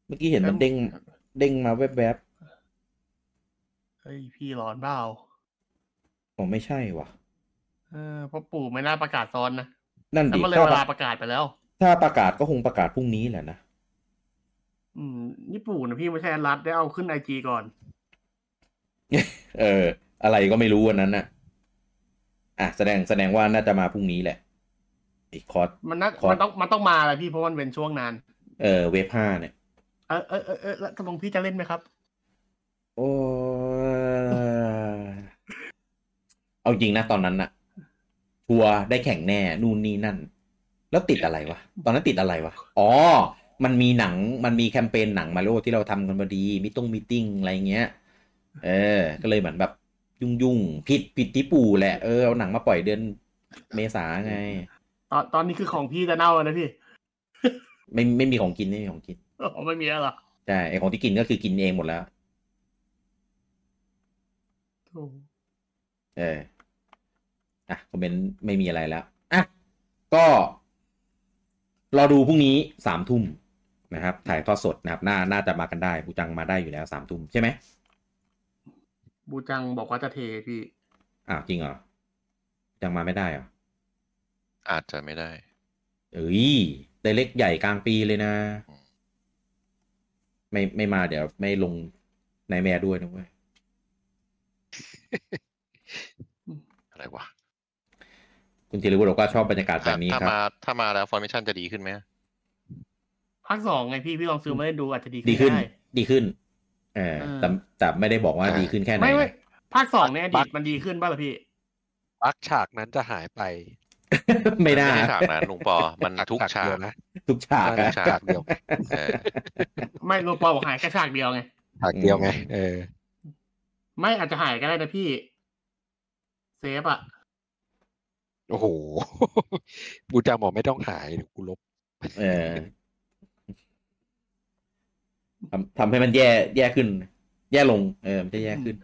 Speaker 1: เมื่อกี้เห็นมันเด้ง เด้งมาแวบ
Speaker 2: เฮ้ยพี่ร้อนเปล่า
Speaker 1: ๆผมไม่ใช่ว่ะ
Speaker 2: เออเพราะปู่ไม่น่าประกาศซ้อนนะ
Speaker 1: นั่น
Speaker 2: แล้ว
Speaker 1: ดิ
Speaker 2: มันเลย
Speaker 1: ถ้า
Speaker 2: เว
Speaker 1: ป
Speaker 2: ลา
Speaker 1: ระ
Speaker 2: ประกาศไปแล้ว
Speaker 1: ถ้าประกาศก็คงประกาศพรุ่งนี้แหละนะ
Speaker 2: อืมนี่ปู่นะพี่ไม่ใช่แอดรัดได้เอาขึ้นไอจีก่อน
Speaker 1: เออ อะไรก็ไม่รู้วันนั้นน่ะ อ่ะ แสดงแสดงว่าน่าจะมาพรุ่งนี้แหละอีกคอร์ส
Speaker 2: มันน่า
Speaker 1: ขอ
Speaker 2: มันต้องมันต้องมาอะไรพี่เพราะมันเป็นช่วงนาน
Speaker 1: เออเวฟห้าเนี่ย
Speaker 2: เออเออเออเออแล้วตกลงพี่จะเล่นไหมครับ
Speaker 1: โอ้ยเอาจริงนะ ตอนนั้นน่ะ ทัวร์ได้แข่งแน่ นู่นนี่นั่น แล้วติดอะไรวะ ตอนนั้นติดอะไรวะ อ๋อ มันมีหนัง มันมีแคมเปญหนังมาริโอที่เราทำกันพอดีมิตงมิติ้งอะไรเงี้ย เออ ก็เลยเหมือนแบบ ยุ่งยุ่งๆผิดผิดที่ปู่แหละ เออเอาหนังมาปล่อยเดือนเมษาไง
Speaker 2: ตอนตอนนี้คือของพี่จะเน่าแล้วนะพี่
Speaker 1: ไม่ไม่มีของกินไม่มีของกิน
Speaker 2: อ๋อไม่มีแล้วเหรอ
Speaker 1: ใช่ไอของที่กินก็คือกินเองหมดแล้ว
Speaker 2: โถ่
Speaker 1: เอออ่ะคอมเมนต์ไม่มีอะไรแล้วอ่ะก็รอดูพรุ่งนี้สามทุ่มนะครับ ถ่ายทอดสดนะครับ น่าน่าจะมากันได้กูจังมาได้อยู่แล้วสามทุ่มใช่ไหม
Speaker 2: บูจังบอกว่าจะเทพี่
Speaker 1: อ้าวจริงเหรอจังมาไม่ได้เหรอ
Speaker 3: อาจจะไม่ได้
Speaker 1: เอ้ยได้เล็กใหญ่กลางปีเลยนะ ไม่ไม่มาเดี๋ยวไม่ลงในแม่ด้วยนะเว้ย
Speaker 3: อะไรวะ
Speaker 1: คุณธีรวุฒิบอกว่าชอบบรรยากาศแบ
Speaker 3: ถ้า
Speaker 1: บนี้
Speaker 3: ถ้า
Speaker 1: ครับ
Speaker 3: มาถ้ามาแล้วฟอร์เมชันจะดีขึ้นไหม
Speaker 2: ภาคสองไงพี่พี่ลองซื้อมาเล่นดูอาจจะดี
Speaker 1: ดีขึ้น
Speaker 2: ได้
Speaker 1: ดีขึ้น เออ
Speaker 2: เออ
Speaker 1: แต่แต่ไม่ได้บอกว่าดีขึ้นแค่ไหน
Speaker 2: ไม่ไม่
Speaker 1: นะ
Speaker 2: ภาคสองในอ
Speaker 4: บั
Speaker 2: ดี
Speaker 4: ก
Speaker 2: ตมันดีขึ้นบ้างเหรอพี่
Speaker 4: บักฉากนั้นจะหายไป
Speaker 1: ไม่น่า
Speaker 3: ด้ฉากนะลุงปอมันทุก
Speaker 4: ฉ
Speaker 3: ฉาก
Speaker 4: เดียวนะ
Speaker 1: ทุกฉาก
Speaker 4: ได้
Speaker 1: อะ
Speaker 4: ฉากเดียว
Speaker 3: เออ
Speaker 2: ไม่โนปอบอกหายแค่ฉากเดียวไง
Speaker 4: ฉากเดียวไงเออ
Speaker 2: ไม่อาจจะหายก็ได้นะพี่ เซฟอะ
Speaker 4: โอ้โห บูจาบอกไม่ต้องหายเดี๋ยวกูลบ
Speaker 1: เออทำทำให้มันแย่แย่ขึ้น แย่ลง เออ มันจะแย่ขึ้น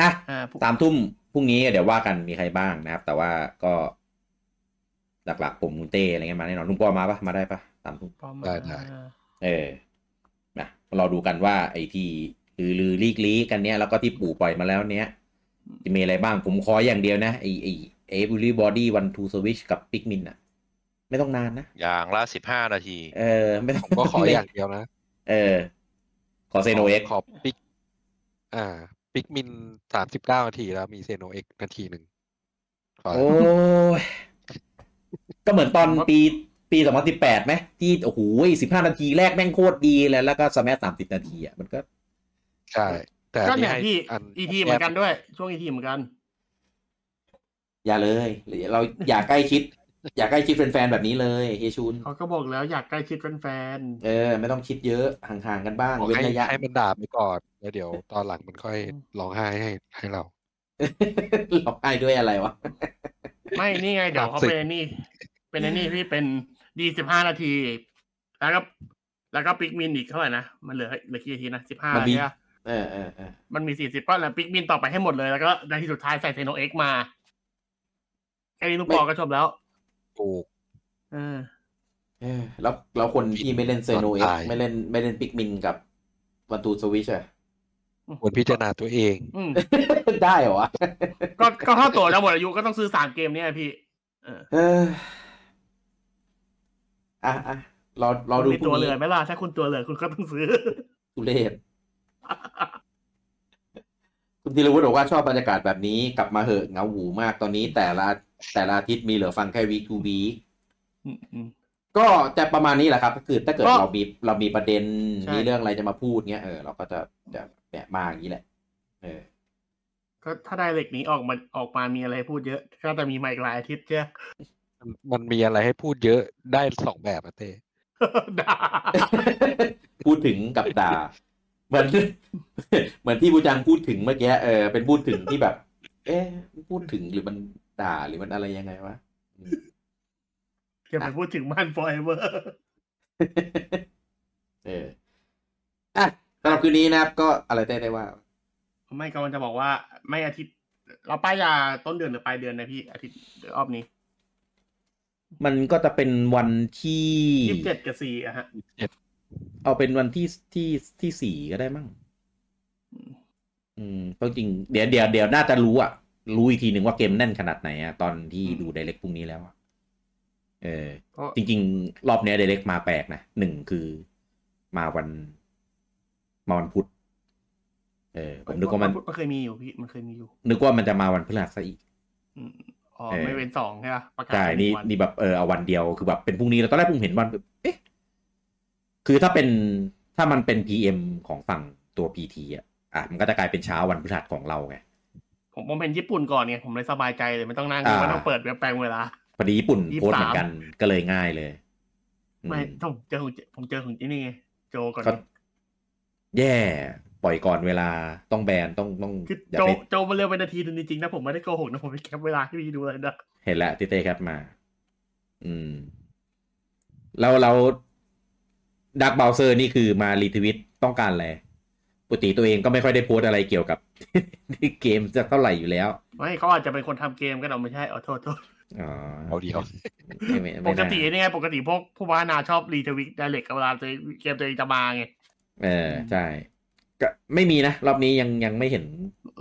Speaker 1: อ่ะ
Speaker 2: อ่าพวก
Speaker 1: สามทุ่มพรุ่งนี้เดี๋ยวว่ากันมีใครบ้างนะครับ แต่ว่าก็ หลักๆ ผมมุนเต้อะไรเงี้ยมาแน่นอนลุงปอมาปะมาได้ปะสามทุ่ม
Speaker 2: ปอม
Speaker 4: ได้ได้
Speaker 1: เออนะรอดูกันว่า ไอ้ที่ลือลือลีกลีกันเนี้ยแล้วก็ที่ปู่ปล่อยมาแล้วเนี้ยจะมีอะไรบ้างผมขออย่างเดียวนะไอ้ไอ้เอฟวิลี่บอดี้วันทูสวิชกับปิกมินอะไม่ต้องนานนะ
Speaker 3: อย่างละสิบห้านาที
Speaker 1: เออ ไม่ต้อง
Speaker 4: ผมก็ขออย่างเดียวนะ
Speaker 1: เออ ขอเซโนเอ็ก
Speaker 4: ขอปิก อ่า ปิกมินสามสิบเก้านาทีแล้วมีเซโนเอ็กนาทีหนึ่งขอ
Speaker 1: โอ้ยก็เหมือนตอนปีปีสองพันสิบแปดไหมที่โอ้โหสิบห้านาทีแรกแม่งโคตรดีเลยแล้วก็สมัยสามสิบนาทีอ่ะมันก็
Speaker 4: ใช่ แต่
Speaker 2: ก็
Speaker 4: อัน
Speaker 2: เนี่
Speaker 4: นี่
Speaker 2: ย
Speaker 4: ให้
Speaker 2: พี่
Speaker 4: อัน
Speaker 2: อีทีเหมือนกันด้วย ช่วงอีทีเหมือนกัน
Speaker 1: อย่าเลยเราอย่าใกล้ชิด อย่าใกล้ชิดแฟนๆแบบนี้เลยเฮยชุน
Speaker 2: เขาก็บอกแล้วอยากใกล้ชิดแฟน
Speaker 1: เออ ไม่ต้องคิดเยอะห่างๆกันบ้าง
Speaker 4: บอก
Speaker 1: เว้น
Speaker 4: ให้
Speaker 1: ระยะ
Speaker 4: ให้มันด่าไปก่อนแล้วเดี๋ยวตอนหลังมันค่อยร้องไห้ให้ให้เรา
Speaker 1: หลอกไอ้ด้วยอะไรวะ
Speaker 2: ๆ ไม่นี่ไง เดี๋ยวเขาเป็นไอ้นี่ เป็นไอ้นี่พี่เป็นดีสิบห้านาที แล้วก็แล้วก็ปิกมินอีกเท่าไหร่นะ มันเหลือเหลือกี่นาทีนะสิบห้า
Speaker 1: มันมี
Speaker 2: ใช่ปะ
Speaker 1: เออเออเออ
Speaker 2: มันมีสี่สิบก็แล้วปิกมินต่อไปให้หมดเลย แล้วก็ในที่สุดท้ายใส่เซโนเอ็กมาแค่นี้ลูกปอก็จบแล้ว
Speaker 4: ถูก
Speaker 2: เออ
Speaker 1: เออแล้วแล้วคนที่ไม่เล่นเซโนเอ็ก
Speaker 4: ตาย
Speaker 1: ไม่เล่นไม่เล่นปิกมินกับวันทูสวิชอะ
Speaker 4: ควรพิจารณาตัวเอง
Speaker 2: อืม
Speaker 1: ได้เหรอวะ
Speaker 2: ก็ก็เท่าตัวแล้วหมดอายุก็ต้องซื้อสามเกมเนี่ยพี่ เออ
Speaker 1: เอออ่ะอ่ะรอรอดู
Speaker 2: คุณมี
Speaker 1: พรุ่
Speaker 2: ตัว
Speaker 1: ง
Speaker 2: เหลื
Speaker 1: นี้
Speaker 2: อไหมล่ะถ้า คุณตัวเหลือคุณก็ต้องซื้อ
Speaker 1: ทุเรศคุณ ธีรวุฒิบอกว่าชอบบรรยากาศแบบนี้กลับมาเหอะเหงาหูมากตอนนี้แต่ละแต่ละอาทิตย์มีเหลือฟังแค่วีทูวี
Speaker 2: อืมอืม
Speaker 1: ก็จะประมาณนี้แหละครับก็คือถ้าเกิด
Speaker 2: ก็
Speaker 1: เรามีเรามีประเด็น
Speaker 2: ใช่
Speaker 1: มีเรื่องอะไรจะมาพูดเงี้ยเออเราก็จะจะแบบมาอย่างนี้แหละ เอ อ
Speaker 2: ก็ถ้าได้เหล็กนี้ออกมาออกมามีอะไรพูดเยอะ ก็จะมีไมค์หลายอาทิตย์เจ้า
Speaker 4: มันมีอะไรให้พูดเยอะได้สองแบบอะเต้
Speaker 2: ด่า
Speaker 1: พูดถึงกับด่าเหมือน เหมือนที่บูจังพูดถึงเมื่อกี้เออเป็นพูดถึงที่แบบ เอ๊ะพูดถึงหรือมันด่าหรือมันอะไรยังไงวะ
Speaker 2: อย่าไปพูดถึงมันฟอยเวอร์
Speaker 1: เอออ่ะสำหรับคืนนี้นะครับ ก็อะไรได้ได้ว่า
Speaker 2: ไม่กำลังจะบอกว่า ไม่อาทิตย์ เราป้ายยาต้นเดือนหรือปลายเดือนนะพี่อาทิตย์รอบนี้
Speaker 1: มันก็จะเป็นวันที่
Speaker 2: ยี่สิบเจ็ดกับสี่อะฮะ
Speaker 1: เอาเป็นวันที่ที่ที่สี่ก็ได้มั้ง
Speaker 2: อืม
Speaker 1: อืมก็จริงเดี๋ยวเดี๋ยวเดี๋ยวน่าจะรู้อะรู้อีกทีหนึ่งว่าเกมแน่นขนาดไหนอะตอนที่ดูไดเ c กพรุ่งนี้แล้วอะเออ
Speaker 2: เพราะ
Speaker 1: จริง ๆ รอบเนี้ไดเ c กมาแปลกนะหนึ่งคือมาวัน มาวันพุธเออ ผมนึกว่ามัน
Speaker 2: มันเคยมีอยู่พี่มันเคยมีอยู่
Speaker 1: นึกว่ามันจะมาวันพฤหัสซะอีก
Speaker 2: อืมอ๋อ
Speaker 1: เออ
Speaker 2: ไม่เป็นสองใช่ปะประกาศ
Speaker 1: ใช่
Speaker 2: เป็
Speaker 1: นี่
Speaker 2: วั
Speaker 1: นี่แบบเออเอาวันเดียวคือแบบเป็นพรุ่งนี้แล้วตอนแรกผมเห็นวันแบบเอ๊ะคือถ้าเป็นถ้ามันเป็น PM ของฝั่งตัว PT อ่ะอ่ะมันก็จะกลายเป็นเช้าวันพฤหัสของเราไง
Speaker 2: ผมผมเป็นญี่ปุ่นก่อนไงผมเลยสบายใจเลยไม่ต้องนั่ง
Speaker 1: อ่า
Speaker 2: ไม่ต้องเปิดเว็บแปลงเวลา
Speaker 1: พอดีญี่ปุ่น
Speaker 2: ยี่สิบ
Speaker 1: โพสต์เหมือน
Speaker 2: สาม
Speaker 1: กันก็เลยง่ายเลยอื
Speaker 2: ไม่ต้องเจอของผมเจอของที่นี่ไงโจก่อน
Speaker 1: ก็แย่ปล่อยก่อนเวลาต้องแบนต้องต้อง
Speaker 2: คือ
Speaker 1: อย่า
Speaker 2: โจ
Speaker 1: ไป
Speaker 2: โจมันเร็วไปนาทีนึงจริงๆนะผมไม่ได้โกหกนะผมไปแคปเวลาให้พี่ดูเลยนะ
Speaker 1: เห็นแล้วติเต้ครับมา อืม แล้วเราดักเบลเซอร์นี่คือมารีทวิตต้องการอะไรปกติตัวเองก็ไม่ค่อยได้โพสต์อะไรเกี่ยวกับ เกมจะเท่าไหร่อยู่แล้ว
Speaker 2: ไม่เขาอาจจะเป็นคนทำเกมก็ได้ไม่ใช่อ๋อโทษโทษ
Speaker 1: อ๋อ
Speaker 4: เอาเดียว
Speaker 1: ไม่ไม่
Speaker 2: ป
Speaker 1: ไม่
Speaker 2: ก
Speaker 1: น่า
Speaker 2: ติเนี่ยไงปกติพวกผู้พัฒนาชอบรีทวิตไดเรกเวลาตัวเองเกมตัวเองจะมาไง
Speaker 1: เออใช่ก็ไม่มีนะ รอบนี้ยังยังไม่เห็น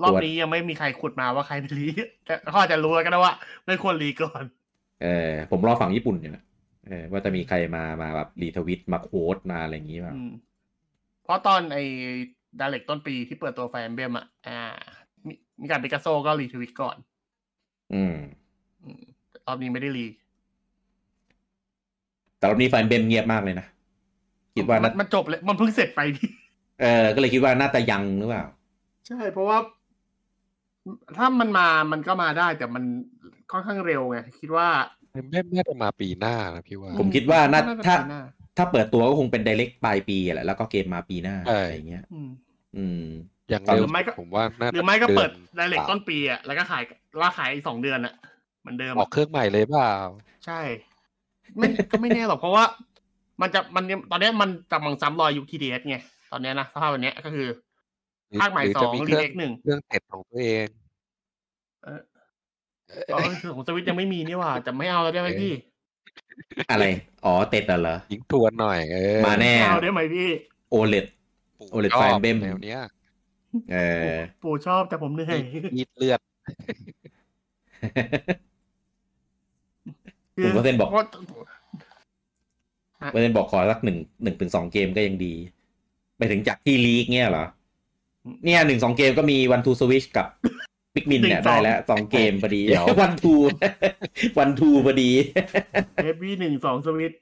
Speaker 2: รอบนี้ยังไม่มีใครขุดมาว่าใครเป็นรี แต่เขาอาจจะรู้แล้วก็ได้ว่า ไม่ควรรีก่อน
Speaker 1: เออผมรอฝั่งญี่ปุ่นอยู่นะเออว่าจะมีใครมามาแบบรีทวิตมาโค้ดมาอะไรอย่างนี้ป่ะ
Speaker 2: อืมเพราะตอนไอ้ดาเรกต้นปีที่เปิดตัวแฟนเบมอ่ะอ่า มีมีการปิกัสโซก็รีทวิตก่อน
Speaker 1: อืม
Speaker 2: รอบนี้ไม่ได้รี
Speaker 1: แต่รอบนี้ไฟนเบมเงียบมากเลยนะ คิดว่า
Speaker 2: มั
Speaker 1: น่าน
Speaker 2: มันจบเลยมันเพิ่งเสร็จไปพี่
Speaker 1: เออก็เลยคิดว่าน่าจะยังหรือเปล่า
Speaker 2: ใช่เพราะว่า ถ้ามันมามันก็มาได้แต่มันค่อนข้างเร็วไงคิดว่า
Speaker 4: ไม่น่าจะมาปีหน้านะพี่ว่า
Speaker 1: ผมคิดว่าน่า
Speaker 2: จะ
Speaker 1: ถ้า
Speaker 2: ปีหน้
Speaker 1: ถ้าเปิดตัวก็คงเป็นไดเ e กปลายปีแหละแล้วก็เกมมาปีหน้า
Speaker 4: ใช่
Speaker 1: อะไรอย่างเงี้ย
Speaker 2: อืม
Speaker 1: อืม
Speaker 4: อย่าง
Speaker 2: ห
Speaker 4: เร็
Speaker 2: รื
Speaker 4: ว
Speaker 2: อไม่ก็
Speaker 4: ผมว่าน่า
Speaker 2: หรือไม่ก็เปิด
Speaker 4: น
Speaker 2: ไดเรกต้นปีอ่ะแล้วก็ขายล่าขายอีกสองเดือนอ่ะเหมือนเดิม
Speaker 4: ออกเครื่องใหม่เลยเปล่า
Speaker 2: ใช่ ไม่ก็ไม่แน่หรอกเพราะว่า มันจะมันยังตอนเนี้ยมันกำลังซ้ำรอยยุคทีดีเอสไงตอนเนี้ยนะสภาพวันเนี้ยก็คือ ภาคใหม่
Speaker 4: รือ
Speaker 2: สอง
Speaker 4: จะ
Speaker 2: รี
Speaker 4: เครื่
Speaker 2: เมคหนึ่ง
Speaker 4: เครื่องเสร็จของตัวเอง
Speaker 2: เออเออของสวิตยังไม่มีนี่หว่าจะไม่เอาแล้วได้ไหมพี่
Speaker 1: อะไร อ๋อ เต็ดอะเหรอ
Speaker 4: ยิงทวนหน่อยเออ
Speaker 1: มาแน่
Speaker 2: ไม่เอาได้ไหมพี่
Speaker 1: โอเลด
Speaker 4: ปู่
Speaker 1: โอเลต
Speaker 4: ชบ
Speaker 1: แฟนเบ้ม
Speaker 4: แนวเนี้ย
Speaker 1: เออ
Speaker 2: ปู่ชอบแต่ผมเหนื่อย
Speaker 4: ยีดเลือด
Speaker 1: ผมก็เต้นบอก
Speaker 2: เพราะ
Speaker 1: เต้นบอกขอสักหนึ่งหนึ่งถึงสองเกมก็ยังดีไปถึงจากที่ลีกเนี่ยเหรอ เนี่ยหนึ่งสองเกมก็มีวันทูสวิชกับปิกมินเนี่ยได้แล้วสองเกมพอดี
Speaker 4: เดี๋ยว
Speaker 1: วันทูวันทูพอดี
Speaker 2: เอฟวีหนึ่งสองสวิต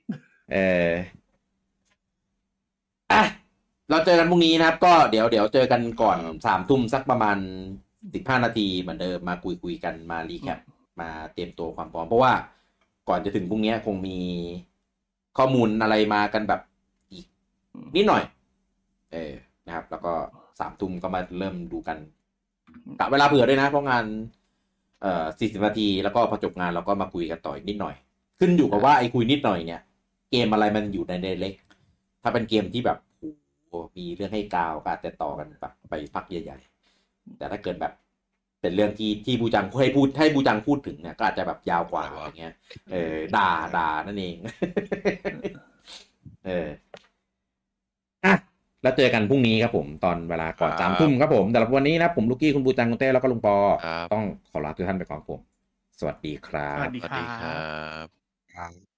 Speaker 1: เอออ่ะเราเจอกันพรุ่งนี้นะครับ ก็เดี๋ยวเดี๋ยวเจอกันก่อนสามทุ่มสักประมาณสิบห้านาทีเหมือนเดิมมาคุยคุยกันมารีแคปมาเตรียมตัวความพร้อม เพราะว่าก่อนจะถึงพรุ่งนี้คงมีข้อมูลอะไรมากันแบบอีกนิดหน่อย เออนะครับ แล้วก็สามทุ่มก็มาเริ่มดูกันกะเวลาเผื่อด้วยนะ เพราะงาน เอ่อสี่สิบนาทีแล้วก็พอจบงานเราก็มาคุยกันต่ออีกนิดหน่อย ขึ้นอยู่กับว่าไอ้คุยนิดหน่อยเนี่ย เกมอะไรมันอยู่ในเดเล็ก ถ้าเป็นเกมที่แบบโอ้โหมีเรื่องให้กาวก็อาจจะต่อกันแบบไปพักใหญ่ๆ แต่ถ้าเกิดแบบเป็นเรื่องที่ที่บูจังให้พูดให้บูจังพูดถึงเนี่ยก็อาจจะแบบยาวกว่าอย่างเงี้ย เออด่าด่านั่นเอง เอออ่ะแล้วเจอกันพรุ่งนี้ครับผมตอนเวลาก่อน
Speaker 3: ครั
Speaker 1: สา
Speaker 3: บ
Speaker 1: มทุ่มครับผมสำหรับวันนี้นะผมลูกกี้คุณบูจังคุณเต้แล้วก็ลุงปอ
Speaker 3: ครับ
Speaker 1: ต้องขอลาทุกท่านไปก่อนครับผม สวัสดีครั
Speaker 2: สวั
Speaker 1: บ
Speaker 2: สดี
Speaker 3: สวัส
Speaker 2: ครั
Speaker 3: ดีครับ บ
Speaker 4: ครับ